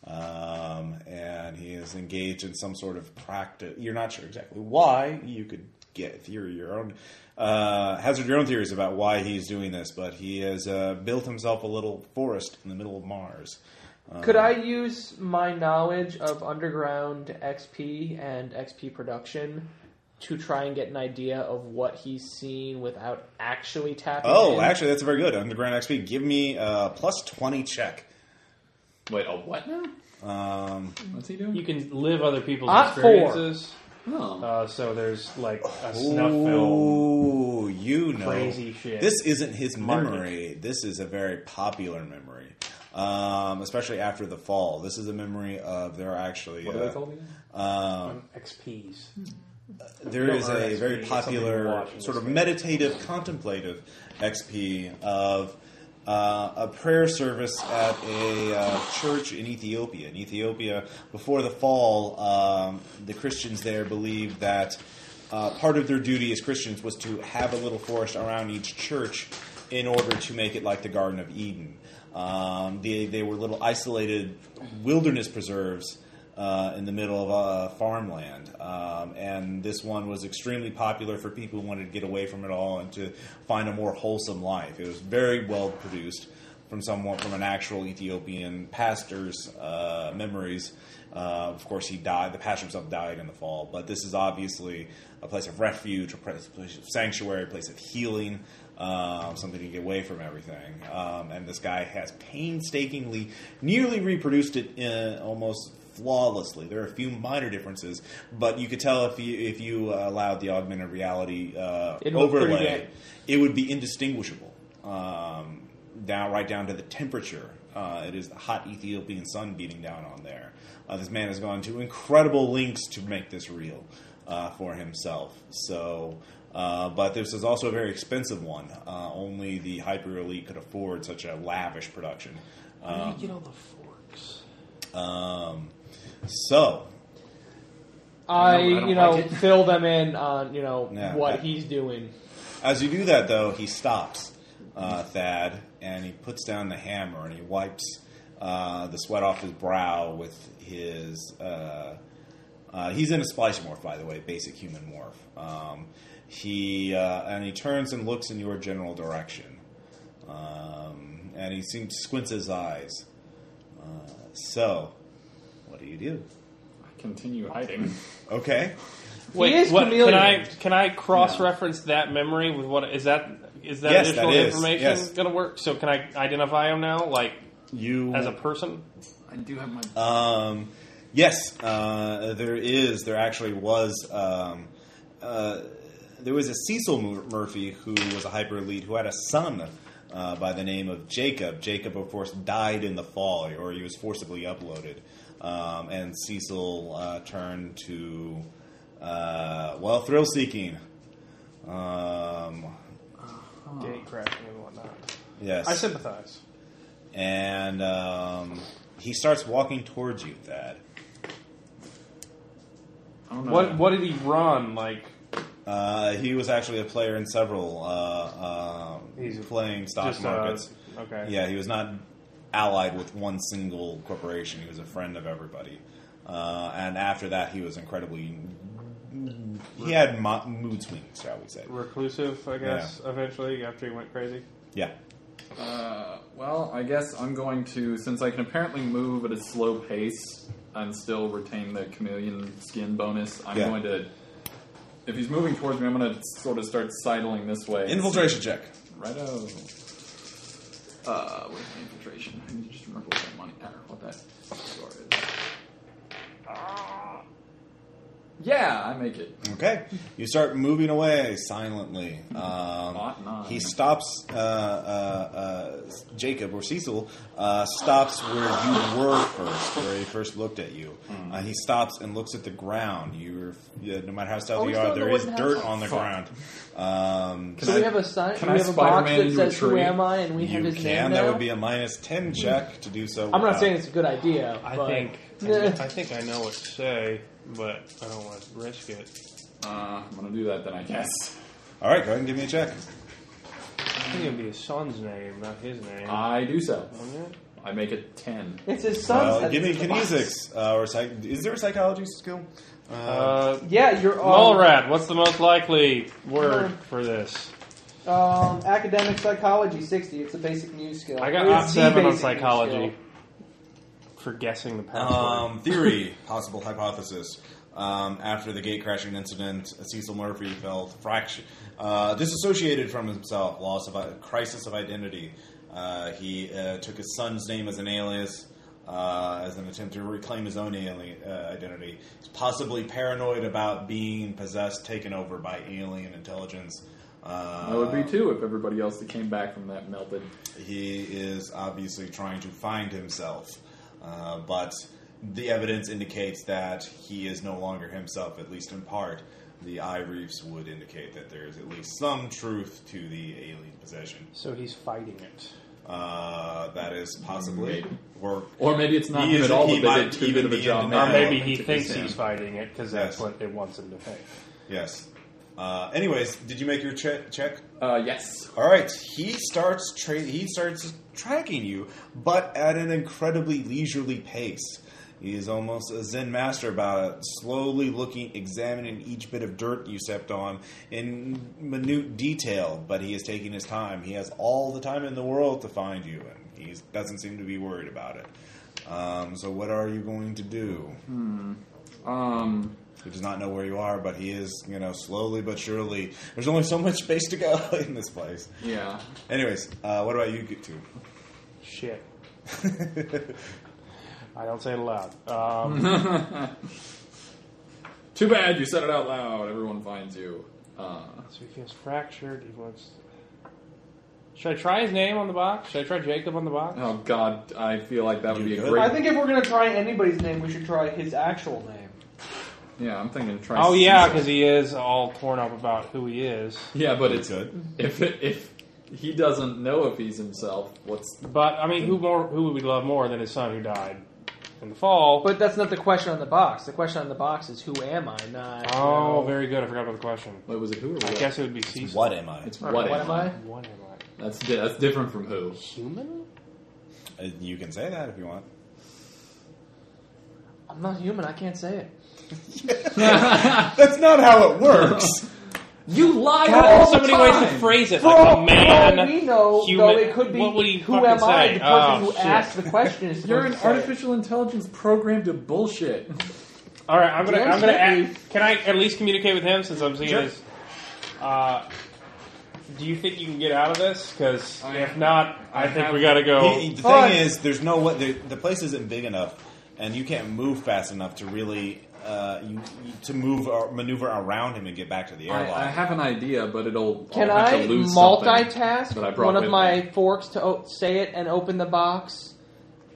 [SPEAKER 1] Um, and he is engaged in some sort of practice. You're not sure exactly why. You could get theory your own, uh, hazard your own theories about why he's doing this, but he has uh, built himself a little forest in the middle of Mars. Um,
[SPEAKER 4] Could I use my knowledge of underground XP and XP production to try and get an idea of what he's seen without actually tapping?
[SPEAKER 1] Oh,
[SPEAKER 4] in?
[SPEAKER 1] actually, that's very good. Underground XP, give me a plus twenty check.
[SPEAKER 3] Wait, a what now?
[SPEAKER 1] Um,
[SPEAKER 3] What's he doing?
[SPEAKER 2] You can live other people's
[SPEAKER 4] Ah, four.
[SPEAKER 2] experiences.
[SPEAKER 3] Oh.
[SPEAKER 2] Uh, so there's like a snuff film.
[SPEAKER 1] ooh, you know,
[SPEAKER 2] Crazy shit.
[SPEAKER 1] This isn't his
[SPEAKER 2] Market.
[SPEAKER 1] memory. This is a very popular memory. um, especially after the fall. This is a memory of there are actually
[SPEAKER 3] What
[SPEAKER 1] uh,
[SPEAKER 3] are they called again?
[SPEAKER 1] um,
[SPEAKER 2] XPs.
[SPEAKER 1] there is
[SPEAKER 2] No,
[SPEAKER 1] a
[SPEAKER 2] RSP,
[SPEAKER 1] very
[SPEAKER 2] something to
[SPEAKER 1] popular
[SPEAKER 2] watch in
[SPEAKER 1] sort
[SPEAKER 2] this
[SPEAKER 1] of
[SPEAKER 2] thing.
[SPEAKER 1] meditative, contemplative XP of uh, a prayer service at a uh, church in Ethiopia. In Ethiopia, before the fall, um, the Christians there believed that uh, part of their duty as Christians was to have a little forest around each church in order to make it like the Garden of Eden. Um, they, they were little isolated wilderness preserves uh, in the middle of uh, farmland. Um, and this one was extremely popular for people who wanted to get away from it all and to find a more wholesome life. It was very well produced from someone from an actual Ethiopian pastor's uh, memories. Uh, of course, he died. The pastor himself died in the fall, but this is obviously a place of refuge, a place place of sanctuary, a place of healing, um, something to get away from everything. Um, and this guy has painstakingly, nearly reproduced it in almost flawlessly. There are a few minor differences, but you could tell if you if you uh, allowed the augmented reality uh,
[SPEAKER 4] It looked pretty
[SPEAKER 1] overlay,
[SPEAKER 4] good.
[SPEAKER 1] it would be indistinguishable. Um, down right down to the temperature. Uh, it is the hot Ethiopian sun beating down on there. Uh, this man has gone to incredible lengths to make this real uh, for himself. So, uh, but this is also a very expensive one. Uh, only the hyper elite could afford such a lavish production.
[SPEAKER 2] Where do you get all the forks?
[SPEAKER 1] Um, so,
[SPEAKER 4] I,
[SPEAKER 3] No, I don't
[SPEAKER 4] you know,
[SPEAKER 3] like it.
[SPEAKER 4] fill them in on, you know,
[SPEAKER 1] Yeah.
[SPEAKER 4] what he's doing.
[SPEAKER 1] As you do that, though, he stops, uh, Thad, and he puts down the hammer and he wipes uh, the sweat off his brow with his. Uh, uh, he's in a splice morph, by the way, basic human morph. Um, he uh, and he turns and looks in your general direction, um, and he seems squints his eyes. Uh, so, what do you do?
[SPEAKER 3] Continue hiding.
[SPEAKER 1] Okay,
[SPEAKER 2] Wait,
[SPEAKER 4] is
[SPEAKER 2] what,
[SPEAKER 4] chameleon.
[SPEAKER 2] can I can I cross reference that memory with what is that? Is that
[SPEAKER 1] Yes,
[SPEAKER 2] additional
[SPEAKER 1] that is.
[SPEAKER 2] information
[SPEAKER 1] Yes.
[SPEAKER 2] gonna work? So can I identify him now, like
[SPEAKER 1] you
[SPEAKER 2] as a person?
[SPEAKER 3] I do have my.
[SPEAKER 1] Um, yes, uh, there is. There actually was. Um, uh, there was a Cecil Mur- Murphy who was a hyper elite who had a son uh, by the name of Jacob. Jacob, of course, died in the fall, or he was forcibly uploaded. Um, and Cecil uh, turned to, uh, well, thrill seeking. Um,
[SPEAKER 2] Gatecrashing and whatnot.
[SPEAKER 1] yes.
[SPEAKER 2] I sympathize.
[SPEAKER 1] and um, he starts walking towards you, Thad.
[SPEAKER 3] I don't know.
[SPEAKER 2] What what did he run? Like
[SPEAKER 1] Uh, he was actually a player in several uh, uh,
[SPEAKER 2] He's
[SPEAKER 1] playing stock
[SPEAKER 2] just uh,
[SPEAKER 1] markets.
[SPEAKER 2] okay.
[SPEAKER 1] yeah, he was not allied with one single corporation. He was a friend of everybody. Uh, and after that, he was incredibly. He had mo- mood swings, shall we say?
[SPEAKER 2] Reclusive, I guess. Eventually, after he went crazy.
[SPEAKER 1] Yeah.
[SPEAKER 3] Uh, well, I guess I'm going to, since I can apparently move at a slow pace and still retain the chameleon skin bonus, I'm
[SPEAKER 1] Yeah.
[SPEAKER 3] going to. If he's moving towards me, I'm going to sort of start sidling this way.
[SPEAKER 1] Infiltration check.
[SPEAKER 3] Righto. Uh, where's my infiltration? I need to just remember what that money or what that score is. Ah. Yeah, I make it.
[SPEAKER 1] Okay. You start moving away silently.
[SPEAKER 3] Not
[SPEAKER 1] Um,
[SPEAKER 3] nine.
[SPEAKER 1] he stops, uh, uh, uh, Jacob or Cecil uh, stops where you were first, where he first looked at you.
[SPEAKER 4] Hmm.
[SPEAKER 1] Uh, he stops and looks at the ground. You're, yeah, no matter how stealthy
[SPEAKER 4] Oh, we
[SPEAKER 1] you
[SPEAKER 4] still
[SPEAKER 1] are,
[SPEAKER 4] in the
[SPEAKER 1] there is
[SPEAKER 4] wooden
[SPEAKER 1] dirt
[SPEAKER 4] house?
[SPEAKER 1] on the
[SPEAKER 3] Fuck.
[SPEAKER 1] ground. Um,
[SPEAKER 4] So
[SPEAKER 3] Can
[SPEAKER 4] we
[SPEAKER 3] I-
[SPEAKER 4] have a sign.
[SPEAKER 3] can
[SPEAKER 4] we
[SPEAKER 3] I
[SPEAKER 4] have a box
[SPEAKER 3] Spider-Man
[SPEAKER 4] that
[SPEAKER 3] into a
[SPEAKER 4] says "Who
[SPEAKER 3] tree?"
[SPEAKER 4] am I?" and we have
[SPEAKER 1] you
[SPEAKER 4] his
[SPEAKER 1] can.
[SPEAKER 4] name.
[SPEAKER 1] That
[SPEAKER 4] now?
[SPEAKER 1] would be uh, a minus 10 check to do so.
[SPEAKER 4] Hmm. I'm not
[SPEAKER 1] without-
[SPEAKER 4] saying it's a good idea.
[SPEAKER 2] I
[SPEAKER 4] but-
[SPEAKER 2] think
[SPEAKER 4] Nah.
[SPEAKER 2] I think I know what to say, but I don't want to risk it.
[SPEAKER 3] Uh, I'm going to do that then, I guess.
[SPEAKER 1] All right, go ahead and give me a check.
[SPEAKER 2] I think it'd be his son's name, not his name.
[SPEAKER 3] I do so.
[SPEAKER 2] Wouldn't it?
[SPEAKER 3] I make it 10.
[SPEAKER 4] it's his son's.
[SPEAKER 1] Uh,
[SPEAKER 4] that's
[SPEAKER 1] give me
[SPEAKER 4] in the box.
[SPEAKER 1] kinesics. Uh, or psych- is there a psychology skill?
[SPEAKER 2] uh,
[SPEAKER 4] Yeah, you're um, all right.
[SPEAKER 2] Mallrat, what's the most likely word for this?
[SPEAKER 4] Um, academic psychology, sixty. It's a basic new skill.
[SPEAKER 2] I got
[SPEAKER 4] It's
[SPEAKER 2] op
[SPEAKER 4] the
[SPEAKER 2] seven on
[SPEAKER 4] basic new
[SPEAKER 2] psychology
[SPEAKER 4] skill.
[SPEAKER 2] for guessing the password.
[SPEAKER 1] Um, theory, possible hypothesis. Um, after the gate crashing incident, Cecil Murphy felt fraction, uh, disassociated from himself, loss of a crisis of identity. Uh, he uh, took his son's name as an alias, uh, as an attempt to reclaim his own alien, uh, identity. He's possibly paranoid about being possessed, taken over by alien intelligence. Uh,
[SPEAKER 3] That would be two if everybody else that came back from that melted.
[SPEAKER 1] He is obviously trying to find himself, uh, but the evidence indicates that he is no longer himself, at least in part. The eye reefs would indicate that there is at least some truth to the alien possession.
[SPEAKER 2] So he's fighting it.
[SPEAKER 1] Uh, that is possibly
[SPEAKER 3] Maybe.
[SPEAKER 1] or
[SPEAKER 3] Or maybe it's not
[SPEAKER 1] He
[SPEAKER 3] him at
[SPEAKER 1] is-
[SPEAKER 3] all,
[SPEAKER 1] he
[SPEAKER 3] but they
[SPEAKER 1] might
[SPEAKER 3] did too
[SPEAKER 1] even
[SPEAKER 3] good of a
[SPEAKER 1] be in
[SPEAKER 3] job.
[SPEAKER 1] denial.
[SPEAKER 2] Or
[SPEAKER 1] Yeah,
[SPEAKER 2] maybe
[SPEAKER 3] I
[SPEAKER 2] he
[SPEAKER 3] think it's
[SPEAKER 2] thinks
[SPEAKER 3] him.
[SPEAKER 2] he's fighting it because that's
[SPEAKER 1] Yes.
[SPEAKER 2] what it wants him to think.
[SPEAKER 1] yes. Uh, anyways, did you make your che- check?
[SPEAKER 3] Uh, yes.
[SPEAKER 1] All right, he starts tra- he starts tracking you, but at an incredibly leisurely pace. He is almost a Zen master about it, slowly looking, examining each bit of dirt you stepped on in minute detail. But he is taking his time. He has all the time in the world to find you, and he doesn't seem to be worried about it. Um, so, what are you going to do?
[SPEAKER 3] Um,
[SPEAKER 1] He does not know where you are, but he is, you know, slowly but surely. There's only so much space to go in this place.
[SPEAKER 3] yeah.
[SPEAKER 1] Anyways, uh, what about you get to?
[SPEAKER 2] Shit. I don't say it aloud. Um,
[SPEAKER 3] Too bad you said it out loud. Everyone finds you. Uh,
[SPEAKER 2] so he feels fractured. He wants. Should I try his name on the box? Should I try Jacob on the box?
[SPEAKER 3] oh God, I feel like that would
[SPEAKER 1] You
[SPEAKER 3] be a
[SPEAKER 1] good?
[SPEAKER 3] great.
[SPEAKER 4] I think if we're gonna try anybody's name, we should try his actual name.
[SPEAKER 3] yeah, I'm thinking. Try
[SPEAKER 2] Oh yeah, because
[SPEAKER 3] Cecil.
[SPEAKER 2] he is all torn up about who he is.
[SPEAKER 3] Yeah, but it's
[SPEAKER 1] good.
[SPEAKER 3] if it, if he doesn't know if he's himself, what's
[SPEAKER 2] But I mean, who more? Who would we love more than his son who died in the fall?
[SPEAKER 4] But that's not the question on the box. The question on the box is who am I? Not
[SPEAKER 2] oh,
[SPEAKER 4] you know,
[SPEAKER 2] very good. I forgot about the question.
[SPEAKER 3] what was it? Who? Or
[SPEAKER 2] I
[SPEAKER 3] what?
[SPEAKER 2] guess it would be Cecil.
[SPEAKER 1] What am I?
[SPEAKER 3] it's
[SPEAKER 4] all
[SPEAKER 3] what,
[SPEAKER 4] right, what, am I?
[SPEAKER 2] What am I?
[SPEAKER 3] That's di- that's different from who.
[SPEAKER 2] Human?
[SPEAKER 1] Uh, you can say that if you want.
[SPEAKER 4] I'm not human. I can't say it.
[SPEAKER 1] That's not how it works.
[SPEAKER 3] You lie
[SPEAKER 2] God,
[SPEAKER 3] all
[SPEAKER 2] there's
[SPEAKER 3] the
[SPEAKER 2] so many
[SPEAKER 3] time.
[SPEAKER 2] ways to phrase it.
[SPEAKER 4] For
[SPEAKER 2] Like
[SPEAKER 4] all
[SPEAKER 2] a man,
[SPEAKER 4] we know,
[SPEAKER 2] human.
[SPEAKER 4] though, it could be
[SPEAKER 2] What would he
[SPEAKER 4] who
[SPEAKER 2] fucking
[SPEAKER 4] am I?
[SPEAKER 2] say?
[SPEAKER 4] The person
[SPEAKER 2] Oh,
[SPEAKER 4] who
[SPEAKER 2] shit.
[SPEAKER 4] asked the question is
[SPEAKER 3] You're an
[SPEAKER 4] supposed to say it.
[SPEAKER 3] artificial intelligence programmed to bullshit.
[SPEAKER 2] All right, I'm gonna.
[SPEAKER 4] James
[SPEAKER 2] I'm gonna.
[SPEAKER 4] Whitney.
[SPEAKER 2] Ask, can I at least communicate with him since I'm seeing
[SPEAKER 3] Sure.
[SPEAKER 2] his? Uh, do you think you can get out of this? Because
[SPEAKER 3] I-
[SPEAKER 2] if not, I,
[SPEAKER 3] I
[SPEAKER 2] think
[SPEAKER 3] have-
[SPEAKER 2] we gotta go.
[SPEAKER 1] He- the
[SPEAKER 4] Fine.
[SPEAKER 1] thing is, there's no what the, the place isn't big enough, and you can't move fast enough to really uh, you, you- to move or maneuver around him and get back to the
[SPEAKER 3] I,
[SPEAKER 1] airlock.
[SPEAKER 3] I have an idea, but it'll.
[SPEAKER 4] Can
[SPEAKER 3] I'll have
[SPEAKER 4] I
[SPEAKER 3] to lose something
[SPEAKER 4] multitask
[SPEAKER 3] that I brought
[SPEAKER 4] one of
[SPEAKER 3] with
[SPEAKER 4] my
[SPEAKER 3] me.
[SPEAKER 4] forks to o- say it and open the box,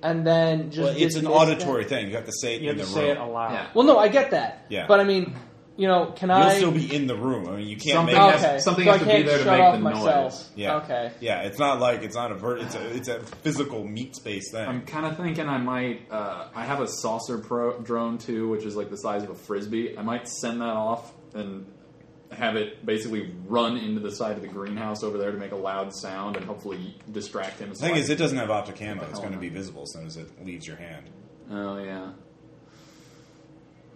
[SPEAKER 4] and then just
[SPEAKER 1] well, it's an
[SPEAKER 4] dismiss
[SPEAKER 1] auditory
[SPEAKER 4] that?
[SPEAKER 1] thing. You have to say it
[SPEAKER 2] you
[SPEAKER 1] in
[SPEAKER 2] have
[SPEAKER 1] the
[SPEAKER 2] to
[SPEAKER 1] room.
[SPEAKER 2] say it aloud.
[SPEAKER 3] Yeah.
[SPEAKER 4] Well, no, I get that.
[SPEAKER 1] Yeah.
[SPEAKER 4] but I mean, you know, can
[SPEAKER 1] You'll
[SPEAKER 4] I?
[SPEAKER 1] still be in the room. I mean, you can't
[SPEAKER 3] Something
[SPEAKER 1] make.
[SPEAKER 3] has-
[SPEAKER 4] okay,
[SPEAKER 3] something
[SPEAKER 4] so
[SPEAKER 3] has
[SPEAKER 4] I
[SPEAKER 3] to be
[SPEAKER 4] can't
[SPEAKER 3] there to
[SPEAKER 4] shut
[SPEAKER 3] make
[SPEAKER 4] off
[SPEAKER 3] the
[SPEAKER 4] myself.
[SPEAKER 3] noise.
[SPEAKER 1] Yeah.
[SPEAKER 4] Okay.
[SPEAKER 1] Yeah, it's not like it's not a ver- it's a it's a physical meat space thing.
[SPEAKER 3] I'm kind of thinking I might. Uh, I have a saucer pro- drone too, which is like the size of a frisbee. I might send that off and have it basically run into the side of the greenhouse over there to make a loud sound and hopefully distract him.
[SPEAKER 1] the thing is, it doesn't have optic camo. It's
[SPEAKER 3] hell
[SPEAKER 1] going to
[SPEAKER 3] am
[SPEAKER 1] be
[SPEAKER 3] I?
[SPEAKER 1] visible as soon as it leaves your hand.
[SPEAKER 3] oh yeah.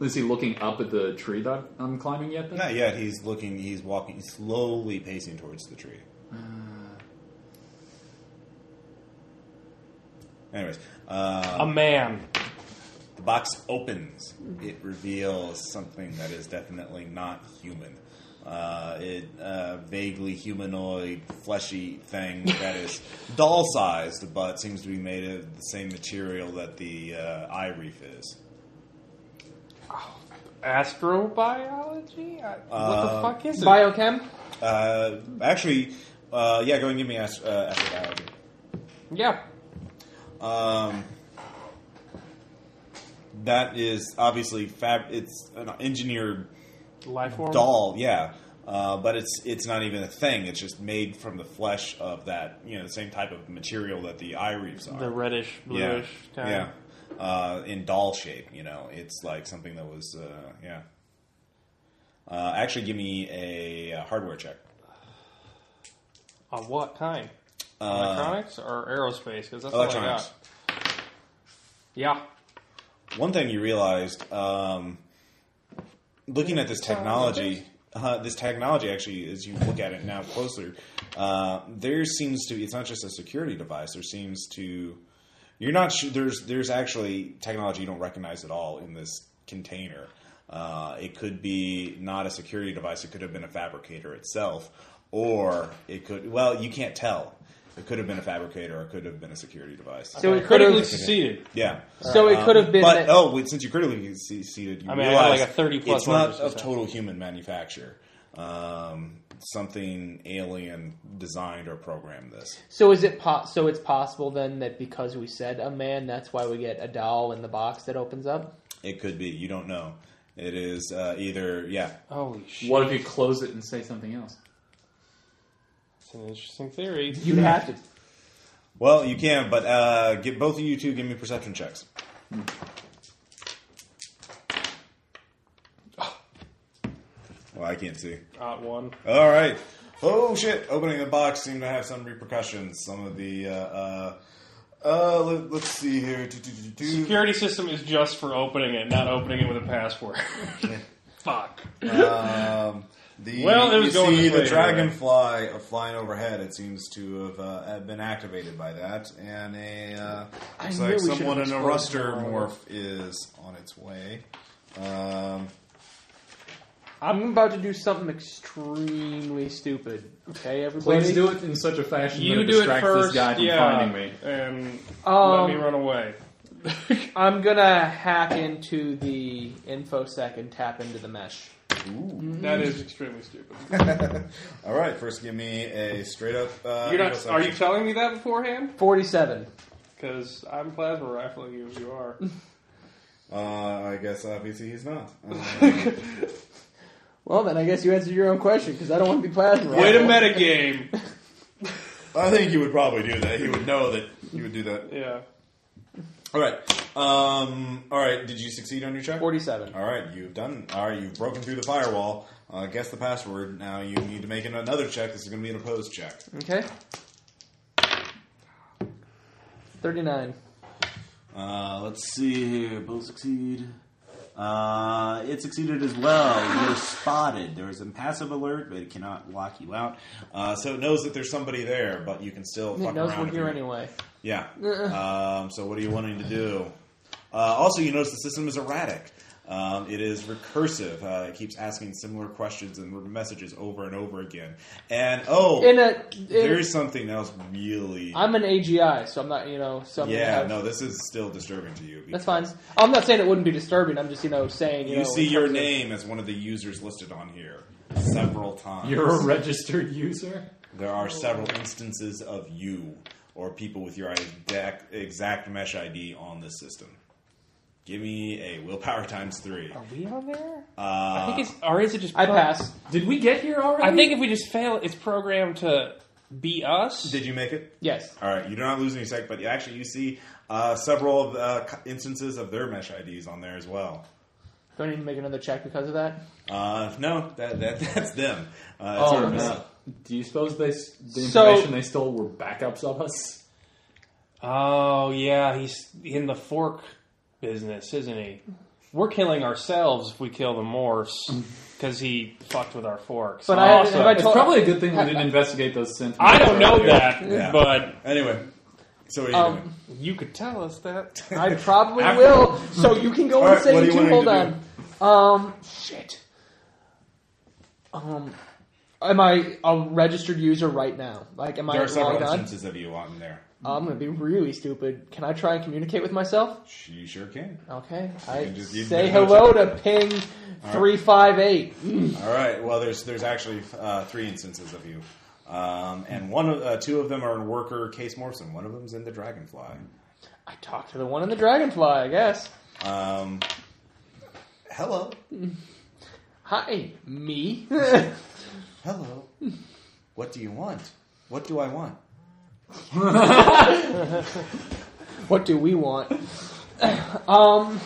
[SPEAKER 3] Is he looking up at the tree that I'm climbing yet? Then?
[SPEAKER 1] Not yet. He's looking. He's walking slowly, pacing towards the tree. Anyways, uh,
[SPEAKER 2] A man.
[SPEAKER 1] the box opens. It reveals something that is definitely not human. Uh, it uh, vaguely humanoid, fleshy thing that is doll sized, but seems to be made of the same material that the uh, eye reef is.
[SPEAKER 2] Astrobiology? I, what the
[SPEAKER 1] Uh,
[SPEAKER 2] fuck is it?
[SPEAKER 4] Biochem.
[SPEAKER 1] Uh, actually, uh, yeah, go and give me ast- uh, astrobiology.
[SPEAKER 2] yeah.
[SPEAKER 1] Um, that is obviously fab. It's an engineered
[SPEAKER 2] Life form?
[SPEAKER 1] doll, yeah. Uh, but it's it's not even a thing. It's just made from the flesh of that you know the same type of material that the eye reefs are.
[SPEAKER 2] The reddish, bluish
[SPEAKER 1] yeah,
[SPEAKER 2] kind
[SPEAKER 1] yeah. Uh, in doll shape, you know, it's like something that was uh, yeah. Uh, actually, give me a, uh hardware check.
[SPEAKER 2] Of what kind?
[SPEAKER 1] Uh,
[SPEAKER 2] Electronics or aerospace? Because that's all I
[SPEAKER 1] electronics.
[SPEAKER 2] got. Yeah.
[SPEAKER 1] One thing you realized, um, looking at this technology, uh, this technology actually, as you look at it now closer, uh, there seems to be. It's not just a security device. There seems to. You're not sure. There's there's actually technology you don't recognize at all in this container. Uh, it could be not a security device. It could have been a fabricator itself, or it could. Well, you can't tell. It could have been a fabricator, or it could have been a security device.
[SPEAKER 4] So it could
[SPEAKER 2] Critically
[SPEAKER 4] have.
[SPEAKER 2] succeeded.
[SPEAKER 1] Yeah.
[SPEAKER 4] So it Um, could have been.
[SPEAKER 1] But
[SPEAKER 4] that-
[SPEAKER 1] oh, wait, since you critically succeeded, you
[SPEAKER 2] I mean, I got
[SPEAKER 1] realize
[SPEAKER 2] like a 30 plus
[SPEAKER 1] it's not
[SPEAKER 2] largest
[SPEAKER 1] of
[SPEAKER 2] percent.
[SPEAKER 1] total human manufacture. um, something alien designed or programmed this.
[SPEAKER 4] So is it po- so it's possible then that because we said a man, that's why we get a doll in the box that opens up?
[SPEAKER 1] It could be. You don't know. It is uh, either yeah.
[SPEAKER 2] Holy shit!
[SPEAKER 3] What if you close it and say something else?
[SPEAKER 2] That's an interesting theory.
[SPEAKER 4] You'd have to.
[SPEAKER 1] Well, you can, but uh, get both of you two. Give me perception checks.
[SPEAKER 2] Hmm.
[SPEAKER 1] Well, I can't see.
[SPEAKER 2] Got one.
[SPEAKER 1] All right. Oh shit! Opening the box seemed to have some repercussions. Some of the uh, uh, uh, let, let's see here. Do, do, do, do.
[SPEAKER 2] Security system is just for opening it, not opening it with a password. Fuck.
[SPEAKER 1] Um, the,
[SPEAKER 2] Well, it was
[SPEAKER 1] you
[SPEAKER 2] going
[SPEAKER 1] see
[SPEAKER 2] this way
[SPEAKER 1] the
[SPEAKER 2] anyway.
[SPEAKER 1] dragonfly uh, flying overhead. It seems to have, uh, have been activated by that, and a uh,
[SPEAKER 4] I
[SPEAKER 1] looks
[SPEAKER 4] knew
[SPEAKER 1] like
[SPEAKER 4] we should've
[SPEAKER 1] someone in a
[SPEAKER 4] exposed
[SPEAKER 1] ruster
[SPEAKER 4] them all.
[SPEAKER 1] morph is on its way. Um,
[SPEAKER 4] I'm about to do something extremely stupid. Okay, everybody.
[SPEAKER 3] Please do it in such a fashion that
[SPEAKER 2] You
[SPEAKER 3] it
[SPEAKER 2] do it
[SPEAKER 3] distracts
[SPEAKER 2] first.
[SPEAKER 3] this guy from
[SPEAKER 2] yeah,
[SPEAKER 3] finding me.
[SPEAKER 2] and
[SPEAKER 4] Um,
[SPEAKER 2] let me run away.
[SPEAKER 4] I'm gonna hack into the infosec and tap into the mesh.
[SPEAKER 1] ooh.
[SPEAKER 2] That is extremely stupid.
[SPEAKER 1] All right, first give me a straight up. Uh,
[SPEAKER 2] You're not.
[SPEAKER 1] info
[SPEAKER 2] Are you
[SPEAKER 1] section.
[SPEAKER 2] telling me that beforehand?
[SPEAKER 4] Forty-seven.
[SPEAKER 2] Because I'm plasma rifling you if you are.
[SPEAKER 1] Uh, I guess obviously he's not. Uh,
[SPEAKER 4] Well, then I guess you answered your own question because I don't want to be plasma.
[SPEAKER 2] Wait a
[SPEAKER 4] rifled.
[SPEAKER 2] metagame.
[SPEAKER 1] I think he would probably do that. He would know that he would do that.
[SPEAKER 2] Yeah.
[SPEAKER 1] All right. Um, all right. Did you succeed on your check?
[SPEAKER 4] Forty-seven.
[SPEAKER 1] All right, you've done. All right, you've broken through the firewall. Uh, guess the password. Now you need to make an- another check. This is going to be an opposed check.
[SPEAKER 4] Okay. Thirty-nine.
[SPEAKER 1] Uh, let's see here. Both succeed. Uh, it succeeded as well. You're spotted. There is a passive alert, but it cannot lock you out. Uh, so it knows that there's somebody there, but you can still
[SPEAKER 4] It
[SPEAKER 1] fuck
[SPEAKER 4] knows
[SPEAKER 1] around.
[SPEAKER 4] we're
[SPEAKER 1] if
[SPEAKER 4] here
[SPEAKER 1] you-
[SPEAKER 4] anyway.
[SPEAKER 1] Yeah.
[SPEAKER 4] Uh-uh.
[SPEAKER 1] Um, so what are you wanting to do? Uh, also, you notice the system is erratic. Um, it is recursive. Uh, it keeps asking similar questions and messages over and over again. And oh,
[SPEAKER 4] In a, in,
[SPEAKER 1] there's something else really.
[SPEAKER 4] I'm an AGI, so I'm not, you know, so I'm gonna
[SPEAKER 1] yeah,
[SPEAKER 4] have-
[SPEAKER 1] no, this is still disturbing to you.
[SPEAKER 4] That's fine. I'm not saying it wouldn't be disturbing. I'm just, you know, saying you,
[SPEAKER 1] You
[SPEAKER 4] know,
[SPEAKER 1] see
[SPEAKER 4] in
[SPEAKER 1] your
[SPEAKER 4] terms of-
[SPEAKER 1] name as one of the users listed on here several times.
[SPEAKER 3] You're a registered user.
[SPEAKER 1] There are several instances of you or people with your exact, exact mesh ID on this system. Give me a willpower times three.
[SPEAKER 2] Are we on there? I
[SPEAKER 1] Uh,
[SPEAKER 2] think it's or is it just?
[SPEAKER 4] I
[SPEAKER 2] pro-
[SPEAKER 4] pass.
[SPEAKER 3] Did we get here already?
[SPEAKER 2] I think if we just fail, it's programmed to be us.
[SPEAKER 1] did you make it?
[SPEAKER 4] Yes.
[SPEAKER 1] All right, you do not lose any sec, but you actually you see uh, several of uh, c- instances of their mesh IDs on there as well.
[SPEAKER 4] Do I need to make another check because of that?
[SPEAKER 1] Uh, no, that, that that's them. Uh, it's
[SPEAKER 3] Oh
[SPEAKER 1] Artemis.
[SPEAKER 3] no. Do you suppose they, s- the
[SPEAKER 4] So-
[SPEAKER 3] information they stole were backups of us?
[SPEAKER 2] Oh yeah, he's in the fork business, isn't he? We're killing ourselves if we kill the Morse because he fucked with our forks.
[SPEAKER 4] But I-
[SPEAKER 2] Also-
[SPEAKER 4] have I
[SPEAKER 3] it's
[SPEAKER 4] told-
[SPEAKER 3] probably a good thing we didn't investigate those sent.
[SPEAKER 2] I don't know that,
[SPEAKER 1] Yeah.
[SPEAKER 2] but
[SPEAKER 1] Anyway, so what are you doing?
[SPEAKER 4] Um,
[SPEAKER 2] you could tell us that.
[SPEAKER 4] I probably
[SPEAKER 1] After-
[SPEAKER 4] will. So you can go
[SPEAKER 1] All
[SPEAKER 4] and
[SPEAKER 1] right,
[SPEAKER 4] say
[SPEAKER 1] what do
[SPEAKER 4] it
[SPEAKER 1] you
[SPEAKER 4] too.
[SPEAKER 1] want
[SPEAKER 4] Hold
[SPEAKER 1] me
[SPEAKER 4] on.
[SPEAKER 1] to
[SPEAKER 4] Um, shit. Um, am I a registered user right now? Like, am I
[SPEAKER 1] There are several
[SPEAKER 4] logged on?
[SPEAKER 1] instances of you on there.
[SPEAKER 4] I'm gonna be really stupid. Can I try and communicate with myself?
[SPEAKER 1] You sure can.
[SPEAKER 4] Okay. I
[SPEAKER 1] can just- you
[SPEAKER 4] say
[SPEAKER 1] can-
[SPEAKER 4] hello to ping three five eight.
[SPEAKER 1] All right. Well, there's there's actually uh, three instances of you, um, and one of uh, two of them are in worker case Morrison. One of them's in the Dragonfly.
[SPEAKER 4] I talked to the one in the dragonfly, I guess.
[SPEAKER 1] Um, hello,
[SPEAKER 4] Hi, me.
[SPEAKER 1] hello. What do you want? What do I want?
[SPEAKER 4] what do we want? um,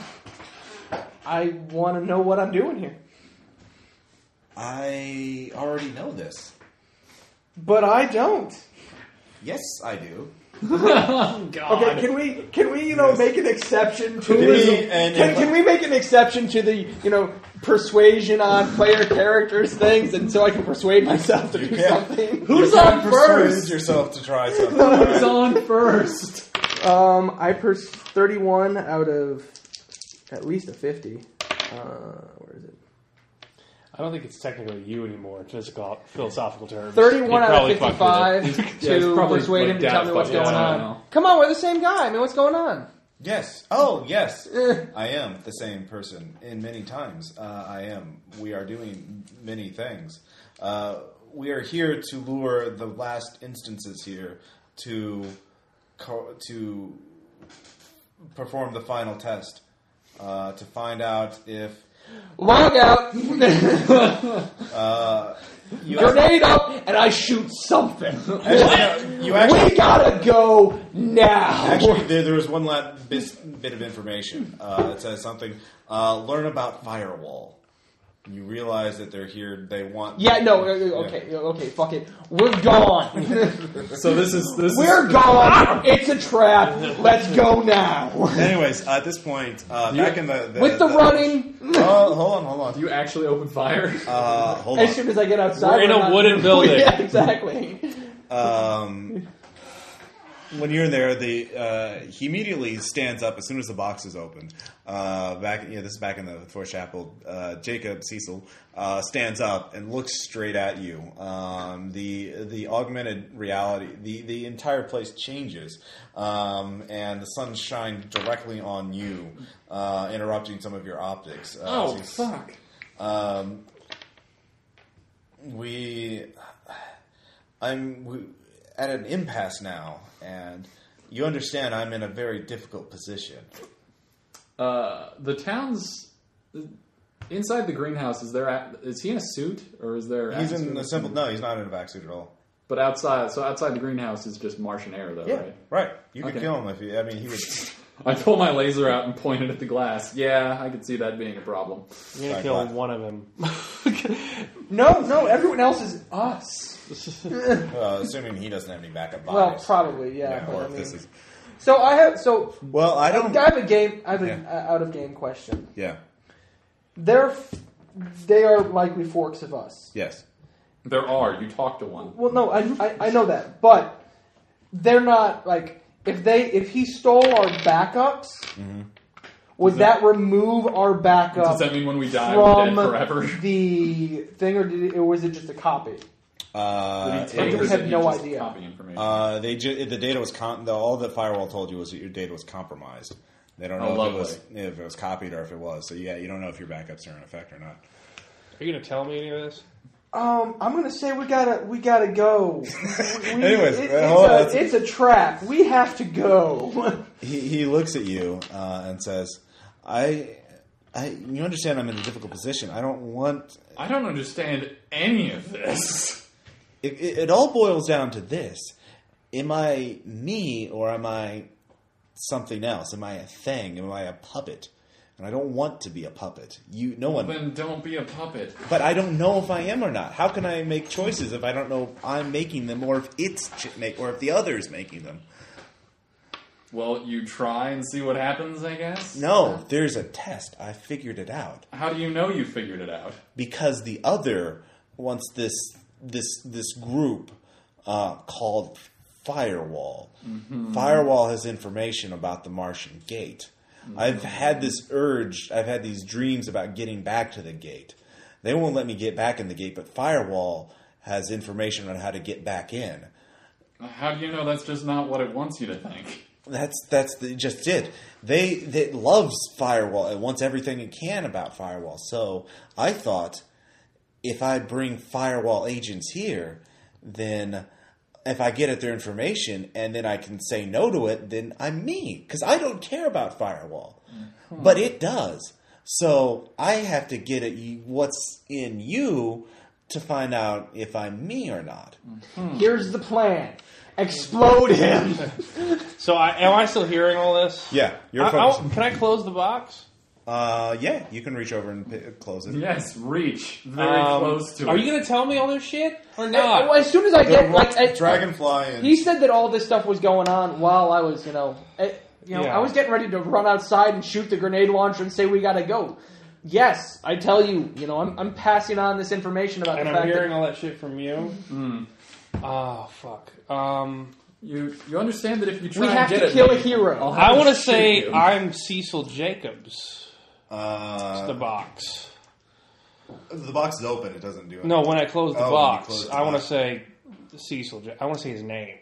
[SPEAKER 4] I want to know what I'm doing here,
[SPEAKER 1] I already know this.
[SPEAKER 4] but I don't.
[SPEAKER 1] Yes, I do.
[SPEAKER 4] Oh, Okay, can we can we you know
[SPEAKER 1] Yes.
[SPEAKER 4] make an exception to
[SPEAKER 1] Can we-
[SPEAKER 4] the,
[SPEAKER 1] and-
[SPEAKER 4] can, can we make an exception to the you know persuasion on player characters things, and so I can persuade myself to do
[SPEAKER 1] can.
[SPEAKER 4] something.
[SPEAKER 3] Who's
[SPEAKER 1] You
[SPEAKER 3] on
[SPEAKER 1] can't persuade
[SPEAKER 3] first?
[SPEAKER 1] yourself to try something. All
[SPEAKER 3] Who's
[SPEAKER 1] right.
[SPEAKER 3] on first?
[SPEAKER 4] Um, I pers thirty one out of at least a fifty. Uh, where is it?
[SPEAKER 2] I don't think it's technically you anymore in physical philosophical terms.
[SPEAKER 4] Thirty-one
[SPEAKER 2] He
[SPEAKER 4] out
[SPEAKER 2] probably
[SPEAKER 4] of
[SPEAKER 2] fucked with it.
[SPEAKER 4] fifty-five
[SPEAKER 3] Yeah, it's
[SPEAKER 4] to
[SPEAKER 3] probably
[SPEAKER 4] persuade him
[SPEAKER 3] like
[SPEAKER 4] to tell
[SPEAKER 3] dad
[SPEAKER 4] me what's
[SPEAKER 3] fucked
[SPEAKER 4] going
[SPEAKER 3] with it.
[SPEAKER 4] on.
[SPEAKER 3] Yeah.
[SPEAKER 4] Come on, we're the same guy. I mean, what's going on?
[SPEAKER 1] Yes. Oh, yes. I am the same person in many times. Uh, I am. We are doing many things. Uh, we are here to lure the last instances here to co- to perform the final test uh, to find out if
[SPEAKER 4] Log out,
[SPEAKER 1] uh, you
[SPEAKER 4] grenade up, and I shoot something.
[SPEAKER 1] actually, no, you actually
[SPEAKER 4] we gotta go now.
[SPEAKER 1] Actually, there, there was one last bis- bit of information. Uh, it says something. Uh, learn about firewall. You realize that they're here. They want.
[SPEAKER 4] yeah, no, uh, uh, okay, uh, okay, fuck it. We're gone.
[SPEAKER 3] So this is this is
[SPEAKER 4] We're gone. It's a trap. Let's go now.
[SPEAKER 1] Anyways, at this point, uh, back in the, the
[SPEAKER 4] With the running,
[SPEAKER 1] Oh, hold on, hold on.
[SPEAKER 3] you actually open fire.
[SPEAKER 1] Uh, hold
[SPEAKER 4] as
[SPEAKER 1] on.
[SPEAKER 4] soon as I get outside,
[SPEAKER 2] We're in a
[SPEAKER 4] not-
[SPEAKER 2] wooden building.
[SPEAKER 4] yeah, exactly.
[SPEAKER 1] Um, when you're there, the uh, he immediately stands up as soon as the box is open. Uh, back, yeah, this is back in the Thorpe Chapel. Uh, Jacob Cecil uh, stands up and looks straight at you. Um, the the augmented reality, the the entire place changes, um, and the sun shines directly on you, uh, interrupting some of your optics. Uh,
[SPEAKER 3] oh
[SPEAKER 1] so you-
[SPEAKER 3] fuck!
[SPEAKER 1] um, we, I'm we, at an impasse now, and you understand I'm in a very difficult position.
[SPEAKER 3] Uh, the town's inside the greenhouse. Is there? a- Is he in a suit or is there?
[SPEAKER 1] He's in
[SPEAKER 3] atmosphere?
[SPEAKER 1] a simple. No, he's not in a vac suit at all.
[SPEAKER 3] But outside, so outside the greenhouse is just Martian air, though, right?
[SPEAKER 1] right. You could
[SPEAKER 3] Okay.
[SPEAKER 1] kill him if you. I mean, he would.
[SPEAKER 3] I pull my laser out and point it at the glass. Yeah, I could see that being a problem.
[SPEAKER 2] I'm gonna
[SPEAKER 1] Sorry,
[SPEAKER 2] kill
[SPEAKER 1] what?
[SPEAKER 2] one of them.
[SPEAKER 4] No, no, everyone else is us.
[SPEAKER 1] Uh, assuming he doesn't have any backup bodies.
[SPEAKER 4] Well, probably, yeah.
[SPEAKER 1] Yeah,
[SPEAKER 4] but
[SPEAKER 1] or
[SPEAKER 4] I
[SPEAKER 1] if this
[SPEAKER 4] mean-
[SPEAKER 1] is-
[SPEAKER 4] so I have so
[SPEAKER 1] well, I
[SPEAKER 4] I
[SPEAKER 1] don't.
[SPEAKER 4] have a game. I have an
[SPEAKER 1] Yeah.
[SPEAKER 4] out of game question.
[SPEAKER 1] Yeah.
[SPEAKER 4] They're f- they are likely forks of us.
[SPEAKER 1] Yes.
[SPEAKER 3] There are. You talk to one.
[SPEAKER 4] Well, no, I, I I know that, but they're not like if they if he stole our backups, would that, remove our backup
[SPEAKER 3] Does that mean when we die, we're
[SPEAKER 4] from
[SPEAKER 3] dead forever?
[SPEAKER 4] the thing, or, did it, or was it just a copy?
[SPEAKER 1] Uh,
[SPEAKER 3] Did he
[SPEAKER 1] it
[SPEAKER 3] take
[SPEAKER 4] we
[SPEAKER 3] or
[SPEAKER 1] was-
[SPEAKER 4] have
[SPEAKER 3] did he
[SPEAKER 4] no
[SPEAKER 3] just
[SPEAKER 4] idea.
[SPEAKER 3] Copy information.
[SPEAKER 1] uh, they ju- the data was con- the, all the firewall told you was that your data was compromised. They don't
[SPEAKER 3] Oh,
[SPEAKER 1] know if, it
[SPEAKER 3] lovely.
[SPEAKER 1] was, if it was copied or if it was. So yeah, you don't know if your backups are in effect or not.
[SPEAKER 2] Are you gonna tell me any of this?
[SPEAKER 4] Um, I'm gonna say we gotta we gotta go. We- we-
[SPEAKER 1] Anyways,
[SPEAKER 4] it-
[SPEAKER 1] uh, hold on,
[SPEAKER 4] it's,
[SPEAKER 1] that's-
[SPEAKER 4] a, it's a trap. We have to go.
[SPEAKER 1] he, he looks at you uh, and says, I, I, you understand I'm in a difficult position. I don't want.
[SPEAKER 3] I don't understand any of this.
[SPEAKER 1] It, it, it all boils down to this Am I me or am I something else? Am I a thing? Am I a puppet? And I don't want to be a puppet. You, no one.
[SPEAKER 3] Then don't be a puppet.
[SPEAKER 1] But I don't know if I am or not. How can I make choices if I don't know if I'm making them or if it's ch- make or if the other is making them?
[SPEAKER 3] Well, you try and see what happens, I guess.
[SPEAKER 1] No, there's a test. I figured it out.
[SPEAKER 3] How do you know you figured it out?
[SPEAKER 1] because the other wants this this this group uh, called Firewall. Firewall has information about the Martian Gate. I've had this urge. I've had these dreams about getting back to the gate. They won't let me get back in the gate, but Firewall has information on how to get back in.
[SPEAKER 3] How do you know that's just not what it wants you to think?
[SPEAKER 1] That's that's the, just it. They that loves firewall. It wants everything it can about firewall. So I thought if I bring firewall agents here, then if I get at their information and then I can say no to it, then I'm me because I don't care about firewall, but it does. So I have to get at you, what's in you to find out if I'm me or not.
[SPEAKER 4] Here's the plan: explode him.
[SPEAKER 2] So I, am I still hearing all this?
[SPEAKER 1] Yeah, you're
[SPEAKER 2] I- I-
[SPEAKER 1] focusing.
[SPEAKER 2] can I close the box?
[SPEAKER 1] Uh, yeah, you can reach over and p- close it.
[SPEAKER 3] Yes, reach very
[SPEAKER 2] Um,
[SPEAKER 3] close to
[SPEAKER 2] Are
[SPEAKER 3] it.
[SPEAKER 2] you gonna tell me all this shit or
[SPEAKER 4] Well,
[SPEAKER 2] not?
[SPEAKER 4] as soon as I get like, I-
[SPEAKER 1] Dragonfly and
[SPEAKER 4] he said that all this stuff was going on while I was, you know, I, you know,
[SPEAKER 2] Yeah.
[SPEAKER 4] I was getting ready to run outside and shoot the grenade launcher and say we gotta go. Yes, I tell you, you know, I'm, I'm passing on this information about
[SPEAKER 2] And
[SPEAKER 4] the
[SPEAKER 2] I'm
[SPEAKER 4] fact
[SPEAKER 2] hearing
[SPEAKER 4] that
[SPEAKER 2] all that shit from you.
[SPEAKER 1] Mm-hmm.
[SPEAKER 2] Oh fuck. Um,
[SPEAKER 3] You you understand that if you try
[SPEAKER 4] we
[SPEAKER 3] and
[SPEAKER 4] have
[SPEAKER 3] get
[SPEAKER 4] to
[SPEAKER 3] it,
[SPEAKER 4] kill a
[SPEAKER 3] like,
[SPEAKER 4] hero.
[SPEAKER 3] I'll have
[SPEAKER 2] I want to
[SPEAKER 3] shoot
[SPEAKER 2] say
[SPEAKER 3] you.
[SPEAKER 2] I'm Cecil Jacobs.
[SPEAKER 1] uh,
[SPEAKER 2] The box.
[SPEAKER 1] the box is open. It doesn't do anything.
[SPEAKER 2] No, when I close the
[SPEAKER 1] Oh, when you
[SPEAKER 2] box,
[SPEAKER 1] close the
[SPEAKER 2] I want to
[SPEAKER 1] box.
[SPEAKER 2] say Cecil. Ja- I want to say his name.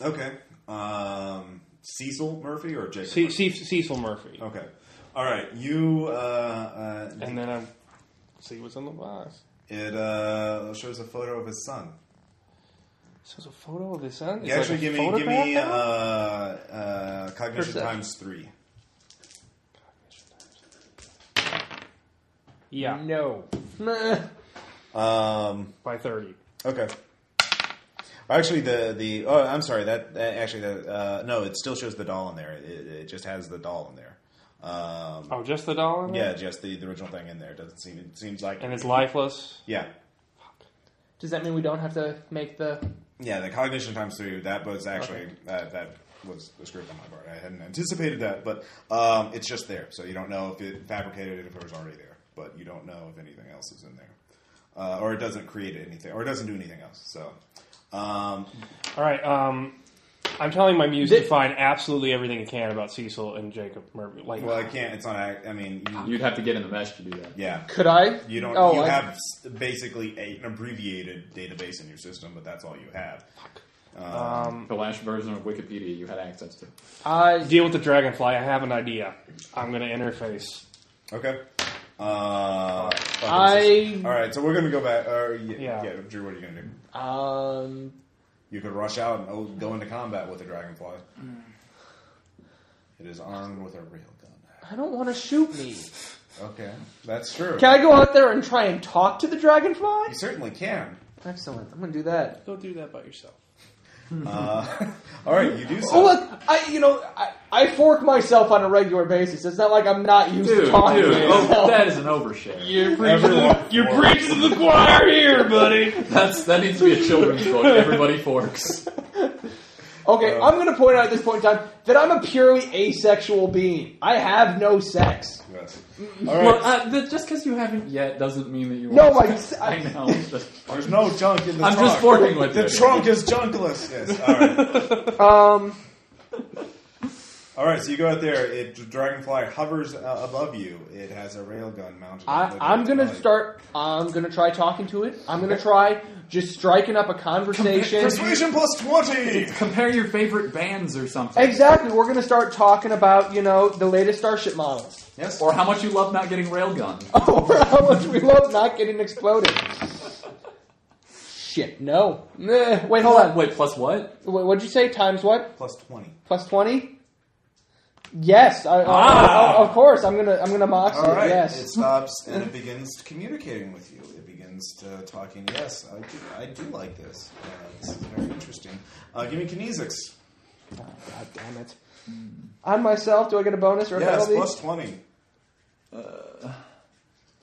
[SPEAKER 1] Okay. Um, Cecil Murphy or Jacob?
[SPEAKER 2] C-
[SPEAKER 1] Murphy?
[SPEAKER 2] C- Cecil Murphy,
[SPEAKER 1] Okay. All right. You. Uh, uh,
[SPEAKER 2] and then I see what's on the box.
[SPEAKER 1] it uh, shows a photo of his son.
[SPEAKER 2] So it's a photo of his son. It's
[SPEAKER 1] You actually,
[SPEAKER 2] like
[SPEAKER 1] give
[SPEAKER 2] a
[SPEAKER 1] me give me uh,
[SPEAKER 2] photograph of
[SPEAKER 1] uh, cognition
[SPEAKER 4] Perception.
[SPEAKER 1] times three. uh,
[SPEAKER 2] him? yeah,
[SPEAKER 4] No.
[SPEAKER 2] Oh.
[SPEAKER 4] Meh.
[SPEAKER 1] Um,
[SPEAKER 2] by thirty.
[SPEAKER 1] okay. Actually, the the oh, I'm sorry. That, that actually, that, uh, no, it still shows the doll in there. It, it just has the doll in there. Um,
[SPEAKER 2] Oh, just the dollar. in it?
[SPEAKER 1] Yeah, just the, the original thing in there. Doesn't seem it seems like
[SPEAKER 2] and it's lifeless.
[SPEAKER 1] yeah.
[SPEAKER 4] Does that mean we don't have to make the?
[SPEAKER 1] Yeah, the cognition times three. That was actually uh, that was a script on my part. I hadn't anticipated that, but um, it's just there, so you don't know if it fabricated it if it was already there, but you don't know if anything else is in there, uh, or it doesn't create anything, or it doesn't do anything else. So, um,
[SPEAKER 2] All right. Um, I'm telling my muse
[SPEAKER 4] Thi-
[SPEAKER 2] to find absolutely everything it can about Cecil and Jacob Murphy. Like,
[SPEAKER 1] well, I can't. It's not. ac- I mean, you,
[SPEAKER 3] You'd have to get in the mesh to do that.
[SPEAKER 1] yeah.
[SPEAKER 4] Could I?
[SPEAKER 1] You don't.
[SPEAKER 4] Oh,
[SPEAKER 1] you
[SPEAKER 4] I-
[SPEAKER 1] have s- basically a, an abbreviated database in your system, but that's all you have.
[SPEAKER 2] um,
[SPEAKER 3] The last version of Wikipedia you had access to.
[SPEAKER 4] I
[SPEAKER 2] deal with the dragonfly. I have an idea. I'm going to interface.
[SPEAKER 1] Okay. Uh, fucking
[SPEAKER 4] I
[SPEAKER 1] All right, so we're gonna go back. Uh, yeah, yeah.
[SPEAKER 2] Yeah.
[SPEAKER 1] Drew, what are you gonna do?
[SPEAKER 4] um.
[SPEAKER 1] You could rush out and oh, go into combat with the dragonfly. It is armed with a real gun.
[SPEAKER 4] I don't want to shoot me.
[SPEAKER 1] Okay, that's true.
[SPEAKER 4] Can I go out there and try and talk to the
[SPEAKER 1] you
[SPEAKER 4] dragonfly?
[SPEAKER 1] certainly can.
[SPEAKER 4] Excellent. I'm gonna do that.
[SPEAKER 2] Go do that by yourself.
[SPEAKER 1] Uh, all right, you do so.
[SPEAKER 4] Oh look, I you know I, I fork myself on a regular basis. It's not like I'm not used
[SPEAKER 3] Dude,
[SPEAKER 4] to talking to
[SPEAKER 3] dude, oh,
[SPEAKER 4] myself.
[SPEAKER 3] that is an overshare.
[SPEAKER 2] You're
[SPEAKER 1] Everyone forks.
[SPEAKER 2] to the choir here, buddy.
[SPEAKER 3] That's that needs to be a children's book. Everybody forks.
[SPEAKER 4] okay,
[SPEAKER 1] Uh,
[SPEAKER 4] I'm going to point out at this point in time that I'm a purely asexual being. I have no sex.
[SPEAKER 1] Yes. All right.
[SPEAKER 3] Well, uh, th- just because you haven't yet doesn't mean that you.
[SPEAKER 4] No,
[SPEAKER 3] won't.
[SPEAKER 4] I-
[SPEAKER 3] I know. it's just-
[SPEAKER 1] There's no junk in the
[SPEAKER 3] I'm
[SPEAKER 1] trunk.
[SPEAKER 3] just forking with
[SPEAKER 1] the
[SPEAKER 3] you.
[SPEAKER 1] trunk is junkless. Yes. All right.
[SPEAKER 4] Um,
[SPEAKER 1] All right. So you go out there. It the dragonfly hovers uh, above you. It has a railgun mounted.
[SPEAKER 4] I, I'm going to start. I'm going to try talking to it. I'm going to try just striking up a conversation.
[SPEAKER 1] Persuasion plus twenty.
[SPEAKER 3] Compare your favorite bands or something.
[SPEAKER 4] Exactly. We're going to start talking about you know the latest starship models. Oh,
[SPEAKER 1] Yes.
[SPEAKER 3] Or how much you love not getting railgun.
[SPEAKER 4] Or how much we love not getting exploded. Shit. No. Nah, wait. Hold on. Wait.
[SPEAKER 3] Wait, plus what?
[SPEAKER 4] What'd you say? Times what?
[SPEAKER 1] plus twenty.
[SPEAKER 4] plus twenty. Yes, I, I-
[SPEAKER 3] Ah.
[SPEAKER 4] I- of course. I'm gonna I'm gonna mox
[SPEAKER 1] All
[SPEAKER 4] it.
[SPEAKER 1] right. It
[SPEAKER 4] Yes.
[SPEAKER 1] stops and it begins communicating with you. It begins to talking. Yes, I do. I do like this. Uh, this is very interesting. Uh, give me kinesics.
[SPEAKER 4] God damn it. On myself, do I get a bonus or a
[SPEAKER 1] Yes,
[SPEAKER 4] penalty?
[SPEAKER 1] plus twenty.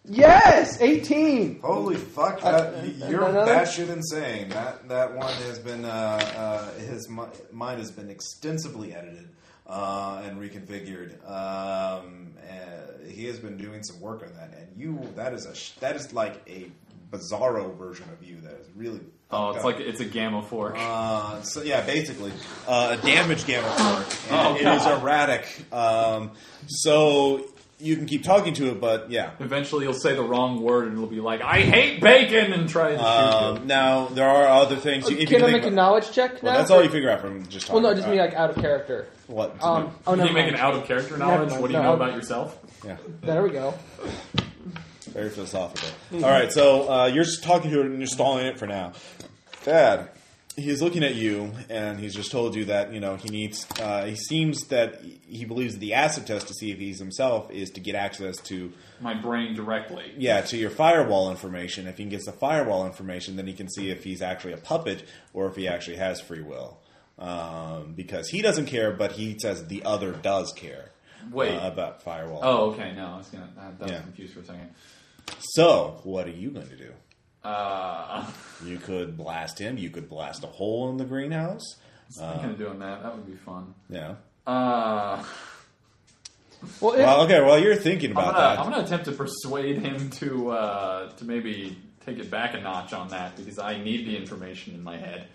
[SPEAKER 4] Yes, eighteen.
[SPEAKER 1] Holy fuck! That, you're
[SPEAKER 4] another?
[SPEAKER 1] batshit insane. That that one has been uh, uh, his mi- mind has been extensively edited uh, and reconfigured. Um, uh, he has been doing some work on that, and you that is a sh- that is like a bizarro version of you that is really.
[SPEAKER 3] Oh, it's
[SPEAKER 1] fucked up.
[SPEAKER 3] like it's a gamma fork.
[SPEAKER 1] Uh, so yeah, basically, uh, a damaged gamma fork.
[SPEAKER 3] Oh,
[SPEAKER 1] And it is erratic. Um, so you can keep talking to it, but yeah.
[SPEAKER 3] Eventually, you'll say the wrong word and it'll be like, "I hate bacon," and try to shoot you.
[SPEAKER 1] Um, now there are other things. You, if you
[SPEAKER 4] Can I
[SPEAKER 1] think
[SPEAKER 4] make a
[SPEAKER 1] about-
[SPEAKER 4] knowledge check now?
[SPEAKER 1] well, that's all you figure out from just
[SPEAKER 4] Well,
[SPEAKER 1] talking.
[SPEAKER 4] no, just
[SPEAKER 1] about
[SPEAKER 4] me
[SPEAKER 1] it.
[SPEAKER 4] like out of character.
[SPEAKER 1] what?
[SPEAKER 4] Um, oh
[SPEAKER 3] Can
[SPEAKER 4] no,
[SPEAKER 3] you make an out of character knowledge?
[SPEAKER 4] mind,
[SPEAKER 3] What do you
[SPEAKER 4] no.
[SPEAKER 3] know about yourself?
[SPEAKER 1] yeah,
[SPEAKER 4] there we go.
[SPEAKER 1] very philosophical. All right, so uh, you're just talking to it and you're stalling it for now. Dad, he's looking at you and he's just told you that you know he needs. Uh, he seems that he believes the acid test to see if he's himself is to get access to
[SPEAKER 3] My brain directly.
[SPEAKER 1] yeah, to your firewall information. If he gets the firewall information, then he can see if he's actually a puppet or if he actually has free will. Um, because he doesn't care, but he says the other does care.
[SPEAKER 3] Wait.
[SPEAKER 1] uh, about firewall.
[SPEAKER 3] Oh, okay. No, I was gonna. That, that
[SPEAKER 1] Yeah.
[SPEAKER 3] was confused for a second.
[SPEAKER 1] So what are you going to do?
[SPEAKER 3] Uh,
[SPEAKER 1] You could blast him. You could blast a hole in the greenhouse.
[SPEAKER 3] I'm thinking of doing that. That would be fun.
[SPEAKER 1] Yeah.
[SPEAKER 3] Uh,
[SPEAKER 4] Well, if,
[SPEAKER 1] Well, okay. Well, you're thinking
[SPEAKER 3] I'm
[SPEAKER 1] about
[SPEAKER 3] gonna,
[SPEAKER 1] that.
[SPEAKER 3] I'm gonna attempt to persuade him to uh, to maybe take it back a notch on that because I need the information in my head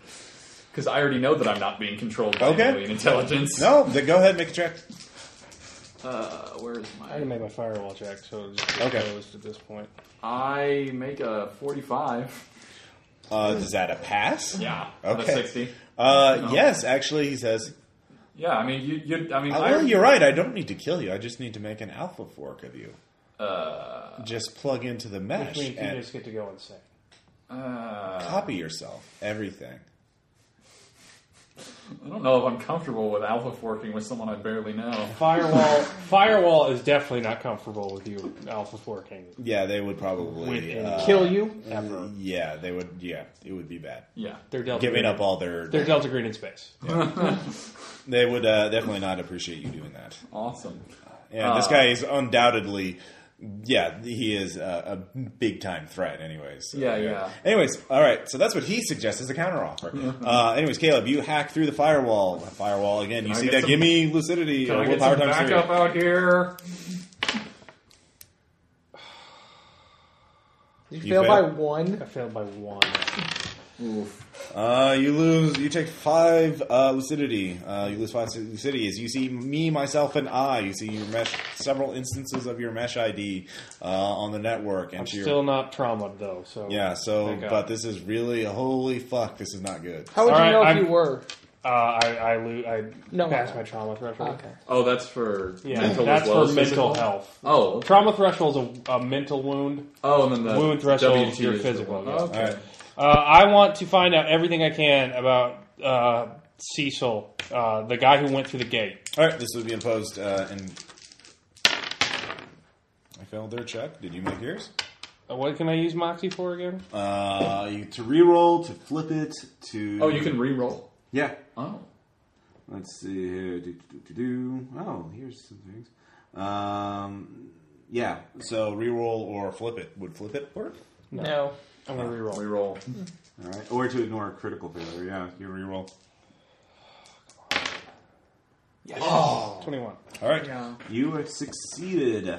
[SPEAKER 3] because I already know that I'm not being controlled by
[SPEAKER 1] Okay.
[SPEAKER 3] alien intelligence.
[SPEAKER 1] No, then go ahead and make a check.
[SPEAKER 3] Uh, where is
[SPEAKER 2] I already
[SPEAKER 3] my?
[SPEAKER 2] made my firewall check, so it's just
[SPEAKER 1] Okay.
[SPEAKER 2] closed at this point.
[SPEAKER 3] I make a 45.
[SPEAKER 1] Uh, is that a pass?
[SPEAKER 3] Yeah.
[SPEAKER 1] Okay.
[SPEAKER 3] A 60.
[SPEAKER 1] Uh, Yes, actually, he says,
[SPEAKER 3] Yeah, I mean, you, you I mean,
[SPEAKER 1] Uh,
[SPEAKER 3] I-
[SPEAKER 1] well, you're right. I don't need to kill you. I just need to make an alpha fork of you.
[SPEAKER 3] uh,
[SPEAKER 1] Just plug into the
[SPEAKER 2] Which
[SPEAKER 1] mesh
[SPEAKER 2] means you
[SPEAKER 1] and
[SPEAKER 2] just get to go insane.
[SPEAKER 3] uh,
[SPEAKER 1] copy yourself. Everything.
[SPEAKER 3] I don't know if I'm comfortable with alpha forking with someone I barely know.
[SPEAKER 2] Firewall, firewall is definitely not comfortable with you alpha forking.
[SPEAKER 1] Yeah, they would probably
[SPEAKER 2] Within
[SPEAKER 1] uh,
[SPEAKER 4] Kill you.
[SPEAKER 2] ever.
[SPEAKER 1] Yeah, they would. Yeah, it would be bad.
[SPEAKER 3] Yeah.
[SPEAKER 2] They're Delta
[SPEAKER 1] Giving
[SPEAKER 2] Green.
[SPEAKER 1] up all their.
[SPEAKER 2] They're Delta Green in space.
[SPEAKER 1] They would uh, definitely not appreciate you doing that.
[SPEAKER 3] Awesome.
[SPEAKER 1] Yeah, this
[SPEAKER 3] Uh,
[SPEAKER 1] guy is undoubtedly. Yeah, he is a, a big time threat. Anyways. So,
[SPEAKER 3] Yeah, yeah.
[SPEAKER 1] Anyways, all right. So that's what he suggests as a counteroffer. uh, anyways, Caleb, you hack through the firewall. Firewall again. You
[SPEAKER 3] I
[SPEAKER 1] see
[SPEAKER 3] get
[SPEAKER 1] that?
[SPEAKER 3] some-
[SPEAKER 1] Give me lucidity.
[SPEAKER 3] Can
[SPEAKER 1] uh,
[SPEAKER 3] I get
[SPEAKER 1] willpower
[SPEAKER 3] some
[SPEAKER 1] times three.
[SPEAKER 3] backup out here?
[SPEAKER 4] You,
[SPEAKER 1] You
[SPEAKER 4] fail
[SPEAKER 1] fail.
[SPEAKER 4] by one.
[SPEAKER 2] I failed by one.
[SPEAKER 3] Oof.
[SPEAKER 1] Uh, you lose. You take five uh, lucidity. Uh, you lose five lucidity. As you see me, myself, and I. You see your mesh. Several instances of your mesh ID uh, on the network. And
[SPEAKER 2] I'm
[SPEAKER 1] to your-
[SPEAKER 2] still not traumaed though, so
[SPEAKER 1] Yeah. So,
[SPEAKER 2] Thank God.
[SPEAKER 1] but this is really holy fuck. This is not good.
[SPEAKER 4] How would
[SPEAKER 2] All
[SPEAKER 4] you
[SPEAKER 2] right,
[SPEAKER 4] know if
[SPEAKER 2] I'm-
[SPEAKER 4] you were?
[SPEAKER 2] uh, I I, lo- I
[SPEAKER 4] No,
[SPEAKER 2] passed
[SPEAKER 4] no.
[SPEAKER 2] my trauma threshold.
[SPEAKER 4] Okay.
[SPEAKER 3] Oh, that's for
[SPEAKER 2] Yeah,
[SPEAKER 3] mental
[SPEAKER 2] that's
[SPEAKER 3] as well
[SPEAKER 2] for
[SPEAKER 3] as
[SPEAKER 2] mental
[SPEAKER 3] physical?
[SPEAKER 2] health.
[SPEAKER 3] Oh, okay.
[SPEAKER 2] Trauma threshold is a, a mental wound.
[SPEAKER 3] oh, and then the
[SPEAKER 2] Wound threshold,
[SPEAKER 3] WT
[SPEAKER 2] your
[SPEAKER 3] is the
[SPEAKER 2] physical,
[SPEAKER 3] one.
[SPEAKER 2] yeah.
[SPEAKER 1] All
[SPEAKER 3] Okay.
[SPEAKER 1] right.
[SPEAKER 2] Uh, I want to find out everything I can about uh, Cecil, uh, the guy who went through the gate.
[SPEAKER 1] All right. This would be imposed. Uh, and I failed their check. Did you make yours?
[SPEAKER 2] Uh, what can I use Moxie for again?
[SPEAKER 1] Uh, you, to reroll, to flip it, to
[SPEAKER 3] Oh, you can re-roll.
[SPEAKER 1] yeah.
[SPEAKER 3] Oh,
[SPEAKER 1] Let's see here. Do, do, do, do. Oh, here's some things. Um, yeah. So reroll or flip it. Would flip it work?
[SPEAKER 4] No.
[SPEAKER 2] I'm gonna reroll.
[SPEAKER 3] re-roll.
[SPEAKER 1] All right. Or to ignore a critical failure. Yeah, you reroll. Oh.
[SPEAKER 2] Twenty-one,
[SPEAKER 1] All right.
[SPEAKER 4] Yeah.
[SPEAKER 1] You have succeeded. Uh,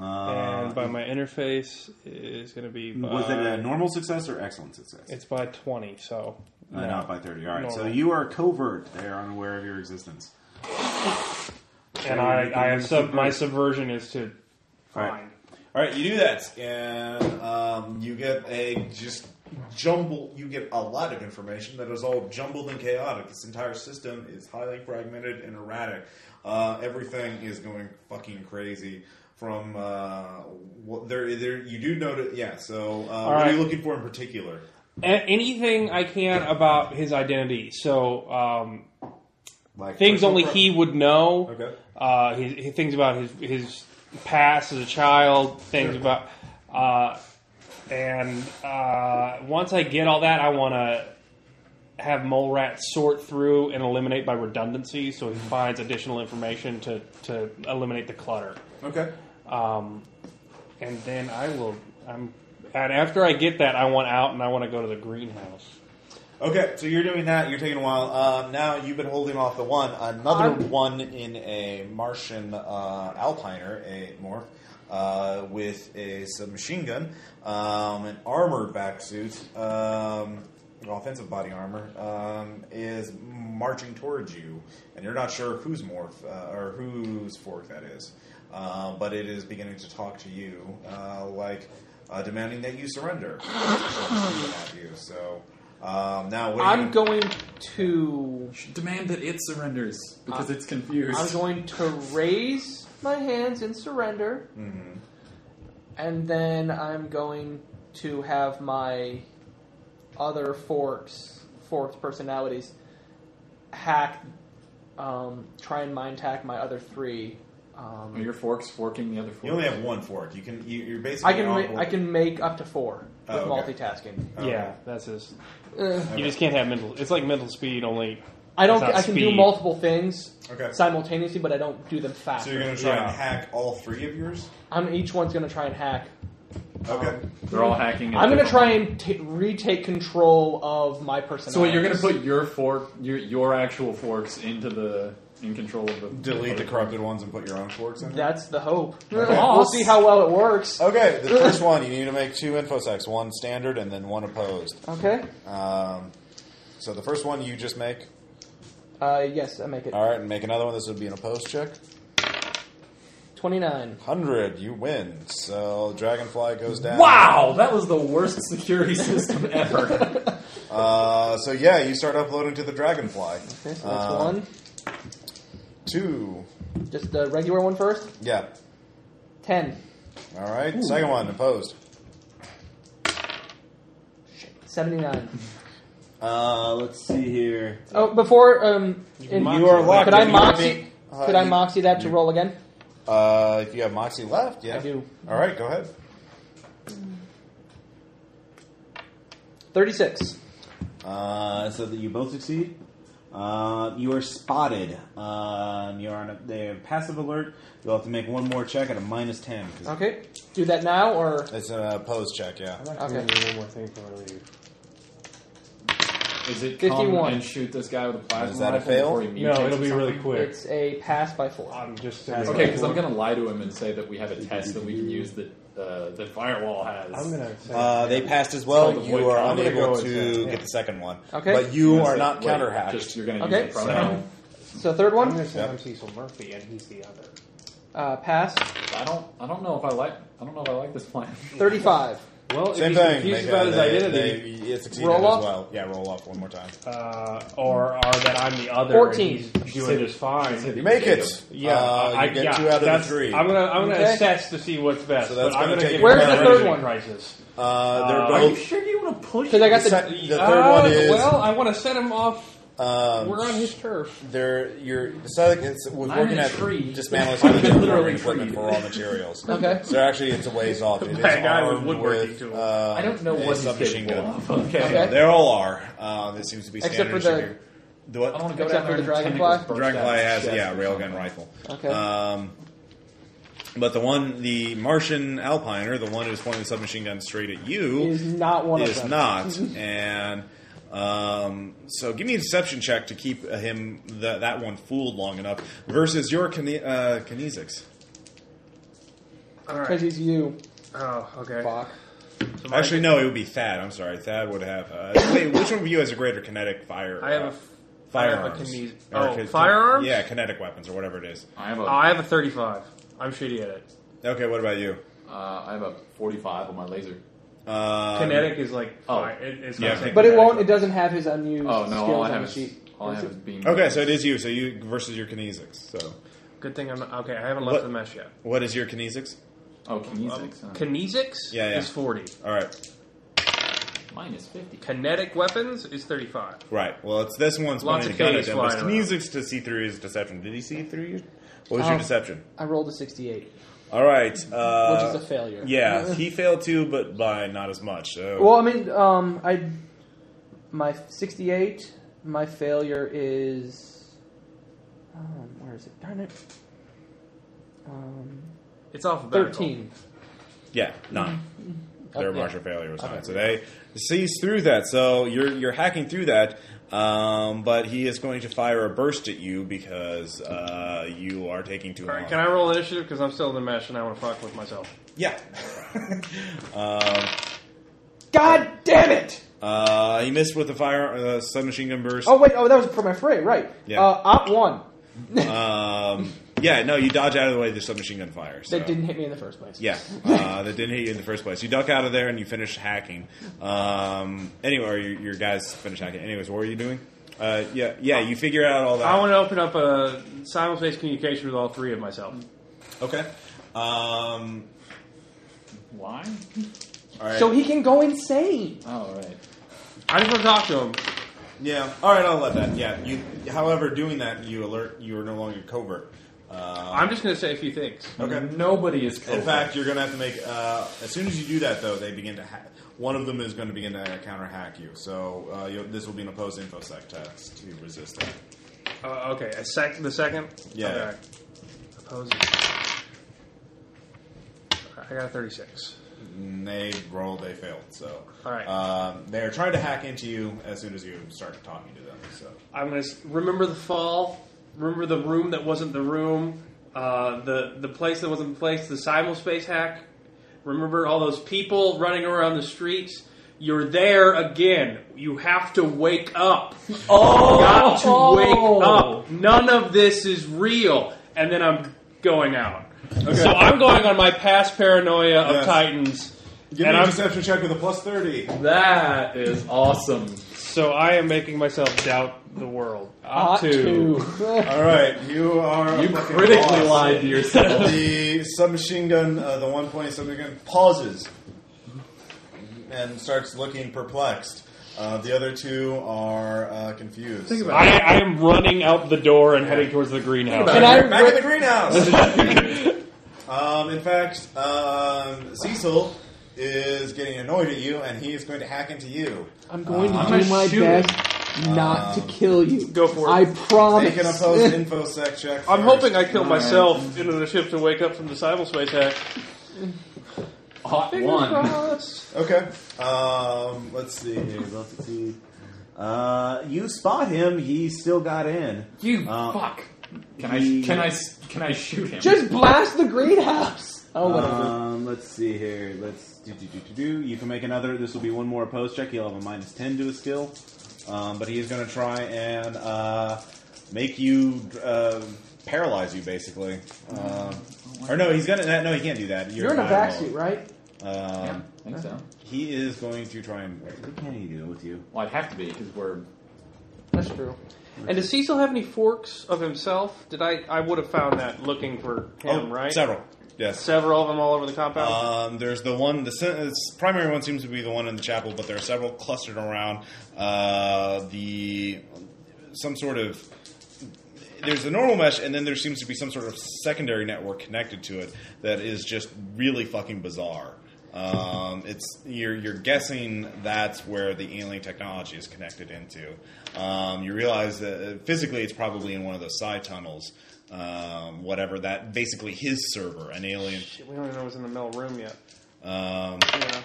[SPEAKER 2] and by my interface is gonna be. By,
[SPEAKER 1] was it a normal success or excellent success?
[SPEAKER 2] It's by twenty, so
[SPEAKER 1] Uh, Not by thirty. All right. So
[SPEAKER 2] Normal.
[SPEAKER 1] you are covert. They are unaware of your existence.
[SPEAKER 2] and I, I have sub, my subversion is to
[SPEAKER 1] All right.
[SPEAKER 2] find.
[SPEAKER 1] All right, you do that, and um, you get a just jumble. You get a lot of information that is all jumbled and chaotic. This entire system is highly fragmented and erratic. Uh, everything is going fucking crazy. From uh, what there, there you do notice. Yeah. So, uh, what are
[SPEAKER 2] right.
[SPEAKER 1] you looking for in particular?
[SPEAKER 2] A- anything I can about his identity. So um,
[SPEAKER 1] Like
[SPEAKER 2] things
[SPEAKER 1] personal
[SPEAKER 2] only
[SPEAKER 1] pro-
[SPEAKER 2] he would know.
[SPEAKER 1] Okay.
[SPEAKER 2] Uh, his, his things about his his past as a child. Things about. Uh, and uh, once I get all that, I want to have Mole Rat sort through and eliminate by redundancy, so
[SPEAKER 1] Hmm.
[SPEAKER 2] he finds additional information to to eliminate the clutter. Um,
[SPEAKER 1] Okay.
[SPEAKER 2] And then I will. I'm. And after I get that, I want out and I want to go to the greenhouse.
[SPEAKER 1] Okay, so you're doing that. You're taking a while. Um, now you've been holding off the one. Another
[SPEAKER 4] I'm-
[SPEAKER 1] one in a Martian uh, Alpiner, a morph, uh, with a submachine gun, um, an armored back suit, um, offensive body armor, um, is marching towards you, and you're not sure whose morph uh, or whose fork that is, uh, but it is beginning to talk to you, uh, like uh, demanding that you surrender. at you, so. Um, now, what are you
[SPEAKER 4] I'm going to.
[SPEAKER 3] Demand that it surrenders because it's confused.
[SPEAKER 4] I'm going to raise my hands in surrender,
[SPEAKER 1] Mm-hmm.
[SPEAKER 4] and then I'm going to have my other forks, forked personalities, hack, um, try and mind hack my other three.
[SPEAKER 3] Are
[SPEAKER 4] Um,
[SPEAKER 3] Oh, your forks forking the other fork?
[SPEAKER 1] You only have one fork. You can. You, you're basically.
[SPEAKER 4] I can
[SPEAKER 1] on
[SPEAKER 4] ma-
[SPEAKER 1] board.
[SPEAKER 4] I can make up to four with
[SPEAKER 1] Oh, Eh. okay.
[SPEAKER 4] multitasking.
[SPEAKER 1] Okay.
[SPEAKER 2] Yeah, that's his.
[SPEAKER 4] Ugh.
[SPEAKER 2] You just can't have mental. It's like mental speed only.
[SPEAKER 4] I don't.
[SPEAKER 2] It's not
[SPEAKER 4] I can do
[SPEAKER 2] speed.
[SPEAKER 4] multiple things
[SPEAKER 1] Okay.
[SPEAKER 4] simultaneously, but I don't do them fast.
[SPEAKER 1] So you're gonna try
[SPEAKER 2] Yeah.
[SPEAKER 1] and hack all three of yours.
[SPEAKER 4] I'm each one's gonna try and hack.
[SPEAKER 1] Okay.
[SPEAKER 4] Um,
[SPEAKER 3] They're all hacking. at
[SPEAKER 4] I'm gonna
[SPEAKER 3] different-
[SPEAKER 4] try and t- retake control of my personality.
[SPEAKER 3] So wait, you're gonna put your fork, your your actual forks into the in control of the.
[SPEAKER 1] Delete the corrupted ones and put your own forks in.
[SPEAKER 4] That's the hope.
[SPEAKER 1] Okay.
[SPEAKER 4] We'll see how well it works.
[SPEAKER 1] Okay. The first one, you need to make two infosec's, one standard and then one opposed.
[SPEAKER 4] Okay.
[SPEAKER 1] Um, so the first one you just make.
[SPEAKER 4] Uh, yes, I make it.
[SPEAKER 1] All right, and make another one. This would be an opposed check.
[SPEAKER 4] Twenty-nine.
[SPEAKER 1] Hundred, you win. So dragonfly goes down.
[SPEAKER 3] Wow, that was the worst security system ever.
[SPEAKER 1] Uh, so yeah, you start uploading to the dragonfly.
[SPEAKER 4] Okay, so that's
[SPEAKER 1] Uh,
[SPEAKER 4] one.
[SPEAKER 1] Two.
[SPEAKER 4] Just the regular one first.
[SPEAKER 1] Yeah.
[SPEAKER 4] Ten.
[SPEAKER 1] All right. Second one opposed.
[SPEAKER 4] Seventy-nine.
[SPEAKER 1] Uh, let's see here.
[SPEAKER 4] Oh, before um, in-
[SPEAKER 2] moxie.
[SPEAKER 1] You are locked.
[SPEAKER 4] could I
[SPEAKER 1] If you have
[SPEAKER 4] moxie?
[SPEAKER 1] it- uh,
[SPEAKER 4] could I
[SPEAKER 1] you-
[SPEAKER 4] moxie that to roll again?
[SPEAKER 1] Uh, if you have Moxie left, yeah.
[SPEAKER 4] I do.
[SPEAKER 1] All right, go ahead.
[SPEAKER 4] Thirty-six.
[SPEAKER 1] Uh, so that you both succeed. Uh, you are spotted. Um, you are on a, they have passive alert. You'll have to make one more check at a minus ten. 'cause
[SPEAKER 4] Okay. Do that now or
[SPEAKER 1] It's a opposed check, yeah.
[SPEAKER 2] I'd like
[SPEAKER 4] Okay.
[SPEAKER 2] to remember one more thing before I leave.
[SPEAKER 3] Is it
[SPEAKER 4] 51.
[SPEAKER 3] come and shoot this guy with a plasma
[SPEAKER 1] Is that a
[SPEAKER 3] rifle
[SPEAKER 1] fail?
[SPEAKER 3] before he mutates
[SPEAKER 2] No, it'll
[SPEAKER 3] or
[SPEAKER 2] be really
[SPEAKER 3] something?
[SPEAKER 2] quick.
[SPEAKER 4] it's a pass by four.
[SPEAKER 2] I'm just
[SPEAKER 3] Okay, because I'm gonna lie to him and say that we have a test that we can use that uh, that firewall has.
[SPEAKER 2] I'm gonna. Say
[SPEAKER 1] Uh, they passed as
[SPEAKER 3] It's
[SPEAKER 1] well.
[SPEAKER 3] called
[SPEAKER 1] You
[SPEAKER 3] avoid
[SPEAKER 1] are
[SPEAKER 3] combat.
[SPEAKER 2] I'm gonna
[SPEAKER 1] unable
[SPEAKER 2] go with
[SPEAKER 1] to
[SPEAKER 2] that, yeah.
[SPEAKER 1] get the second one.
[SPEAKER 4] Okay.
[SPEAKER 1] But you
[SPEAKER 3] That's
[SPEAKER 1] are
[SPEAKER 3] it.
[SPEAKER 1] not
[SPEAKER 3] Wait,
[SPEAKER 1] counterhacked.
[SPEAKER 3] Just you're gonna
[SPEAKER 4] Okay,
[SPEAKER 3] use
[SPEAKER 4] so-
[SPEAKER 3] that pronoun.
[SPEAKER 4] So third
[SPEAKER 2] I'm
[SPEAKER 4] one.
[SPEAKER 2] gonna say
[SPEAKER 1] Yeah.
[SPEAKER 2] I'm Cecil Murphy and he's the other.
[SPEAKER 4] Uh, pass.
[SPEAKER 3] I don't. I don't know if I like. I don't know if I like this plan.
[SPEAKER 4] Thirty-five.
[SPEAKER 1] Same
[SPEAKER 2] Well, if he's
[SPEAKER 1] thing.
[SPEAKER 2] confused
[SPEAKER 1] They-
[SPEAKER 2] about his
[SPEAKER 1] they-
[SPEAKER 2] identity,
[SPEAKER 1] they- it succeeded
[SPEAKER 4] Roll
[SPEAKER 1] as
[SPEAKER 4] off?
[SPEAKER 1] well. Yeah, roll off one more time.
[SPEAKER 2] uh, or or that I'm the other,
[SPEAKER 4] 14.
[SPEAKER 2] and he's doing just fine.
[SPEAKER 1] You make it.
[SPEAKER 2] Yeah,
[SPEAKER 1] Uh,
[SPEAKER 2] I
[SPEAKER 1] you get
[SPEAKER 2] yeah,
[SPEAKER 1] two out of
[SPEAKER 2] that's-
[SPEAKER 1] the three.
[SPEAKER 2] I'm gonna I'm gonna
[SPEAKER 4] Okay.
[SPEAKER 2] assess to see what's best.
[SPEAKER 1] So that's
[SPEAKER 2] but I'm
[SPEAKER 1] gonna
[SPEAKER 2] gonna
[SPEAKER 1] take
[SPEAKER 2] give
[SPEAKER 1] you
[SPEAKER 2] him
[SPEAKER 4] Where's the
[SPEAKER 2] an
[SPEAKER 4] third
[SPEAKER 2] energy
[SPEAKER 4] one?
[SPEAKER 2] Crisis.
[SPEAKER 1] uh,
[SPEAKER 2] Uh,
[SPEAKER 1] they're
[SPEAKER 2] are
[SPEAKER 3] Are you
[SPEAKER 1] both.
[SPEAKER 3] sure you want to push?
[SPEAKER 4] Because I got
[SPEAKER 1] The,
[SPEAKER 4] the.
[SPEAKER 1] sec- the third one is.
[SPEAKER 2] Oh, well. I want to set him off.
[SPEAKER 1] um,
[SPEAKER 2] We're on his turf.
[SPEAKER 1] They're you're deciding it's we're
[SPEAKER 3] I'm
[SPEAKER 1] working
[SPEAKER 3] in a
[SPEAKER 1] at
[SPEAKER 3] tree.
[SPEAKER 1] dismantling
[SPEAKER 3] I've
[SPEAKER 1] some of the
[SPEAKER 3] been literally
[SPEAKER 1] programming equipment
[SPEAKER 3] treed.
[SPEAKER 1] for raw materials.
[SPEAKER 4] Okay.
[SPEAKER 1] So actually, it's a ways off. It is
[SPEAKER 2] By a guy with
[SPEAKER 1] armed
[SPEAKER 2] woodworking
[SPEAKER 1] with,
[SPEAKER 2] tool.
[SPEAKER 1] uh,
[SPEAKER 3] I don't know
[SPEAKER 1] a
[SPEAKER 3] what he's
[SPEAKER 1] submachine
[SPEAKER 3] capable
[SPEAKER 1] gun.
[SPEAKER 3] of. Okay.
[SPEAKER 4] Okay.
[SPEAKER 1] They all are. Uh, this seems to be
[SPEAKER 4] Except
[SPEAKER 1] standard.
[SPEAKER 4] for the-
[SPEAKER 1] issue. the what?
[SPEAKER 3] I don't want to go
[SPEAKER 4] Except
[SPEAKER 3] down there
[SPEAKER 4] for the
[SPEAKER 3] and
[SPEAKER 4] dragonfly?
[SPEAKER 3] tentacles burst out
[SPEAKER 1] Dragonfly
[SPEAKER 3] of
[SPEAKER 1] has
[SPEAKER 3] his
[SPEAKER 1] yeah
[SPEAKER 3] chest or
[SPEAKER 1] railgun
[SPEAKER 3] something.
[SPEAKER 1] rifle.
[SPEAKER 4] Okay.
[SPEAKER 1] Um, but the one, the Martian Alpiner, the one who's pointing the submachine gun straight at you,
[SPEAKER 4] Is not one of
[SPEAKER 1] is
[SPEAKER 4] them. Mm-hmm.
[SPEAKER 1] not. and um, so, give me a deception check to keep uh, him th- that one fooled long enough. Versus your kine- uh, kinesics.
[SPEAKER 2] All
[SPEAKER 4] Because he's you.
[SPEAKER 2] Oh, okay.
[SPEAKER 4] Fuck.
[SPEAKER 1] Actually, no, it would be Thad. I'm sorry, Thad would have. Uh, wait, which one of you has a greater kinetic fire?
[SPEAKER 2] I have a
[SPEAKER 1] uh,
[SPEAKER 2] f- I have a
[SPEAKER 1] firearms.
[SPEAKER 2] kines-
[SPEAKER 1] Or
[SPEAKER 2] oh,
[SPEAKER 1] kin-
[SPEAKER 2] firearms?
[SPEAKER 1] Yeah, kinetic weapons or whatever it is.
[SPEAKER 3] I have a.
[SPEAKER 2] Oh, I have a 35. I'm shitty at it.
[SPEAKER 1] Okay, what about you?
[SPEAKER 3] Uh, I have a 45 on my laser.
[SPEAKER 1] Uh,
[SPEAKER 2] Kinetic is like
[SPEAKER 3] oh.
[SPEAKER 2] fire. It, it's
[SPEAKER 1] Yeah.
[SPEAKER 2] not saying
[SPEAKER 4] But it
[SPEAKER 2] kinetic.
[SPEAKER 4] won't. It doesn't have his unused
[SPEAKER 3] Oh no!
[SPEAKER 4] skills
[SPEAKER 3] All I
[SPEAKER 4] on
[SPEAKER 3] have
[SPEAKER 4] the
[SPEAKER 3] is
[SPEAKER 4] sheet.
[SPEAKER 3] all I
[SPEAKER 4] Is
[SPEAKER 3] have is
[SPEAKER 4] it-
[SPEAKER 3] beam.
[SPEAKER 1] Okay, so it is you. So you versus your kinesics. So
[SPEAKER 2] Good thing I'm not, okay. I haven't left
[SPEAKER 1] What-
[SPEAKER 2] the mesh yet. Um,
[SPEAKER 1] what is your kinesics?
[SPEAKER 3] Oh,
[SPEAKER 1] Um,
[SPEAKER 3] kinesics. huh?
[SPEAKER 2] Kinesics
[SPEAKER 1] Yeah, yeah.
[SPEAKER 2] is 40.
[SPEAKER 1] All right,
[SPEAKER 3] Minus 50.
[SPEAKER 2] Kinetic weapons is 35.
[SPEAKER 1] right. Well, it's this one's
[SPEAKER 2] Lots
[SPEAKER 1] pointing
[SPEAKER 2] of
[SPEAKER 1] the gun at
[SPEAKER 2] Ks
[SPEAKER 1] them. It's
[SPEAKER 2] flying around.
[SPEAKER 1] kinesics to see through his deception. Did he see through you? What was
[SPEAKER 4] Oh.
[SPEAKER 1] your deception?
[SPEAKER 4] I rolled a sixty-eight, which
[SPEAKER 1] All right. Uh,
[SPEAKER 4] is a failure.
[SPEAKER 1] Yeah, he failed too, but by not as much. So.
[SPEAKER 4] Well, I mean, um, I my sixty-eight. My failure is um, where is it? Darn it. Um,
[SPEAKER 2] It's alphabetical.
[SPEAKER 4] Thirteen.
[SPEAKER 1] yeah, nine. Their
[SPEAKER 4] Mm-hmm. Okay.
[SPEAKER 1] martial failure was nine.
[SPEAKER 4] Okay.
[SPEAKER 1] So they sees through that. So you're you're hacking through that, um, but he is going to fire a burst at you because uh, you are taking too
[SPEAKER 2] All
[SPEAKER 1] long.
[SPEAKER 2] right, can I roll initiative? Because I'm still in the mesh and I want to fuck with myself.
[SPEAKER 1] Yeah. um,
[SPEAKER 4] God damn it!
[SPEAKER 1] uh, he missed with the fire uh, submachine gun burst.
[SPEAKER 4] Oh wait, oh that was for my fray, right?
[SPEAKER 1] Yeah.
[SPEAKER 4] Uh, op one
[SPEAKER 1] Um, yeah, no, you dodge out of the way of the submachine gun fire. So.
[SPEAKER 4] that didn't hit me in the first place.
[SPEAKER 1] Yeah, uh, that didn't hit you in the first place. You duck out of there and you finish hacking. Um, anyway, or your, your guys finish hacking. Anyways, what were you doing? Uh, yeah, yeah, you figure out all that.
[SPEAKER 2] I want to open up a simultaneous communication with all three of myself.
[SPEAKER 1] okay. Um,
[SPEAKER 3] Why?
[SPEAKER 1] all right.
[SPEAKER 4] So he can go insane.
[SPEAKER 3] Oh, right.
[SPEAKER 2] I just want to talk to him.
[SPEAKER 1] yeah. All right, I'll let that. Yeah. You. However, doing that, you alert. You are no longer covert. Uh,
[SPEAKER 2] I'm just going to say a few things.
[SPEAKER 1] Okay.
[SPEAKER 3] Nobody is.
[SPEAKER 1] In
[SPEAKER 3] covert.
[SPEAKER 1] fact, you're going to have to make. Uh, as soon as you do that, though, they begin to. Ha- one of them is going to begin to counter hack you. So uh, you'll, this will be an opposed infosec test to resist that.
[SPEAKER 2] Uh, okay, a sec- the second?
[SPEAKER 1] Yeah.
[SPEAKER 2] Okay. Opposing. I got a 36.
[SPEAKER 1] And they rolled. They failed. So
[SPEAKER 2] All right.
[SPEAKER 1] um, they are trying to hack into you as soon as you start talking to them. So
[SPEAKER 2] I'm going to remember the fall, remember the room that wasn't the room, uh, the, the place that wasn't the place, the simul space hack. Remember all those people running around the streets. You're there again. You have to wake up.
[SPEAKER 4] Oh,
[SPEAKER 2] got to wake up. None of this is real. And then I'm going out. So I'm going on my past paranoia of
[SPEAKER 1] Yes.
[SPEAKER 2] Titans.
[SPEAKER 1] give
[SPEAKER 2] and
[SPEAKER 1] me a
[SPEAKER 2] I'm
[SPEAKER 1] deception check with a plus thirty.
[SPEAKER 3] That is awesome.
[SPEAKER 2] So I am making myself doubt the world. Up
[SPEAKER 4] Ought
[SPEAKER 2] to
[SPEAKER 4] to.
[SPEAKER 1] All right, you are a
[SPEAKER 3] You
[SPEAKER 1] fucking
[SPEAKER 3] critically
[SPEAKER 1] boss.
[SPEAKER 3] lied to yourself.
[SPEAKER 1] The submachine gun, uh, the one pointing submachine gun, pauses and starts looking perplexed. Uh, the other two are uh, confused.
[SPEAKER 3] Think about
[SPEAKER 2] I, I am running out the door and heading towards the greenhouse.
[SPEAKER 4] Can I-
[SPEAKER 1] Back in the greenhouse. um, in fact, um, Cecil is getting annoyed at you, and he is going to hack into you.
[SPEAKER 6] I'm going
[SPEAKER 3] Uh, I'm
[SPEAKER 6] to
[SPEAKER 3] gonna
[SPEAKER 6] do my
[SPEAKER 3] shoot it.
[SPEAKER 6] best not
[SPEAKER 1] Um,
[SPEAKER 6] to kill you.
[SPEAKER 2] go for it.
[SPEAKER 6] I
[SPEAKER 1] Make
[SPEAKER 6] promise.
[SPEAKER 1] an opposed infosec check.
[SPEAKER 2] I'm
[SPEAKER 1] first.
[SPEAKER 2] hoping I kill
[SPEAKER 3] All right.
[SPEAKER 2] myself into the shift and wake up from the cyberspace hack.
[SPEAKER 3] Hot
[SPEAKER 2] Fingers
[SPEAKER 3] one.
[SPEAKER 2] crossed.
[SPEAKER 1] Okay. Um, let's see. here. Let's see. Uh, you spot him. He still got in.
[SPEAKER 3] You
[SPEAKER 1] Uh,
[SPEAKER 3] fuck. Can I?
[SPEAKER 1] he-
[SPEAKER 3] Can I? s- Can I shoot him?
[SPEAKER 4] Just blast the greenhouse. Oh, whatever.
[SPEAKER 1] Um, let's see here. Let's do do do do do. You can make another. This will be one more opposed check. He'll have a minus ten to his skill, um, but he is going to try and uh, make you uh, paralyze you basically. Um, or no, he's gonna no, he can't do that.
[SPEAKER 4] You're in a vac suit, right?
[SPEAKER 1] right? Um,
[SPEAKER 3] Yeah, I think so.
[SPEAKER 1] He is going to try and. What can he do with you?
[SPEAKER 3] Well, I'd have to be because we're.
[SPEAKER 2] That's true. And does Cecil have any forks of himself? Did I? I would have found that looking for him, right?
[SPEAKER 1] Oh, several. Yes.
[SPEAKER 2] Several of them all over the compound.
[SPEAKER 1] Um, there's the one, the sen- it's- primary one seems to be the one in the chapel, but there are several clustered around uh, the some sort of. There's the normal mesh, and then there seems to be some sort of secondary network connected to it that is just really fucking bizarre. Um, it's you're you're guessing that's where the alien technology is connected into. Um, you realize that uh, physically it's probably in one of those side tunnels, um, whatever that basically his server, an alien
[SPEAKER 2] Shit, we don't even know what's in the middle room yet.
[SPEAKER 1] um,
[SPEAKER 2] Yeah.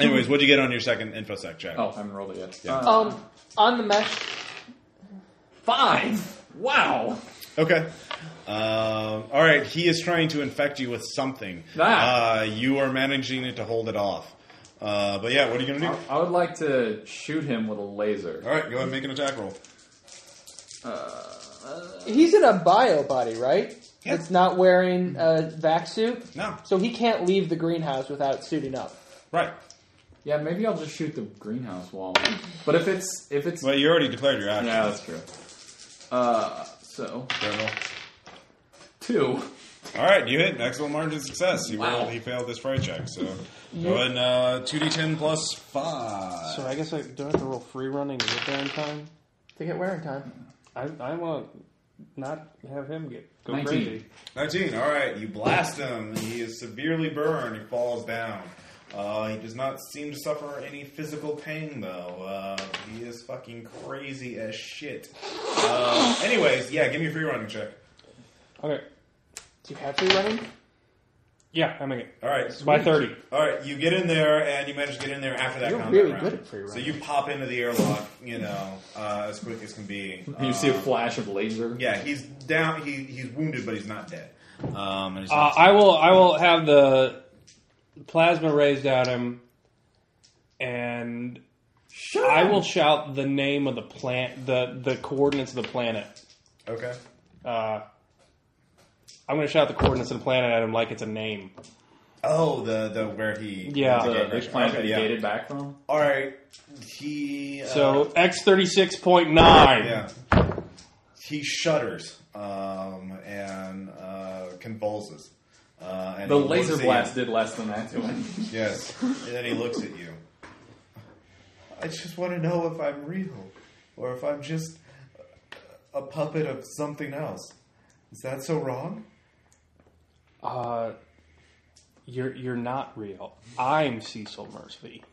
[SPEAKER 1] anyways, what'd you get on your second infosec check?
[SPEAKER 3] Oh, I haven't rolled it yet.
[SPEAKER 1] Yeah.
[SPEAKER 3] Uh,
[SPEAKER 4] Um, on the mesh.
[SPEAKER 3] five. Wow.
[SPEAKER 1] Okay. Um, all right. He is trying to infect you with something.
[SPEAKER 3] Ah.
[SPEAKER 1] Uh, you are managing it to hold it off. Uh, but yeah, what are you gonna do?
[SPEAKER 3] I, I would like to shoot him with a laser.
[SPEAKER 1] All right, go ahead and make an attack roll.
[SPEAKER 4] He's in a bio body, right?
[SPEAKER 1] Yeah.
[SPEAKER 4] It's not wearing a vac suit,
[SPEAKER 1] No.
[SPEAKER 4] so he can't leave the greenhouse without suiting up.
[SPEAKER 1] Right.
[SPEAKER 3] Yeah, maybe I'll just shoot the greenhouse wall. But if it's if it's
[SPEAKER 1] Well, you already declared your action.
[SPEAKER 3] yeah, that's true. Uh, so
[SPEAKER 1] Fair roll.
[SPEAKER 3] two.
[SPEAKER 1] All right, you hit an excellent margin of success. He
[SPEAKER 3] Wow.
[SPEAKER 1] rolled. He failed this fray check. So go ahead and uh, two d ten plus five.
[SPEAKER 2] So I guess I do I have to roll free running to get there in time.
[SPEAKER 4] To get wearing time.
[SPEAKER 2] I, I want to not have him get go
[SPEAKER 3] 19.
[SPEAKER 2] crazy.
[SPEAKER 1] 19. All right, you blast him. He is severely burned. He falls down. Uh, he does not seem to suffer any physical pain, though. Uh, he is fucking crazy as shit. Uh, anyways, yeah, give me a free running check.
[SPEAKER 2] Okay.
[SPEAKER 4] Do you have free running?
[SPEAKER 2] Yeah, I make it
[SPEAKER 1] All right,
[SPEAKER 2] by thirty.
[SPEAKER 1] all right. You get in there, and you manage to get in there after that.
[SPEAKER 4] You're
[SPEAKER 1] combat
[SPEAKER 4] really
[SPEAKER 1] round.
[SPEAKER 4] good at free running.
[SPEAKER 1] So you pop into the airlock, you know, uh, as quick as can be.
[SPEAKER 3] you see a
[SPEAKER 1] Um,
[SPEAKER 3] flash of laser.
[SPEAKER 1] yeah, he's down. He he's wounded, but he's not dead. Um, and he's
[SPEAKER 2] Uh, I will. I will have the plasma raised at him, and I will shout the name of the plant, the the coordinates of the planet.
[SPEAKER 1] okay.
[SPEAKER 2] Uh, I'm going to shout the coordinates of the planet at him like it's a name.
[SPEAKER 1] Oh, the the where he
[SPEAKER 2] Yeah.
[SPEAKER 3] The,
[SPEAKER 1] Okay,
[SPEAKER 3] the planet that
[SPEAKER 1] okay,
[SPEAKER 3] he
[SPEAKER 1] yeah.
[SPEAKER 3] dated back from.
[SPEAKER 1] All right, he uh,
[SPEAKER 2] So X thirty six point nine.
[SPEAKER 1] yeah, he shudders um, and uh, convulses. Uh, and
[SPEAKER 3] The
[SPEAKER 1] he
[SPEAKER 3] laser
[SPEAKER 1] looks at
[SPEAKER 3] blast did less than that to him.
[SPEAKER 1] you. Yes, and then he looks at you. I just want to know if I'm real or if I'm just a puppet of something else. Is that so wrong?
[SPEAKER 2] Uh, you're you're not real. I'm Cecil Murphy.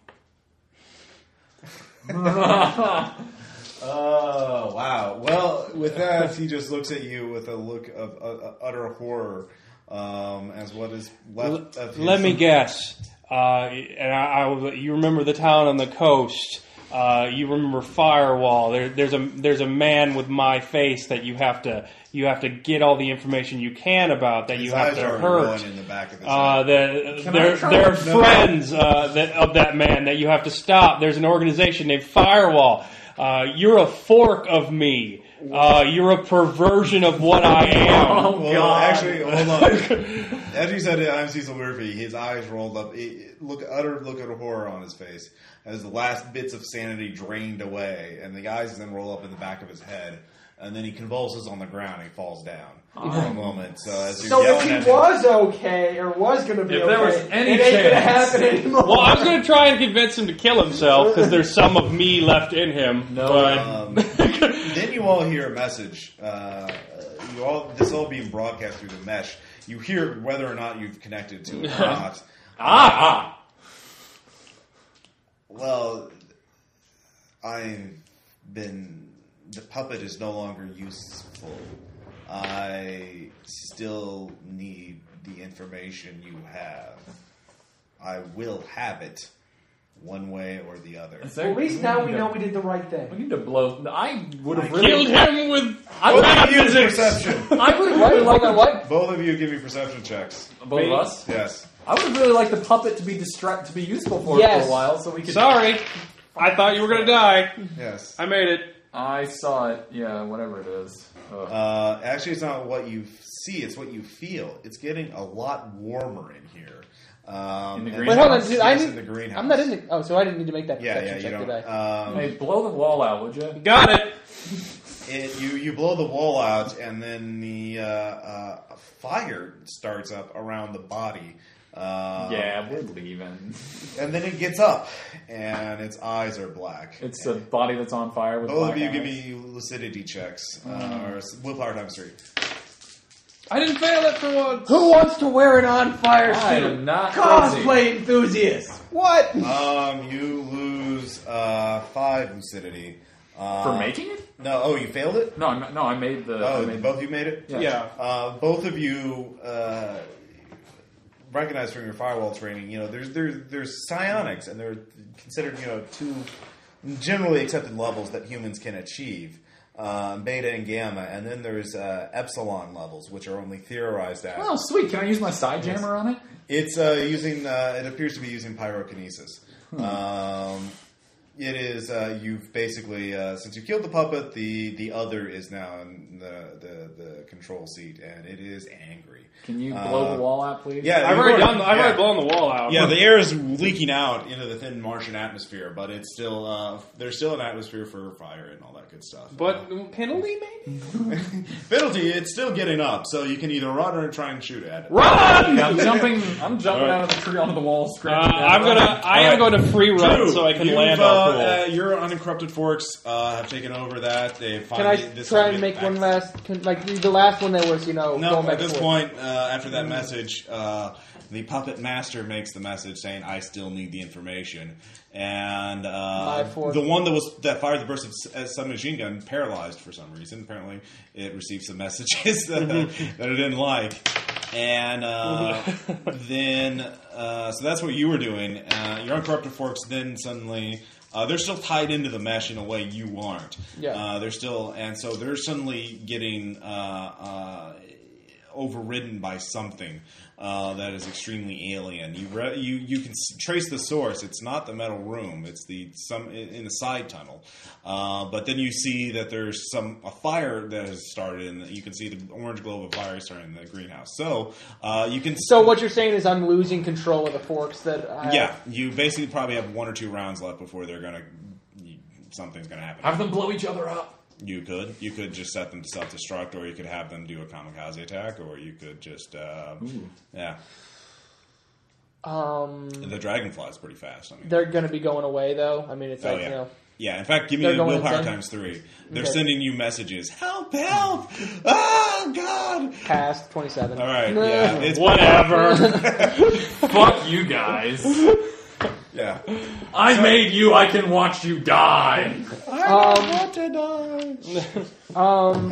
[SPEAKER 1] Oh wow! Well, with that, he just looks at you with a look of uh, uh, utter horror, um, as what is left of. His
[SPEAKER 2] Let me guess. Uh, and I, I will- you remember the town on the coast. Uh, you remember Firewall. There, there's a there's a man with my face that you have to you have to get all the information you can about that
[SPEAKER 1] His
[SPEAKER 2] you have
[SPEAKER 1] eyes
[SPEAKER 2] to
[SPEAKER 1] are
[SPEAKER 2] hurt.
[SPEAKER 1] rolling in the back of his
[SPEAKER 2] Uh,
[SPEAKER 1] head.
[SPEAKER 2] the,
[SPEAKER 3] Can I
[SPEAKER 2] they're
[SPEAKER 3] try
[SPEAKER 2] they're
[SPEAKER 3] to-
[SPEAKER 2] friends uh, that, of that man that you have to stop. There's an organization named Firewall. Uh, you're a fork of me. Uh, you're a perversion of what I
[SPEAKER 3] Oh,
[SPEAKER 2] am.
[SPEAKER 1] Well, actually, hold on. After you said it, I'm Cecil Murphy. His eyes rolled up. It, it- look, utter look of horror on his face as the last bits of sanity drained away, and the eyes then roll up in the back of his head, and then he convulses on the ground. and He falls down for a moment. So, as you're
[SPEAKER 4] So if
[SPEAKER 1] yelling at
[SPEAKER 4] he
[SPEAKER 1] him-
[SPEAKER 4] was okay or was going to be
[SPEAKER 3] If
[SPEAKER 4] okay,
[SPEAKER 3] there was any
[SPEAKER 4] it ain't going to
[SPEAKER 3] chance.
[SPEAKER 4] happen anymore.
[SPEAKER 2] Well, I was going to try and convince him to kill himself because there's some of me left in him.
[SPEAKER 3] No,
[SPEAKER 2] but-
[SPEAKER 1] Um, then you all hear a message. Uh, you all this all being broadcast through the mesh. You hear whether or not you've connected to it or not.
[SPEAKER 3] Ah,
[SPEAKER 1] Well, I've been. The puppet is no longer useful. I still need the information you have. I will have it one way or the other.
[SPEAKER 3] Is
[SPEAKER 4] Well,
[SPEAKER 3] there-
[SPEAKER 4] at least now we
[SPEAKER 3] need to-
[SPEAKER 4] know we did the right
[SPEAKER 3] We
[SPEAKER 4] thing.
[SPEAKER 3] need to blow. I would have really.
[SPEAKER 2] killed him with
[SPEAKER 1] Both
[SPEAKER 2] bad
[SPEAKER 1] of you,
[SPEAKER 2] physics.
[SPEAKER 1] perception.
[SPEAKER 3] I would have
[SPEAKER 4] What?
[SPEAKER 3] really
[SPEAKER 4] What?
[SPEAKER 3] liked
[SPEAKER 4] What? what?
[SPEAKER 1] Both of you give me perception checks.
[SPEAKER 3] both of us.
[SPEAKER 1] Yes.
[SPEAKER 3] I would have really liked the puppet to be distract to be useful for us
[SPEAKER 4] Yes.
[SPEAKER 3] for a while, so we could.
[SPEAKER 2] Sorry, I thought you were going to die.
[SPEAKER 1] Yes.
[SPEAKER 2] I made it.
[SPEAKER 3] I saw it. Yeah, whatever it is. Ugh.
[SPEAKER 1] Uh, actually, it's not what you see; it's what you feel. It's getting a lot warmer in here. Um,
[SPEAKER 3] In the
[SPEAKER 1] and-
[SPEAKER 3] greenhouse?
[SPEAKER 4] Wait, hold on, dude. I
[SPEAKER 1] Yes,
[SPEAKER 4] need,
[SPEAKER 1] in the greenhouse.
[SPEAKER 4] I'm not in the. Oh, so I didn't need to make that
[SPEAKER 1] Yeah, yeah,
[SPEAKER 4] perception
[SPEAKER 1] you
[SPEAKER 4] check,
[SPEAKER 1] don't.
[SPEAKER 4] did I?
[SPEAKER 1] Um,
[SPEAKER 3] hey, blow the wall out, would you?
[SPEAKER 2] Got it.
[SPEAKER 1] it, you you blow the wall out, and then the uh, uh, fire starts up around the body. Uh,
[SPEAKER 3] yeah, we're leaving.
[SPEAKER 1] and then it gets up, and its eyes are black.
[SPEAKER 3] It's a body that's on fire with.
[SPEAKER 1] Both
[SPEAKER 3] black
[SPEAKER 1] of you
[SPEAKER 3] eyes. Hmm.
[SPEAKER 1] give me lucidity checks uh, or s- willpower times three.
[SPEAKER 2] I didn't fail it for once.
[SPEAKER 4] Who wants to wear an on fire
[SPEAKER 3] I
[SPEAKER 4] suit?
[SPEAKER 3] am not crazy.
[SPEAKER 4] Cosplay enthusiasts. What?
[SPEAKER 1] Um, you lose uh, five lucidity uh,
[SPEAKER 3] for making it.
[SPEAKER 1] No, oh, you failed it.
[SPEAKER 3] No, I'm, no, I made the. I
[SPEAKER 1] Oh,
[SPEAKER 3] made
[SPEAKER 1] both of you made it.
[SPEAKER 3] Yeah.
[SPEAKER 2] Yeah.
[SPEAKER 1] Uh, both of you uh, recognize from your firewall training, you know, there's there's there's psionics, and they're considered you know two generally accepted levels that humans can achieve. Um, beta and gamma, and then there's uh, epsilon levels, which are only theorized at.
[SPEAKER 3] Oh, sweet! Can I use my side jammer on it?
[SPEAKER 1] It's uh, using. Uh, it appears to be using pyrokinesis.
[SPEAKER 3] Hmm.
[SPEAKER 1] Um, it is. Uh, you've basically uh, since you killed the puppet, the the other is now in the the, the control seat, and it is angry.
[SPEAKER 3] Can you blow
[SPEAKER 1] Uh,
[SPEAKER 3] the wall out, please?
[SPEAKER 1] Yeah,
[SPEAKER 2] I've
[SPEAKER 1] you've
[SPEAKER 2] already done. I've
[SPEAKER 1] yeah.
[SPEAKER 2] already blown the wall out.
[SPEAKER 1] Yeah, the air is leaking out into the thin Martian atmosphere, but it's still uh, there's still an atmosphere for fire and all that good stuff. Uh,
[SPEAKER 2] but penalty maybe.
[SPEAKER 1] penalty, it's still getting up, so you can either run or try and shoot at it.
[SPEAKER 2] Run!
[SPEAKER 3] Yeah, I'm jumping. I'm jumping
[SPEAKER 1] All right.
[SPEAKER 3] out of the tree onto the wall.
[SPEAKER 2] Uh,
[SPEAKER 3] Scratching.
[SPEAKER 2] I'm gonna. I
[SPEAKER 1] Alright.
[SPEAKER 2] am going to free run
[SPEAKER 1] Drew,
[SPEAKER 2] so I can
[SPEAKER 1] you've,
[SPEAKER 2] land
[SPEAKER 1] uh,
[SPEAKER 2] on the
[SPEAKER 1] uh,
[SPEAKER 2] wall.
[SPEAKER 1] your unincorrupted forks uh, have taken over that. They
[SPEAKER 4] Can
[SPEAKER 1] finally,
[SPEAKER 4] I
[SPEAKER 1] this
[SPEAKER 4] try
[SPEAKER 1] will
[SPEAKER 4] and
[SPEAKER 1] be
[SPEAKER 4] make
[SPEAKER 1] back-
[SPEAKER 4] one last? Can, like the- the last one that was, you know,
[SPEAKER 1] No,
[SPEAKER 4] going back
[SPEAKER 1] at this
[SPEAKER 4] and forth.
[SPEAKER 1] point, uh, after that message, uh, the puppet master makes the message saying, "I still need the information." And uh,
[SPEAKER 4] My fork.
[SPEAKER 1] the one that was that fired the burst of s- uh, submachine gun paralyzed for some reason. Apparently, it received some messages that,
[SPEAKER 4] Mm-hmm.
[SPEAKER 1] that it didn't like. And uh, then, uh, so that's what you were doing. Uh, your uncorrupted forks then suddenly. Uh, they're still tied into the mesh in a way you aren't.
[SPEAKER 4] Yeah.
[SPEAKER 1] Uh, they're still, and so they're suddenly getting uh, uh, overridden by something uh, that is extremely alien. You re- you you can s- trace the source. It's not the metal room. It's the some in in the side tunnel. Uh, but then you see that there's some a fire that has started, and you can see the orange glow of a fire starting in the greenhouse. So uh, you can s-
[SPEAKER 4] So what you're saying is I'm losing control of the forks that. I
[SPEAKER 1] yeah, you basically probably have one or two rounds left before they're gonna. you- Something's gonna happen.
[SPEAKER 3] Have them blow each other up.
[SPEAKER 1] You could. You could just set them to self destruct, or you could have them do a kamikaze attack, or you could just. Uh, yeah.
[SPEAKER 4] Um,
[SPEAKER 1] The dragonfly is pretty fast. I mean,
[SPEAKER 4] they're gonna be going away though. I mean, it's
[SPEAKER 1] oh,
[SPEAKER 4] like
[SPEAKER 1] yeah.
[SPEAKER 4] you know.
[SPEAKER 1] Yeah, in fact, give me
[SPEAKER 4] They're
[SPEAKER 1] the
[SPEAKER 4] going
[SPEAKER 1] willpower
[SPEAKER 4] insane?
[SPEAKER 1] times three. They're
[SPEAKER 4] Okay.
[SPEAKER 1] sending you messages. Help! Help! Oh God!
[SPEAKER 4] Past twenty-seven.
[SPEAKER 1] All right,
[SPEAKER 4] Nah.
[SPEAKER 1] yeah, it's
[SPEAKER 2] Whatever.
[SPEAKER 3] Fuck you guys.
[SPEAKER 1] yeah.
[SPEAKER 3] I made you. I can watch you die.
[SPEAKER 4] Um,
[SPEAKER 1] to die.
[SPEAKER 4] um,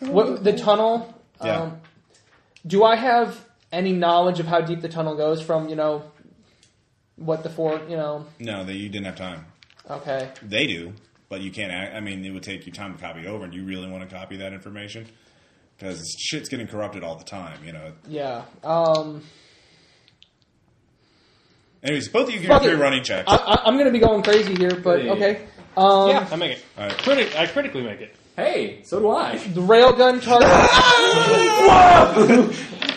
[SPEAKER 4] what the tunnel?
[SPEAKER 1] Yeah.
[SPEAKER 4] Um, do I have any knowledge of how deep the tunnel goes from you know what the fork? You know,
[SPEAKER 1] No, that you didn't have time.
[SPEAKER 4] okay.
[SPEAKER 1] They do, but you can't. act- I mean, it would take you time to copy it over, and you really want to copy that information because shit's getting corrupted all the time. You know.
[SPEAKER 4] Yeah. Um,
[SPEAKER 1] Anyways, both of you give
[SPEAKER 4] Fuck
[SPEAKER 1] me
[SPEAKER 4] it.
[SPEAKER 1] three running checks.
[SPEAKER 4] I, I, I'm going to be going crazy here, but
[SPEAKER 3] Hey.
[SPEAKER 4] okay. Um,
[SPEAKER 2] yeah, I make it.
[SPEAKER 1] All right.
[SPEAKER 2] Criti- I critically make it.
[SPEAKER 3] Hey, so do I.
[SPEAKER 4] The railgun target.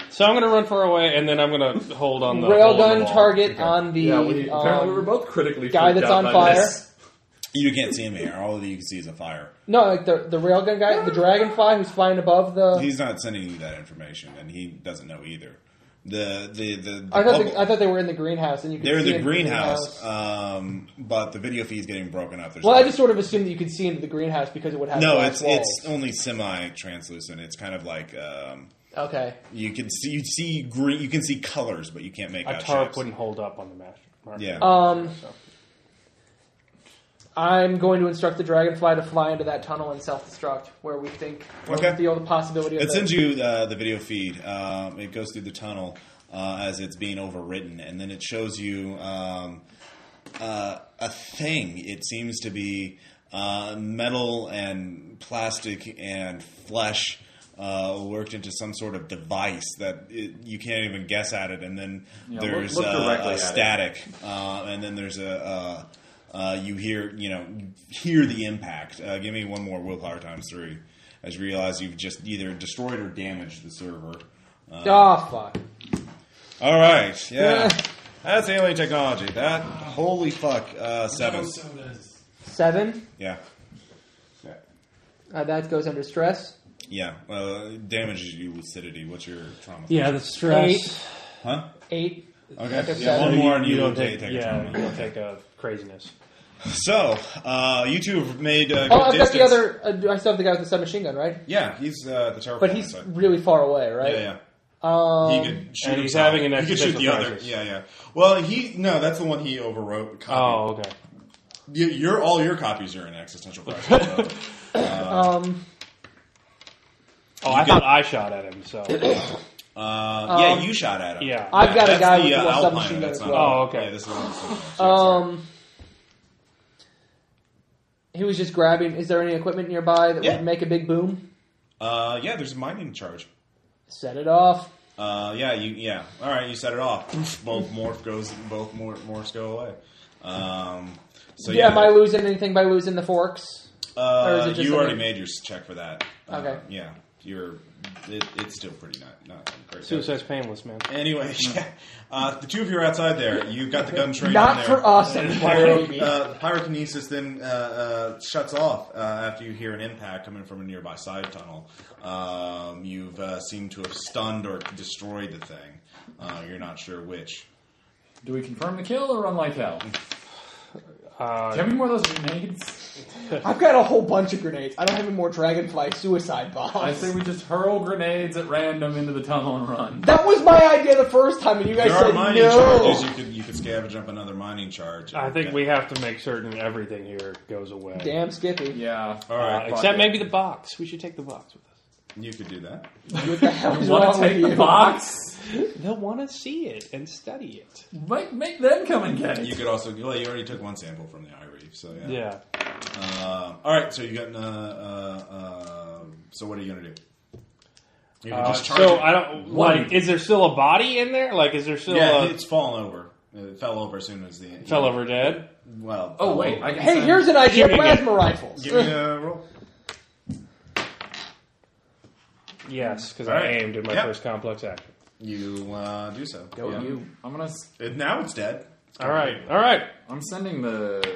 [SPEAKER 2] So I'm gonna run far away, and then I'm gonna hold on the hole in the
[SPEAKER 4] railgun
[SPEAKER 2] wall.
[SPEAKER 4] target on the
[SPEAKER 3] Yeah, we, apparently
[SPEAKER 4] um,
[SPEAKER 3] we're both critically
[SPEAKER 4] guy
[SPEAKER 3] freaked
[SPEAKER 4] that's
[SPEAKER 3] out
[SPEAKER 4] on
[SPEAKER 3] by
[SPEAKER 4] fire.
[SPEAKER 3] this.
[SPEAKER 1] You can't see him here. All that you can see is a fire.
[SPEAKER 4] no, like the the railgun guy, the dragonfly who's flying above the.
[SPEAKER 1] He's not sending you that information, and he doesn't know either. The the the, the
[SPEAKER 4] I thought
[SPEAKER 1] bubble-
[SPEAKER 4] the, I thought they were in the greenhouse, and you could
[SPEAKER 1] they're in
[SPEAKER 4] see
[SPEAKER 1] the
[SPEAKER 4] it
[SPEAKER 1] greenhouse, um, but the video feed is getting broken up. There's
[SPEAKER 4] Well, I
[SPEAKER 1] no-
[SPEAKER 4] just sort of assumed that you could see into the greenhouse because it would have
[SPEAKER 1] no,
[SPEAKER 4] glass
[SPEAKER 1] it's
[SPEAKER 4] walls.
[SPEAKER 1] it's only semi translucent. It's kind of like um,
[SPEAKER 4] okay.
[SPEAKER 1] you can see you see green, you can see colors, but you can't make
[SPEAKER 2] A
[SPEAKER 1] out
[SPEAKER 2] tarp
[SPEAKER 1] shapes.
[SPEAKER 2] wouldn't hold up on the match. mark.
[SPEAKER 1] Yeah,
[SPEAKER 4] Um,
[SPEAKER 2] So.
[SPEAKER 4] I'm going to instruct the dragonfly to fly into that tunnel and self-destruct where we think where
[SPEAKER 1] Okay.
[SPEAKER 4] we feel the possibility of
[SPEAKER 1] it
[SPEAKER 4] the-
[SPEAKER 1] sends you uh, the video feed. Um, it goes through the tunnel uh, as it's being overwritten, and then it shows you um, uh, a thing. It seems to be uh, metal and plastic and flesh uh, worked into some sort of device that it, you can't even guess at it. And then
[SPEAKER 3] look-
[SPEAKER 1] there's
[SPEAKER 3] look
[SPEAKER 1] uh,
[SPEAKER 3] directly
[SPEAKER 1] a
[SPEAKER 3] at it.
[SPEAKER 1] static, uh, and then there's a. Uh, uh, you hear, you know, you hear the impact. Uh, give me one more willpower times three, as you realize you've just either destroyed or damaged the server. Uh,
[SPEAKER 4] Oh fuck!
[SPEAKER 1] all right, yeah.
[SPEAKER 4] Yeah.
[SPEAKER 1] That's alien technology. That holy fuck, uh, seven.
[SPEAKER 4] Seven.
[SPEAKER 1] Yeah,
[SPEAKER 4] Uh, that goes under stress.
[SPEAKER 1] yeah. Uh, damages you lucidity. What's your trauma?
[SPEAKER 2] Yeah, the stress.
[SPEAKER 1] Huh?
[SPEAKER 4] Eight.
[SPEAKER 1] Okay.
[SPEAKER 4] That's
[SPEAKER 1] Yeah,
[SPEAKER 4] seven.
[SPEAKER 1] one more, and you,
[SPEAKER 2] don't
[SPEAKER 1] will take, take a
[SPEAKER 2] yeah,
[SPEAKER 1] trauma.
[SPEAKER 2] you don't take a craziness.
[SPEAKER 1] So, uh, you two have made. Uh,
[SPEAKER 4] Oh,
[SPEAKER 1] good
[SPEAKER 4] I've
[SPEAKER 1] distance.
[SPEAKER 4] got the other. Uh, do I still have the guy with the submachine gun, right?
[SPEAKER 1] Yeah, he's uh, the tower.
[SPEAKER 4] But
[SPEAKER 1] falling
[SPEAKER 4] he's
[SPEAKER 1] side.
[SPEAKER 4] really far away, right?
[SPEAKER 1] Yeah, yeah.
[SPEAKER 4] Um,
[SPEAKER 1] he could shoot
[SPEAKER 2] and he's
[SPEAKER 1] himself.
[SPEAKER 2] having an
[SPEAKER 1] He could shoot the
[SPEAKER 2] existential
[SPEAKER 1] other.
[SPEAKER 2] crisis.
[SPEAKER 1] Yeah, yeah. Well, he no, that's the one he overwrote.
[SPEAKER 2] Oh,
[SPEAKER 1] Copy.
[SPEAKER 2] okay.
[SPEAKER 4] Oh.
[SPEAKER 1] you, your all your copies are in existential crisis. so.
[SPEAKER 4] um,
[SPEAKER 2] Oh, I
[SPEAKER 1] You got-
[SPEAKER 2] thought I shot at him. So
[SPEAKER 1] Uh, yeah, you shot at him.
[SPEAKER 2] yeah.
[SPEAKER 4] Um, I've got a
[SPEAKER 1] that's
[SPEAKER 4] guy
[SPEAKER 1] the,
[SPEAKER 4] with
[SPEAKER 1] uh,
[SPEAKER 4] one
[SPEAKER 1] Alpine,
[SPEAKER 4] submachine gun
[SPEAKER 1] that's
[SPEAKER 4] as
[SPEAKER 1] not-
[SPEAKER 4] well.
[SPEAKER 2] Oh, okay.
[SPEAKER 1] Yeah, this is one. submachine gun, sorry.
[SPEAKER 4] Um, he was just grabbing. Is there any equipment nearby that
[SPEAKER 1] Yeah.
[SPEAKER 4] would make a big boom?
[SPEAKER 1] Uh, yeah, there's a mining charge.
[SPEAKER 4] Set it off.
[SPEAKER 1] Uh, yeah, you yeah. All right, you set it off. both morph goes. Both mor- morphs go away. Um, so
[SPEAKER 4] yeah,
[SPEAKER 1] yeah,
[SPEAKER 4] am I losing anything by losing the forks? or is
[SPEAKER 1] uh,
[SPEAKER 4] it just
[SPEAKER 1] you already
[SPEAKER 4] something-
[SPEAKER 1] made your s- check for that. Uh,
[SPEAKER 4] Okay.
[SPEAKER 1] yeah, you're. It, it's still pretty not not great.
[SPEAKER 2] Suicide's painless, man.
[SPEAKER 1] Anyway, yeah. Uh, the two of you are outside there. You've got the gun trained
[SPEAKER 4] Not
[SPEAKER 1] on there.
[SPEAKER 4] for us.
[SPEAKER 1] Pyro,
[SPEAKER 4] anyway.
[SPEAKER 1] uh, pyrokinesis then uh, uh, shuts off uh, after you hear an impact coming from a nearby side tunnel. Um, you've uh, seemed to have stunned or destroyed the thing. Uh, you're not sure which.
[SPEAKER 3] Do we confirm the kill or run like hell? Do you
[SPEAKER 2] Uh,
[SPEAKER 3] have any more of those grenades?
[SPEAKER 4] I've got a whole bunch of grenades. I don't have any more dragonfly suicide bombs.
[SPEAKER 3] I say we just hurl grenades at random into the tunnel and run.
[SPEAKER 4] that was my idea the first time, and you guys
[SPEAKER 1] There are
[SPEAKER 4] said
[SPEAKER 1] mining charges.
[SPEAKER 4] no.
[SPEAKER 1] You could you could scavenge up another mining charge.
[SPEAKER 2] I think we have to make certain everything here goes away.
[SPEAKER 4] Damn, Skippy.
[SPEAKER 3] Yeah.
[SPEAKER 1] All
[SPEAKER 2] Uh,
[SPEAKER 1] right,
[SPEAKER 2] except maybe the box. We should take the box with us.
[SPEAKER 1] you could do that.
[SPEAKER 4] What the hell is
[SPEAKER 3] Want
[SPEAKER 4] wrong
[SPEAKER 3] to take
[SPEAKER 4] with
[SPEAKER 3] the
[SPEAKER 4] you?
[SPEAKER 3] box?
[SPEAKER 2] They'll want to see it and study it.
[SPEAKER 3] Make, make them come and get
[SPEAKER 1] You
[SPEAKER 3] it.
[SPEAKER 1] could also well. You already took one sample from the eye reef, so yeah.
[SPEAKER 2] Yeah.
[SPEAKER 1] Um, all right, so you got. Uh, uh, uh, so what are you gonna do? You can
[SPEAKER 2] Uh,
[SPEAKER 1] just charge
[SPEAKER 2] so
[SPEAKER 1] it.
[SPEAKER 2] I don't
[SPEAKER 3] One.
[SPEAKER 2] like. Is there still a body in there? Like, is there still
[SPEAKER 1] yeah,
[SPEAKER 2] a
[SPEAKER 1] it's fallen over. It fell over as soon as the
[SPEAKER 2] fell over dead?
[SPEAKER 1] Well,
[SPEAKER 3] Oh, wait. I can
[SPEAKER 4] Hey,
[SPEAKER 3] send-
[SPEAKER 4] here's an idea:
[SPEAKER 2] Shooting it.
[SPEAKER 4] plasma rifles.
[SPEAKER 1] give me a roll.
[SPEAKER 2] Yes, because
[SPEAKER 1] All
[SPEAKER 2] I
[SPEAKER 1] right.
[SPEAKER 2] aimed in my
[SPEAKER 1] Yep.
[SPEAKER 2] first complex action.
[SPEAKER 1] You uh, do so.
[SPEAKER 3] Go
[SPEAKER 1] Yeah.
[SPEAKER 3] you. I'm gonna. s-
[SPEAKER 1] It, now it's dead.
[SPEAKER 2] All right, all right.
[SPEAKER 3] I'm sending the.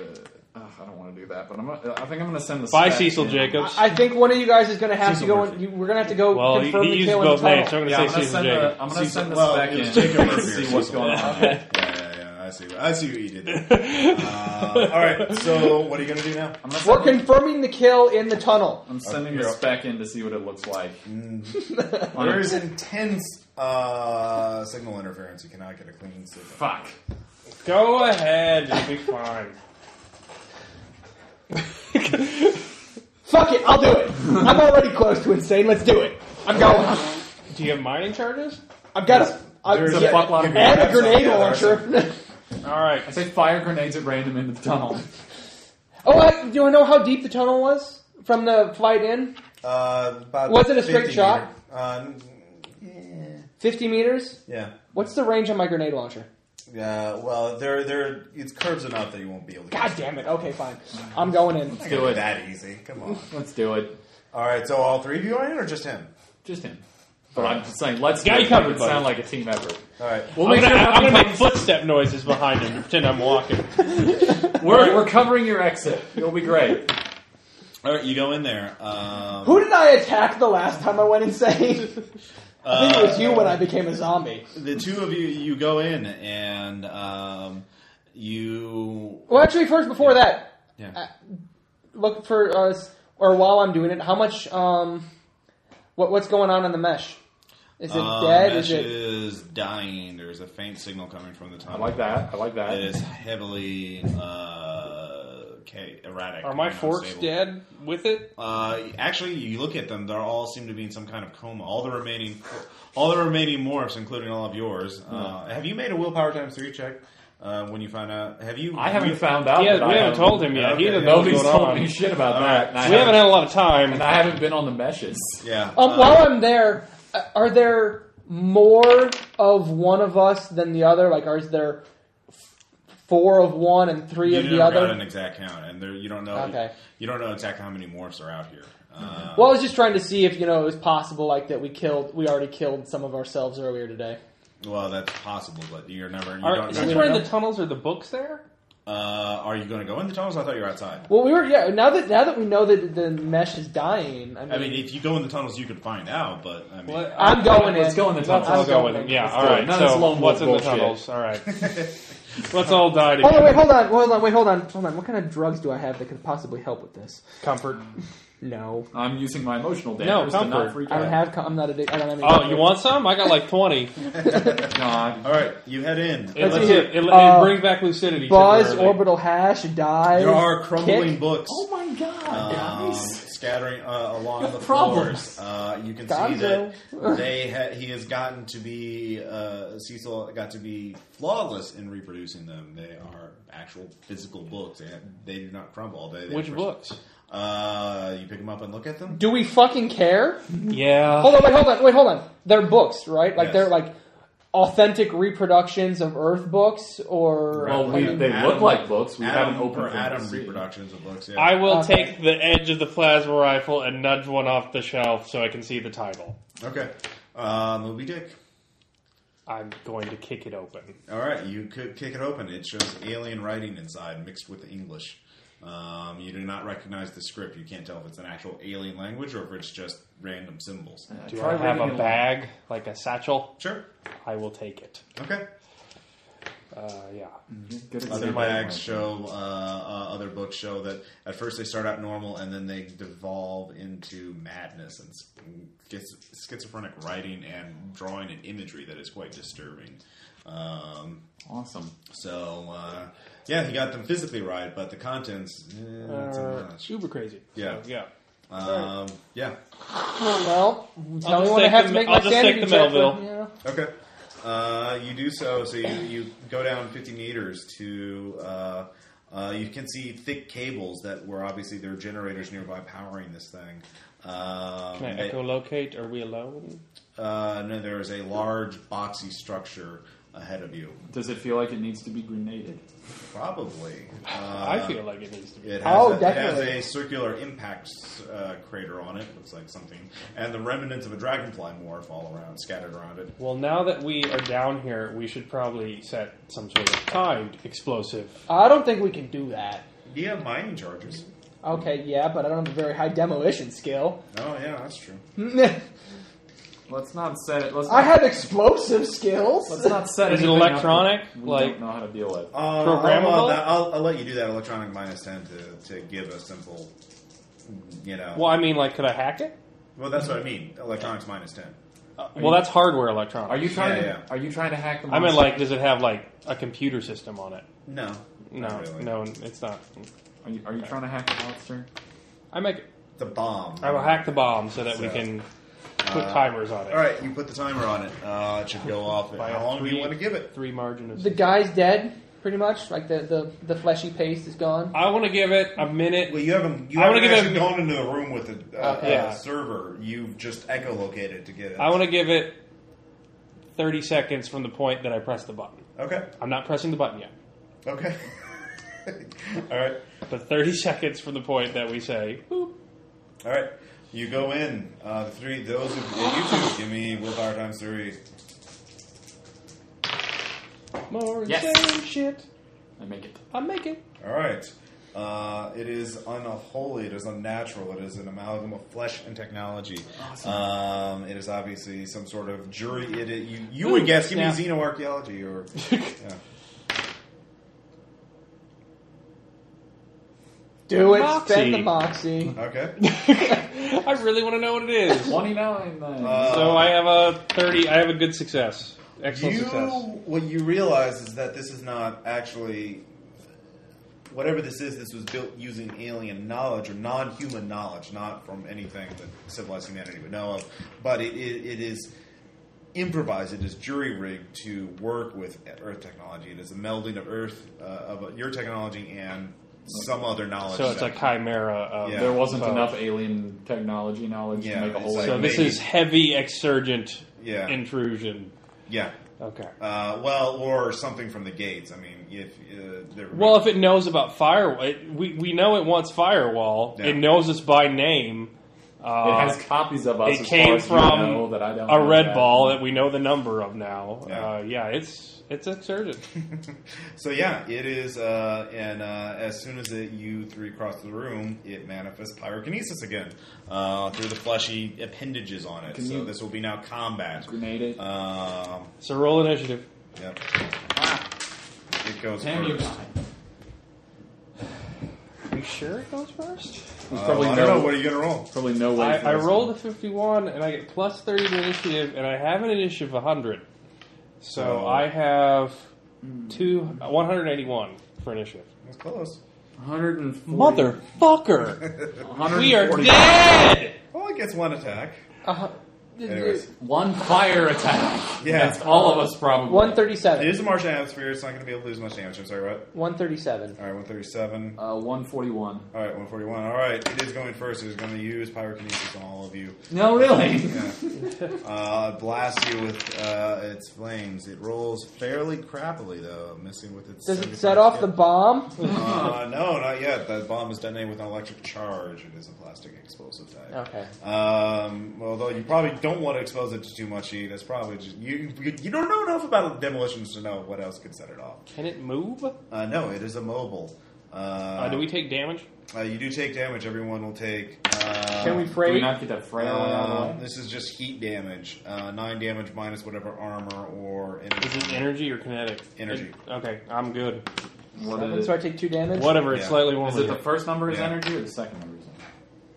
[SPEAKER 3] Ugh, I don't want to do that, but I'm. Gonna, I think I'm gonna send the.
[SPEAKER 2] Bye,
[SPEAKER 3] spec
[SPEAKER 2] Cecil
[SPEAKER 3] in.
[SPEAKER 2] Jacobs.
[SPEAKER 4] I I think one of you guys is going to have
[SPEAKER 1] Cecil
[SPEAKER 4] to go. In,
[SPEAKER 1] Murphy.
[SPEAKER 4] you, we're going to have to go
[SPEAKER 2] well, he,
[SPEAKER 4] confirm
[SPEAKER 2] he
[SPEAKER 4] the
[SPEAKER 2] used
[SPEAKER 4] kill in
[SPEAKER 2] both
[SPEAKER 4] the tunnel.
[SPEAKER 2] names, so I'm going to
[SPEAKER 3] Yeah, I'm
[SPEAKER 2] say
[SPEAKER 3] gonna
[SPEAKER 2] Cecil
[SPEAKER 3] send the.
[SPEAKER 2] Jacobs.
[SPEAKER 3] I'm gonna
[SPEAKER 1] Cecil-
[SPEAKER 3] send the
[SPEAKER 1] well,
[SPEAKER 3] spec
[SPEAKER 1] it
[SPEAKER 3] in
[SPEAKER 1] was Jacob
[SPEAKER 3] to
[SPEAKER 1] Murphy or
[SPEAKER 3] see what's
[SPEAKER 1] Cecil.
[SPEAKER 3] going on.
[SPEAKER 1] Yeah, yeah, yeah. I see. what- I see what you did. there. uh, all right. So what are you gonna do now?
[SPEAKER 3] I'm gonna
[SPEAKER 4] We're
[SPEAKER 3] send,
[SPEAKER 4] confirming the kill in the tunnel.
[SPEAKER 3] I'm sending the
[SPEAKER 1] You're up.
[SPEAKER 3] spec in to see what it looks like. On a-
[SPEAKER 1] There is intense uh, signal interference. You cannot get a clean signal.
[SPEAKER 3] Fuck.
[SPEAKER 2] Go ahead, you'll be fine.
[SPEAKER 4] Fuck it, I'll do it. I'm already close to insane. Let's do it. I'm going.
[SPEAKER 2] Do you have mining charges?
[SPEAKER 4] I've got a. I-
[SPEAKER 3] There's a
[SPEAKER 4] yeah,
[SPEAKER 3] fuckload of
[SPEAKER 4] and
[SPEAKER 3] grenades.
[SPEAKER 4] a grenade
[SPEAKER 1] Yeah, there's
[SPEAKER 4] launcher.
[SPEAKER 2] All right.
[SPEAKER 3] I say fire grenades at random into the tunnel.
[SPEAKER 4] oh, I, do you know how deep the tunnel was from the flight in?
[SPEAKER 1] Uh, about
[SPEAKER 4] Was it a straight
[SPEAKER 1] 50
[SPEAKER 4] shot?
[SPEAKER 1] meter. Uh, yeah.
[SPEAKER 4] Fifty meters.
[SPEAKER 1] yeah.
[SPEAKER 4] What's the range on my grenade launcher?
[SPEAKER 1] Uh, well, there, there. It's curves enough that you won't be able to.
[SPEAKER 4] God damn it. Okay, fine. I'm going in.
[SPEAKER 1] It's
[SPEAKER 3] Do it.
[SPEAKER 1] that easy. Come on.
[SPEAKER 3] Let's do it.
[SPEAKER 1] All right. So all three of you are in, or just him?
[SPEAKER 3] Just him. But I'm just saying, let's
[SPEAKER 2] Got
[SPEAKER 3] do
[SPEAKER 2] you
[SPEAKER 3] it.
[SPEAKER 2] covered,
[SPEAKER 3] Make it
[SPEAKER 2] buddy.
[SPEAKER 3] sound like a team effort.
[SPEAKER 1] All right.
[SPEAKER 3] We'll
[SPEAKER 2] I'm
[SPEAKER 3] make
[SPEAKER 2] gonna,
[SPEAKER 3] sure
[SPEAKER 2] I'm gonna make
[SPEAKER 3] everyone
[SPEAKER 2] footstep noises behind him. to Pretend I'm walking.
[SPEAKER 3] comes- we're, we're covering your exit. You'll be great.
[SPEAKER 1] All right. You go in there. Um,
[SPEAKER 4] Who did I attack the last time I went insane? I think it was you when I became a zombie.
[SPEAKER 1] the two of you, you go in and um, you.
[SPEAKER 4] Well, actually, first before that,
[SPEAKER 1] Yeah.
[SPEAKER 4] uh, look for us, or while I'm doing it, how much, um, what what's going on in the mesh? Is it
[SPEAKER 1] Um,
[SPEAKER 4] dead?
[SPEAKER 1] Mesh
[SPEAKER 4] Is it?
[SPEAKER 1] is dying. There's a faint signal coming from the
[SPEAKER 3] I
[SPEAKER 1] tunnel.
[SPEAKER 3] like that. I like that.
[SPEAKER 1] It is heavily uh, okay, erratic.
[SPEAKER 2] Are my
[SPEAKER 1] and
[SPEAKER 2] forks
[SPEAKER 1] unstable.
[SPEAKER 2] dead with it?
[SPEAKER 1] Uh, actually, you look at them; they all seem to be in some kind of coma. All the remaining, all the remaining morphs, including all of yours. Uh, have you made a willpower times three check? Uh, when you find out, have you?
[SPEAKER 3] I
[SPEAKER 1] you-
[SPEAKER 3] haven't found out.
[SPEAKER 2] Yeah,
[SPEAKER 3] that
[SPEAKER 2] we
[SPEAKER 3] I
[SPEAKER 2] haven't
[SPEAKER 3] have-
[SPEAKER 2] told him yet.
[SPEAKER 1] Okay,
[SPEAKER 2] he doesn't know what's
[SPEAKER 3] Nobody's
[SPEAKER 2] going
[SPEAKER 3] told
[SPEAKER 2] on.
[SPEAKER 3] me
[SPEAKER 2] We
[SPEAKER 3] shit about
[SPEAKER 1] All
[SPEAKER 3] that.
[SPEAKER 1] right.
[SPEAKER 3] and I
[SPEAKER 2] haven't had a lot of time.
[SPEAKER 3] And I haven't been on the meshes.
[SPEAKER 1] Yeah.
[SPEAKER 4] Um,
[SPEAKER 1] uh,
[SPEAKER 4] while I'm there, uh, are there more of one of us than the other? Like, are there four of one and three
[SPEAKER 1] you
[SPEAKER 4] of
[SPEAKER 1] never
[SPEAKER 4] the
[SPEAKER 1] got
[SPEAKER 4] other?
[SPEAKER 1] an exact count, and there you don't know.
[SPEAKER 4] Okay. Mm-hmm.
[SPEAKER 1] You don't know exactly how many morphs are out here. Uh,
[SPEAKER 4] Well, I was just trying to see if you know it was possible, like that we killed, we already killed some of ourselves earlier today.
[SPEAKER 1] well, that's possible, but you're never. You
[SPEAKER 2] Are,
[SPEAKER 1] don't
[SPEAKER 2] is
[SPEAKER 1] know.
[SPEAKER 2] this where the tunnels or the books there?
[SPEAKER 1] Uh, are you going to go in the tunnels? I thought you were outside.
[SPEAKER 4] Well, we were yeah. Now that now that we know that the mesh is dying, I mean,
[SPEAKER 1] I mean, if you go in the tunnels, you could find out. But I mean,
[SPEAKER 2] What-
[SPEAKER 4] I'm going in.
[SPEAKER 3] Let's go in the
[SPEAKER 2] Let's
[SPEAKER 3] tunnel.
[SPEAKER 2] all
[SPEAKER 4] I'm
[SPEAKER 2] go
[SPEAKER 4] going
[SPEAKER 2] with him.
[SPEAKER 4] in.
[SPEAKER 2] Yeah,
[SPEAKER 3] Let's
[SPEAKER 2] all
[SPEAKER 3] do it.
[SPEAKER 2] right.
[SPEAKER 3] None of this
[SPEAKER 2] So
[SPEAKER 3] lone wolf
[SPEAKER 2] what's in the
[SPEAKER 3] bullshit.
[SPEAKER 2] tunnels? All right. Let's all die
[SPEAKER 4] Hold on,
[SPEAKER 2] together.
[SPEAKER 4] wait, hold on, hold on, wait, hold on, hold on. What kind of drugs do I have that could possibly help with this?
[SPEAKER 2] Comfort.
[SPEAKER 4] No,
[SPEAKER 3] I'm using my emotional damage
[SPEAKER 2] No,
[SPEAKER 3] to not
[SPEAKER 2] comfort.
[SPEAKER 3] freak
[SPEAKER 4] I
[SPEAKER 3] out.
[SPEAKER 4] don't have. co- I'm not addic- I don't have any.
[SPEAKER 2] Oh, you want some? I got like twenty.
[SPEAKER 3] God.
[SPEAKER 1] all right, you head in.
[SPEAKER 2] It,
[SPEAKER 4] Let's
[SPEAKER 2] lets
[SPEAKER 4] see.
[SPEAKER 2] you- it, it
[SPEAKER 4] Uh,
[SPEAKER 2] brings back lucidity.
[SPEAKER 4] Buzz,
[SPEAKER 2] temporarily.
[SPEAKER 4] orbital hash, dies.
[SPEAKER 1] There are crumbling
[SPEAKER 4] kick.
[SPEAKER 1] books.
[SPEAKER 3] Oh my God,
[SPEAKER 1] um,
[SPEAKER 3] guys.
[SPEAKER 1] scattering uh, along the
[SPEAKER 3] problems.
[SPEAKER 1] floors. Uh, you can see
[SPEAKER 4] Gonzo.
[SPEAKER 1] that they ha- he has gotten to be uh, Cecil got to be flawless in reproducing them. They are actual physical books. They, they do not crumble. They, they
[SPEAKER 2] Which books?
[SPEAKER 1] Uh, you pick them up and look at them.
[SPEAKER 4] Do we fucking care?
[SPEAKER 2] Yeah.
[SPEAKER 4] Hold on, wait, hold on, wait, hold on. They're books, right? Like
[SPEAKER 1] Yes.
[SPEAKER 4] they're like authentic reproductions of Earth books, or
[SPEAKER 3] Well,
[SPEAKER 4] I
[SPEAKER 3] we,
[SPEAKER 4] mean,
[SPEAKER 3] they look
[SPEAKER 1] Adam-
[SPEAKER 3] like books. We
[SPEAKER 1] Adam,
[SPEAKER 3] haven't opened
[SPEAKER 1] or
[SPEAKER 3] them.
[SPEAKER 1] Adam reproductions of books. Yeah.
[SPEAKER 2] I will
[SPEAKER 4] Okay.
[SPEAKER 2] take the edge of the plasma rifle and nudge one off the shelf so I can see the title.
[SPEAKER 1] okay. Uh, Moby Dick.
[SPEAKER 2] I'm going to kick it open.
[SPEAKER 1] All right, you could kick it open. It shows alien writing inside, mixed with English. Um, you do not recognize the script. You can't tell if it's an actual alien language or if it's just random symbols.
[SPEAKER 2] Do
[SPEAKER 3] Uh, Try
[SPEAKER 2] I have
[SPEAKER 3] reading
[SPEAKER 2] a
[SPEAKER 3] it.
[SPEAKER 2] bag, like a satchel?
[SPEAKER 1] Sure.
[SPEAKER 2] I will take it.
[SPEAKER 1] Okay.
[SPEAKER 2] Uh, yeah.
[SPEAKER 3] Good
[SPEAKER 1] Other
[SPEAKER 3] example.
[SPEAKER 1] bags show, uh, uh, other books show that at first they start out normal and then they devolve into madness and schiz- schizophrenic writing and drawing and imagery that is quite disturbing. Um,
[SPEAKER 3] Awesome.
[SPEAKER 1] so, uh, yeah, he got them physically right, but the contents, eh, not so
[SPEAKER 2] Uh,
[SPEAKER 1] much.
[SPEAKER 2] Uber crazy.
[SPEAKER 1] Yeah.
[SPEAKER 2] So, yeah.
[SPEAKER 1] Um, yeah.
[SPEAKER 4] well,
[SPEAKER 2] I'll
[SPEAKER 4] tell me
[SPEAKER 2] just
[SPEAKER 4] when I
[SPEAKER 2] take
[SPEAKER 4] have
[SPEAKER 2] the-
[SPEAKER 4] to make
[SPEAKER 2] I'll
[SPEAKER 4] my
[SPEAKER 2] just take
[SPEAKER 4] sanity
[SPEAKER 2] the
[SPEAKER 4] check.
[SPEAKER 2] Melville.
[SPEAKER 4] but, you know.
[SPEAKER 1] Okay. Uh, you do so. So you, you go down 50 meters to. Uh, uh, you can see thick cables that were obviously there are generators nearby powering this thing. Um,
[SPEAKER 2] Can I
[SPEAKER 1] they-
[SPEAKER 2] echolocate? Are we alone?
[SPEAKER 1] uh, no, there is a large boxy structure ahead of you.
[SPEAKER 3] Does it feel like it needs to be grenaded?
[SPEAKER 1] Probably. Uh,
[SPEAKER 2] I feel like it needs to be.
[SPEAKER 1] It has,
[SPEAKER 4] Oh,
[SPEAKER 1] a, it has
[SPEAKER 4] definitely.
[SPEAKER 1] a circular impact uh, crater on it. Looks like something, and the remnants of a dragonfly morph all around, scattered around it.
[SPEAKER 2] Well, now that we are down here, we should probably set some sort of timed explosive.
[SPEAKER 4] I don't think we can do that.
[SPEAKER 1] Do you have mining charges?
[SPEAKER 4] Okay, yeah, but I don't have a very high demolition skill.
[SPEAKER 1] Oh, yeah, that's true.
[SPEAKER 4] I
[SPEAKER 3] Let's not set it. Let's not,
[SPEAKER 4] have explosive skills.
[SPEAKER 3] Let's not set
[SPEAKER 2] Is it
[SPEAKER 3] anything up
[SPEAKER 2] electronic?
[SPEAKER 3] that We
[SPEAKER 2] Like-
[SPEAKER 3] don't know how to deal with.
[SPEAKER 1] Uh,
[SPEAKER 2] Programmable?
[SPEAKER 1] I'll, that- I'll, I'll let you do that electronic minus 10 to, to give a simple, you know.
[SPEAKER 2] Well, I mean, like, could I hack it?
[SPEAKER 1] Well, that's what I mean. Electronics minus 10.
[SPEAKER 2] Well, that's hardware electronics.
[SPEAKER 3] Uh, Are you trying
[SPEAKER 1] Yeah,
[SPEAKER 3] to?
[SPEAKER 1] yeah.
[SPEAKER 3] Are you trying to hack the?
[SPEAKER 2] I mean,
[SPEAKER 3] monster?
[SPEAKER 2] like, does it have like a computer system on it?
[SPEAKER 1] No.
[SPEAKER 2] No,
[SPEAKER 1] not really.
[SPEAKER 2] no, it's not.
[SPEAKER 3] Are you, are you trying to hack the monster?
[SPEAKER 2] I make. It.
[SPEAKER 1] The bomb.
[SPEAKER 2] I will hack the bomb so that we
[SPEAKER 1] So, uh,
[SPEAKER 2] can put timers on it.
[SPEAKER 1] All right, you put the timer on it. Uh, it should go off.
[SPEAKER 2] By
[SPEAKER 1] How long do
[SPEAKER 2] three-
[SPEAKER 1] you want to give it?
[SPEAKER 2] Three margin of.
[SPEAKER 4] the guy's dead, pretty much. Like the the, the fleshy paste is gone.
[SPEAKER 2] I want to give it a minute.
[SPEAKER 1] Well, you haven't, you
[SPEAKER 2] I wanna
[SPEAKER 1] haven't
[SPEAKER 2] give
[SPEAKER 1] actually
[SPEAKER 2] it a-
[SPEAKER 1] gone into the room with the uh,
[SPEAKER 4] Okay.
[SPEAKER 1] uh, server. You've just echolocated to get it.
[SPEAKER 2] I want to give it 30 seconds from the point that I press the button.
[SPEAKER 1] Okay.
[SPEAKER 2] I'm not pressing the button yet,
[SPEAKER 1] Okay. all right.
[SPEAKER 2] but 30 seconds from the point that we say, boop.
[SPEAKER 1] All right. You go in. Uh, the three those of yeah, you two give me willpower times three.
[SPEAKER 2] more of the
[SPEAKER 3] Yes.
[SPEAKER 2] same shit.
[SPEAKER 3] I make it.
[SPEAKER 2] I make it.
[SPEAKER 1] All right. Uh, it is unholy. It is unnatural. It is an amalgam of flesh and technology. Um, it is obviously some sort of jury. It, it- you you would
[SPEAKER 2] Ooh,
[SPEAKER 1] guess. Give me
[SPEAKER 2] snap.
[SPEAKER 1] xenoarchaeology or. yeah.
[SPEAKER 4] Do it.
[SPEAKER 2] Moxie.
[SPEAKER 4] Spend the moxie.
[SPEAKER 1] Okay.
[SPEAKER 2] I really want to know what it is.
[SPEAKER 3] Twenty nine.
[SPEAKER 1] Uh,
[SPEAKER 2] So I have a 30, I have a good success. Excellent
[SPEAKER 1] you
[SPEAKER 2] success.
[SPEAKER 1] what you realize is that this is not actually whatever this is. This was built using alien knowledge or non-human knowledge, not from anything that civilized humanity would know of. But it, it, it is improvised. It is jury rigged to work with Earth technology. It is a melding of Earth uh, of your technology and some other knowledge.
[SPEAKER 2] So it's a
[SPEAKER 1] set.
[SPEAKER 2] chimera of.
[SPEAKER 1] Yeah.
[SPEAKER 3] there wasn't
[SPEAKER 2] So-
[SPEAKER 3] enough alien technology knowledge
[SPEAKER 1] Yeah,
[SPEAKER 3] to make a whole.
[SPEAKER 1] it's
[SPEAKER 2] Oh. So
[SPEAKER 1] like-
[SPEAKER 3] thing.
[SPEAKER 2] this
[SPEAKER 1] maybe.
[SPEAKER 2] is heavy exurgent
[SPEAKER 1] Yeah.
[SPEAKER 2] intrusion.
[SPEAKER 1] yeah.
[SPEAKER 2] Okay.
[SPEAKER 1] Uh, well, or something from the gates. I mean, if uh, there-
[SPEAKER 2] Well, if it knows about firewall, it, we we know it wants firewall.
[SPEAKER 1] Yeah.
[SPEAKER 2] It knows us by name. Uh,
[SPEAKER 3] it has copies of us.
[SPEAKER 2] it
[SPEAKER 3] as
[SPEAKER 2] came
[SPEAKER 3] far as you
[SPEAKER 2] from
[SPEAKER 3] know, that I don't
[SPEAKER 2] a
[SPEAKER 3] know
[SPEAKER 2] red
[SPEAKER 3] that.
[SPEAKER 2] ball that we know the number of now.
[SPEAKER 1] Yeah.
[SPEAKER 2] Yeah, uh, yeah it's it's exurgent.
[SPEAKER 1] So yeah, it is, uh, and uh, as soon as it, you three cross the room, it manifests pyrokinesis again uh, through the fleshy appendages on it.
[SPEAKER 3] Can
[SPEAKER 1] so
[SPEAKER 3] you-
[SPEAKER 1] this will be now combat.
[SPEAKER 3] Grenade it.
[SPEAKER 1] Um,
[SPEAKER 2] so roll initiative.
[SPEAKER 1] yep. Ah. It goes uh,
[SPEAKER 3] Damn you
[SPEAKER 1] first.
[SPEAKER 3] guys.
[SPEAKER 2] You sure it goes first?
[SPEAKER 3] There's
[SPEAKER 1] Uh,
[SPEAKER 3] probably
[SPEAKER 1] I
[SPEAKER 3] no.
[SPEAKER 1] don't know. What are you gonna roll?
[SPEAKER 3] Probably no way.
[SPEAKER 2] I,
[SPEAKER 3] for
[SPEAKER 2] I
[SPEAKER 3] this
[SPEAKER 2] rolled a
[SPEAKER 3] one.
[SPEAKER 2] fifty-one, and I get plus thirty to initiative, and I have an initiative of hundred. So
[SPEAKER 1] Oh.
[SPEAKER 2] I have two one hundred eighty-one for initiative.
[SPEAKER 1] That's close.
[SPEAKER 3] 140
[SPEAKER 2] Motherfucker,
[SPEAKER 3] 140
[SPEAKER 2] we are dead.
[SPEAKER 1] Well, Oh, it gets one attack.
[SPEAKER 4] Uh,
[SPEAKER 1] Anyways,
[SPEAKER 3] One fire attack.
[SPEAKER 1] Yeah.
[SPEAKER 3] That's all of us probably.
[SPEAKER 4] One
[SPEAKER 1] it
[SPEAKER 4] thirty-seven.
[SPEAKER 1] is a Martian atmosphere. It's not gonna be able to lose much damage. I'm sorry, what?
[SPEAKER 4] One thirty-seven.
[SPEAKER 1] All right, one thirty-seven.
[SPEAKER 3] Uh, 141.
[SPEAKER 1] All right, one forty-one. All right, it is going first. It is going to use pyrokinesis on all of you.
[SPEAKER 3] No, really.
[SPEAKER 1] Yeah. uh, it blasts you with uh, its flames. It rolls fairly crappily, though, missing with its.
[SPEAKER 4] Does it
[SPEAKER 1] 75
[SPEAKER 4] set off the
[SPEAKER 1] hit.
[SPEAKER 4] bomb?
[SPEAKER 1] Uh, no, not yet. The bomb is detonated with an electric charge. It is a plastic explosive type.
[SPEAKER 4] Okay.
[SPEAKER 1] Um, although you probably don't want to expose it to too much heat. That's probably just you. You, you don't know enough about demolitions to know what else could set it off.
[SPEAKER 2] Can it move?
[SPEAKER 1] Uh, no, it is immobile. Uh,
[SPEAKER 2] Uh, do we take damage?
[SPEAKER 1] uh, you do take damage. Everyone will take. Uh,
[SPEAKER 4] Can we
[SPEAKER 3] Do we
[SPEAKER 4] frame?
[SPEAKER 3] not get that frail one out
[SPEAKER 1] Uh,
[SPEAKER 3] of the way?
[SPEAKER 1] this is just heat damage. Uh, nine damage minus whatever armor or energy.
[SPEAKER 2] Is it energy or kinetic?
[SPEAKER 1] Energy.
[SPEAKER 2] It- okay, I'm good.
[SPEAKER 3] What
[SPEAKER 4] Seven,
[SPEAKER 3] is,
[SPEAKER 4] so I take two damage.
[SPEAKER 2] Whatever. It's
[SPEAKER 1] Yeah.
[SPEAKER 2] slightly warmer.
[SPEAKER 3] is it the
[SPEAKER 2] here.
[SPEAKER 3] first number is
[SPEAKER 1] Yeah.
[SPEAKER 3] energy or the second number is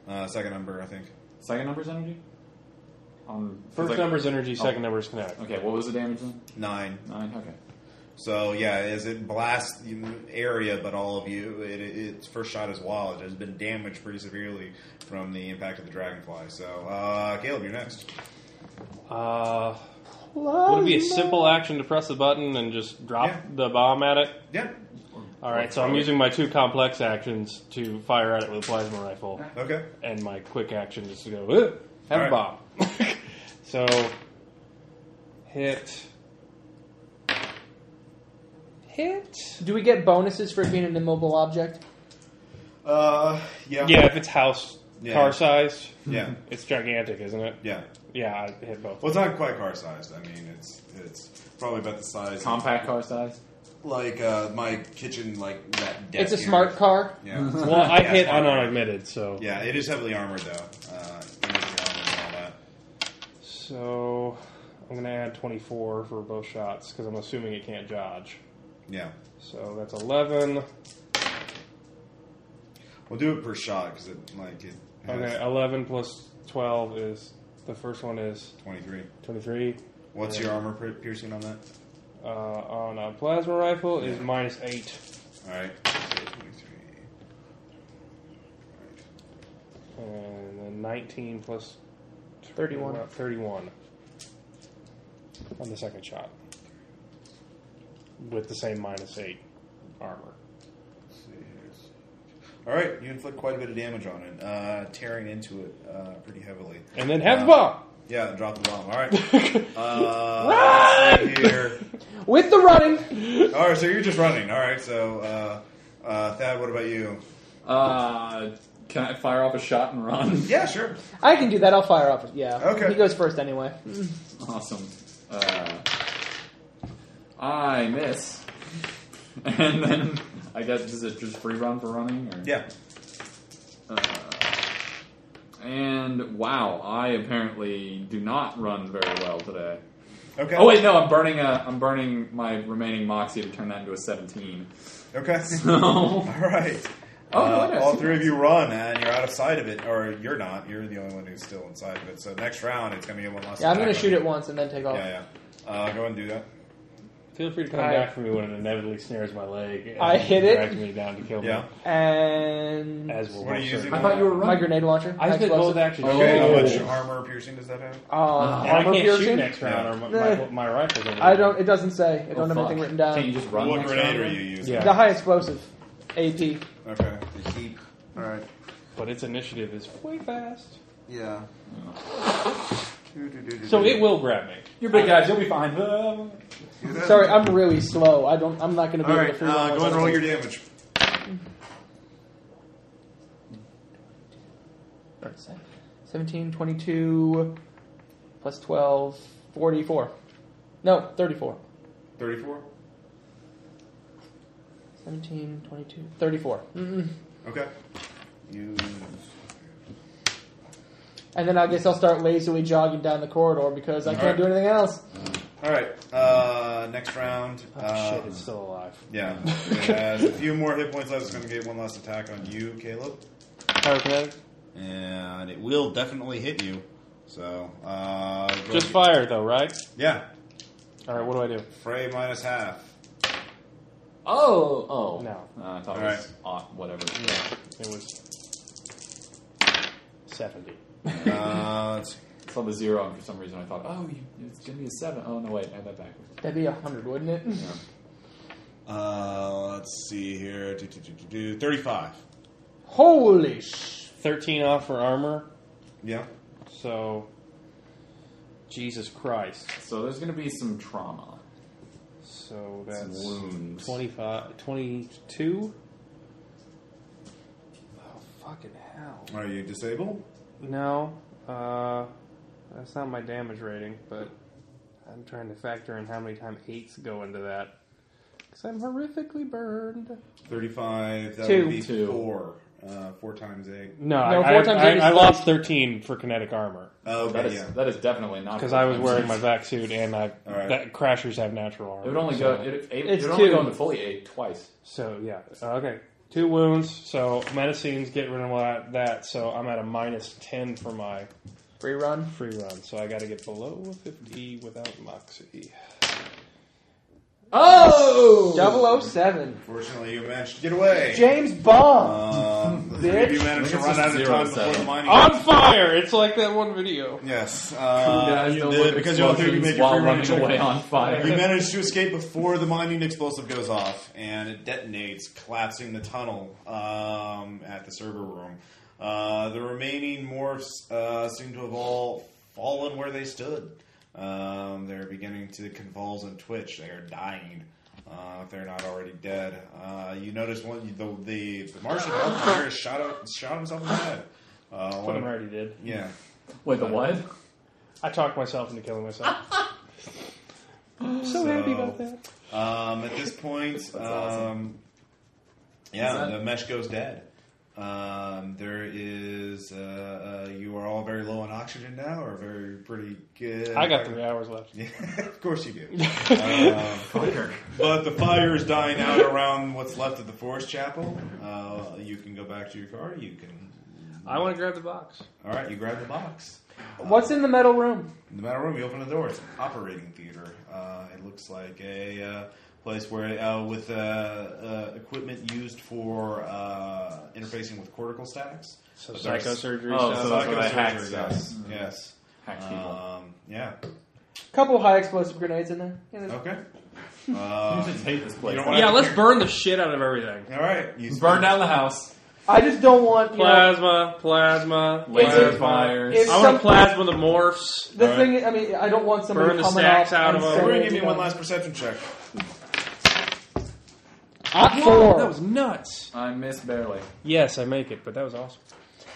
[SPEAKER 3] energy?
[SPEAKER 1] Uh, second number, I think.
[SPEAKER 3] Second number is energy? Um,
[SPEAKER 2] First
[SPEAKER 3] like-
[SPEAKER 2] number is energy. Second
[SPEAKER 3] Oh.
[SPEAKER 2] number is kinetic.
[SPEAKER 3] Okay, what was the damage then?
[SPEAKER 1] Nine.
[SPEAKER 3] Nine? Okay.
[SPEAKER 1] So yeah, as it blasts the area, but all of you, it, it, its first shot is wild. It has been damaged pretty severely from the impact of the dragonfly. So uh, Caleb, you're next.
[SPEAKER 2] Uh, would it be a simple action to press the button and just drop
[SPEAKER 1] Yeah.
[SPEAKER 2] the bomb at it?
[SPEAKER 1] Yeah.
[SPEAKER 2] All right. So I'm using my two complex actions to fire at it with a plasma rifle,
[SPEAKER 1] Okay.
[SPEAKER 2] and my quick action is to go "Ugh, have
[SPEAKER 1] All right.
[SPEAKER 2] a bomb. so hit. Hit.
[SPEAKER 4] Do we get bonuses for it being an immobile object?
[SPEAKER 1] Uh, yeah.
[SPEAKER 2] Yeah, if it's house
[SPEAKER 1] Yeah.
[SPEAKER 2] car sized,
[SPEAKER 1] Yeah.
[SPEAKER 2] it's gigantic, isn't it?
[SPEAKER 1] Yeah.
[SPEAKER 2] Yeah, I hit both.
[SPEAKER 1] Well, it's not quite car sized. I mean, it's it's probably about the size of-
[SPEAKER 3] Compact car size?
[SPEAKER 1] like uh, my kitchen, like that. Desk
[SPEAKER 4] It's a
[SPEAKER 1] here.
[SPEAKER 4] smart car.
[SPEAKER 1] Yeah.
[SPEAKER 2] Well, I
[SPEAKER 1] Yeah,
[SPEAKER 2] hit
[SPEAKER 1] it's fine.
[SPEAKER 2] on unadmitted, so
[SPEAKER 1] Yeah, it is heavily armored though. Uh, it is armored and all that.
[SPEAKER 2] so I'm gonna add 24 for both shots because I'm assuming it can't dodge.
[SPEAKER 1] Yeah,
[SPEAKER 2] So that's 11.
[SPEAKER 1] we'll do it per shot because it like it has
[SPEAKER 2] Okay, 11 plus 12 is the first one is
[SPEAKER 1] twenty three.
[SPEAKER 2] 23.
[SPEAKER 1] What's
[SPEAKER 2] Yeah.
[SPEAKER 1] your armor pier- piercing on that?
[SPEAKER 2] Uh, on a plasma rifle is minus eight.
[SPEAKER 1] All right, so 23.
[SPEAKER 2] And then 19 plus
[SPEAKER 4] 31.
[SPEAKER 2] 31 on the second shot with the same minus 8 armor.
[SPEAKER 1] Let's see here. All right, you inflict quite a bit of damage on it, uh, tearing into it uh, pretty heavily.
[SPEAKER 2] And then have
[SPEAKER 1] Uh,
[SPEAKER 2] the bomb!
[SPEAKER 1] Yeah, drop the bomb. All right. Uh, let's see here.
[SPEAKER 4] With the running,
[SPEAKER 1] All right, so you're just running. All right, so uh, uh, Thad, what about you?
[SPEAKER 3] Uh, can I fire off a shot and run?
[SPEAKER 1] Yeah, sure.
[SPEAKER 4] I can do that. I'll fire up. Yeah.
[SPEAKER 1] Okay.
[SPEAKER 4] He goes first anyway.
[SPEAKER 3] awesome. Uh, I miss, and then I guess is it just free run for running? Or?
[SPEAKER 1] Yeah.
[SPEAKER 3] Uh, and wow, I apparently do not run very well today.
[SPEAKER 1] Okay.
[SPEAKER 3] Oh wait, no, I'm burning a, I'm burning my remaining moxie to turn that into a 17.
[SPEAKER 1] Okay.
[SPEAKER 3] So
[SPEAKER 1] All right.
[SPEAKER 3] Oh,
[SPEAKER 1] Uh,
[SPEAKER 3] what a-
[SPEAKER 1] all three of you run, and you're out of sight of it, or you're not. You're the only one who's still inside of it. So next round, it's gonna be one last.
[SPEAKER 4] Yeah, I'm gonna
[SPEAKER 1] attack on
[SPEAKER 4] shoot
[SPEAKER 1] you.
[SPEAKER 4] it once and then take off.
[SPEAKER 1] Yeah, yeah. Uh, go and do that.
[SPEAKER 2] Feel free to come
[SPEAKER 4] I-
[SPEAKER 2] back for me when it inevitably snares my leg. And
[SPEAKER 4] I hit it.
[SPEAKER 2] Drags me down to kill me.
[SPEAKER 1] Yeah.
[SPEAKER 4] And
[SPEAKER 2] As will
[SPEAKER 1] What are you
[SPEAKER 2] most
[SPEAKER 1] using?
[SPEAKER 2] certainly
[SPEAKER 3] I thought you were
[SPEAKER 2] happen.
[SPEAKER 3] running.
[SPEAKER 4] my grenade launcher.
[SPEAKER 2] I spent both
[SPEAKER 4] explosive.
[SPEAKER 2] actions.
[SPEAKER 1] Okay.
[SPEAKER 2] shooting.
[SPEAKER 1] How
[SPEAKER 3] Oh.
[SPEAKER 1] much armor piercing does that have?
[SPEAKER 4] Uh,
[SPEAKER 3] Ah.
[SPEAKER 2] And
[SPEAKER 4] armor
[SPEAKER 2] I can't shoot
[SPEAKER 4] piercing.
[SPEAKER 2] next round. Or my,
[SPEAKER 4] Yeah.
[SPEAKER 2] my, my rifle's over
[SPEAKER 4] I
[SPEAKER 2] there.
[SPEAKER 4] don't. It doesn't say. It
[SPEAKER 3] Oh,
[SPEAKER 4] don't have
[SPEAKER 3] fuck.
[SPEAKER 4] anything written
[SPEAKER 3] Can't you
[SPEAKER 4] down.
[SPEAKER 3] just run?
[SPEAKER 1] what
[SPEAKER 3] next
[SPEAKER 1] grenade
[SPEAKER 3] round?
[SPEAKER 1] are you using?
[SPEAKER 2] Yeah.
[SPEAKER 4] The high explosive, AP.
[SPEAKER 1] Okay. The heap. All right.
[SPEAKER 2] But its initiative is way fast.
[SPEAKER 1] Yeah.
[SPEAKER 2] So it will grab me. Oh,
[SPEAKER 3] You're big guys. You'll be fine. Uh,
[SPEAKER 4] Sorry, I'm really slow. I don't. I'm not gonna be
[SPEAKER 1] All
[SPEAKER 4] able
[SPEAKER 1] right.
[SPEAKER 4] to. free
[SPEAKER 1] Uh,
[SPEAKER 4] roll
[SPEAKER 1] go and
[SPEAKER 4] those
[SPEAKER 1] roll your
[SPEAKER 4] things.
[SPEAKER 1] damage.
[SPEAKER 4] Alright, 17, 22, plus 12, 44. No, 34.
[SPEAKER 1] Thirty-four.
[SPEAKER 4] 17, 22, 34. Mm-mm.
[SPEAKER 1] Okay. You.
[SPEAKER 4] And then I guess I'll start lazily jogging down the corridor because I can't
[SPEAKER 1] Alright.
[SPEAKER 4] do anything else.
[SPEAKER 1] All right. Uh, next round.
[SPEAKER 2] Oh,
[SPEAKER 1] uh,
[SPEAKER 2] shit, it's still alive.
[SPEAKER 1] Yeah. It has a few more hit points left. It's going to get one last attack on you, Caleb.
[SPEAKER 2] Pyrokinetic?
[SPEAKER 1] And it will definitely hit you. So, uh. go
[SPEAKER 2] Just
[SPEAKER 1] ahead.
[SPEAKER 2] fire, though, right?
[SPEAKER 1] Yeah.
[SPEAKER 2] All right, what do I do?
[SPEAKER 1] Fray minus half.
[SPEAKER 3] oh, oh.
[SPEAKER 2] No.
[SPEAKER 3] Uh, I thought it
[SPEAKER 1] All
[SPEAKER 3] was off, whatever.
[SPEAKER 2] It was 70.
[SPEAKER 1] Uh, it's-
[SPEAKER 3] I saw the zero, and for some reason I thought, oh, you, it's gonna be a seven. Oh no, wait, I had that backwards.
[SPEAKER 4] That'd be 100, wouldn't it?
[SPEAKER 3] Yeah.
[SPEAKER 1] uh, let's see here. Do, do, do, do, do. 35.
[SPEAKER 4] Holy sh.
[SPEAKER 2] 13 off for armor,
[SPEAKER 1] Yeah.
[SPEAKER 2] so. Jesus Christ.
[SPEAKER 3] So there's gonna be some trauma,
[SPEAKER 2] So
[SPEAKER 3] some
[SPEAKER 2] that's
[SPEAKER 3] wounds.
[SPEAKER 2] 25, 22? Oh, fucking hell.
[SPEAKER 1] Are you disabled?
[SPEAKER 2] No, uh, that's not my damage rating, but I'm trying to factor in how many times eights go into that. Because I'm horrifically burned.
[SPEAKER 1] 35. That
[SPEAKER 4] Two.
[SPEAKER 1] would be
[SPEAKER 3] Two.
[SPEAKER 1] four. Uh, four times eight.
[SPEAKER 2] No,
[SPEAKER 4] No,
[SPEAKER 2] I,
[SPEAKER 4] four
[SPEAKER 2] I,
[SPEAKER 4] times
[SPEAKER 2] I-
[SPEAKER 4] eight is
[SPEAKER 2] I
[SPEAKER 4] thirty.
[SPEAKER 2] lost 13 for kinetic armor.
[SPEAKER 1] Oh,
[SPEAKER 3] That
[SPEAKER 1] okay,
[SPEAKER 3] is
[SPEAKER 1] yeah.
[SPEAKER 3] that is definitely not
[SPEAKER 2] Because I was wearing my vac suit and I
[SPEAKER 1] Alright.
[SPEAKER 2] that crashers have natural armor.
[SPEAKER 3] It would only go.
[SPEAKER 2] so,
[SPEAKER 3] It, it,
[SPEAKER 4] It's
[SPEAKER 3] it would only
[SPEAKER 4] two.
[SPEAKER 3] go into foliate twice.
[SPEAKER 2] So yeah, Uh, okay. Two wounds. So medicines get rid of that- that. So I'm at a minus 10 for my
[SPEAKER 4] Free run.
[SPEAKER 2] free run. So I got to get below 50 without moxie.
[SPEAKER 4] Oh! 007.
[SPEAKER 1] Fortunately, you managed to get away.
[SPEAKER 4] James Bond!
[SPEAKER 1] Um,
[SPEAKER 4] Bitch.
[SPEAKER 1] you managed to
[SPEAKER 3] Look,
[SPEAKER 1] run
[SPEAKER 3] it's just
[SPEAKER 1] out of
[SPEAKER 3] zero
[SPEAKER 1] time
[SPEAKER 3] to
[SPEAKER 1] before
[SPEAKER 3] seven.
[SPEAKER 1] the mining.
[SPEAKER 2] On fire! It's like that one video.
[SPEAKER 1] Yes, uh,
[SPEAKER 3] guys
[SPEAKER 1] you
[SPEAKER 3] don't
[SPEAKER 1] did,
[SPEAKER 3] look at
[SPEAKER 1] because you all three you
[SPEAKER 3] explosions
[SPEAKER 1] made your
[SPEAKER 3] while
[SPEAKER 1] free run
[SPEAKER 3] running
[SPEAKER 1] check.
[SPEAKER 3] away on fire.
[SPEAKER 1] You managed to escape before the mining explosive goes off, and it detonates, collapsing the tunnel um, at the server room. Uh, the remaining morphs uh, seem to have all fallen where they stood. Um, they're beginning to convulse and twitch. They are dying. Uh, if they're not already dead, uh, you notice one the the, the Martian health monitor shot out, shot himself in the head. Uh,
[SPEAKER 2] What
[SPEAKER 1] one
[SPEAKER 2] I
[SPEAKER 1] of,
[SPEAKER 2] already did.
[SPEAKER 1] yeah.
[SPEAKER 3] Wait, the what?
[SPEAKER 2] I talked myself into killing myself. so happy about that.
[SPEAKER 1] Um, at this point, um,
[SPEAKER 3] awesome.
[SPEAKER 1] yeah,
[SPEAKER 3] Is that-
[SPEAKER 1] the mesh goes dead. Um, there is, uh, uh, you are all very low on oxygen now, or very pretty
[SPEAKER 4] Ah.
[SPEAKER 1] good.
[SPEAKER 2] I got three hours left.
[SPEAKER 1] Yeah, of course you do. um,
[SPEAKER 3] Fucker.
[SPEAKER 1] but the fire is dying out around what's left of the forest chapel. Uh, you can go back to your car. You can.
[SPEAKER 2] I want to grab the box.
[SPEAKER 1] All right, you grab the box.
[SPEAKER 4] What's in the metal room?
[SPEAKER 1] In the metal room, you open the door. It's an operating theater. Uh, it looks like a uh, place where, uh, with uh, uh, equipment used for uh, interfacing with cortical statics.
[SPEAKER 2] So
[SPEAKER 1] But there's-
[SPEAKER 2] psychosurgery
[SPEAKER 3] Oh,
[SPEAKER 2] stuff.
[SPEAKER 3] so that's what I
[SPEAKER 1] Psychosurgery,
[SPEAKER 3] hacked stuff.
[SPEAKER 1] Yes. Yes.
[SPEAKER 3] Hack people.
[SPEAKER 1] Um, yeah.
[SPEAKER 4] Couple high explosive grenades in there. Yeah, there's-
[SPEAKER 1] Okay.
[SPEAKER 3] I
[SPEAKER 1] Um,
[SPEAKER 3] just hate this place.
[SPEAKER 1] you don't wanna- Yeah, let's
[SPEAKER 2] burn the shit out of everything.
[SPEAKER 1] all right. You
[SPEAKER 3] burn down the house.
[SPEAKER 4] I just don't want you know,
[SPEAKER 2] Plasma, plasma,
[SPEAKER 3] Laser
[SPEAKER 2] plasma.
[SPEAKER 3] fires.
[SPEAKER 4] If-
[SPEAKER 2] I
[SPEAKER 4] Some-
[SPEAKER 2] want plasma the morphs.
[SPEAKER 4] the
[SPEAKER 1] All
[SPEAKER 4] thing. I mean, I don't want somebody
[SPEAKER 2] Burn the
[SPEAKER 4] coming
[SPEAKER 2] stacks
[SPEAKER 4] up
[SPEAKER 2] out
[SPEAKER 4] and
[SPEAKER 2] of 'em.
[SPEAKER 4] saying,
[SPEAKER 2] We're
[SPEAKER 1] Everyone, give me
[SPEAKER 4] you
[SPEAKER 1] one
[SPEAKER 4] know,
[SPEAKER 1] last perception check.
[SPEAKER 4] At
[SPEAKER 2] Whoa,
[SPEAKER 4] four.
[SPEAKER 2] that was nuts.
[SPEAKER 3] I missed barely.
[SPEAKER 2] Yes, I make it, but that was awesome.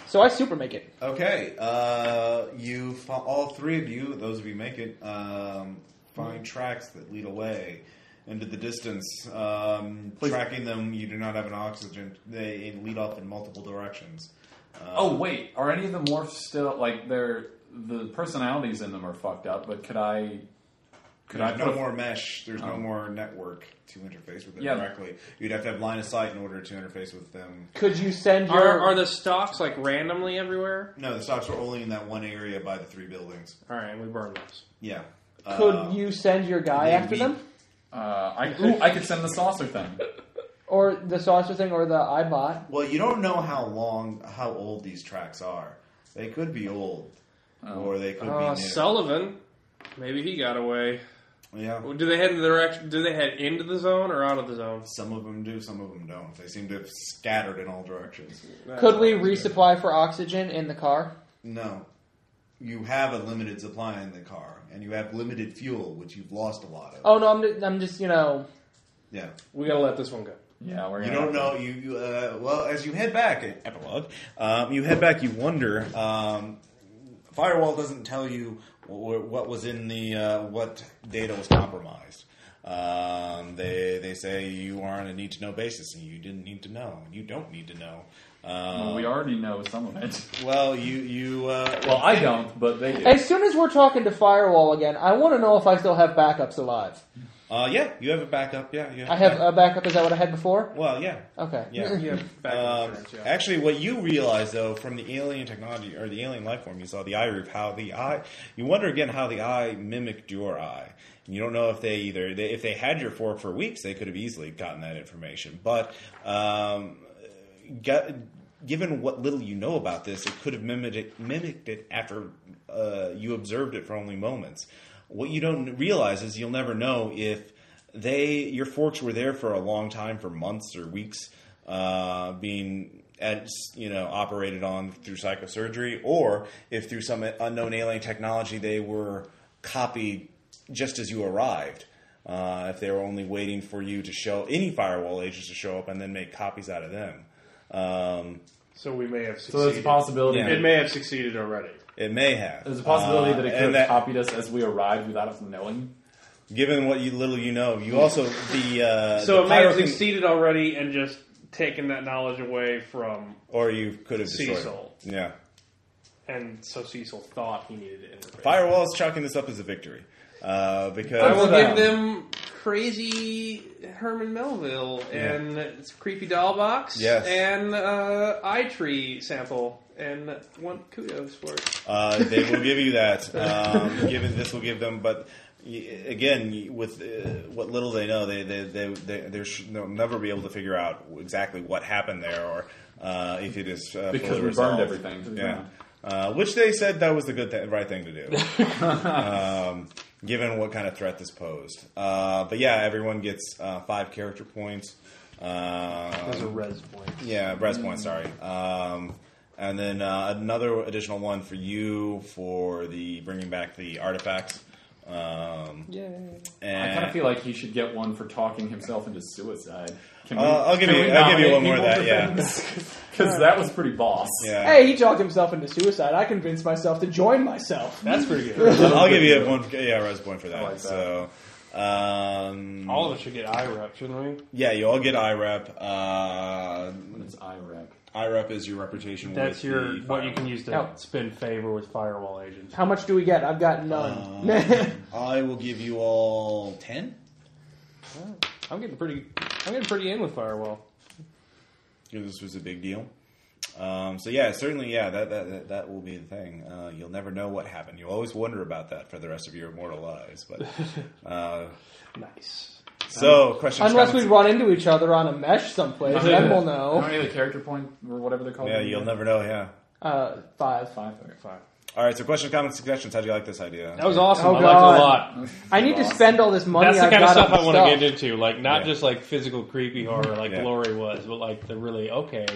[SPEAKER 4] So I super make it.
[SPEAKER 1] Okay, uh, you fo- all three of you, those of you make it, um, find tracks that lead away into the distance. Um, tracking them, you do not have an oxygen. They lead off in multiple directions. Uh,
[SPEAKER 3] Oh wait, are any of the morphs still like they're the personalities in them are fucked up? But could I? Could I
[SPEAKER 1] There's no
[SPEAKER 3] put-
[SPEAKER 1] more mesh. There's no
[SPEAKER 3] Oh.
[SPEAKER 1] more network to interface with them
[SPEAKER 3] Yeah.
[SPEAKER 1] directly. You'd have to have line of sight in order to interface with them.
[SPEAKER 4] Could you send your?
[SPEAKER 2] Are, are the stocks like randomly everywhere?
[SPEAKER 1] No, the stocks were only in that one area by the three buildings.
[SPEAKER 2] All right, we burn those.
[SPEAKER 1] Yeah.
[SPEAKER 4] could
[SPEAKER 1] Uh,
[SPEAKER 4] you send your guy
[SPEAKER 1] maybe.
[SPEAKER 4] after them,
[SPEAKER 3] Uh, I ooh, I could send the saucer thing.
[SPEAKER 4] or the saucer thing, or the iBot?
[SPEAKER 1] Well, you don't know how long, how old these tracks are. They could be old, or they could
[SPEAKER 2] Uh,
[SPEAKER 1] be new.
[SPEAKER 2] Sullivan, maybe he got away.
[SPEAKER 1] yeah,
[SPEAKER 2] Do they head in the direction? Do they head into the zone or out of the zone?
[SPEAKER 1] some of them do, some of them don't. They seem to have scattered in all directions.
[SPEAKER 2] Uh,
[SPEAKER 4] Could we
[SPEAKER 1] always good.
[SPEAKER 4] resupply for oxygen in the car?
[SPEAKER 1] No, you have a limited supply in the car, and you have limited fuel, which you've lost a lot of.
[SPEAKER 4] Oh no, I'm just, I'm just you know.
[SPEAKER 1] Yeah,
[SPEAKER 2] We gotta let this one go.
[SPEAKER 3] Yeah, we're.
[SPEAKER 1] you
[SPEAKER 3] Gonna
[SPEAKER 1] don't know. You, you uh, well, as you head back, epilogue. Um, you head back. You wonder. Um, firewall doesn't tell you wh- wh- what was in the uh, what data was compromised. Um, they they say you are on a need to know basis, and you didn't need to know, and you don't need to know. Um,
[SPEAKER 3] Well, Uh, we already know some of it.
[SPEAKER 1] well, you you uh,
[SPEAKER 3] Well, I don't, but they do.
[SPEAKER 4] As soon as we're talking to Firewall again, I want to know if I still have backups alive.
[SPEAKER 1] uh, yeah, you have a backup. Yeah, you
[SPEAKER 4] I have
[SPEAKER 1] back-
[SPEAKER 4] a backup. Is that what I had before?
[SPEAKER 1] well, yeah.
[SPEAKER 4] Okay.
[SPEAKER 1] Yeah.
[SPEAKER 2] Yeah, back
[SPEAKER 1] Um,
[SPEAKER 2] insurance, yeah.
[SPEAKER 1] Actually, what you realize though from the alien technology or the alien life form you saw the eye roof, how the eye you wonder again how the eye mimicked your eye. And you don't know if they either they, if they had your fork for weeks, they could have easily gotten that information. But um, got, given what little you know about this, it could have mimicked it, mimicked it after uh, you observed it for only moments. What you don't realize is you'll never know if they your forks were there for a long time, for months or weeks, uh, being at, you know operated on through psychosurgery, or if through some unknown alien technology they were copied just as you arrived. Uh, if they were only waiting for you to show any firewall agents to show up and then make copies out of them, um,
[SPEAKER 2] So we may have
[SPEAKER 3] so
[SPEAKER 2] succeeded.
[SPEAKER 3] there's a possibility.
[SPEAKER 1] Yeah.
[SPEAKER 2] It may have succeeded already.
[SPEAKER 1] it may have.
[SPEAKER 3] There's a possibility
[SPEAKER 1] Uh,
[SPEAKER 3] that it could
[SPEAKER 1] and
[SPEAKER 3] have copied us as we arrived without us knowing.
[SPEAKER 1] Given what you little you know, you also the uh,
[SPEAKER 2] So
[SPEAKER 1] the
[SPEAKER 2] it may have
[SPEAKER 1] pyro-
[SPEAKER 2] succeeded already and just taken that knowledge away from.
[SPEAKER 1] or you could have destroyed.
[SPEAKER 2] Cecil.
[SPEAKER 1] it. Yeah,
[SPEAKER 2] And so Cecil thought he needed to interface.
[SPEAKER 1] firewall's chalking this up as a victory uh, because
[SPEAKER 2] I will
[SPEAKER 3] Down.
[SPEAKER 2] give them crazy Herman Melville and it's creepy doll box
[SPEAKER 1] Yes.
[SPEAKER 2] and uh, eye tree sample and one kudos for it.
[SPEAKER 1] Uh, they will give you that. Um, given this will give them, but y- again, y- with uh, what little they know, they they they, they they're sh- they'll never be able to figure out exactly what happened there or uh, if it is uh,
[SPEAKER 3] Because
[SPEAKER 1] fully
[SPEAKER 3] we burned
[SPEAKER 1] resolved.
[SPEAKER 3] everything to the
[SPEAKER 1] Yeah.
[SPEAKER 3] ground.
[SPEAKER 1] Uh, which they said that was the good, th- right thing to do, um, given what kind of threat this posed. Uh, but yeah, everyone gets uh, five character points. Uh,
[SPEAKER 2] Those are res points.
[SPEAKER 1] yeah, breast point. Sorry. Um, and then uh, another additional one for you for the bringing back the artifacts. Um,
[SPEAKER 4] Yeah.
[SPEAKER 1] and
[SPEAKER 3] I kind of feel like he should get one for talking himself into suicide. Can we,
[SPEAKER 1] Uh, I'll give
[SPEAKER 3] can
[SPEAKER 1] you-
[SPEAKER 3] we
[SPEAKER 1] I'll give you
[SPEAKER 3] nominate
[SPEAKER 1] one more of
[SPEAKER 3] people
[SPEAKER 1] that,
[SPEAKER 3] for because that was pretty boss.
[SPEAKER 1] yeah.
[SPEAKER 4] Hey, he talked himself into suicide. I convinced myself to join myself.
[SPEAKER 2] That's pretty good.
[SPEAKER 1] I'll give you one. Yeah, res point for that.
[SPEAKER 3] I like
[SPEAKER 1] So. Um,
[SPEAKER 2] All of us should get eye rep, shouldn't
[SPEAKER 1] yeah, you all get IREP. Uh,
[SPEAKER 3] It's IREP.
[SPEAKER 1] IREP is your reputation.
[SPEAKER 2] we? That's
[SPEAKER 1] with
[SPEAKER 2] your
[SPEAKER 1] the
[SPEAKER 2] what you
[SPEAKER 1] firewall.
[SPEAKER 2] can use to
[SPEAKER 4] No.
[SPEAKER 2] spin favor with firewall agents.
[SPEAKER 4] How much do we get? I've got
[SPEAKER 2] Uh,
[SPEAKER 4] none.
[SPEAKER 1] Um, I will give you all ten.
[SPEAKER 2] I'm getting pretty I'm getting pretty in with firewall.
[SPEAKER 1] you know, this was a big deal. Um, so yeah, certainly, yeah, that that, that, that will be the thing. Uh, you'll never know what happened. You'll always wonder about that for the rest of your immortal lives. But uh,
[SPEAKER 2] Nice.
[SPEAKER 1] so,
[SPEAKER 2] Um,
[SPEAKER 1] questions?
[SPEAKER 4] Unless we
[SPEAKER 1] comments?
[SPEAKER 4] run into each other on a mesh someplace, then we'll
[SPEAKER 3] How
[SPEAKER 4] know.
[SPEAKER 3] many of the character point or whatever they're called?
[SPEAKER 1] yeah, you'll never know. Yeah.
[SPEAKER 4] Uh, five.
[SPEAKER 3] Five. Okay, five.
[SPEAKER 1] All right. So, questions, comments, suggestions. How do you like this idea?
[SPEAKER 2] That was awesome.
[SPEAKER 4] Oh,
[SPEAKER 2] I
[SPEAKER 4] God.
[SPEAKER 2] liked it a lot.
[SPEAKER 4] I need to spend all this money.
[SPEAKER 2] That's the
[SPEAKER 4] I've
[SPEAKER 2] kind of
[SPEAKER 4] got
[SPEAKER 2] stuff
[SPEAKER 4] on
[SPEAKER 2] I want to
[SPEAKER 4] stuff.
[SPEAKER 2] get into, like not
[SPEAKER 1] Yeah.
[SPEAKER 2] just like physical creepy horror like
[SPEAKER 1] Yeah.
[SPEAKER 2] Glory was, but like the really okay.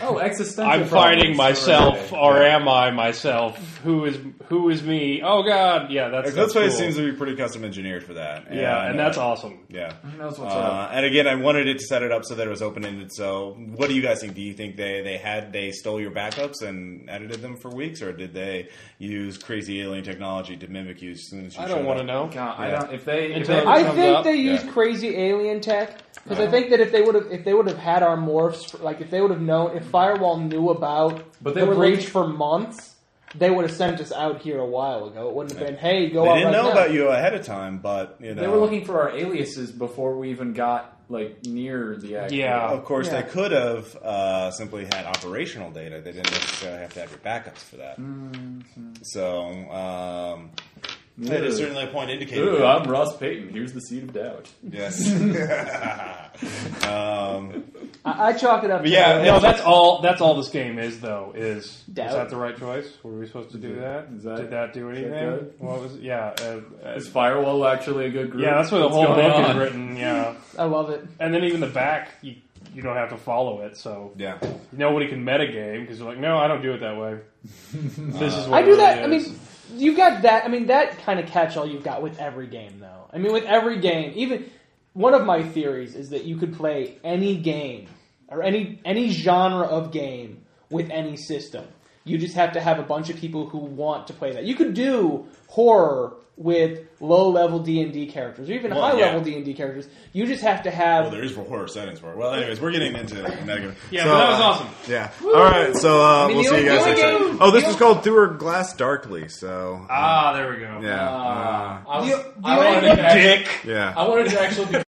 [SPEAKER 3] Oh, existential.
[SPEAKER 2] I'm fighting
[SPEAKER 3] problems.
[SPEAKER 2] myself,
[SPEAKER 3] Okay.
[SPEAKER 2] or
[SPEAKER 3] Yeah.
[SPEAKER 2] am I myself? Who is who is me? Oh God, yeah, that's
[SPEAKER 1] That's,
[SPEAKER 2] that's,
[SPEAKER 1] why it
[SPEAKER 2] cool.
[SPEAKER 1] seems to be pretty custom engineered for that.
[SPEAKER 2] yeah, and
[SPEAKER 1] uh,
[SPEAKER 2] that's awesome.
[SPEAKER 1] Yeah.
[SPEAKER 3] Who knows what's
[SPEAKER 1] Uh,
[SPEAKER 3] up?
[SPEAKER 1] and again, I wanted it to set it up so that it was open ended. So, what do you guys think? Do you think they, they had they stole your backups and edited them for weeks, or did they use crazy alien technology to mimic you as soon as you?
[SPEAKER 2] I don't
[SPEAKER 1] want
[SPEAKER 2] want to know.
[SPEAKER 3] God, I
[SPEAKER 1] Yeah.
[SPEAKER 3] don't. If they, if
[SPEAKER 2] Until-
[SPEAKER 3] they
[SPEAKER 4] I
[SPEAKER 2] comes
[SPEAKER 4] think
[SPEAKER 2] up,
[SPEAKER 4] they used
[SPEAKER 1] yeah.
[SPEAKER 4] crazy alien tech because I think that if they would have if they would have had our morphs, like if they would have known if Firewall knew about
[SPEAKER 3] But they
[SPEAKER 4] the
[SPEAKER 3] were
[SPEAKER 4] breach
[SPEAKER 3] looking-
[SPEAKER 4] for months, they would have sent us out here a while ago. It wouldn't have been, hey, go
[SPEAKER 1] They
[SPEAKER 4] out
[SPEAKER 1] didn't
[SPEAKER 4] right
[SPEAKER 1] know
[SPEAKER 4] now.
[SPEAKER 1] about you ahead of time, but you know
[SPEAKER 3] they were looking for our aliases before we even got like near the act.
[SPEAKER 2] Yeah.
[SPEAKER 1] Of course,
[SPEAKER 4] Yeah.
[SPEAKER 1] they could have uh, simply had operational data. They didn't necessarily have to have your backups for that. So, um, that is certainly a point indicated.
[SPEAKER 3] Ooh,
[SPEAKER 1] that-
[SPEAKER 3] I'm Ross Payton. Here's the seed of doubt.
[SPEAKER 1] Yes. um,
[SPEAKER 4] I, I chalk it up. to
[SPEAKER 1] Yeah,
[SPEAKER 4] that.
[SPEAKER 2] No, that's all. That's all this game is, though. Is
[SPEAKER 4] Doubt.
[SPEAKER 2] is that the right choice? Were we supposed to do that?
[SPEAKER 3] Is that-
[SPEAKER 2] Did that do
[SPEAKER 3] that
[SPEAKER 2] anything?
[SPEAKER 3] good?
[SPEAKER 2] what was? Yeah, uh, uh,
[SPEAKER 3] Is Firewall actually a good group?
[SPEAKER 2] yeah. That's what the
[SPEAKER 3] What's
[SPEAKER 2] whole
[SPEAKER 3] going
[SPEAKER 2] book is
[SPEAKER 3] on?
[SPEAKER 2] written. Yeah,
[SPEAKER 4] I love it.
[SPEAKER 2] and then even the back, you you don't have to follow it. So
[SPEAKER 1] yeah.
[SPEAKER 2] nobody can metagame because you're like, no, I don't do it that way. this is what
[SPEAKER 4] I
[SPEAKER 2] it
[SPEAKER 4] do that. I
[SPEAKER 2] really is.
[SPEAKER 4] mean, you've got that. I mean, that kind of catch all you've got with every game, though. I mean, with every game, even one of my theories is that you could play any game or any any genre of game with any system. You just have to have a bunch of people who want to play that. You could do horror with low level D and D characters, or even
[SPEAKER 1] Well,
[SPEAKER 4] high
[SPEAKER 1] yeah.
[SPEAKER 4] level D and D characters. You just have to have.
[SPEAKER 1] Well, there is horror settings for it. Well, anyways, we're getting into negative.
[SPEAKER 2] yeah, but that was awesome.
[SPEAKER 1] Yeah. All right. So uh,
[SPEAKER 4] mean,
[SPEAKER 1] we'll
[SPEAKER 4] the
[SPEAKER 1] see you
[SPEAKER 4] only-
[SPEAKER 1] guys
[SPEAKER 4] the
[SPEAKER 1] next
[SPEAKER 4] only
[SPEAKER 1] time.
[SPEAKER 4] game-
[SPEAKER 1] Oh, this
[SPEAKER 4] the
[SPEAKER 1] was
[SPEAKER 4] only-
[SPEAKER 1] called Through Her Glass Darkly. So uh,
[SPEAKER 2] Ah, there we go.
[SPEAKER 1] yeah, uh,
[SPEAKER 3] I, was,
[SPEAKER 4] The- the
[SPEAKER 3] I wanted
[SPEAKER 4] only-
[SPEAKER 3] to act-
[SPEAKER 2] Dick.
[SPEAKER 1] yeah.
[SPEAKER 3] I wanted to actually be